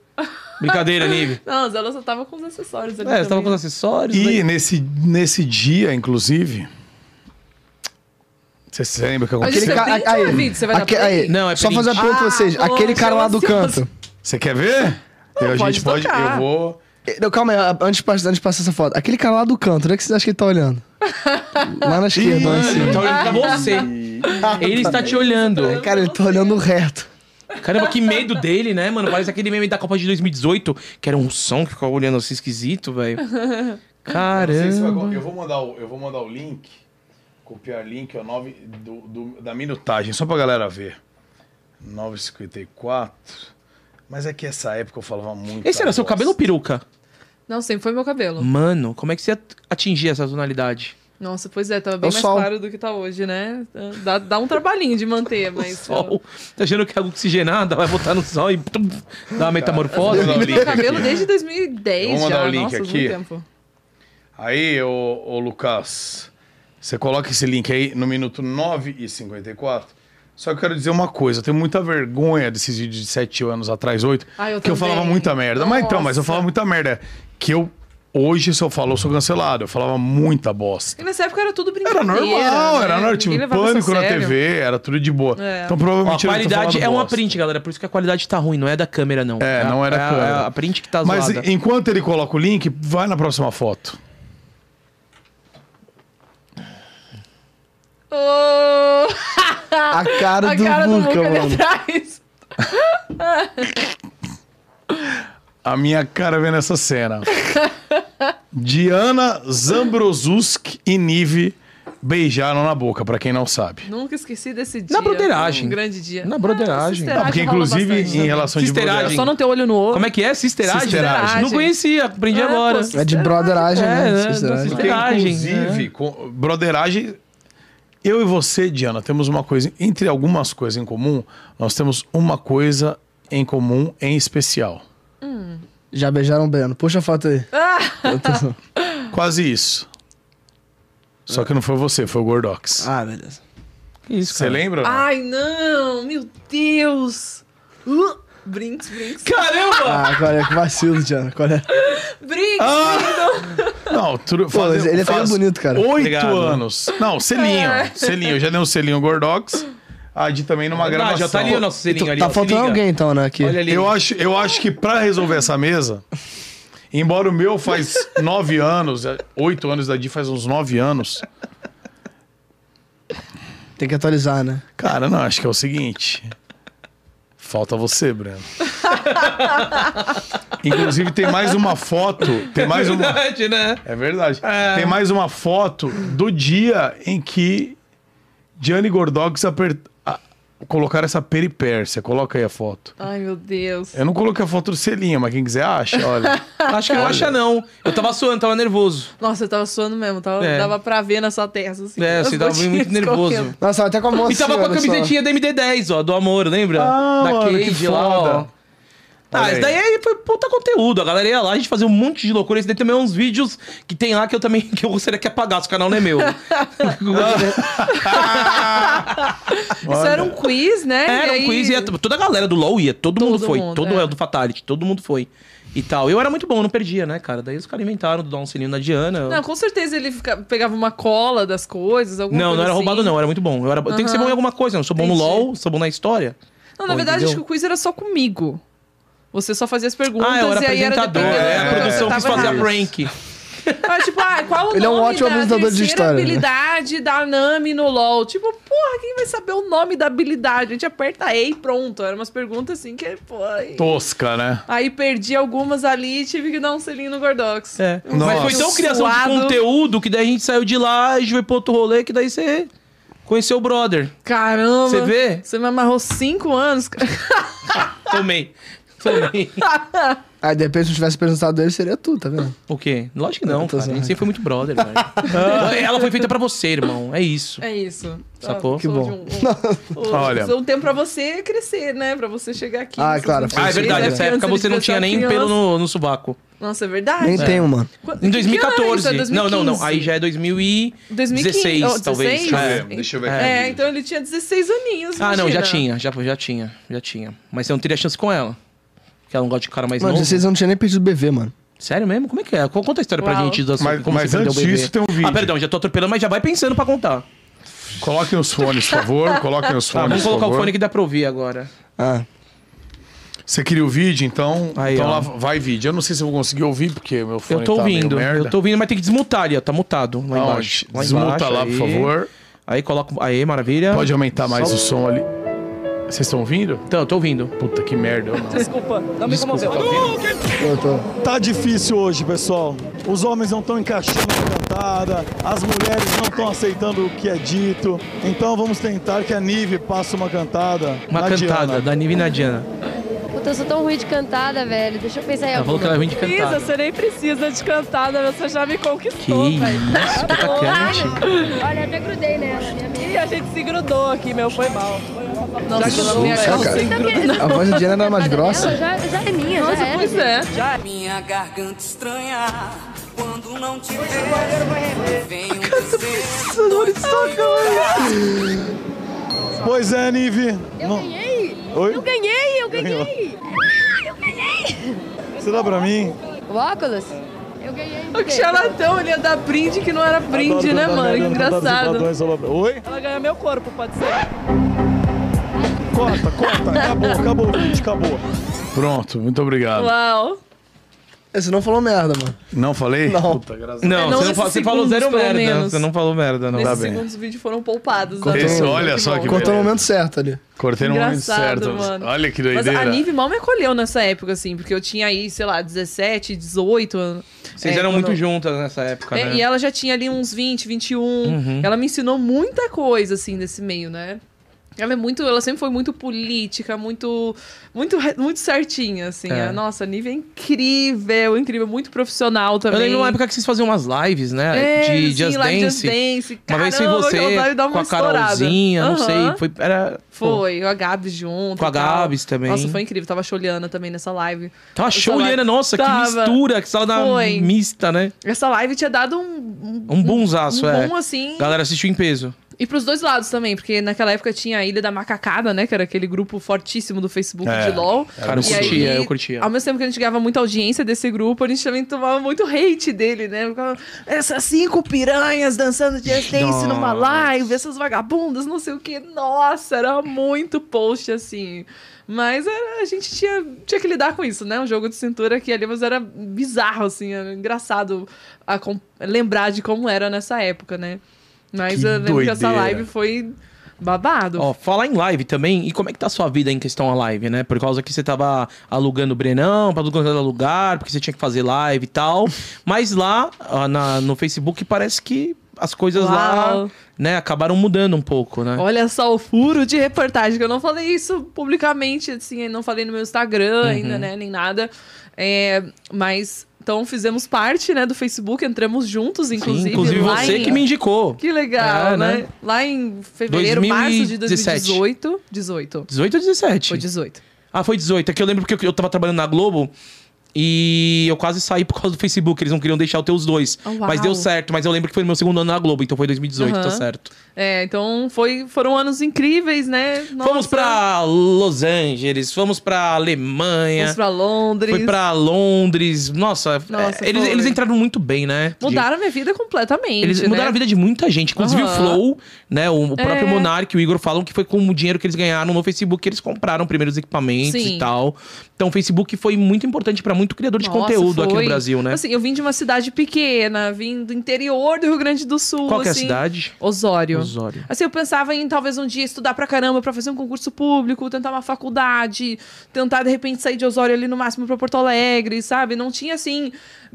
[SPEAKER 2] Brincadeira, Nive.
[SPEAKER 4] Não, ela só tava com os acessórios ali.
[SPEAKER 2] É, você tava com os
[SPEAKER 4] também.
[SPEAKER 2] acessórios.
[SPEAKER 1] E
[SPEAKER 2] né?
[SPEAKER 1] nesse, nesse dia, inclusive. Você se lembra o que
[SPEAKER 4] Mas isso
[SPEAKER 1] aconteceu?
[SPEAKER 4] é bem
[SPEAKER 3] aí,
[SPEAKER 4] Tchau, você vai dar
[SPEAKER 3] aque-
[SPEAKER 4] play?
[SPEAKER 3] aí,
[SPEAKER 2] Não, é
[SPEAKER 3] Só
[SPEAKER 2] print.
[SPEAKER 3] fazer uma pergunta pra vocês.
[SPEAKER 4] Ah,
[SPEAKER 3] Aquele cara lá do
[SPEAKER 4] poxa, eu
[SPEAKER 3] canto.
[SPEAKER 1] Você quer ver? Eu- a
[SPEAKER 4] pode
[SPEAKER 1] gente pode.
[SPEAKER 4] tocar.
[SPEAKER 1] Eu vou.
[SPEAKER 3] Eh, Não, calma aí, a- antes de passar antes de passar essa foto. Aquele cara lá do canto, onde é que vocês acham que ele tá olhando? Lá na esquerda, lá em
[SPEAKER 2] Ele
[SPEAKER 3] cima.
[SPEAKER 2] tá olhando pra você. Ele está te olhando.
[SPEAKER 3] Cara, ele tá olhando reto.
[SPEAKER 2] Caramba, que medo dele, né, mano? Parece aquele meme da Copa de 2018, que era um som que ficava olhando assim esquisito, velho.
[SPEAKER 1] Eu não sei se vai
[SPEAKER 2] Caramba.
[SPEAKER 1] con- eu vou mandar o, eu vou mandar o link, copiar o link, ó, 9 do, do- da minutagem, só pra galera ver. 9,54. Mas é que essa época eu falava muito.
[SPEAKER 2] Esse era seu cabelo ou peruca?
[SPEAKER 4] Não, sempre foi meu cabelo.
[SPEAKER 2] Mano, como é que você at- atingia essa tonalidade?
[SPEAKER 4] Nossa, pois é, tava bem
[SPEAKER 3] É o
[SPEAKER 4] mais
[SPEAKER 3] sol.
[SPEAKER 4] claro do que tá hoje, né? Dá, dá um trabalhinho de manter, mas.
[SPEAKER 2] o sol. Tá achando que é água oxigenada? Vai botar no sol e tum, dá uma metamorfose?
[SPEAKER 1] Vou mandar o link
[SPEAKER 4] Meu cabelo
[SPEAKER 1] aqui.
[SPEAKER 4] desde 2010
[SPEAKER 1] Eu vou mandar
[SPEAKER 4] já.
[SPEAKER 1] o link
[SPEAKER 4] Nossa,
[SPEAKER 1] aqui.
[SPEAKER 4] muito tempo.
[SPEAKER 1] Aí, ô, ô Lucas. Você coloca esse link aí no minuto 9 e 54. Só que eu quero dizer uma coisa, eu tenho muita vergonha desses vídeos de 7 anos atrás, 8,
[SPEAKER 4] Ah, eu
[SPEAKER 1] que eu
[SPEAKER 4] também.
[SPEAKER 1] falava muita merda. Mas então, mas eu
[SPEAKER 4] Nossa.
[SPEAKER 1] falava muita merda. Que eu, hoje, se eu falo, eu sou cancelado. Eu falava muita bosta.
[SPEAKER 4] E nessa época era tudo brincadeira.
[SPEAKER 1] Era normal,
[SPEAKER 4] né?
[SPEAKER 1] era normal. Tipo,
[SPEAKER 4] Ninguém levava isso a
[SPEAKER 1] pânico na
[SPEAKER 4] sério.
[SPEAKER 1] TV, era tudo de boa.
[SPEAKER 4] É.
[SPEAKER 1] Então
[SPEAKER 2] Ó, a
[SPEAKER 1] provavelmente ele tá
[SPEAKER 2] qualidade
[SPEAKER 1] falando
[SPEAKER 2] é uma
[SPEAKER 1] bosta.
[SPEAKER 2] print, galera. Por isso que a qualidade tá ruim, não é da câmera, não.
[SPEAKER 1] É,
[SPEAKER 2] a-
[SPEAKER 1] não era
[SPEAKER 2] a,
[SPEAKER 1] câmera.
[SPEAKER 2] A print que tá
[SPEAKER 1] Mas
[SPEAKER 2] zoada.
[SPEAKER 1] enquanto ele coloca o link, vai na próxima foto.
[SPEAKER 4] Ô,
[SPEAKER 3] A cara
[SPEAKER 4] a
[SPEAKER 3] do
[SPEAKER 4] cara do
[SPEAKER 3] Luca,
[SPEAKER 4] Luca ali
[SPEAKER 3] mano.
[SPEAKER 4] atrás.
[SPEAKER 1] A minha cara vendo essa cena. Diana Zambrosusk e Nive beijaram na boca, pra quem não sabe.
[SPEAKER 4] Nunca esqueci desse dia.
[SPEAKER 2] Na broderagem.
[SPEAKER 4] Um grande dia.
[SPEAKER 2] Na broderagem.
[SPEAKER 4] Ah,
[SPEAKER 1] Ah, porque
[SPEAKER 4] rola
[SPEAKER 1] inclusive
[SPEAKER 4] bastante
[SPEAKER 1] em
[SPEAKER 4] também.
[SPEAKER 1] relação de
[SPEAKER 2] Sisteragem.
[SPEAKER 1] broderagem.
[SPEAKER 4] Só não ter olho no olho.
[SPEAKER 2] Como é que é? Sisteragem?
[SPEAKER 1] Sisteragem.
[SPEAKER 2] Não conhecia, aprendi
[SPEAKER 4] É,
[SPEAKER 2] agora.
[SPEAKER 4] pô,
[SPEAKER 3] É de brotheragem,
[SPEAKER 2] É,
[SPEAKER 3] né?
[SPEAKER 2] é,
[SPEAKER 3] Sisteragem.
[SPEAKER 2] não
[SPEAKER 1] Porque,
[SPEAKER 2] Broderagem,
[SPEAKER 1] inclusive, com- broderagem. Eu e você, Diana, temos uma coisa. Entre algumas coisas em comum, nós temos uma coisa em comum em especial.
[SPEAKER 3] Já beijaram o Breno. Puxa a foto aí. Eu tô-
[SPEAKER 1] Quase isso. Só que não foi você, foi o Gordox.
[SPEAKER 3] Ah, beleza.
[SPEAKER 2] Que isso,
[SPEAKER 1] Você
[SPEAKER 2] cara?
[SPEAKER 1] lembra? ou não?
[SPEAKER 4] Ai, não! Meu Deus! Uh, brinks, brinks.
[SPEAKER 2] Caramba!
[SPEAKER 3] Ah, qual é? Que vacilo, Diana. Qual é?
[SPEAKER 4] Brinks!
[SPEAKER 1] Não, tudo, faz,
[SPEAKER 3] mas ele é tão
[SPEAKER 1] faz
[SPEAKER 3] bonito, cara.
[SPEAKER 1] Oito
[SPEAKER 2] Obrigado.
[SPEAKER 1] anos. Não, selinho.
[SPEAKER 4] É.
[SPEAKER 1] Selinho. Eu já dei um selinho Gordox. A Di também numa
[SPEAKER 2] Ah,
[SPEAKER 1] gravação.
[SPEAKER 2] já tá ali o nosso selinho ali. ó,
[SPEAKER 3] Tá
[SPEAKER 2] se
[SPEAKER 3] faltando
[SPEAKER 2] liga.
[SPEAKER 3] alguém, então, né? Aqui.
[SPEAKER 2] Olha ali.
[SPEAKER 1] Eu acho, eu acho que pra resolver essa mesa, embora o meu faz nove anos, é, oito anos da Di faz uns nove anos.
[SPEAKER 3] Tem que atualizar, né?
[SPEAKER 1] Cara, não, acho que é o seguinte. Falta você, Breno. Inclusive, tem mais uma foto. Tem mais uma.
[SPEAKER 2] Verdade, né?
[SPEAKER 1] É verdade.
[SPEAKER 2] É.
[SPEAKER 1] Tem mais uma foto do dia em que Gianni Gordox aper... a- colocaram essa peripércia. Coloca aí a foto.
[SPEAKER 4] Ai, meu Deus.
[SPEAKER 1] Eu não coloquei a foto do selinho, mas quem quiser acha, olha.
[SPEAKER 2] Acho que não acha, não. Eu tava suando, tava nervoso.
[SPEAKER 4] Nossa, eu tava suando mesmo. Tava,
[SPEAKER 2] É.
[SPEAKER 4] Dava pra ver na sua testa. Assim,
[SPEAKER 2] É,
[SPEAKER 4] as
[SPEAKER 2] você tava
[SPEAKER 4] gotinhas
[SPEAKER 2] muito nervoso.
[SPEAKER 4] correndo.
[SPEAKER 3] Nossa, até com a moça.
[SPEAKER 2] E tava com a
[SPEAKER 3] olha só.
[SPEAKER 2] camisetinha da MD10, ó, do amor, lembra?
[SPEAKER 1] Ah,
[SPEAKER 2] da
[SPEAKER 1] mano, que
[SPEAKER 2] Cage lá, ó.
[SPEAKER 1] foda. Olha
[SPEAKER 2] Ah,
[SPEAKER 1] aí.
[SPEAKER 2] isso daí aí foi puta conteúdo. A galera ia lá, a gente fazia um monte de loucura. Esse daí também é uns vídeos que tem lá que eu também que eu gostaria que apagasse, o canal não é meu.
[SPEAKER 4] Isso era um quiz, né?
[SPEAKER 2] Era
[SPEAKER 4] E
[SPEAKER 2] um
[SPEAKER 4] aí-
[SPEAKER 2] quiz, ia, toda a galera do LoL ia, todo, mundo
[SPEAKER 4] Todo
[SPEAKER 2] foi,
[SPEAKER 4] mundo,
[SPEAKER 2] todo
[SPEAKER 4] é.
[SPEAKER 2] é. do Fatality, todo mundo foi. E tal. Eu era muito bom, eu não perdia, né, cara? Daí os caras inventaram do dar um sininho na Diana. eu-
[SPEAKER 4] Não, com certeza ele fica- pegava uma cola das coisas, alguma
[SPEAKER 2] Não,
[SPEAKER 4] coisa
[SPEAKER 2] não era roubado,
[SPEAKER 4] assim.
[SPEAKER 2] não. Eu era muito bom. Eu, era... eu tenho que ser bom em alguma coisa. Eu sou bom no
[SPEAKER 4] Entendi.
[SPEAKER 2] LoL, sou bom na história.
[SPEAKER 4] Não, na
[SPEAKER 2] Bom,
[SPEAKER 4] verdade, acho que
[SPEAKER 2] entendeu?
[SPEAKER 4] o quiz era só comigo. Você só fazia as perguntas
[SPEAKER 2] ah, eu era
[SPEAKER 4] e aí era
[SPEAKER 2] apresentador.
[SPEAKER 4] dependendo
[SPEAKER 2] é,
[SPEAKER 4] do
[SPEAKER 2] a
[SPEAKER 4] que
[SPEAKER 2] produção
[SPEAKER 4] você
[SPEAKER 2] quis
[SPEAKER 4] tava
[SPEAKER 2] fazer
[SPEAKER 4] errado.
[SPEAKER 2] a rank.
[SPEAKER 4] Ah, tipo, ah, qual o
[SPEAKER 3] Ele é um
[SPEAKER 4] nome
[SPEAKER 3] ótimo
[SPEAKER 4] da
[SPEAKER 3] apresentador de
[SPEAKER 4] terceira
[SPEAKER 3] história, né?
[SPEAKER 4] habilidade da Nami no LoL? Tipo, porra, quem vai saber o nome da habilidade? A gente aperta E e pronto. Eram umas perguntas assim que, pô... Aí,
[SPEAKER 1] Tosca, né?
[SPEAKER 4] aí perdi algumas ali e tive que dar um selinho no Gordox. Um
[SPEAKER 2] É.
[SPEAKER 1] Nossa.
[SPEAKER 2] Mas foi tão criação
[SPEAKER 4] Suado.
[SPEAKER 2] de conteúdo que daí a gente saiu de lá, a gente foi pro outro rolê, que daí você conheceu o brother.
[SPEAKER 4] Caramba!
[SPEAKER 2] Você vê?
[SPEAKER 4] Você me amarrou cinco anos.
[SPEAKER 2] Tomei. Tomei.
[SPEAKER 3] Aí, de repente, se eu tivesse apresentado ele, seria tu, tá vendo?
[SPEAKER 2] o quê? Lógico que não,
[SPEAKER 3] Eu tô
[SPEAKER 2] cara. A gente
[SPEAKER 3] zoando.
[SPEAKER 2] sempre foi muito brother, velho. Ela foi feita pra você, irmão. É isso.
[SPEAKER 4] É isso.
[SPEAKER 2] Sacou?
[SPEAKER 4] Ah,
[SPEAKER 3] Que
[SPEAKER 4] sou
[SPEAKER 3] bom.
[SPEAKER 4] de Um, um, um,
[SPEAKER 1] Olha.
[SPEAKER 4] sou um tempo pra você crescer, né? Pra você chegar aqui.
[SPEAKER 3] Ah,
[SPEAKER 4] Você
[SPEAKER 3] claro.
[SPEAKER 4] sempre
[SPEAKER 2] Ah, é
[SPEAKER 4] fez,
[SPEAKER 2] verdade.
[SPEAKER 4] né?
[SPEAKER 2] Nessa época
[SPEAKER 4] Criança
[SPEAKER 2] você não
[SPEAKER 4] devia
[SPEAKER 2] tinha
[SPEAKER 4] ser
[SPEAKER 2] nem
[SPEAKER 4] criança.
[SPEAKER 2] pelo no, no sovaco.
[SPEAKER 4] Nossa, é verdade.
[SPEAKER 3] Nem tenho, mano.
[SPEAKER 4] Quando-
[SPEAKER 2] Em
[SPEAKER 4] que ano era isso?
[SPEAKER 2] 2014.
[SPEAKER 4] É
[SPEAKER 2] Não, não, não.
[SPEAKER 4] 2015?
[SPEAKER 2] Aí já é 2016,
[SPEAKER 4] 2015, oh,
[SPEAKER 2] talvez.
[SPEAKER 4] 16?
[SPEAKER 2] É.
[SPEAKER 4] É, deixa
[SPEAKER 1] eu
[SPEAKER 2] ver aqui.
[SPEAKER 4] É, então ele tinha 16 aninhos.
[SPEAKER 2] Ah, não, já
[SPEAKER 4] imagina.
[SPEAKER 2] tinha, já, já tinha, já tinha. Mas eu não teria chance com ela. Porque ela não gosta de cara mais
[SPEAKER 3] Mano,
[SPEAKER 2] novo.
[SPEAKER 3] vocês não tinham nem pedido BV, mano.
[SPEAKER 2] Sério mesmo? Como é que é? Co- Conta a história pra
[SPEAKER 4] Uau.
[SPEAKER 2] gente do assunto.
[SPEAKER 1] Mas-
[SPEAKER 2] como
[SPEAKER 1] mas
[SPEAKER 2] você perdeu o
[SPEAKER 1] antes
[SPEAKER 2] bebê.
[SPEAKER 1] disso tem um vídeo.
[SPEAKER 2] Ah, perdão, já tô atropelando, mas já vai pensando pra contar.
[SPEAKER 1] Coloquem os fones, por favor. Coloquem os
[SPEAKER 2] Tá,
[SPEAKER 1] fones.
[SPEAKER 2] vamos
[SPEAKER 1] por
[SPEAKER 2] colocar o
[SPEAKER 1] favor.
[SPEAKER 2] fone que dá pra ouvir agora.
[SPEAKER 3] Ah.
[SPEAKER 1] Você queria o vídeo, então.
[SPEAKER 2] Aí,
[SPEAKER 1] então
[SPEAKER 2] ó.
[SPEAKER 1] lá vai vídeo. Eu não sei se eu vou conseguir ouvir, porque meu fone
[SPEAKER 2] eu tô
[SPEAKER 1] tá meio
[SPEAKER 2] ouvindo,
[SPEAKER 1] merda.
[SPEAKER 2] eu tô ouvindo, mas tem que desmutar ali, ó. Tá mutado lá
[SPEAKER 1] Aonde?
[SPEAKER 2] embaixo. Lá
[SPEAKER 1] Desmuta
[SPEAKER 2] embaixo,
[SPEAKER 1] lá,
[SPEAKER 2] aí.
[SPEAKER 1] por favor.
[SPEAKER 2] Aí coloca. um, Aí, maravilha.
[SPEAKER 1] Pode aumentar mais o som ali. Vocês estão ouvindo?
[SPEAKER 2] Então, eu tô ouvindo.
[SPEAKER 1] Puta que merda, eu não.
[SPEAKER 4] Desculpa, não me comoveu.
[SPEAKER 3] Eu tô.
[SPEAKER 5] Tá difícil hoje, pessoal. Os homens não estão encaixando na cantada, as mulheres não estão aceitando o que é dito. Então vamos tentar que a Nive passe uma cantada.
[SPEAKER 2] Uma
[SPEAKER 5] na
[SPEAKER 2] cantada
[SPEAKER 5] Diana.
[SPEAKER 2] da Nive e Nadiana.
[SPEAKER 6] Puta, eu sou tão ruim de cantada, velho. Deixa eu pensar em
[SPEAKER 2] Ela falou
[SPEAKER 6] alguma.
[SPEAKER 2] que ela é ruim de
[SPEAKER 4] Isa,
[SPEAKER 2] cantar.
[SPEAKER 4] você nem precisa de cantada, você já me
[SPEAKER 2] Que
[SPEAKER 4] conquistou,
[SPEAKER 2] isso, tá
[SPEAKER 4] velho.
[SPEAKER 2] que atacante.
[SPEAKER 6] Olha, eu até grudei nela, minha amiga.
[SPEAKER 4] E a gente se grudou aqui, meu, foi mal. Nossa, já grudou minha
[SPEAKER 3] cara.
[SPEAKER 4] calça, hein?
[SPEAKER 3] A voz da Diana era mais
[SPEAKER 6] Ela
[SPEAKER 3] grossa.
[SPEAKER 6] já, já é minha, já
[SPEAKER 4] Nossa,
[SPEAKER 6] era.
[SPEAKER 4] pois é.
[SPEAKER 7] Minha garganta estranha quando não te vejo. Venho dizer
[SPEAKER 4] Nossa, Lourdes Stocão.
[SPEAKER 5] Pois é, Nive.
[SPEAKER 6] Eu
[SPEAKER 5] Não-
[SPEAKER 6] ganhei!
[SPEAKER 5] Oi?
[SPEAKER 6] Eu ganhei, eu ganhei! Ah, eu ganhei!
[SPEAKER 5] Você dá pra mim?
[SPEAKER 6] O óculos? Eu ganhei.
[SPEAKER 4] O que charlatão, ele ia dar brinde que não era brinde,
[SPEAKER 5] Adoro
[SPEAKER 4] né,
[SPEAKER 5] cantar
[SPEAKER 4] mano? Que
[SPEAKER 5] merda, cantar dos
[SPEAKER 4] engraçado.
[SPEAKER 5] ladrões, só- Oi?
[SPEAKER 4] Ela ganha meu corpo, pode ser.
[SPEAKER 5] Corta, corta. Acabou, acabou o vídeo, acabou.
[SPEAKER 1] Pronto, muito obrigado.
[SPEAKER 4] Uau.
[SPEAKER 3] Você não falou merda, mano.
[SPEAKER 1] Não falei?
[SPEAKER 3] Não.
[SPEAKER 1] Puta, graças
[SPEAKER 2] Não,
[SPEAKER 4] É não
[SPEAKER 2] você, não
[SPEAKER 4] nesses
[SPEAKER 2] fa- você falou
[SPEAKER 4] segundos,
[SPEAKER 2] zero
[SPEAKER 4] pelo
[SPEAKER 2] merda.
[SPEAKER 4] menos.
[SPEAKER 2] Você não falou merda, não.
[SPEAKER 4] Nesses
[SPEAKER 1] Tá bem.
[SPEAKER 4] segundos, os vídeos foram poupados. da
[SPEAKER 1] Esse,
[SPEAKER 4] noite,
[SPEAKER 1] olha
[SPEAKER 4] muito
[SPEAKER 1] só
[SPEAKER 4] bom.
[SPEAKER 1] que
[SPEAKER 3] Cortou
[SPEAKER 1] beleza.
[SPEAKER 3] no momento certo ali.
[SPEAKER 1] Cortei no momento
[SPEAKER 4] Engraçado,
[SPEAKER 1] certo.
[SPEAKER 4] mano.
[SPEAKER 1] Olha que
[SPEAKER 4] Mas
[SPEAKER 1] doideira.
[SPEAKER 4] a Nive mal me acolheu nessa época, assim, porque eu tinha aí, sei lá, 17, 18 anos.
[SPEAKER 2] Vocês
[SPEAKER 4] É,
[SPEAKER 2] eram
[SPEAKER 4] quando-
[SPEAKER 2] muito juntas nessa época,
[SPEAKER 4] É,
[SPEAKER 2] né?
[SPEAKER 4] E ela já tinha ali uns 20, 21.
[SPEAKER 2] Uhum.
[SPEAKER 4] Ela me ensinou muita coisa, assim, desse meio, né? Ela é muito, ela sempre foi muito política, muito, muito, re- muito certinha, assim.
[SPEAKER 2] É.
[SPEAKER 4] A Nossa, a Nive é incrível, incrível, muito profissional também.
[SPEAKER 2] Eu lembro uma época que vocês faziam umas lives, né?
[SPEAKER 4] É,
[SPEAKER 2] de
[SPEAKER 4] assim,
[SPEAKER 2] Just
[SPEAKER 4] lá em
[SPEAKER 2] Dance.
[SPEAKER 4] Just Dance.
[SPEAKER 2] Uma vez foi
[SPEAKER 4] Caramba, aquela
[SPEAKER 2] você,
[SPEAKER 4] live dava
[SPEAKER 2] com a
[SPEAKER 4] uma estourada.
[SPEAKER 2] Carolzinha, não
[SPEAKER 4] Aham.
[SPEAKER 2] sei. Foi, era, pô,
[SPEAKER 4] Foi, a Gabi junto.
[SPEAKER 2] Com a
[SPEAKER 4] e tal.
[SPEAKER 2] Gabs também.
[SPEAKER 4] Nossa, foi incrível. Tava cholhando também nessa live.
[SPEAKER 2] Tava
[SPEAKER 4] Essa
[SPEAKER 2] show,
[SPEAKER 4] live-
[SPEAKER 2] Liana. Nossa,
[SPEAKER 4] Tava.
[SPEAKER 2] que mistura. Que sala da
[SPEAKER 4] Foi.
[SPEAKER 2] mista, né?
[SPEAKER 4] Essa live tinha dado um... Um,
[SPEAKER 2] Um bonzaço,
[SPEAKER 4] um
[SPEAKER 2] é.
[SPEAKER 4] boom, assim.
[SPEAKER 2] Galera assistiu em peso.
[SPEAKER 4] E pros dois lados também, porque naquela época tinha a Ilha da Macacada, né? Que era aquele grupo fortíssimo do Facebook
[SPEAKER 1] É.
[SPEAKER 4] de LOL.
[SPEAKER 2] Cara, eu
[SPEAKER 4] E
[SPEAKER 2] curtia,
[SPEAKER 4] aí,
[SPEAKER 2] eu curtia.
[SPEAKER 4] Ao mesmo tempo que a gente ganhava muita audiência desse grupo, a gente também tomava muito hate dele, né? Ficava, Essas cinco piranhas dançando Just Dance numa live, essas vagabundas, não sei o quê. Nossa, era muito post, assim. Mas era- a gente tinha, tinha que lidar com isso, né? Um jogo de cintura que ali, mas era bizarro, assim. Era engraçado a com- lembrar de como era nessa época, né? Mas
[SPEAKER 1] Que
[SPEAKER 4] eu lembro que essa
[SPEAKER 1] doideira.
[SPEAKER 4] live foi babado.
[SPEAKER 2] Ó, falar em live também, e como é que tá a sua vida em questão a live, né? Por causa que você tava alugando o Brenão, pra alugando lugar, porque você tinha que fazer live e tal. Mas lá ah, na- no Facebook parece que as coisas lá,
[SPEAKER 4] Uau.
[SPEAKER 2] né, acabaram mudando um pouco, né?
[SPEAKER 4] Olha só o furo de reportagem, que eu não falei isso publicamente, assim, eu não falei no meu
[SPEAKER 2] Uhum.
[SPEAKER 4] Instagram ainda, né, nem nada. É, mas, então, fizemos parte, né, do Facebook, entramos juntos, inclusive.
[SPEAKER 2] Sim, inclusive
[SPEAKER 4] lá
[SPEAKER 2] você
[SPEAKER 4] em-
[SPEAKER 2] que me indicou.
[SPEAKER 4] Que legal,
[SPEAKER 2] É, né?
[SPEAKER 4] né? Lá em fevereiro, março de
[SPEAKER 2] 2017.
[SPEAKER 4] 2018. 18.
[SPEAKER 2] 18 ou 17?
[SPEAKER 4] Foi 18.
[SPEAKER 2] Ah, foi 18. É que eu lembro porque eu- eu tava trabalhando na Globo e eu quase saí por causa do Facebook. Eles não queriam deixar eu ter os dois.
[SPEAKER 4] Oh, uau.
[SPEAKER 2] mas deu certo. Mas eu lembro que foi no meu segundo ano na Globo, então foi 2018, tá
[SPEAKER 4] Aham.
[SPEAKER 2] certo.
[SPEAKER 4] É, então foi, foram anos incríveis, né?
[SPEAKER 2] Fomos
[SPEAKER 4] Nossa,
[SPEAKER 2] pra Los Angeles, fomos pra Alemanha,
[SPEAKER 4] Fomos pra Londres.
[SPEAKER 2] foi pra Londres. Nossa,
[SPEAKER 4] Nossa,
[SPEAKER 2] é, eles,
[SPEAKER 4] foi.
[SPEAKER 2] eles entraram muito bem, né? De-
[SPEAKER 4] Mudaram minha vida completamente,
[SPEAKER 2] Eles
[SPEAKER 4] né?
[SPEAKER 2] mudaram a vida de muita gente, inclusive o
[SPEAKER 4] Aham.
[SPEAKER 2] Flow, né? O, o próprio
[SPEAKER 4] É.
[SPEAKER 2] Monark e o Igor falam que foi com o dinheiro que eles ganharam no Facebook que eles compraram primeiros equipamentos
[SPEAKER 4] Sim.
[SPEAKER 2] e tal. Então o Facebook foi muito importante pra muito criador Tipo de
[SPEAKER 4] Nossa,
[SPEAKER 2] conteúdo aqui
[SPEAKER 4] foi.
[SPEAKER 2] no Brasil, né?
[SPEAKER 4] Assim, eu vim de uma cidade pequena, vim do interior do Rio Grande do Sul.
[SPEAKER 2] Qual que é a
[SPEAKER 4] assim.
[SPEAKER 2] cidade?
[SPEAKER 4] Osório.
[SPEAKER 2] Osório.
[SPEAKER 4] Assim, eu pensava em talvez um dia estudar pra caramba pra fazer um concurso público, tentar uma faculdade, tentar de repente sair de Osório ali no máximo pra Porto Alegre, sabe? Não tinha assim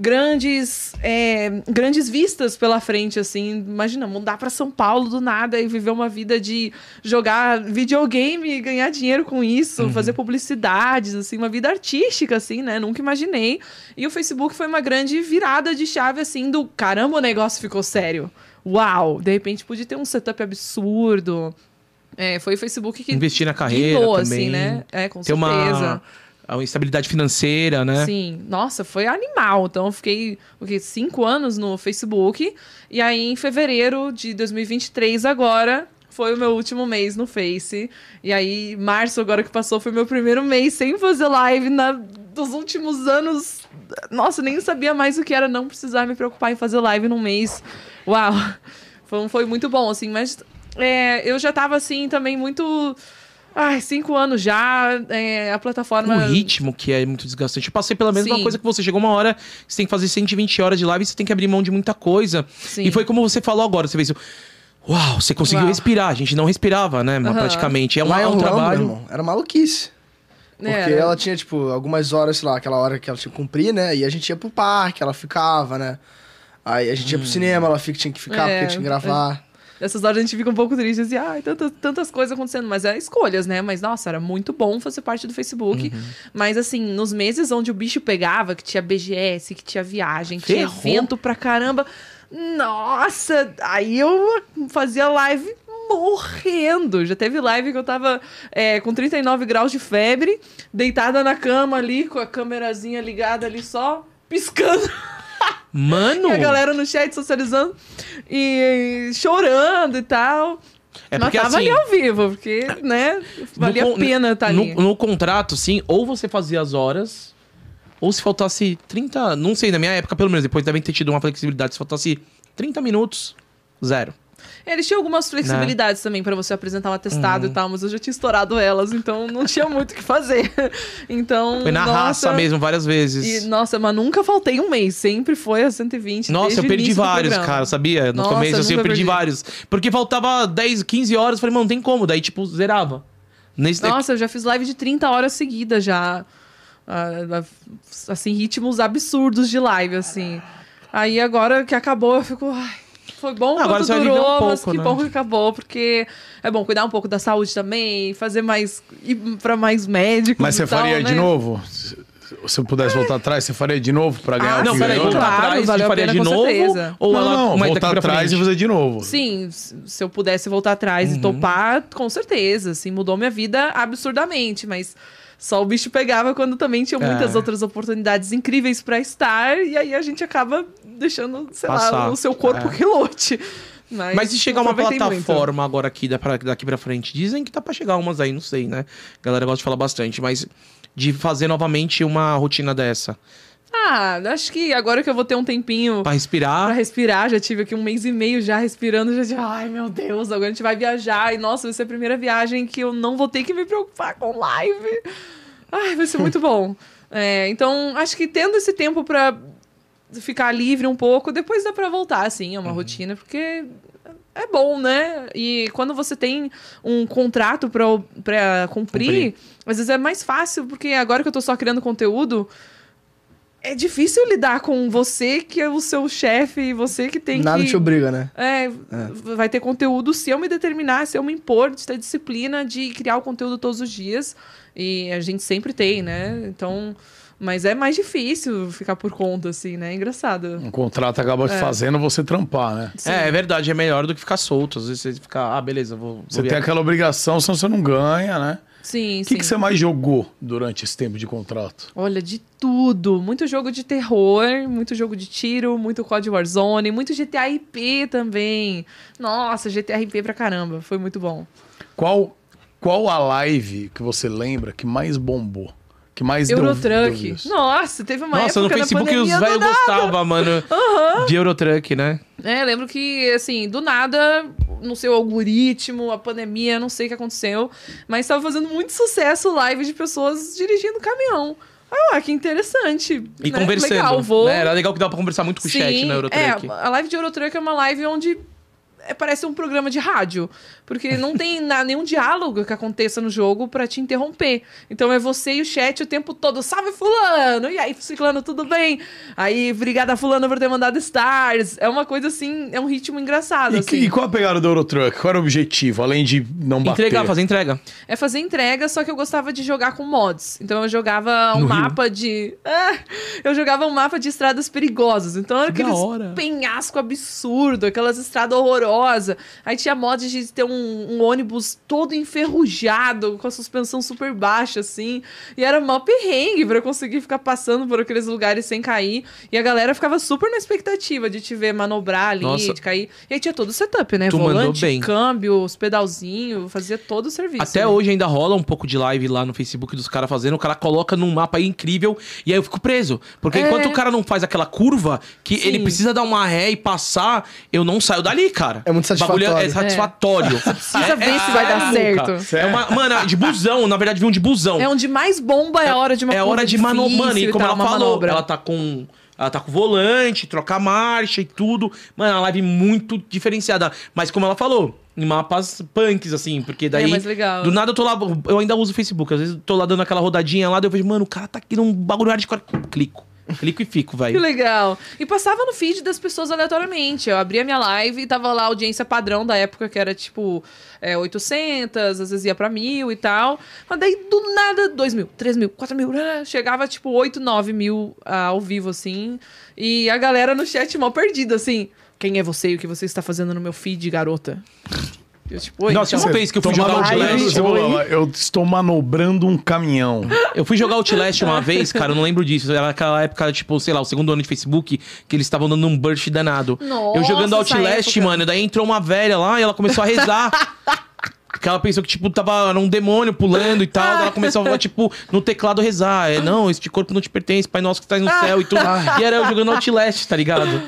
[SPEAKER 4] grandes é, grandes vistas pela frente, assim. Imagina, mudar pra São Paulo do nada e viver uma vida de jogar videogame e ganhar dinheiro com isso, fazer publicidades, assim, uma vida artística, assim, né? Nunca imaginei. E o Facebook foi uma grande virada de chave, assim, do caramba, o negócio ficou sério. Uau! De repente podia ter um setup absurdo. É, foi o Facebook que
[SPEAKER 2] Investir na carreira
[SPEAKER 4] guiou,
[SPEAKER 2] também.
[SPEAKER 4] assim, né? É, com
[SPEAKER 2] Ter uma,
[SPEAKER 4] certeza.
[SPEAKER 2] uma estabilidade financeira, né?
[SPEAKER 4] Sim, nossa, foi animal. Então, eu fiquei o quê? cinco anos no Facebook. E aí, em fevereiro de 2023, agora, foi o meu último mês no Face. E aí, março, agora que passou, foi meu primeiro mês sem fazer live na, dos últimos anos. Nossa, nem sabia mais o que era não precisar me preocupar em fazer live num mês. Uau! Foi, foi muito bom, assim, mas é, eu já tava assim também muito. Ai, cinco anos já, é, a plataforma.
[SPEAKER 2] O ritmo que é muito desgastante. Eu passei pela mesma
[SPEAKER 4] Sim.
[SPEAKER 2] coisa que você. Chegou uma hora, você tem que fazer 120 horas de live, você tem que abrir mão de muita coisa.
[SPEAKER 4] Sim.
[SPEAKER 2] E foi como você falou agora, você fez isso. Uau, você conseguiu
[SPEAKER 4] Uau.
[SPEAKER 2] respirar. A gente não respirava, né?
[SPEAKER 4] Aham.
[SPEAKER 2] Praticamente. É um,
[SPEAKER 3] Lá
[SPEAKER 2] é
[SPEAKER 3] em
[SPEAKER 2] um
[SPEAKER 3] Orlando,
[SPEAKER 2] trabalho.
[SPEAKER 3] meu irmão, Era maluquice. Porque
[SPEAKER 4] Né, Era.
[SPEAKER 3] ela tinha, tipo, algumas horas, sei lá, aquela hora que ela tinha que cumprir, né? E a gente ia pro parque, ela ficava, né? Aí a gente ia pro cinema, ela fica- tinha que ficar
[SPEAKER 4] Hum. É,
[SPEAKER 3] porque tinha que gravar.
[SPEAKER 4] Nessas horas a gente fica um pouco triste, assim, ai, tantas, tantas coisas acontecendo, mas é escolhas, né? Mas nossa, era muito bom fazer parte do Facebook. Mas assim, nos meses onde o bicho pegava, que tinha BGS, que tinha viagem, que tinha
[SPEAKER 2] Ferrou.
[SPEAKER 4] evento pra caramba, nossa, aí eu fazia live morrendo. Já teve live que eu tava é, com 39 graus de febre, deitada na cama ali, com a câmerazinha ligada ali só, piscando.
[SPEAKER 2] Mano!
[SPEAKER 4] E a galera no chat socializando e, e chorando e tal.
[SPEAKER 2] É
[SPEAKER 4] Mas
[SPEAKER 2] porque,
[SPEAKER 4] tava
[SPEAKER 2] assim,
[SPEAKER 4] ali ao vivo, porque, né,
[SPEAKER 2] no
[SPEAKER 4] valia a
[SPEAKER 2] con-
[SPEAKER 4] pena estar
[SPEAKER 2] no,
[SPEAKER 4] ali.
[SPEAKER 2] no contrato, sim, ou você fazia as horas, ou se faltasse 30. Não sei, na minha época, pelo menos, depois devem ter tido uma flexibilidade. Se faltasse 30 minutos, zero.
[SPEAKER 4] É, Eles tinham
[SPEAKER 2] Né.
[SPEAKER 4] algumas flexibilidades também pra você apresentar um
[SPEAKER 2] Uhum.
[SPEAKER 4] atestado e tal, mas eu já tinha estourado elas, então não tinha muito o que fazer. Então.
[SPEAKER 2] Foi na
[SPEAKER 4] nossa,
[SPEAKER 2] raça mesmo, várias
[SPEAKER 4] E,
[SPEAKER 2] vezes.
[SPEAKER 4] nossa, mas nunca faltei um mês, sempre foi a 120.
[SPEAKER 2] Nossa,
[SPEAKER 4] desde
[SPEAKER 2] eu
[SPEAKER 4] o
[SPEAKER 2] perdi
[SPEAKER 4] início do
[SPEAKER 2] vários,
[SPEAKER 4] programa.
[SPEAKER 2] cara, sabia? No
[SPEAKER 4] Nossa,
[SPEAKER 2] começo,
[SPEAKER 4] eu
[SPEAKER 2] assim, eu
[SPEAKER 4] nunca
[SPEAKER 2] perdi,
[SPEAKER 4] perdi.
[SPEAKER 2] vários. Porque faltava 10, 15 horas, eu falei, mano, não tem como. Daí, tipo, zerava. Nesse
[SPEAKER 4] Nossa, eu já fiz live de 30 horas seguidas já. Ah, Assim, ritmos absurdos de live, assim. Aí agora que acabou, eu fico. Ai, foi bom
[SPEAKER 2] Agora
[SPEAKER 4] quanto
[SPEAKER 2] você vai
[SPEAKER 4] durou,
[SPEAKER 2] viver um
[SPEAKER 4] mas
[SPEAKER 2] pouco,
[SPEAKER 4] que
[SPEAKER 2] né?
[SPEAKER 4] bom que acabou, porque é bom cuidar um pouco da saúde também, fazer mais. ir pra mais médico.
[SPEAKER 1] Mas
[SPEAKER 4] e
[SPEAKER 1] você
[SPEAKER 4] tal,
[SPEAKER 1] faria de
[SPEAKER 4] né?
[SPEAKER 1] novo? Se se eu pudesse voltar atrás, você faria de novo pra ganhar
[SPEAKER 4] Ah,
[SPEAKER 1] o
[SPEAKER 2] É, Não,
[SPEAKER 1] que
[SPEAKER 4] sim,
[SPEAKER 2] peraí,
[SPEAKER 1] ganhou?
[SPEAKER 2] voltar
[SPEAKER 4] claro,
[SPEAKER 2] atrás
[SPEAKER 4] valeu
[SPEAKER 2] e
[SPEAKER 4] a
[SPEAKER 2] faria
[SPEAKER 4] pena,
[SPEAKER 2] de
[SPEAKER 4] com
[SPEAKER 2] novo?
[SPEAKER 4] certeza.
[SPEAKER 2] Ou
[SPEAKER 1] não,
[SPEAKER 2] ela
[SPEAKER 1] não,
[SPEAKER 2] mas daqui
[SPEAKER 1] voltar
[SPEAKER 2] pra
[SPEAKER 1] atrás e
[SPEAKER 2] frente?
[SPEAKER 1] fazer de novo.
[SPEAKER 4] Sim, se se eu pudesse voltar atrás
[SPEAKER 2] Uhum.
[SPEAKER 4] e topar, com certeza. Assim, mudou minha vida absurdamente, mas só o bicho pegava quando também tinha
[SPEAKER 2] É.
[SPEAKER 4] muitas outras oportunidades incríveis pra estar, e aí a gente acaba deixando, sei lá,
[SPEAKER 2] Passar. É.
[SPEAKER 4] o seu corpo que lote. Mas,
[SPEAKER 2] Mas se chegar uma
[SPEAKER 4] aproveitei
[SPEAKER 2] plataforma agora aqui da- pra- daqui pra frente, dizem que tá pra chegar umas aí, não sei, né? A galera gosta de falar bastante, mas de fazer novamente uma rotina dessa.
[SPEAKER 4] muito. Ah, acho que agora que eu vou ter um tempinho
[SPEAKER 2] Pra
[SPEAKER 4] Pra
[SPEAKER 2] respirar.
[SPEAKER 4] respirar, já tive aqui um mês e meio já respirando, já tive, ai meu Deus, agora a gente vai viajar. E nossa, vai ser a primeira viagem que eu não vou ter que me preocupar com live. Ai, vai ser muito bom. É, então, acho que tendo esse tempo pra ficar livre um pouco, depois dá pra voltar, assim, é uma rotina, porque é bom, né? E quando você tem um contrato pra, pra cumprir, às vezes é mais fácil, porque agora que eu tô só criando conteúdo, é difícil lidar com você que é o seu chefe e você que tem
[SPEAKER 3] Nada
[SPEAKER 4] que...
[SPEAKER 3] te obriga, né?
[SPEAKER 4] É, vai ter conteúdo se eu me determinar, se eu me impor de ter disciplina de criar o conteúdo todos os dias. E a gente sempre tem, né? Então... Mas é mais difícil ficar por conta, assim, né? É engraçado.
[SPEAKER 1] Um contrato acaba te fazendo você trampar, né?
[SPEAKER 4] Sim.
[SPEAKER 2] É, é verdade, é melhor do que ficar solto. Às vezes você fica, ah, beleza, vou, vou
[SPEAKER 1] Você tem
[SPEAKER 2] viajar.
[SPEAKER 1] aquela obrigação, senão você não ganha, né?
[SPEAKER 4] Sim,
[SPEAKER 1] O
[SPEAKER 4] sim.
[SPEAKER 1] que, que você mais jogou durante esse tempo de contrato?
[SPEAKER 4] Olha, de tudo. Muito jogo de terror, muito jogo de tiro, muito COD Warzone, muito GTA IP também. Nossa, GTA IP pra caramba. Foi muito bom.
[SPEAKER 1] Qual, qual a live que você lembra que mais bombou? Que mais deu- deu
[SPEAKER 4] Eurotruck.
[SPEAKER 1] views?
[SPEAKER 4] Nossa, teve uma
[SPEAKER 2] Nossa, no
[SPEAKER 4] época na
[SPEAKER 2] Facebook os
[SPEAKER 4] pandemia
[SPEAKER 2] velhos
[SPEAKER 4] do nada.
[SPEAKER 2] gostavam, mano, de Eurotruck, né?
[SPEAKER 4] É, lembro que, assim, do nada, não sei o algoritmo, a pandemia, não sei o que aconteceu, mas tava fazendo muito sucesso live de pessoas dirigindo caminhão. Ah, que interessante.
[SPEAKER 2] E
[SPEAKER 4] né?
[SPEAKER 2] conversando.
[SPEAKER 4] Legal, vou...
[SPEAKER 2] né? Era legal que dava pra conversar muito com o chat
[SPEAKER 4] Sim,
[SPEAKER 2] na Eurotruck.
[SPEAKER 4] É, a live de Eurotruck é uma live onde é, parece um programa de rádio. Porque não tem na- nenhum diálogo que aconteça no jogo pra te interromper. Então é você e o chat o tempo todo. Salve, fulano! E aí, ciclano, tudo bem? Aí, obrigada, fulano, por ter mandado stars. É uma coisa assim, é um ritmo engraçado,
[SPEAKER 1] E, que-
[SPEAKER 4] assim.
[SPEAKER 1] e qual a pegada do Eurotruck? Qual era o objetivo? Além de não bater?
[SPEAKER 2] Entregar, fazer entrega.
[SPEAKER 4] É fazer entrega, só que eu gostava de jogar com mods. Então eu jogava um
[SPEAKER 2] No Rio?
[SPEAKER 4] mapa de. Ah, eu jogava um mapa de estradas perigosas. Então era
[SPEAKER 2] Que da
[SPEAKER 4] aqueles
[SPEAKER 2] hora.
[SPEAKER 4] penhasco absurdo, aquelas estradas horrorosas. Aí tinha mods de ter um, um ônibus todo enferrujado, com a suspensão super baixa, assim. E era mó perrengue pra eu conseguir ficar passando por aqueles lugares sem cair. E a galera ficava super na expectativa de te ver manobrar ali,
[SPEAKER 2] Nossa.
[SPEAKER 4] de cair. E aí tinha todo o setup, né?
[SPEAKER 2] Tu mandou
[SPEAKER 4] Volante,
[SPEAKER 2] bem.
[SPEAKER 4] câmbio, os pedalzinhos, fazia todo o serviço.
[SPEAKER 2] Até
[SPEAKER 4] né?
[SPEAKER 2] hoje ainda rola um pouco de live lá no Facebook dos caras fazendo. O cara coloca num mapa aí incrível e aí eu fico preso. Porque
[SPEAKER 4] É.
[SPEAKER 2] enquanto o cara não faz aquela curva, que
[SPEAKER 4] Sim.
[SPEAKER 2] ele precisa dar uma ré e passar, eu não saio dali, cara.
[SPEAKER 3] É muito
[SPEAKER 2] O bagulho É
[SPEAKER 3] satisfatório.
[SPEAKER 2] satisfatório.
[SPEAKER 4] Precisa ver se vai dar certo.
[SPEAKER 2] É uma, mano, de busão, na verdade, vi um de busão.
[SPEAKER 4] É onde mais bomba é a hora de uma
[SPEAKER 2] é
[SPEAKER 4] curva
[SPEAKER 2] hora de manobra.
[SPEAKER 4] difícil
[SPEAKER 2] Mano, e como
[SPEAKER 4] tal,
[SPEAKER 2] ela
[SPEAKER 4] uma
[SPEAKER 2] falou,
[SPEAKER 4] manobra.
[SPEAKER 2] ela tá com. Ela tá com volante, trocar marcha e tudo. Mano, é uma live muito diferenciada. Mas como ela falou, em mapas punks, assim, porque daí.
[SPEAKER 4] mais É, legal.
[SPEAKER 2] Do nada eu tô lá. Eu ainda uso o Facebook. Às vezes eu tô lá dando aquela rodadinha lá, daí eu vejo, mano, o cara tá aqui num bagulho hardcore. Clico. Clico e fico,
[SPEAKER 4] Que
[SPEAKER 2] velho.
[SPEAKER 4] legal. E passava no feed das pessoas aleatoriamente. Eu abria minha live e tava lá a audiência padrão da época, que era tipo é, 800, às vezes ia pra mil e tal. Mas daí do nada, 2 mil, 3 mil, 4 mil. ah, Chegava tipo 8, 9 mil ah, ao vivo, assim. E a galera no chat mal perdida, assim. Quem é você e o que você está fazendo no meu feed, garota? Eu, Eu, tipo, oi,
[SPEAKER 2] Nossa,
[SPEAKER 4] então-
[SPEAKER 2] uma vez que eu fui jogar
[SPEAKER 4] Ai,
[SPEAKER 2] Outlast.
[SPEAKER 4] gente, oi.
[SPEAKER 1] um Eu estou manobrando um caminhão.
[SPEAKER 2] Eu fui jogar Outlast uma vez, cara, eu não lembro disso. Era naquela época, tipo, sei lá, o segundo ano de Facebook, que eles estavam dando um burst danado.
[SPEAKER 6] Nossa,
[SPEAKER 2] eu jogando
[SPEAKER 6] essa
[SPEAKER 2] Outlast,
[SPEAKER 6] época.
[SPEAKER 2] mano, daí entrou uma velha lá e ela começou a rezar. Porque ela pensou que, tipo, tava era um demônio pulando e tal. daí Ela começou a, tipo, no teclado rezar. É, não, esse corpo não te pertence, Pai Nosso que tá no céu e tudo. E era eu jogando Outlast, tá ligado?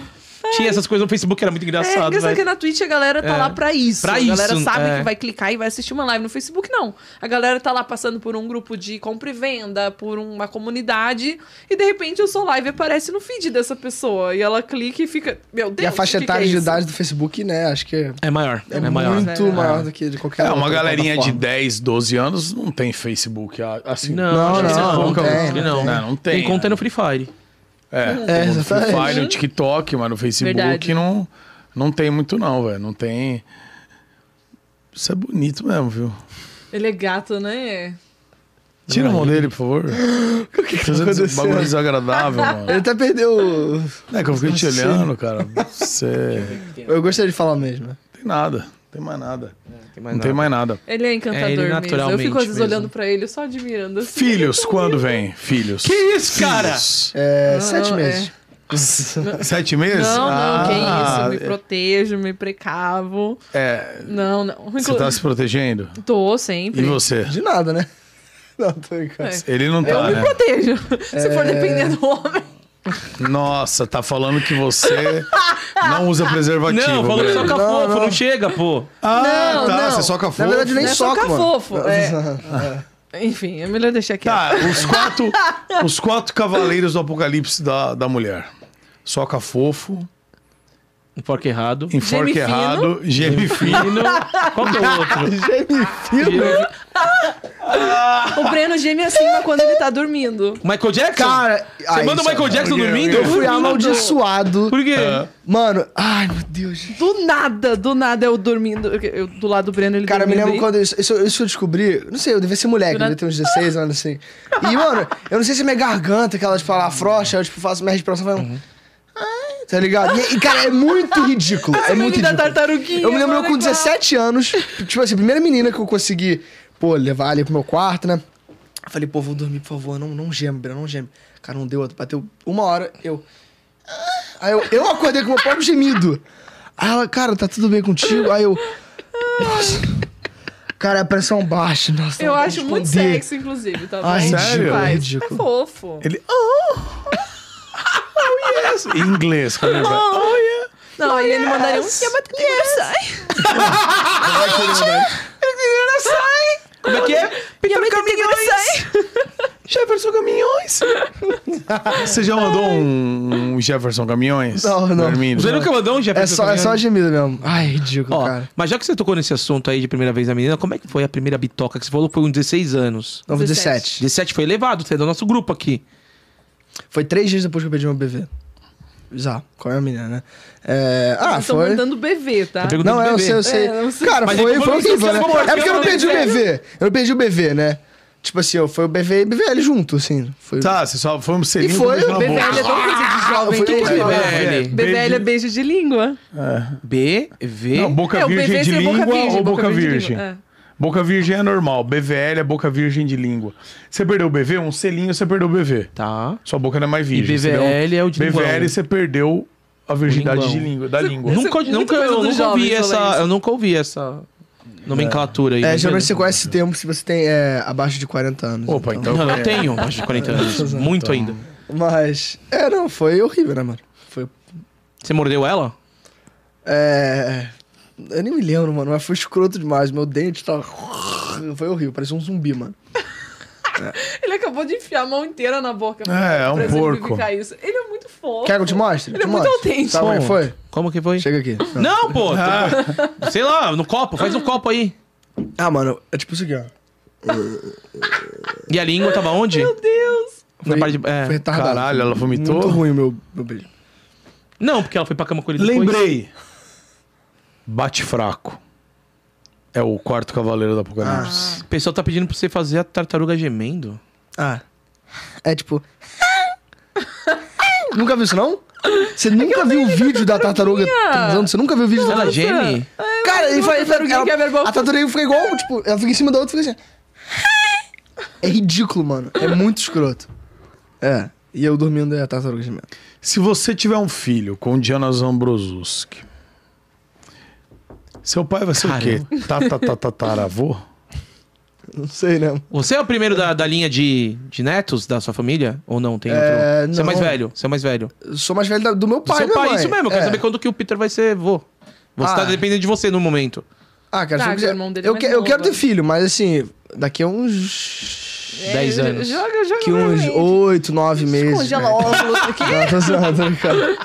[SPEAKER 2] Tinha essas coisas no Facebook, era muito
[SPEAKER 4] É,
[SPEAKER 2] engraçado,
[SPEAKER 4] engraçado que
[SPEAKER 2] velho.
[SPEAKER 4] na Twitch a galera tá
[SPEAKER 2] É.
[SPEAKER 4] lá pra isso.
[SPEAKER 2] Pra
[SPEAKER 4] a galera
[SPEAKER 2] isso,
[SPEAKER 4] sabe
[SPEAKER 2] é.
[SPEAKER 4] que vai clicar e vai assistir uma live. No Facebook, não. A galera tá lá passando por um grupo de compra e venda, por uma comunidade, e de repente o seu live aparece no feed dessa pessoa. E ela clica e fica. Meu Deus,
[SPEAKER 3] E a faixa
[SPEAKER 4] que que é
[SPEAKER 3] etária de
[SPEAKER 4] isso?
[SPEAKER 3] idade do Facebook, né? Acho que é,
[SPEAKER 2] É maior, é, maior.
[SPEAKER 3] muito
[SPEAKER 4] É.
[SPEAKER 3] maior do que de qualquer
[SPEAKER 1] É, uma
[SPEAKER 3] outra
[SPEAKER 1] galerinha de
[SPEAKER 3] plataforma.
[SPEAKER 1] 10, 12 anos não tem Facebook. ah, Assim,
[SPEAKER 2] Não,
[SPEAKER 3] Não,
[SPEAKER 2] acho que é
[SPEAKER 3] não,
[SPEAKER 2] não,
[SPEAKER 3] não
[SPEAKER 2] não,
[SPEAKER 3] tem,
[SPEAKER 2] não,
[SPEAKER 1] não tem. Não tem,
[SPEAKER 2] Tem conta
[SPEAKER 1] né?
[SPEAKER 2] no Free Fire.
[SPEAKER 1] É,
[SPEAKER 3] É,
[SPEAKER 1] no Free
[SPEAKER 3] exatamente.
[SPEAKER 1] Fire, no TikTok, mas no Facebook
[SPEAKER 4] Verdade.
[SPEAKER 1] não, não tem muito não, velho. Não tem... Isso é bonito mesmo, viu?
[SPEAKER 4] Ele é gato, né?
[SPEAKER 1] Tira a mão dele, por favor. O que
[SPEAKER 3] aconteceu?
[SPEAKER 1] bagulho desagradável, mano.
[SPEAKER 3] Ele até perdeu. o-
[SPEAKER 1] É que eu fiquei te olhando, cara. Você...
[SPEAKER 3] Eu gostaria de falar mesmo. né?
[SPEAKER 1] Tem nada. Não tem mais nada.
[SPEAKER 2] mais
[SPEAKER 1] Não tem mais nada.
[SPEAKER 4] Ele é encantador
[SPEAKER 2] É, ele
[SPEAKER 4] mesmo. Eu
[SPEAKER 2] naturalmente
[SPEAKER 4] fico às vezes
[SPEAKER 2] mesmo.
[SPEAKER 4] olhando pra ele, só admirando. assim.
[SPEAKER 1] Filhos, quando vem? Filhos. Que
[SPEAKER 2] isso, cara?
[SPEAKER 3] É,
[SPEAKER 4] Não,
[SPEAKER 3] sete
[SPEAKER 4] é.
[SPEAKER 3] meses.
[SPEAKER 1] Sete meses?
[SPEAKER 4] Não, não, que isso. Me
[SPEAKER 1] Ah,
[SPEAKER 4] protejo, me precavo.
[SPEAKER 1] É,
[SPEAKER 4] Não, não.
[SPEAKER 1] você tá se protegendo?
[SPEAKER 4] Tô
[SPEAKER 1] E
[SPEAKER 4] sempre.
[SPEAKER 1] você?
[SPEAKER 3] De nada, né? Não, tô brincando.
[SPEAKER 4] É.
[SPEAKER 1] Ele não
[SPEAKER 4] Eu
[SPEAKER 1] tá,
[SPEAKER 4] me
[SPEAKER 1] né?
[SPEAKER 4] protejo. Se for depender do homem.
[SPEAKER 1] Nossa, tá falando que você não usa preservativo.
[SPEAKER 2] Não, falou que
[SPEAKER 1] Breno.
[SPEAKER 2] soca
[SPEAKER 3] Não,
[SPEAKER 2] fofo, não.
[SPEAKER 3] não.
[SPEAKER 2] chega, pô.
[SPEAKER 1] Ah,
[SPEAKER 4] Não,
[SPEAKER 1] tá,
[SPEAKER 4] não.
[SPEAKER 1] você soca fofo.
[SPEAKER 3] Na verdade, nem
[SPEAKER 4] Não é
[SPEAKER 3] soco,
[SPEAKER 4] socar
[SPEAKER 3] mano.
[SPEAKER 4] fofo, é. Enfim, é melhor deixar quieto.
[SPEAKER 1] Tá, os quatro, os quatro cavaleiros do apocalipse da, da mulher. Soca fofo,
[SPEAKER 2] Um porco errado.
[SPEAKER 1] enforque
[SPEAKER 4] Geme
[SPEAKER 1] errado, geme fino.
[SPEAKER 2] Fino. Qual que é o outro?
[SPEAKER 3] Gemifino.
[SPEAKER 4] O Breno geme acima quando ele tá dormindo.
[SPEAKER 2] Michael Jackson?
[SPEAKER 3] Cara,
[SPEAKER 2] Você
[SPEAKER 3] aí,
[SPEAKER 2] manda o
[SPEAKER 3] isso é
[SPEAKER 2] Michael Jackson
[SPEAKER 1] Por quê?
[SPEAKER 2] dormindo?
[SPEAKER 1] Por
[SPEAKER 3] Eu fui amaldiçoado.
[SPEAKER 2] Por quê?
[SPEAKER 3] Mano, ai meu Deus.
[SPEAKER 4] Do nada, do nada eu dormindo. Eu, do lado do Breno ele
[SPEAKER 3] Cara, eu me
[SPEAKER 4] dormindo.
[SPEAKER 3] lembro quando isso, isso, isso eu descobri. Não sei, eu devia ser moleque, eu devia ter uns 16 anos assim. E, mano, eu não sei se é minha garganta, que ela, tipo, ela afrouxa, eu, tipo, faço minha respiração e falo. "Ai", Tá ligado? E, e, cara, é muito ridículo. É
[SPEAKER 4] É
[SPEAKER 3] muito
[SPEAKER 4] da
[SPEAKER 3] ridículo.
[SPEAKER 4] tartaruguinha.
[SPEAKER 3] Eu me lembro eu
[SPEAKER 4] mano,
[SPEAKER 3] com
[SPEAKER 4] é claro.
[SPEAKER 3] 17 anos, tipo assim, a primeira menina que eu consegui, pô, levar ali pro meu quarto, né? Eu falei, pô, vou dormir, por favor, não, não geme, Breno, não geme. Cara, não deu, bateu uma hora, eu... Ah, Aí eu, eu acordei com o meu próprio gemido. Aí ela, cara, tá tudo bem contigo? Aí eu... Nossa... Cara, a pressão baixa, nossa.
[SPEAKER 4] Eu
[SPEAKER 3] não
[SPEAKER 4] acho
[SPEAKER 3] vou
[SPEAKER 4] muito
[SPEAKER 3] responder.
[SPEAKER 4] sexy, inclusive, tá bom?
[SPEAKER 3] tipo, Ai,
[SPEAKER 1] sério?
[SPEAKER 4] Faz.
[SPEAKER 3] Ridículo.
[SPEAKER 4] É fofo.
[SPEAKER 1] Ele. Oh! Oh, yes! Em inglês, quando ele vai.
[SPEAKER 4] Não, aí ele
[SPEAKER 3] é
[SPEAKER 4] mandaria
[SPEAKER 3] assim.
[SPEAKER 4] um dia, mas que yes.
[SPEAKER 2] Como é que é?
[SPEAKER 4] é Minha comigo sai.
[SPEAKER 1] Jefferson Caminhões! Você já mandou um, um Jefferson Caminhões?
[SPEAKER 3] Não, não.
[SPEAKER 1] Dormindo?
[SPEAKER 2] Você nunca mandou um Jefferson?
[SPEAKER 3] É só, é só gemido mesmo. Ai, ridículo,
[SPEAKER 2] Ó,
[SPEAKER 3] cara.
[SPEAKER 2] mas já que você tocou nesse assunto aí de primeira vez na menina, como é que foi a primeira bitoca que você falou? que Foi com 16 anos.
[SPEAKER 3] Novo
[SPEAKER 4] 17.
[SPEAKER 3] 17.
[SPEAKER 2] 17 foi elevado, você é do nosso grupo aqui.
[SPEAKER 3] Foi três dias depois que eu pedi meu BV. Já, qual é a menina, né? É, ah,
[SPEAKER 4] Estão
[SPEAKER 3] foi...
[SPEAKER 4] mandando bebê, tá?
[SPEAKER 2] Tá perguntando
[SPEAKER 3] Não,
[SPEAKER 2] do
[SPEAKER 3] é, eu
[SPEAKER 2] bebê.
[SPEAKER 3] sei, eu sei.
[SPEAKER 4] É, eu sei.
[SPEAKER 3] Cara,
[SPEAKER 2] Mas
[SPEAKER 3] foi,
[SPEAKER 2] ele
[SPEAKER 3] foi
[SPEAKER 2] falou que
[SPEAKER 3] horrível,
[SPEAKER 2] você
[SPEAKER 3] né?
[SPEAKER 2] acabou
[SPEAKER 3] É porque eu não
[SPEAKER 2] marcando,
[SPEAKER 3] perdi o
[SPEAKER 2] né?
[SPEAKER 3] BV. Eu não perdi o BV, né? Tipo assim, eu foi o BV e BVL junto, assim. Foi...
[SPEAKER 1] Tá, você só foi um selinho
[SPEAKER 3] E foi,
[SPEAKER 1] com um beijo na
[SPEAKER 3] BVL
[SPEAKER 1] boca.
[SPEAKER 4] BVL é tão coisa de
[SPEAKER 3] Ah,
[SPEAKER 4] jovem.
[SPEAKER 3] foi
[SPEAKER 4] O que que é
[SPEAKER 3] tudo
[SPEAKER 4] BVL?
[SPEAKER 1] né?
[SPEAKER 2] BVL?
[SPEAKER 4] BVL é beijo de língua.
[SPEAKER 2] B, V.
[SPEAKER 1] Não, boca
[SPEAKER 4] é, o
[SPEAKER 1] virgem
[SPEAKER 4] BV
[SPEAKER 1] de
[SPEAKER 4] seria
[SPEAKER 1] língua ou boca,
[SPEAKER 4] de
[SPEAKER 1] virgem?
[SPEAKER 4] língua, é.
[SPEAKER 1] Boca virgem é normal, BVL é boca virgem de língua. Você perdeu o BV, um selinho, você perdeu o BV.
[SPEAKER 2] Tá.
[SPEAKER 1] Sua boca não é mais virgem.
[SPEAKER 2] E
[SPEAKER 1] você deu-
[SPEAKER 2] BVL é o de
[SPEAKER 1] BVL
[SPEAKER 2] linguão.
[SPEAKER 1] você perdeu a virgindade
[SPEAKER 2] O
[SPEAKER 1] de
[SPEAKER 2] linguão.
[SPEAKER 1] língua, da língua.
[SPEAKER 3] é
[SPEAKER 2] Nunca,
[SPEAKER 4] muita
[SPEAKER 2] nunca,
[SPEAKER 4] coisa
[SPEAKER 2] eu
[SPEAKER 4] dos
[SPEAKER 2] nunca ouvi
[SPEAKER 4] jovens falar
[SPEAKER 2] essa.
[SPEAKER 4] isso.
[SPEAKER 2] Eu nunca ouvi essa nomenclatura aí. né,
[SPEAKER 3] É,
[SPEAKER 2] mas
[SPEAKER 3] geralmente
[SPEAKER 2] beleza.
[SPEAKER 3] você conhece esse termo se você tem é, abaixo de 40 anos.
[SPEAKER 1] Opa, então.
[SPEAKER 2] Não, eu
[SPEAKER 1] é.
[SPEAKER 2] tenho mais de 40 anos. Muito ainda.
[SPEAKER 3] Mas. É, não, foi horrível, né, mano? Foi.
[SPEAKER 2] Você mordeu ela?
[SPEAKER 3] É. Eu nem me lembro, mano, mas foi escroto demais. Meu dente tava. Foi horrível, parecia um zumbi, mano.
[SPEAKER 4] É. Ele acabou de enfiar a mão inteira na boca.
[SPEAKER 1] É, é um
[SPEAKER 4] pra
[SPEAKER 1] porco.
[SPEAKER 4] exemplificar Isso. Ele é muito fofo.
[SPEAKER 3] Quer que eu te mostre?
[SPEAKER 4] Ele é
[SPEAKER 3] Te
[SPEAKER 4] muito
[SPEAKER 3] mostre.
[SPEAKER 4] autêntico.
[SPEAKER 3] Sabe como é que foi?
[SPEAKER 2] Como que foi?
[SPEAKER 3] Chega aqui.
[SPEAKER 2] Não, pô! tô- Sei lá, no copo, faz um copo aí.
[SPEAKER 3] Ah, mano, é tipo isso aqui, ó.
[SPEAKER 2] E a língua tava onde?
[SPEAKER 4] Meu Deus.
[SPEAKER 2] Na
[SPEAKER 3] Foi-
[SPEAKER 2] parte de- é.
[SPEAKER 3] Foi retardado.
[SPEAKER 1] Caralho, ela vomitou?
[SPEAKER 3] Muito ruim o meu, meu beijo.
[SPEAKER 2] Não, porque ela foi pra cama com ele depois.
[SPEAKER 1] Lembrei. Bate fraco. É o quarto cavaleiro do apocalipse.
[SPEAKER 2] O pessoal tá pedindo pra você fazer a tartaruga gemendo.
[SPEAKER 3] Ah. É tipo. nunca
[SPEAKER 4] É
[SPEAKER 2] é
[SPEAKER 3] viu isso, não? Você nunca viu o vídeo da tartaruga transando? Você nunca viu o vídeo da
[SPEAKER 2] Ela geme?
[SPEAKER 3] Cara, ele faz.
[SPEAKER 4] tartaruguinha
[SPEAKER 3] ela-
[SPEAKER 4] que é verbal.
[SPEAKER 3] A tartaruga fica igual, tipo, ela fica em cima da outra e fica assim. É ridículo, mano. É muito escroto. É. E eu dormindo é a tartaruga gemendo.
[SPEAKER 1] Se você tiver um filho com Diana Zambrosuski, seu pai vai ser o quê? Tatatataravô?
[SPEAKER 3] Não sei, né?
[SPEAKER 2] Você é o primeiro da, da linha de, de netos da sua família? Ou não? Tem
[SPEAKER 3] É,
[SPEAKER 2] outro? Você é mais
[SPEAKER 3] não.
[SPEAKER 2] velho. Você é mais velho. Do
[SPEAKER 3] Eu sou mais velho da- do meu pai,
[SPEAKER 2] seu
[SPEAKER 3] né,
[SPEAKER 2] pai,
[SPEAKER 3] mãe?
[SPEAKER 2] isso mesmo. Eu quero
[SPEAKER 3] É.
[SPEAKER 2] saber quando que o Peter vai ser vô. Você
[SPEAKER 3] Ah.
[SPEAKER 2] tá dependendo de você no momento.
[SPEAKER 3] Ah, cara,
[SPEAKER 4] Tá,
[SPEAKER 3] se eu
[SPEAKER 4] que o
[SPEAKER 3] quiser-
[SPEAKER 4] irmão dele é
[SPEAKER 3] eu,
[SPEAKER 4] mais
[SPEAKER 3] que- eu
[SPEAKER 4] novo,
[SPEAKER 3] quero ter
[SPEAKER 4] né?
[SPEAKER 3] filho, mas assim, daqui a uns.
[SPEAKER 4] É,
[SPEAKER 2] 10
[SPEAKER 4] jo-
[SPEAKER 2] anos.
[SPEAKER 4] Joga, joga.
[SPEAKER 3] Que uns
[SPEAKER 4] novamente.
[SPEAKER 3] 8, 9 meses.
[SPEAKER 4] Congela
[SPEAKER 3] né?
[SPEAKER 4] óvulos aqui.
[SPEAKER 3] Não, tô zoando, tô brincando.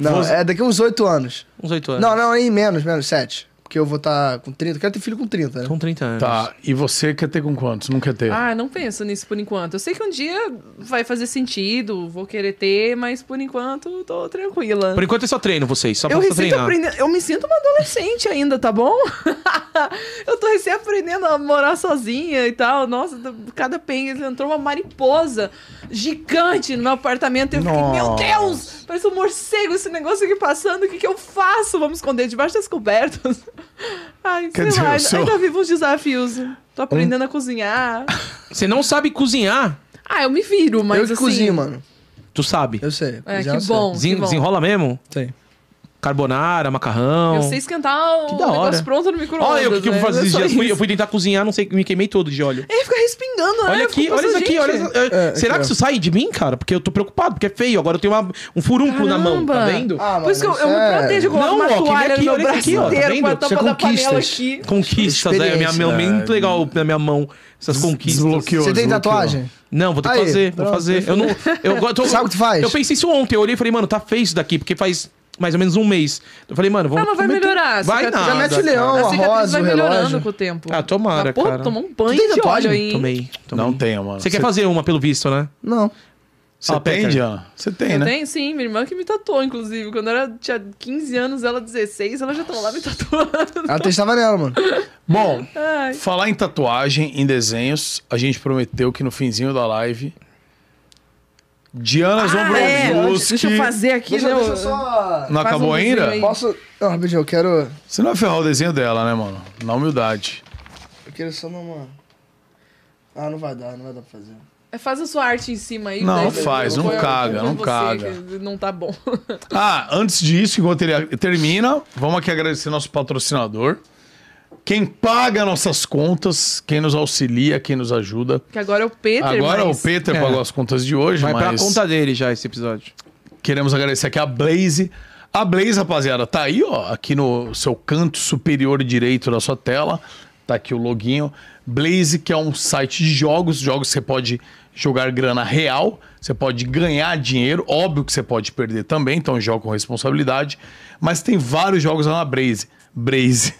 [SPEAKER 3] Não, é daqui a uns 8 anos.
[SPEAKER 2] Uns 8 anos.
[SPEAKER 3] Não, não, aí menos, menos, 7. Porque eu vou estar com 30. Eu quero ter filho com 30, né?
[SPEAKER 2] São 30 anos.
[SPEAKER 1] Tá, e você quer ter com quantos? Não quer ter?
[SPEAKER 4] Ah, não penso nisso por enquanto. Eu sei que um dia vai fazer sentido, vou querer ter, mas por enquanto tô tranquila.
[SPEAKER 2] Por enquanto eu só treino vocês. Só
[SPEAKER 4] eu
[SPEAKER 2] Tá pra
[SPEAKER 4] recém tô
[SPEAKER 2] treinar.
[SPEAKER 4] aprendendo. Eu me sinto uma adolescente ainda, tá bom? eu tô recém aprendendo a morar sozinha e tal. Nossa, do- cada penguin entrou uma mariposa gigante no meu apartamento. E eu fiquei, meu
[SPEAKER 1] Nossa.
[SPEAKER 4] Deus! Parece um morcego esse negócio aqui passando. O que, que eu faço? Vamos esconder debaixo das cobertas. Ai,
[SPEAKER 1] Quer
[SPEAKER 4] sei
[SPEAKER 1] dizer,
[SPEAKER 4] lá,
[SPEAKER 1] o
[SPEAKER 4] ainda,
[SPEAKER 1] seu-
[SPEAKER 4] ainda vivo uns desafios. Tô aprendendo a cozinhar.
[SPEAKER 2] Você não sabe cozinhar.
[SPEAKER 4] Ah, eu me viro, mas
[SPEAKER 3] eu que
[SPEAKER 4] assim...
[SPEAKER 3] cozinho, mano.
[SPEAKER 2] Tu sabe.
[SPEAKER 3] Eu sei.
[SPEAKER 4] É,
[SPEAKER 3] cozinhar
[SPEAKER 4] que
[SPEAKER 3] eu sei.
[SPEAKER 4] bom,
[SPEAKER 2] Desen-
[SPEAKER 4] que bom.
[SPEAKER 2] Desenrola mesmo?
[SPEAKER 3] Sei.
[SPEAKER 2] Carbonara, macarrão.
[SPEAKER 4] Eu sei esquentar o
[SPEAKER 2] Que da hora.
[SPEAKER 4] negócio pronto no micro-ondas.
[SPEAKER 2] Olha, o que, que eu
[SPEAKER 4] né?
[SPEAKER 2] vou fazer
[SPEAKER 4] É
[SPEAKER 2] esses
[SPEAKER 4] só
[SPEAKER 2] dias? Eu Fui,
[SPEAKER 4] isso.
[SPEAKER 2] eu fui tentar cozinhar, não sei, me queimei todo de óleo.
[SPEAKER 4] Ele fica respingando, né?
[SPEAKER 2] Olha
[SPEAKER 4] Eu
[SPEAKER 2] aqui,
[SPEAKER 4] fico
[SPEAKER 2] olha isso
[SPEAKER 4] pensando,
[SPEAKER 2] aqui,
[SPEAKER 4] gente,
[SPEAKER 2] olha. essa- eu-
[SPEAKER 3] É,
[SPEAKER 2] Será
[SPEAKER 3] aqui,
[SPEAKER 2] que
[SPEAKER 3] ó.
[SPEAKER 2] isso sai de mim, cara? Porque eu tô preocupado, porque é feio. Agora eu tenho uma- um furúnculo na mão, tá
[SPEAKER 4] Caramba.
[SPEAKER 2] vendo?
[SPEAKER 3] Ah,
[SPEAKER 4] Por isso que eu, eu me
[SPEAKER 3] é-
[SPEAKER 4] protejo com
[SPEAKER 2] Não, ó,
[SPEAKER 4] uma
[SPEAKER 2] que vem
[SPEAKER 4] toalha
[SPEAKER 2] aqui,
[SPEAKER 4] no meu
[SPEAKER 2] olha isso
[SPEAKER 4] braço
[SPEAKER 2] aqui, ó, tá
[SPEAKER 4] inteiro,
[SPEAKER 2] vendo?
[SPEAKER 4] com a
[SPEAKER 2] Isso
[SPEAKER 4] tampa da panela aqui.
[SPEAKER 2] Conquistas, é, minha, minha, minha,
[SPEAKER 1] Experiência.
[SPEAKER 3] né?
[SPEAKER 2] legal na minha mão, essas conquistas.
[SPEAKER 1] Desbloqueou.
[SPEAKER 3] Você tem
[SPEAKER 1] desbloqueou.
[SPEAKER 3] tatuagem?
[SPEAKER 2] Não, vou ter que
[SPEAKER 3] Aí,
[SPEAKER 2] fazer, vou
[SPEAKER 3] pronto,
[SPEAKER 2] fazer. Eu não. Eu, go- tô-
[SPEAKER 3] Sabe o que tu faz?
[SPEAKER 2] Eu pensei isso ontem, eu olhei e falei, mano, tá feio isso daqui, porque faz mais ou menos um mês. Eu falei, mano, vamos.
[SPEAKER 4] Ah, mas vai
[SPEAKER 2] vamos meter-
[SPEAKER 4] melhorar,
[SPEAKER 2] Vai
[SPEAKER 4] cicatriz.
[SPEAKER 2] nada,
[SPEAKER 4] Já
[SPEAKER 3] mete o leão,
[SPEAKER 2] cara.
[SPEAKER 3] ó.
[SPEAKER 4] A cicatriz
[SPEAKER 3] rosa,
[SPEAKER 4] vai
[SPEAKER 3] o
[SPEAKER 4] melhorando
[SPEAKER 3] relógio.
[SPEAKER 4] com o tempo.
[SPEAKER 2] Ah, tomara,
[SPEAKER 4] Mas, porra,
[SPEAKER 2] cara.
[SPEAKER 4] tomou um banho
[SPEAKER 3] Tu tem
[SPEAKER 4] de
[SPEAKER 3] tatuagem?
[SPEAKER 4] óleo aí.
[SPEAKER 2] Tomei. tomei.
[SPEAKER 1] Não tenho, mano.
[SPEAKER 2] Você quer fazer uma, pelo visto, né?
[SPEAKER 3] Não.
[SPEAKER 1] Você
[SPEAKER 2] Ah,
[SPEAKER 1] tem,
[SPEAKER 2] Peter.
[SPEAKER 1] Diana? Você tem,
[SPEAKER 4] Eu
[SPEAKER 1] né?
[SPEAKER 4] tenho, sim. Minha irmã que me tatuou, inclusive. Quando ela tinha 15 anos, ela 16, ela já tava lá me tatuando.
[SPEAKER 3] Ela testava nela, mano.
[SPEAKER 1] Bom,
[SPEAKER 4] Ai.
[SPEAKER 1] falar em tatuagem, em desenhos, a gente prometeu que no finzinho da live. Diana
[SPEAKER 4] Ah, é,
[SPEAKER 1] Zombrowski.
[SPEAKER 4] Deixa eu fazer aqui,
[SPEAKER 3] Deixa,
[SPEAKER 4] né?
[SPEAKER 3] eu- deixa eu
[SPEAKER 4] o-
[SPEAKER 3] só.
[SPEAKER 1] Não
[SPEAKER 4] Faz
[SPEAKER 1] acabou
[SPEAKER 4] um desenho
[SPEAKER 1] ainda?
[SPEAKER 4] aí.
[SPEAKER 3] Posso. Não, rapidinho, eu quero.
[SPEAKER 1] Você não vai ferrar o desenho dela, né, mano? Na humildade.
[SPEAKER 3] Eu quero só numa. Ah, não vai dar, não vai dar pra fazer. Ah,
[SPEAKER 4] É, Faz a sua arte em cima aí.
[SPEAKER 1] Não,
[SPEAKER 4] daí eu-
[SPEAKER 1] faz,
[SPEAKER 4] eu
[SPEAKER 1] não
[SPEAKER 4] vou- eu
[SPEAKER 1] caga,
[SPEAKER 4] vou
[SPEAKER 1] não
[SPEAKER 4] você,
[SPEAKER 1] caga.
[SPEAKER 4] que Não tá bom.
[SPEAKER 1] Ah, antes disso, enquanto ele termina, vamos aqui agradecer nosso patrocinador. Quem paga nossas contas, quem nos auxilia, quem nos ajuda.
[SPEAKER 4] Que agora é o Peter,
[SPEAKER 1] Agora
[SPEAKER 4] mas...
[SPEAKER 1] o Peter
[SPEAKER 2] É.
[SPEAKER 1] pagou as contas de hoje,
[SPEAKER 2] Vai pra
[SPEAKER 1] mas
[SPEAKER 2] conta dele já esse episódio.
[SPEAKER 1] queremos agradecer aqui a Blaze. A Blaze, rapaziada, tá aí, ó, aqui no seu canto superior direito da sua tela. Tá aqui o loguinho. Blaze, que é um site de jogos, jogos que você pode jogar grana real, você pode ganhar dinheiro, óbvio que você pode perder também, então joga com responsabilidade, mas tem vários jogos lá na Blaze. Blaze.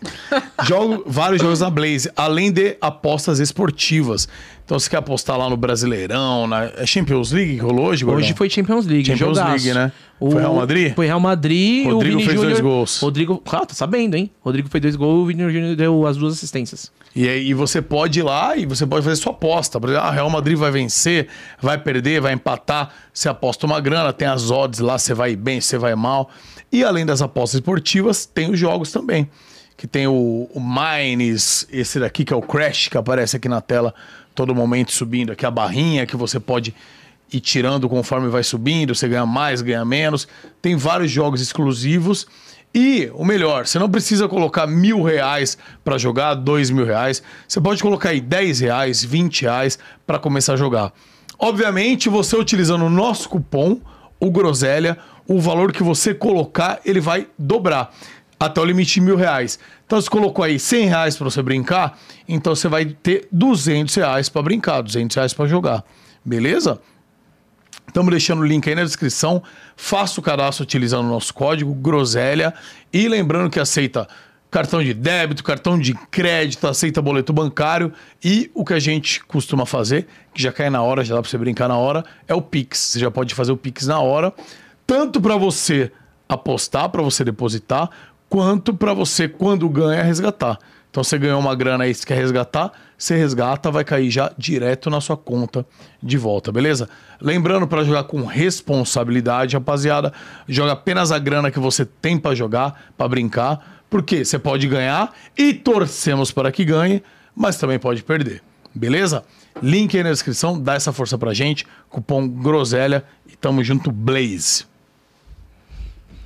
[SPEAKER 1] Jogo, vários jogos na Blaze, além de apostas esportivas. Então você quer apostar lá no Brasileirão, na é Champions League que rolou hoje,
[SPEAKER 2] Hoje
[SPEAKER 1] Gordão?
[SPEAKER 2] foi Champions League.
[SPEAKER 1] Champions
[SPEAKER 2] jogaço.
[SPEAKER 1] League, né?
[SPEAKER 2] O-
[SPEAKER 1] Foi Real Madrid?
[SPEAKER 2] Foi Real Madrid.
[SPEAKER 1] Rodrigo
[SPEAKER 2] o Vini
[SPEAKER 1] fez
[SPEAKER 2] Júnior-
[SPEAKER 1] dois gols.
[SPEAKER 2] Rodrigo. Ah, tá sabendo, hein? Rodrigo fez dois gols, o Vini Júnior deu as duas assistências.
[SPEAKER 1] E aí e você pode ir lá e você pode fazer sua aposta. Por exemplo, ah, Real Madrid vai vencer, vai perder, vai empatar. Você aposta uma grana, tem as odds lá, você vai bem, você vai mal. E além das apostas esportivas, tem os jogos também. Que tem o, o Mines, esse daqui que é o Crash, que aparece aqui na tela todo momento subindo. Aqui a barrinha que você pode ir tirando conforme vai subindo. Você ganha mais, ganha menos. Tem vários jogos exclusivos. E o melhor, você não precisa colocar mil reais para jogar, dois mil reais. Você pode colocar aí 10 reais, 20 reais para começar a jogar. Obviamente, você utilizando o nosso cupom, o Groselha, o valor que você colocar, ele vai dobrar até o limite de mil reais. Então, você colocou aí 100 reais para você brincar, então você vai ter 200 reais para brincar, 200 reais para jogar. Beleza? Estamos deixando o link aí na descrição. Faça o cadastro utilizando o nosso código Groselha. E lembrando que aceita cartão de débito, cartão de crédito, aceita boleto bancário. E o que a gente costuma fazer, que já cai na hora, já dá para você brincar na hora, é o Pix. Você já pode fazer o Pix na hora, tanto para você apostar, para você depositar, quanto para você, quando ganha, resgatar. Então você ganhou uma grana aí, você quer resgatar, você resgata, vai cair já direto na sua conta de volta, beleza? Lembrando para jogar com responsabilidade, rapaziada, joga apenas a grana que você tem para jogar, para brincar. Porque você pode ganhar e torcemos para que ganhe, mas também pode perder. Beleza? Link aí na descrição, dá essa força pra gente. Cupom Groselha e tamo junto, Blaze.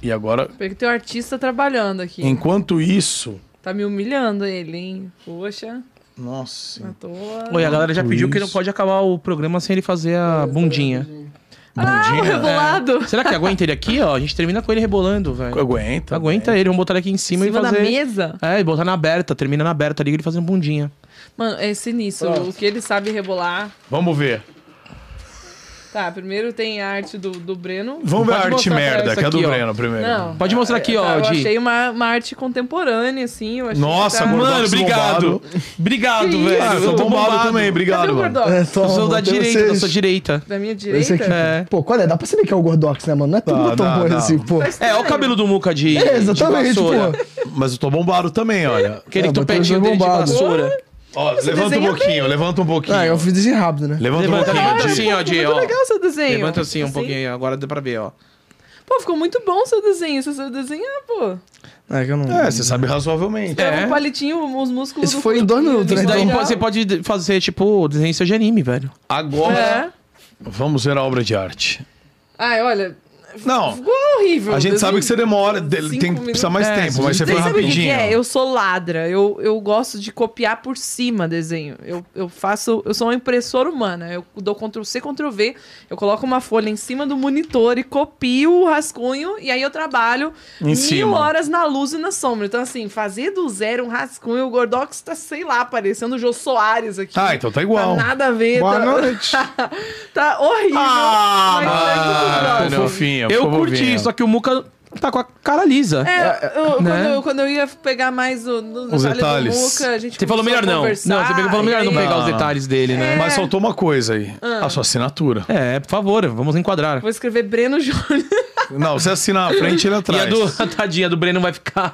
[SPEAKER 1] E agora,
[SPEAKER 4] Porque tem um artista trabalhando aqui.
[SPEAKER 1] enquanto isso.
[SPEAKER 4] Tá me humilhando ele, hein? Poxa,
[SPEAKER 1] Nossa.
[SPEAKER 4] à toa.
[SPEAKER 2] Oi, a galera já
[SPEAKER 1] Tudo
[SPEAKER 2] pediu que
[SPEAKER 1] isso.
[SPEAKER 2] não pode acabar o programa sem ele fazer a bundinha.
[SPEAKER 4] ah,
[SPEAKER 1] né?
[SPEAKER 4] o rebolado.
[SPEAKER 2] Será que aguenta ele aqui, ó? A gente termina com ele rebolando, velho.
[SPEAKER 1] Aguenta.
[SPEAKER 2] Aguenta ele, vamos botar ele aqui em cima,
[SPEAKER 4] Em cima
[SPEAKER 2] e
[SPEAKER 4] da
[SPEAKER 2] fazer.
[SPEAKER 4] mesa?
[SPEAKER 2] É, e botar na aberta, termina na aberta, liga ele fazendo bundinha.
[SPEAKER 4] Mano, é sinistro. O que ele sabe rebolar.
[SPEAKER 1] Vamos ver.
[SPEAKER 4] Tá, primeiro tem a arte do, do Breno.
[SPEAKER 1] Vamos ver
[SPEAKER 2] Pode
[SPEAKER 1] a arte
[SPEAKER 2] mostrar pra
[SPEAKER 1] merda,
[SPEAKER 2] essa
[SPEAKER 1] que é a do
[SPEAKER 2] aqui, ó.
[SPEAKER 1] Breno primeiro.
[SPEAKER 4] Não. Tá,
[SPEAKER 2] Pode mostrar aqui, ó,
[SPEAKER 4] Ah, Eu
[SPEAKER 2] Di.
[SPEAKER 4] achei uma, uma arte contemporânea, assim. Eu achei
[SPEAKER 1] Nossa,
[SPEAKER 4] que tá...
[SPEAKER 1] gordo.
[SPEAKER 2] Mano,
[SPEAKER 1] Gordox
[SPEAKER 2] obrigado.
[SPEAKER 4] Que
[SPEAKER 2] Obrigado,
[SPEAKER 4] isso?
[SPEAKER 2] velho.
[SPEAKER 1] Ah, eu tô bombado também,
[SPEAKER 4] Cadê
[SPEAKER 1] obrigado,
[SPEAKER 4] o
[SPEAKER 1] mano.
[SPEAKER 4] Gordox?
[SPEAKER 2] Eu sou da direita, da sua direita.
[SPEAKER 4] Da minha
[SPEAKER 3] Esse aqui.
[SPEAKER 4] direita?
[SPEAKER 2] É.
[SPEAKER 3] Pô, qual é? Dá pra saber que é o Gordox, né, mano? Não é todo
[SPEAKER 1] Tá,
[SPEAKER 3] mundo tão
[SPEAKER 1] não,
[SPEAKER 3] bom
[SPEAKER 1] não.
[SPEAKER 3] assim, pô.
[SPEAKER 2] É, olha o cabelo do Muca de.
[SPEAKER 3] É,
[SPEAKER 2] de
[SPEAKER 3] exatamente,
[SPEAKER 2] vassoura.
[SPEAKER 3] pô.
[SPEAKER 1] Mas eu tô bombado também, olha.
[SPEAKER 2] Aquele
[SPEAKER 3] É,
[SPEAKER 2] topetinho
[SPEAKER 3] botando
[SPEAKER 2] dele de
[SPEAKER 3] bombado.
[SPEAKER 2] vassoura.
[SPEAKER 1] Ó, levanta um
[SPEAKER 4] desenha
[SPEAKER 1] pouquinho, levanta um pouquinho.
[SPEAKER 3] Ah, eu fiz desenho rápido, né?
[SPEAKER 1] Levanta,
[SPEAKER 2] Levanta,
[SPEAKER 1] um
[SPEAKER 2] levanta
[SPEAKER 1] pouquinho. Di.
[SPEAKER 2] assim, ó, Di,
[SPEAKER 4] Ficou
[SPEAKER 2] ó.
[SPEAKER 4] muito legal seu desenho.
[SPEAKER 2] Levanta assim um pouquinho, agora dá pra ver, ó.
[SPEAKER 4] Pô, ficou muito bom seu desenho. Se você desenhar, pô.
[SPEAKER 3] É, que eu não...
[SPEAKER 1] É, você sabe razoavelmente.
[SPEAKER 4] Tava
[SPEAKER 2] É.
[SPEAKER 4] um palitinho, os músculos
[SPEAKER 3] Isso foi em dois minutos, né?
[SPEAKER 2] Isso daí
[SPEAKER 3] Então-
[SPEAKER 2] você pode fazer, tipo, desenho seu de anime, velho.
[SPEAKER 1] Agora,
[SPEAKER 4] É.
[SPEAKER 1] vamos ver a obra de arte.
[SPEAKER 4] Ai, olha,
[SPEAKER 1] Não,
[SPEAKER 4] ficou horrível.
[SPEAKER 1] a gente
[SPEAKER 4] Desenho-
[SPEAKER 1] sabe que você demora, de-
[SPEAKER 4] cinco
[SPEAKER 1] tem,
[SPEAKER 4] minutos.
[SPEAKER 1] precisa mais
[SPEAKER 2] É,
[SPEAKER 1] tempo, mas você
[SPEAKER 4] Vocês
[SPEAKER 1] foi
[SPEAKER 4] sabem o que que
[SPEAKER 1] rapidinho.
[SPEAKER 4] é? Eu sou ladra. Eu, eu gosto de copiar por cima desenho. Eu, eu faço. Eu sou uma impressora humana. Eu dou Ctrl C, Ctrl V. Eu coloco uma folha em cima do monitor e copio o rascunho. E aí eu trabalho
[SPEAKER 1] Em
[SPEAKER 4] mil
[SPEAKER 1] cima.
[SPEAKER 4] horas na luz e na sombra. Então, assim, fazer do zero um rascunho, o Gordox tá, sei lá, parecendo o Jô Soares aqui.
[SPEAKER 1] Ah, então tá igual.
[SPEAKER 4] Tá nada a ver.
[SPEAKER 3] Boa
[SPEAKER 4] tá...
[SPEAKER 3] noite.
[SPEAKER 4] tá horrível.
[SPEAKER 1] Ah,
[SPEAKER 4] mas é
[SPEAKER 1] mano,
[SPEAKER 4] tudo próximo.
[SPEAKER 1] fofinha.
[SPEAKER 2] Tipo, Eu
[SPEAKER 1] ficou
[SPEAKER 2] curti,
[SPEAKER 1] fofinha.
[SPEAKER 2] só que o Muca tá com a cara lisa.
[SPEAKER 4] É, eu-
[SPEAKER 2] né?
[SPEAKER 4] quando, eu, quando eu ia pegar mais o, no
[SPEAKER 1] Os
[SPEAKER 4] detalhe
[SPEAKER 1] detalhes.
[SPEAKER 4] do Muca, a gente
[SPEAKER 2] Você falou
[SPEAKER 4] começou a
[SPEAKER 2] melhor não. Não,
[SPEAKER 4] conversar,
[SPEAKER 2] você pegou- falou
[SPEAKER 4] e
[SPEAKER 2] melhor não
[SPEAKER 4] aí- "É,
[SPEAKER 2] pegar os
[SPEAKER 1] Não.
[SPEAKER 2] detalhes dele, né?
[SPEAKER 1] Mas faltou uma coisa aí.
[SPEAKER 4] Ah.
[SPEAKER 1] A sua assinatura.
[SPEAKER 2] É, por favor, vamos enquadrar.
[SPEAKER 4] Vou escrever Breno Júnior.
[SPEAKER 1] Não, você assina na frente e ele
[SPEAKER 2] E a
[SPEAKER 1] atrás.
[SPEAKER 2] do a tadinha do Breno vai ficar.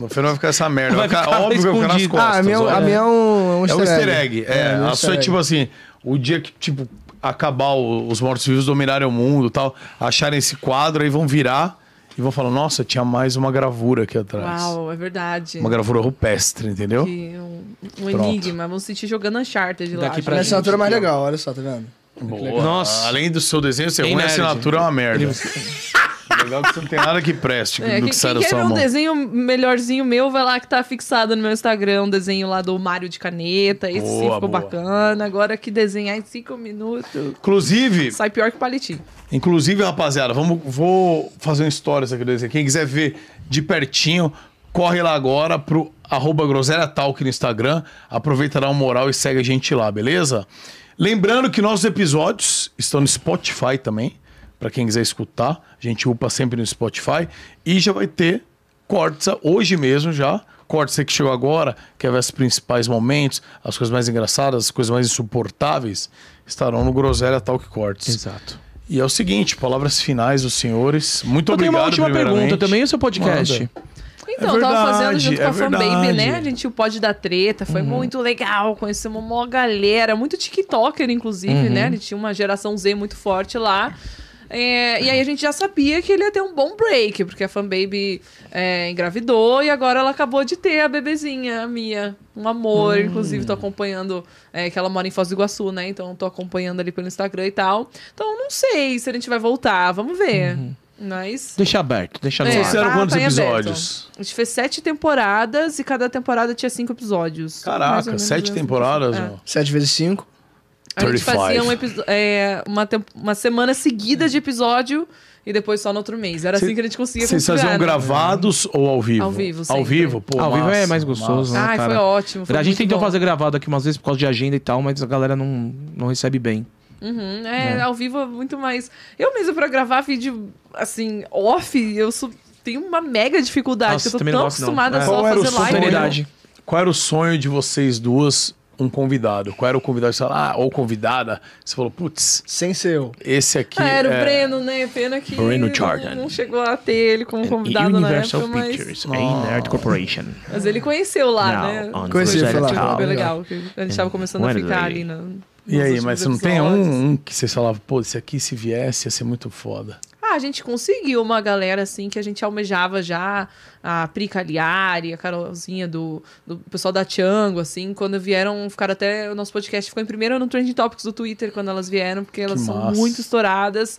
[SPEAKER 1] No final vai ficar essa merda. Vai
[SPEAKER 2] Vai
[SPEAKER 1] ficar,
[SPEAKER 2] ficar
[SPEAKER 1] óbvio que vai ficar nas
[SPEAKER 2] escondido.
[SPEAKER 1] costas.
[SPEAKER 3] ah, a minha, a
[SPEAKER 1] olha.
[SPEAKER 3] minha é um, um
[SPEAKER 1] É um easter egg. É,
[SPEAKER 3] um
[SPEAKER 1] a
[SPEAKER 3] easter
[SPEAKER 1] sua é
[SPEAKER 3] egg.
[SPEAKER 1] tipo assim, o dia que, tipo, acabar o- os mortos-vivos dominarem o mundo e tal, acharem esse quadro, aí vão virar e vão falar, nossa, tinha mais uma gravura aqui atrás.
[SPEAKER 4] Uau, é verdade.
[SPEAKER 1] Uma gravura rupestre, entendeu?
[SPEAKER 4] Que um um enigma. Vamos sentir jogando Uncharted lá.
[SPEAKER 2] Daqui pra
[SPEAKER 3] Minha
[SPEAKER 4] gente.
[SPEAKER 3] assinatura é mais legal, olha só, tá vendo?
[SPEAKER 1] Boa.
[SPEAKER 2] Nossa.
[SPEAKER 1] Além do seu desenho ser
[SPEAKER 2] Bem
[SPEAKER 1] ruim, a
[SPEAKER 2] nerd.
[SPEAKER 1] assinatura é uma merda. Legal que você não tem nada que preste
[SPEAKER 4] É,
[SPEAKER 1] do
[SPEAKER 4] quem
[SPEAKER 1] que sai
[SPEAKER 4] quem
[SPEAKER 1] da
[SPEAKER 4] quer ver
[SPEAKER 1] sua
[SPEAKER 4] um
[SPEAKER 1] mão.
[SPEAKER 4] desenho melhorzinho meu, vai lá que tá fixado no meu Instagram. Um desenho lá do Mário de Caneta. Esse sim
[SPEAKER 1] Boa,
[SPEAKER 4] ficou
[SPEAKER 1] boa.
[SPEAKER 4] bacana. Agora que desenhar em cinco minutos,
[SPEAKER 1] Inclusive,
[SPEAKER 4] sai pior que palitinho.
[SPEAKER 1] Inclusive, rapaziada, vamos, vou fazer um stories aqui do desenho. Quem quiser ver de pertinho, corre lá agora pro arroba groselha talk no Instagram. Aproveita, dá uma moral e segue a gente lá, beleza? Lembrando que nossos episódios estão no Spotify também, para quem quiser escutar. A gente upa sempre no Spotify. E já vai ter cortes hoje mesmo já. Cortes você que chegou agora, quer ver os principais momentos, as coisas mais engraçadas, as coisas mais insuportáveis, estarão no Groselha Talk Cortes.
[SPEAKER 2] Exato.
[SPEAKER 1] E é o seguinte, palavras finais dos senhores. Muito
[SPEAKER 2] Eu tenho
[SPEAKER 1] obrigado,
[SPEAKER 2] uma última
[SPEAKER 1] primeiramente.
[SPEAKER 2] pergunta também, e o seu podcast?
[SPEAKER 1] Manda.
[SPEAKER 4] Então,
[SPEAKER 1] É
[SPEAKER 4] eu tava fazendo
[SPEAKER 1] verdade,
[SPEAKER 4] junto
[SPEAKER 1] é
[SPEAKER 4] com a fanbaby,
[SPEAKER 1] verdade. Uhum.
[SPEAKER 4] né? A gente o Pode da Treta, foi muito legal, conhecemos uma maior galera, muito tiktoker, inclusive, né?
[SPEAKER 1] Uhum.
[SPEAKER 4] Ele tinha uma geração Z muito forte lá. É, e aí a gente já sabia que ele ia ter um bom break, porque a fanbaby é, engravidou e agora ela acabou de ter a bebezinha, a Mia. Um amor,
[SPEAKER 1] Hum.
[SPEAKER 4] inclusive, tô acompanhando, é, que ela mora em Foz do Iguaçu, né? Então tô acompanhando ali pelo Instagram e tal. Então não sei se a gente vai voltar, vamos ver.
[SPEAKER 1] Uhum.
[SPEAKER 4] Mas...
[SPEAKER 2] Deixa aberto, deixa no
[SPEAKER 4] É.
[SPEAKER 2] ar.
[SPEAKER 1] Vocês fizeram
[SPEAKER 4] Tá,
[SPEAKER 1] quantos
[SPEAKER 4] tá em
[SPEAKER 1] episódios?
[SPEAKER 4] A gente fez sete temporadas e cada temporada tinha cinco episódios. Mais ou
[SPEAKER 1] Caraca,
[SPEAKER 4] menos
[SPEAKER 1] sete
[SPEAKER 4] assim.
[SPEAKER 1] temporadas?
[SPEAKER 4] É.
[SPEAKER 1] ó.
[SPEAKER 3] 7 vezes 5.
[SPEAKER 4] A gente
[SPEAKER 1] 35.
[SPEAKER 4] fazia um episo- é, uma, tem- uma semana seguida de episódio e depois só no outro mês. Era
[SPEAKER 1] Cê-
[SPEAKER 4] assim que a gente conseguia
[SPEAKER 1] Vocês faziam
[SPEAKER 4] né?
[SPEAKER 1] gravados ou ao vivo?
[SPEAKER 4] Ao vivo,
[SPEAKER 1] Ao
[SPEAKER 4] sempre.
[SPEAKER 1] vivo, pô.
[SPEAKER 2] Ao vivo
[SPEAKER 1] massa,
[SPEAKER 2] é mais
[SPEAKER 1] massa.
[SPEAKER 2] gostoso, né,
[SPEAKER 4] Ai,
[SPEAKER 2] cara?
[SPEAKER 4] foi ótimo. foi
[SPEAKER 2] a gente
[SPEAKER 4] muito
[SPEAKER 2] tentou
[SPEAKER 4] bom.
[SPEAKER 2] fazer gravado aqui umas vezes por causa de agenda e tal, mas a galera não, não recebe bem.
[SPEAKER 4] Uhum, é, ao vivo é muito mais. Eu mesmo, pra gravar vídeo assim, off, eu sou- tenho uma mega dificuldade.
[SPEAKER 2] Nossa,
[SPEAKER 4] porque Tá, eu tô
[SPEAKER 2] também não
[SPEAKER 4] tão
[SPEAKER 2] gosto, não.
[SPEAKER 4] acostumada
[SPEAKER 2] É.
[SPEAKER 4] só
[SPEAKER 1] Qual
[SPEAKER 4] a
[SPEAKER 1] era o
[SPEAKER 4] fazer live. né?
[SPEAKER 2] Espontaneidade.
[SPEAKER 1] Qual era o sonho de vocês duas, um convidado? Qual era o convidado? Você fala, ah, ou convidada? Você falou, putz,
[SPEAKER 3] Sem ser eu.
[SPEAKER 1] esse aqui
[SPEAKER 4] Ah, era o
[SPEAKER 1] é...
[SPEAKER 4] Breno, né? Pena que
[SPEAKER 2] Breno
[SPEAKER 4] não-
[SPEAKER 2] Jordan.
[SPEAKER 4] não chegou a ter ele
[SPEAKER 2] É,
[SPEAKER 4] como convidado na época, mas...
[SPEAKER 2] a Nerd Corporation.
[SPEAKER 4] Mas ele conheceu lá, né?
[SPEAKER 2] Now on
[SPEAKER 3] Conheci,
[SPEAKER 2] Rosetta
[SPEAKER 3] foi lá.
[SPEAKER 2] Tower.
[SPEAKER 4] Foi legal. que A gente tava começando a
[SPEAKER 2] When
[SPEAKER 4] ficar
[SPEAKER 2] they-
[SPEAKER 4] ali na. nos
[SPEAKER 1] E aí,
[SPEAKER 4] últimos
[SPEAKER 1] mas você não tem
[SPEAKER 4] episódios.
[SPEAKER 1] um, um que vocês falavam, pô, esse aqui se viesse ia ser muito foda.
[SPEAKER 4] Ah, a gente conseguiu uma galera, assim, que a gente almejava já. A Pri Cagliari, a Carolzinha do, do pessoal da Tiango, assim. Quando vieram, ficaram até... O nosso podcast ficou em primeiro no Trending Topics do Twitter quando elas vieram. Porque elas são
[SPEAKER 1] massa.
[SPEAKER 4] muito estouradas.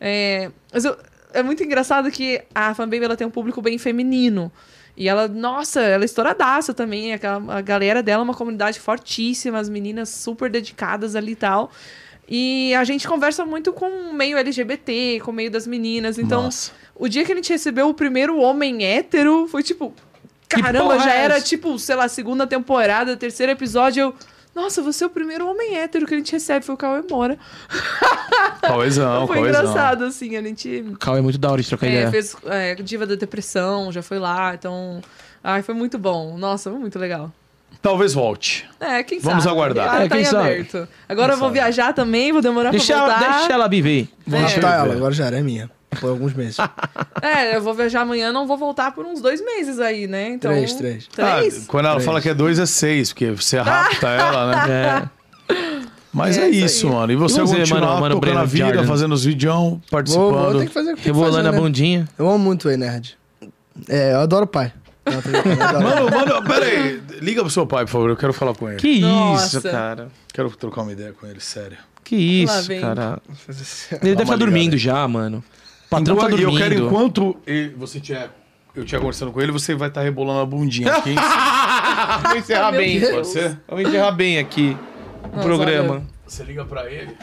[SPEAKER 4] É, mas eu- é muito engraçado que a fanbaby ela tem um público bem feminino. E ela, nossa, ela é estouradaça também. Aquela, a galera dela é uma comunidade fortíssima, as meninas super dedicadas ali e tal. E a gente conversa muito com o meio LGBT, com o meio das meninas. Então,
[SPEAKER 1] Nossa.
[SPEAKER 4] o dia que a gente recebeu o primeiro homem hétero, foi tipo. Caramba,
[SPEAKER 2] porra
[SPEAKER 4] já
[SPEAKER 2] é
[SPEAKER 4] era
[SPEAKER 2] essa?
[SPEAKER 4] tipo, sei lá, segunda temporada, terceiro episódio. Eu. Nossa, você é o primeiro homem hétero que a gente recebe. Foi o Cauê Mora.
[SPEAKER 1] Cauezão,
[SPEAKER 4] foi
[SPEAKER 1] cauezão.
[SPEAKER 4] engraçado, assim. A gente
[SPEAKER 2] Calma, é muito da hora de trocar
[SPEAKER 4] é,
[SPEAKER 2] ideia.
[SPEAKER 4] fez é, Diva da Depressão, já foi lá, então. Ai, foi muito bom. Nossa, foi muito legal.
[SPEAKER 1] Talvez volte.
[SPEAKER 4] É, quem sabe?
[SPEAKER 1] Vamos aguardar.
[SPEAKER 4] Ah,
[SPEAKER 2] É,
[SPEAKER 4] tá
[SPEAKER 2] quem
[SPEAKER 4] em
[SPEAKER 2] sabe?
[SPEAKER 4] aberto. Agora eu vou viajar também, vou demorar
[SPEAKER 2] Deixa,
[SPEAKER 4] pra
[SPEAKER 2] ela-
[SPEAKER 4] voltar.
[SPEAKER 2] deixa ela viver.
[SPEAKER 3] Vou
[SPEAKER 4] É.
[SPEAKER 3] matar ela, agora já era minha. Por alguns meses.
[SPEAKER 4] É, eu vou viajar amanhã, não vou voltar por uns dois meses aí, né? Então,
[SPEAKER 3] Três, três.
[SPEAKER 1] Ah,
[SPEAKER 4] Três?
[SPEAKER 1] quando ela
[SPEAKER 3] Três.
[SPEAKER 1] fala que é dois, é seis, porque você rapta ela, né?
[SPEAKER 2] É.
[SPEAKER 1] Mas é,
[SPEAKER 4] É isso
[SPEAKER 1] isso,
[SPEAKER 4] aí.
[SPEAKER 1] mano. E você,
[SPEAKER 2] E você,
[SPEAKER 1] continuar
[SPEAKER 2] mano, mano,
[SPEAKER 1] tocando
[SPEAKER 2] Breno
[SPEAKER 1] a vida,
[SPEAKER 2] Jordan?
[SPEAKER 1] fazendo os videão,
[SPEAKER 3] Vou, vou
[SPEAKER 1] participando.
[SPEAKER 3] ter que fazer o que tem que fazer,
[SPEAKER 2] Rebolando a
[SPEAKER 3] né?
[SPEAKER 2] bundinha.
[SPEAKER 3] Eu amo muito o Ei Nerd. É, eu adoro o pai. Não, tô brincando, eu adoro.
[SPEAKER 1] Mano, mano, pera aí. Liga pro seu pai, por favor. Eu quero falar com ele.
[SPEAKER 2] Que
[SPEAKER 4] Nossa.
[SPEAKER 2] isso, cara.
[SPEAKER 1] Quero trocar uma ideia com ele, sério.
[SPEAKER 2] Que
[SPEAKER 4] Lá
[SPEAKER 2] isso,
[SPEAKER 4] vem.
[SPEAKER 2] cara. Ele deve estar
[SPEAKER 1] ligada
[SPEAKER 2] dormindo já, mano. O patrão tá
[SPEAKER 1] Enquanto- e
[SPEAKER 2] dormindo.
[SPEAKER 1] eu quero, enquanto ele- você tiver... Eu tinha conversando com ele, você vai estar rebolando a bundinha aqui.
[SPEAKER 2] Vamos encerrar
[SPEAKER 4] Meu
[SPEAKER 2] bem.
[SPEAKER 4] Deus.
[SPEAKER 1] Pode ser?
[SPEAKER 2] Vamos encerrar bem aqui o programa.
[SPEAKER 4] olha.
[SPEAKER 1] Você liga pra ele.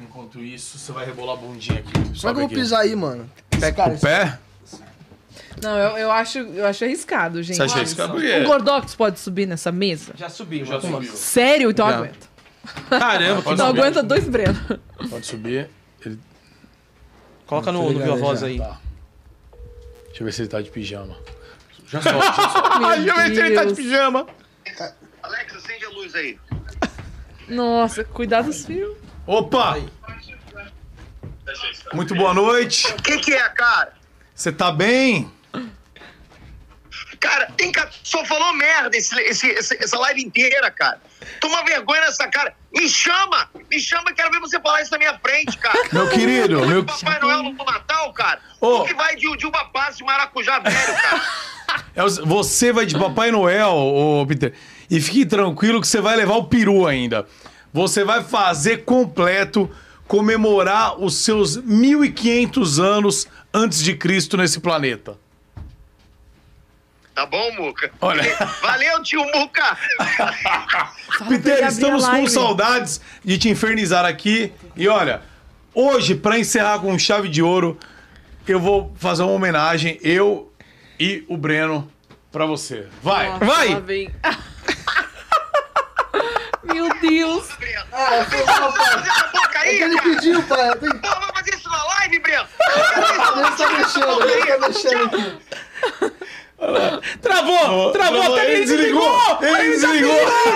[SPEAKER 1] Enquanto isso, você vai rebolar a bundinha aqui.
[SPEAKER 3] Como é que eu vou pisar aí, mano? Pé,
[SPEAKER 1] O pé?
[SPEAKER 4] Não, eu, eu acho, eu acho arriscado, gente.
[SPEAKER 1] Você acha isso? Por quê?
[SPEAKER 4] O Gordox pode subir nessa mesa?
[SPEAKER 2] Já subi,
[SPEAKER 1] Já subiu.
[SPEAKER 4] Sério? Então
[SPEAKER 2] Já.
[SPEAKER 4] aguenta.
[SPEAKER 2] Caramba, que
[SPEAKER 1] Pode
[SPEAKER 4] Então
[SPEAKER 1] subir.
[SPEAKER 4] aguenta dois Breno.
[SPEAKER 1] Pode subir. Ele...
[SPEAKER 2] Coloca no, no
[SPEAKER 3] Obrigado,
[SPEAKER 2] Viva Voz
[SPEAKER 3] já.
[SPEAKER 2] aí.
[SPEAKER 1] Tá. Deixa eu ver se ele tá de pijama. Já solta, já solta.
[SPEAKER 4] Meu
[SPEAKER 1] tá
[SPEAKER 4] Deus.
[SPEAKER 2] pijama.
[SPEAKER 7] Alex, acende a luz aí.
[SPEAKER 4] Nossa, cuidado dos fios.
[SPEAKER 1] Opa! Muito boa noite.
[SPEAKER 7] O que, que é, cara?
[SPEAKER 1] Você tá bem?
[SPEAKER 7] Cara, tem ca- só falou merda esse, esse- esse- essa live inteira, cara. Toma vergonha nessa cara. Me chama! Me chama, quero ver você falar isso na minha frente, cara.
[SPEAKER 1] Meu querido, meu...
[SPEAKER 7] Papai Noel no Natal, cara.
[SPEAKER 1] Ô.
[SPEAKER 7] O que vai de, de uva passa de maracujá velho, cara?
[SPEAKER 1] é o- você vai de Papai Noel, ô Peter. E fique tranquilo que você vai levar o peru ainda. Você vai fazer completo, comemorar os seus 1500 anos antes de Cristo nesse planeta.
[SPEAKER 7] Tá bom, Muca?
[SPEAKER 1] Olha.
[SPEAKER 7] Valeu, tio Muca!
[SPEAKER 1] Peter,
[SPEAKER 4] abrir
[SPEAKER 1] estamos
[SPEAKER 4] a
[SPEAKER 1] com
[SPEAKER 4] live.
[SPEAKER 1] saudades de te infernizar aqui. E olha, hoje, pra encerrar com chave de ouro, eu vou fazer uma homenagem, eu e o Breno, pra você. Vai!
[SPEAKER 4] Nossa,
[SPEAKER 2] Vai.
[SPEAKER 4] lá vem. Meu Deus.
[SPEAKER 7] Essa boca aí,
[SPEAKER 3] É Ele
[SPEAKER 7] cara!
[SPEAKER 3] pediu, pai. Eu tenho que
[SPEAKER 7] Pô, vai fazer isso na live, Breno?
[SPEAKER 3] ele tá mexendo, ele tá mexendo aqui.
[SPEAKER 2] Travou, travou, até ele desligou.
[SPEAKER 1] Ele desligou!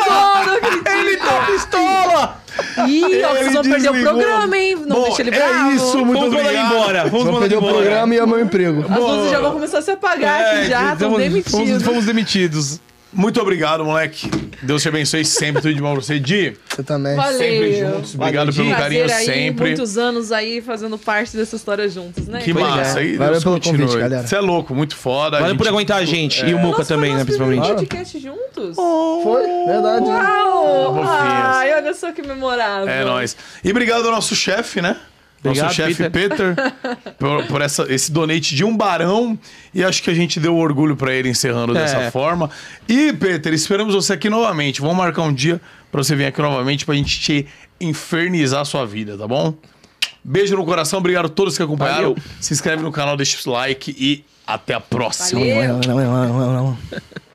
[SPEAKER 4] Ah, não acredito.
[SPEAKER 1] Ele tá pistola!
[SPEAKER 4] Ih, ó, vocês
[SPEAKER 1] Ele
[SPEAKER 4] vão perder o
[SPEAKER 1] desligou.
[SPEAKER 4] programa, hein? Não
[SPEAKER 1] Bom,
[SPEAKER 4] deixa ele bravo.
[SPEAKER 1] É isso, muito
[SPEAKER 2] Vamos mandar
[SPEAKER 1] obrigado.
[SPEAKER 2] embora. Vamos
[SPEAKER 3] Vou
[SPEAKER 2] mandar
[SPEAKER 3] perder o
[SPEAKER 2] embora.
[SPEAKER 3] programa e é o meu emprego.
[SPEAKER 4] As luzes já vão começar a se apagar Tá
[SPEAKER 1] É,
[SPEAKER 4] aqui já, estão demitidos.
[SPEAKER 2] fomos demitidos.
[SPEAKER 1] Muito obrigado, moleque. Deus te abençoe sempre, tudo de bom pra você. Di,
[SPEAKER 3] Você também.
[SPEAKER 1] sempre
[SPEAKER 4] Valeu.
[SPEAKER 1] juntos. Obrigado
[SPEAKER 2] Valeu, Di.
[SPEAKER 1] pelo
[SPEAKER 4] Prazer
[SPEAKER 1] carinho
[SPEAKER 4] aí,
[SPEAKER 1] sempre.
[SPEAKER 4] muitos anos aí fazendo parte dessa história juntos, né?
[SPEAKER 1] Que
[SPEAKER 4] Obrigada.
[SPEAKER 1] massa. E
[SPEAKER 3] Valeu
[SPEAKER 1] Deus
[SPEAKER 3] pelo
[SPEAKER 1] continue.
[SPEAKER 3] convite, galera.
[SPEAKER 1] Você é louco, muito foda.
[SPEAKER 2] Valeu
[SPEAKER 1] gente-
[SPEAKER 2] por aguentar a gente. E o Muca
[SPEAKER 4] Nossa,
[SPEAKER 2] também,
[SPEAKER 4] foi
[SPEAKER 2] né,
[SPEAKER 4] nosso primeiro
[SPEAKER 2] principalmente.
[SPEAKER 4] podcast juntos?
[SPEAKER 3] Foi? Verdade. né?
[SPEAKER 4] Uau!
[SPEAKER 1] Fofinhas.
[SPEAKER 4] Ai, olha só que memorável.
[SPEAKER 1] É nóis. E obrigado ao nosso chefe, né?
[SPEAKER 2] Obrigado,
[SPEAKER 1] nosso chefe Peter, por, por essa, esse donate de um barão. E acho que a gente deu orgulho pra ele encerrando
[SPEAKER 2] É.
[SPEAKER 1] dessa forma. E, Peter, esperamos você aqui novamente. Vamos marcar um dia pra você vir aqui novamente pra gente te infernizar a sua vida, tá bom? Beijo no coração, obrigado a todos que acompanharam.
[SPEAKER 2] Valeu.
[SPEAKER 1] Se inscreve no canal, deixa o like e até a próxima.
[SPEAKER 4] Valeu.
[SPEAKER 3] Não, não, não, não, não.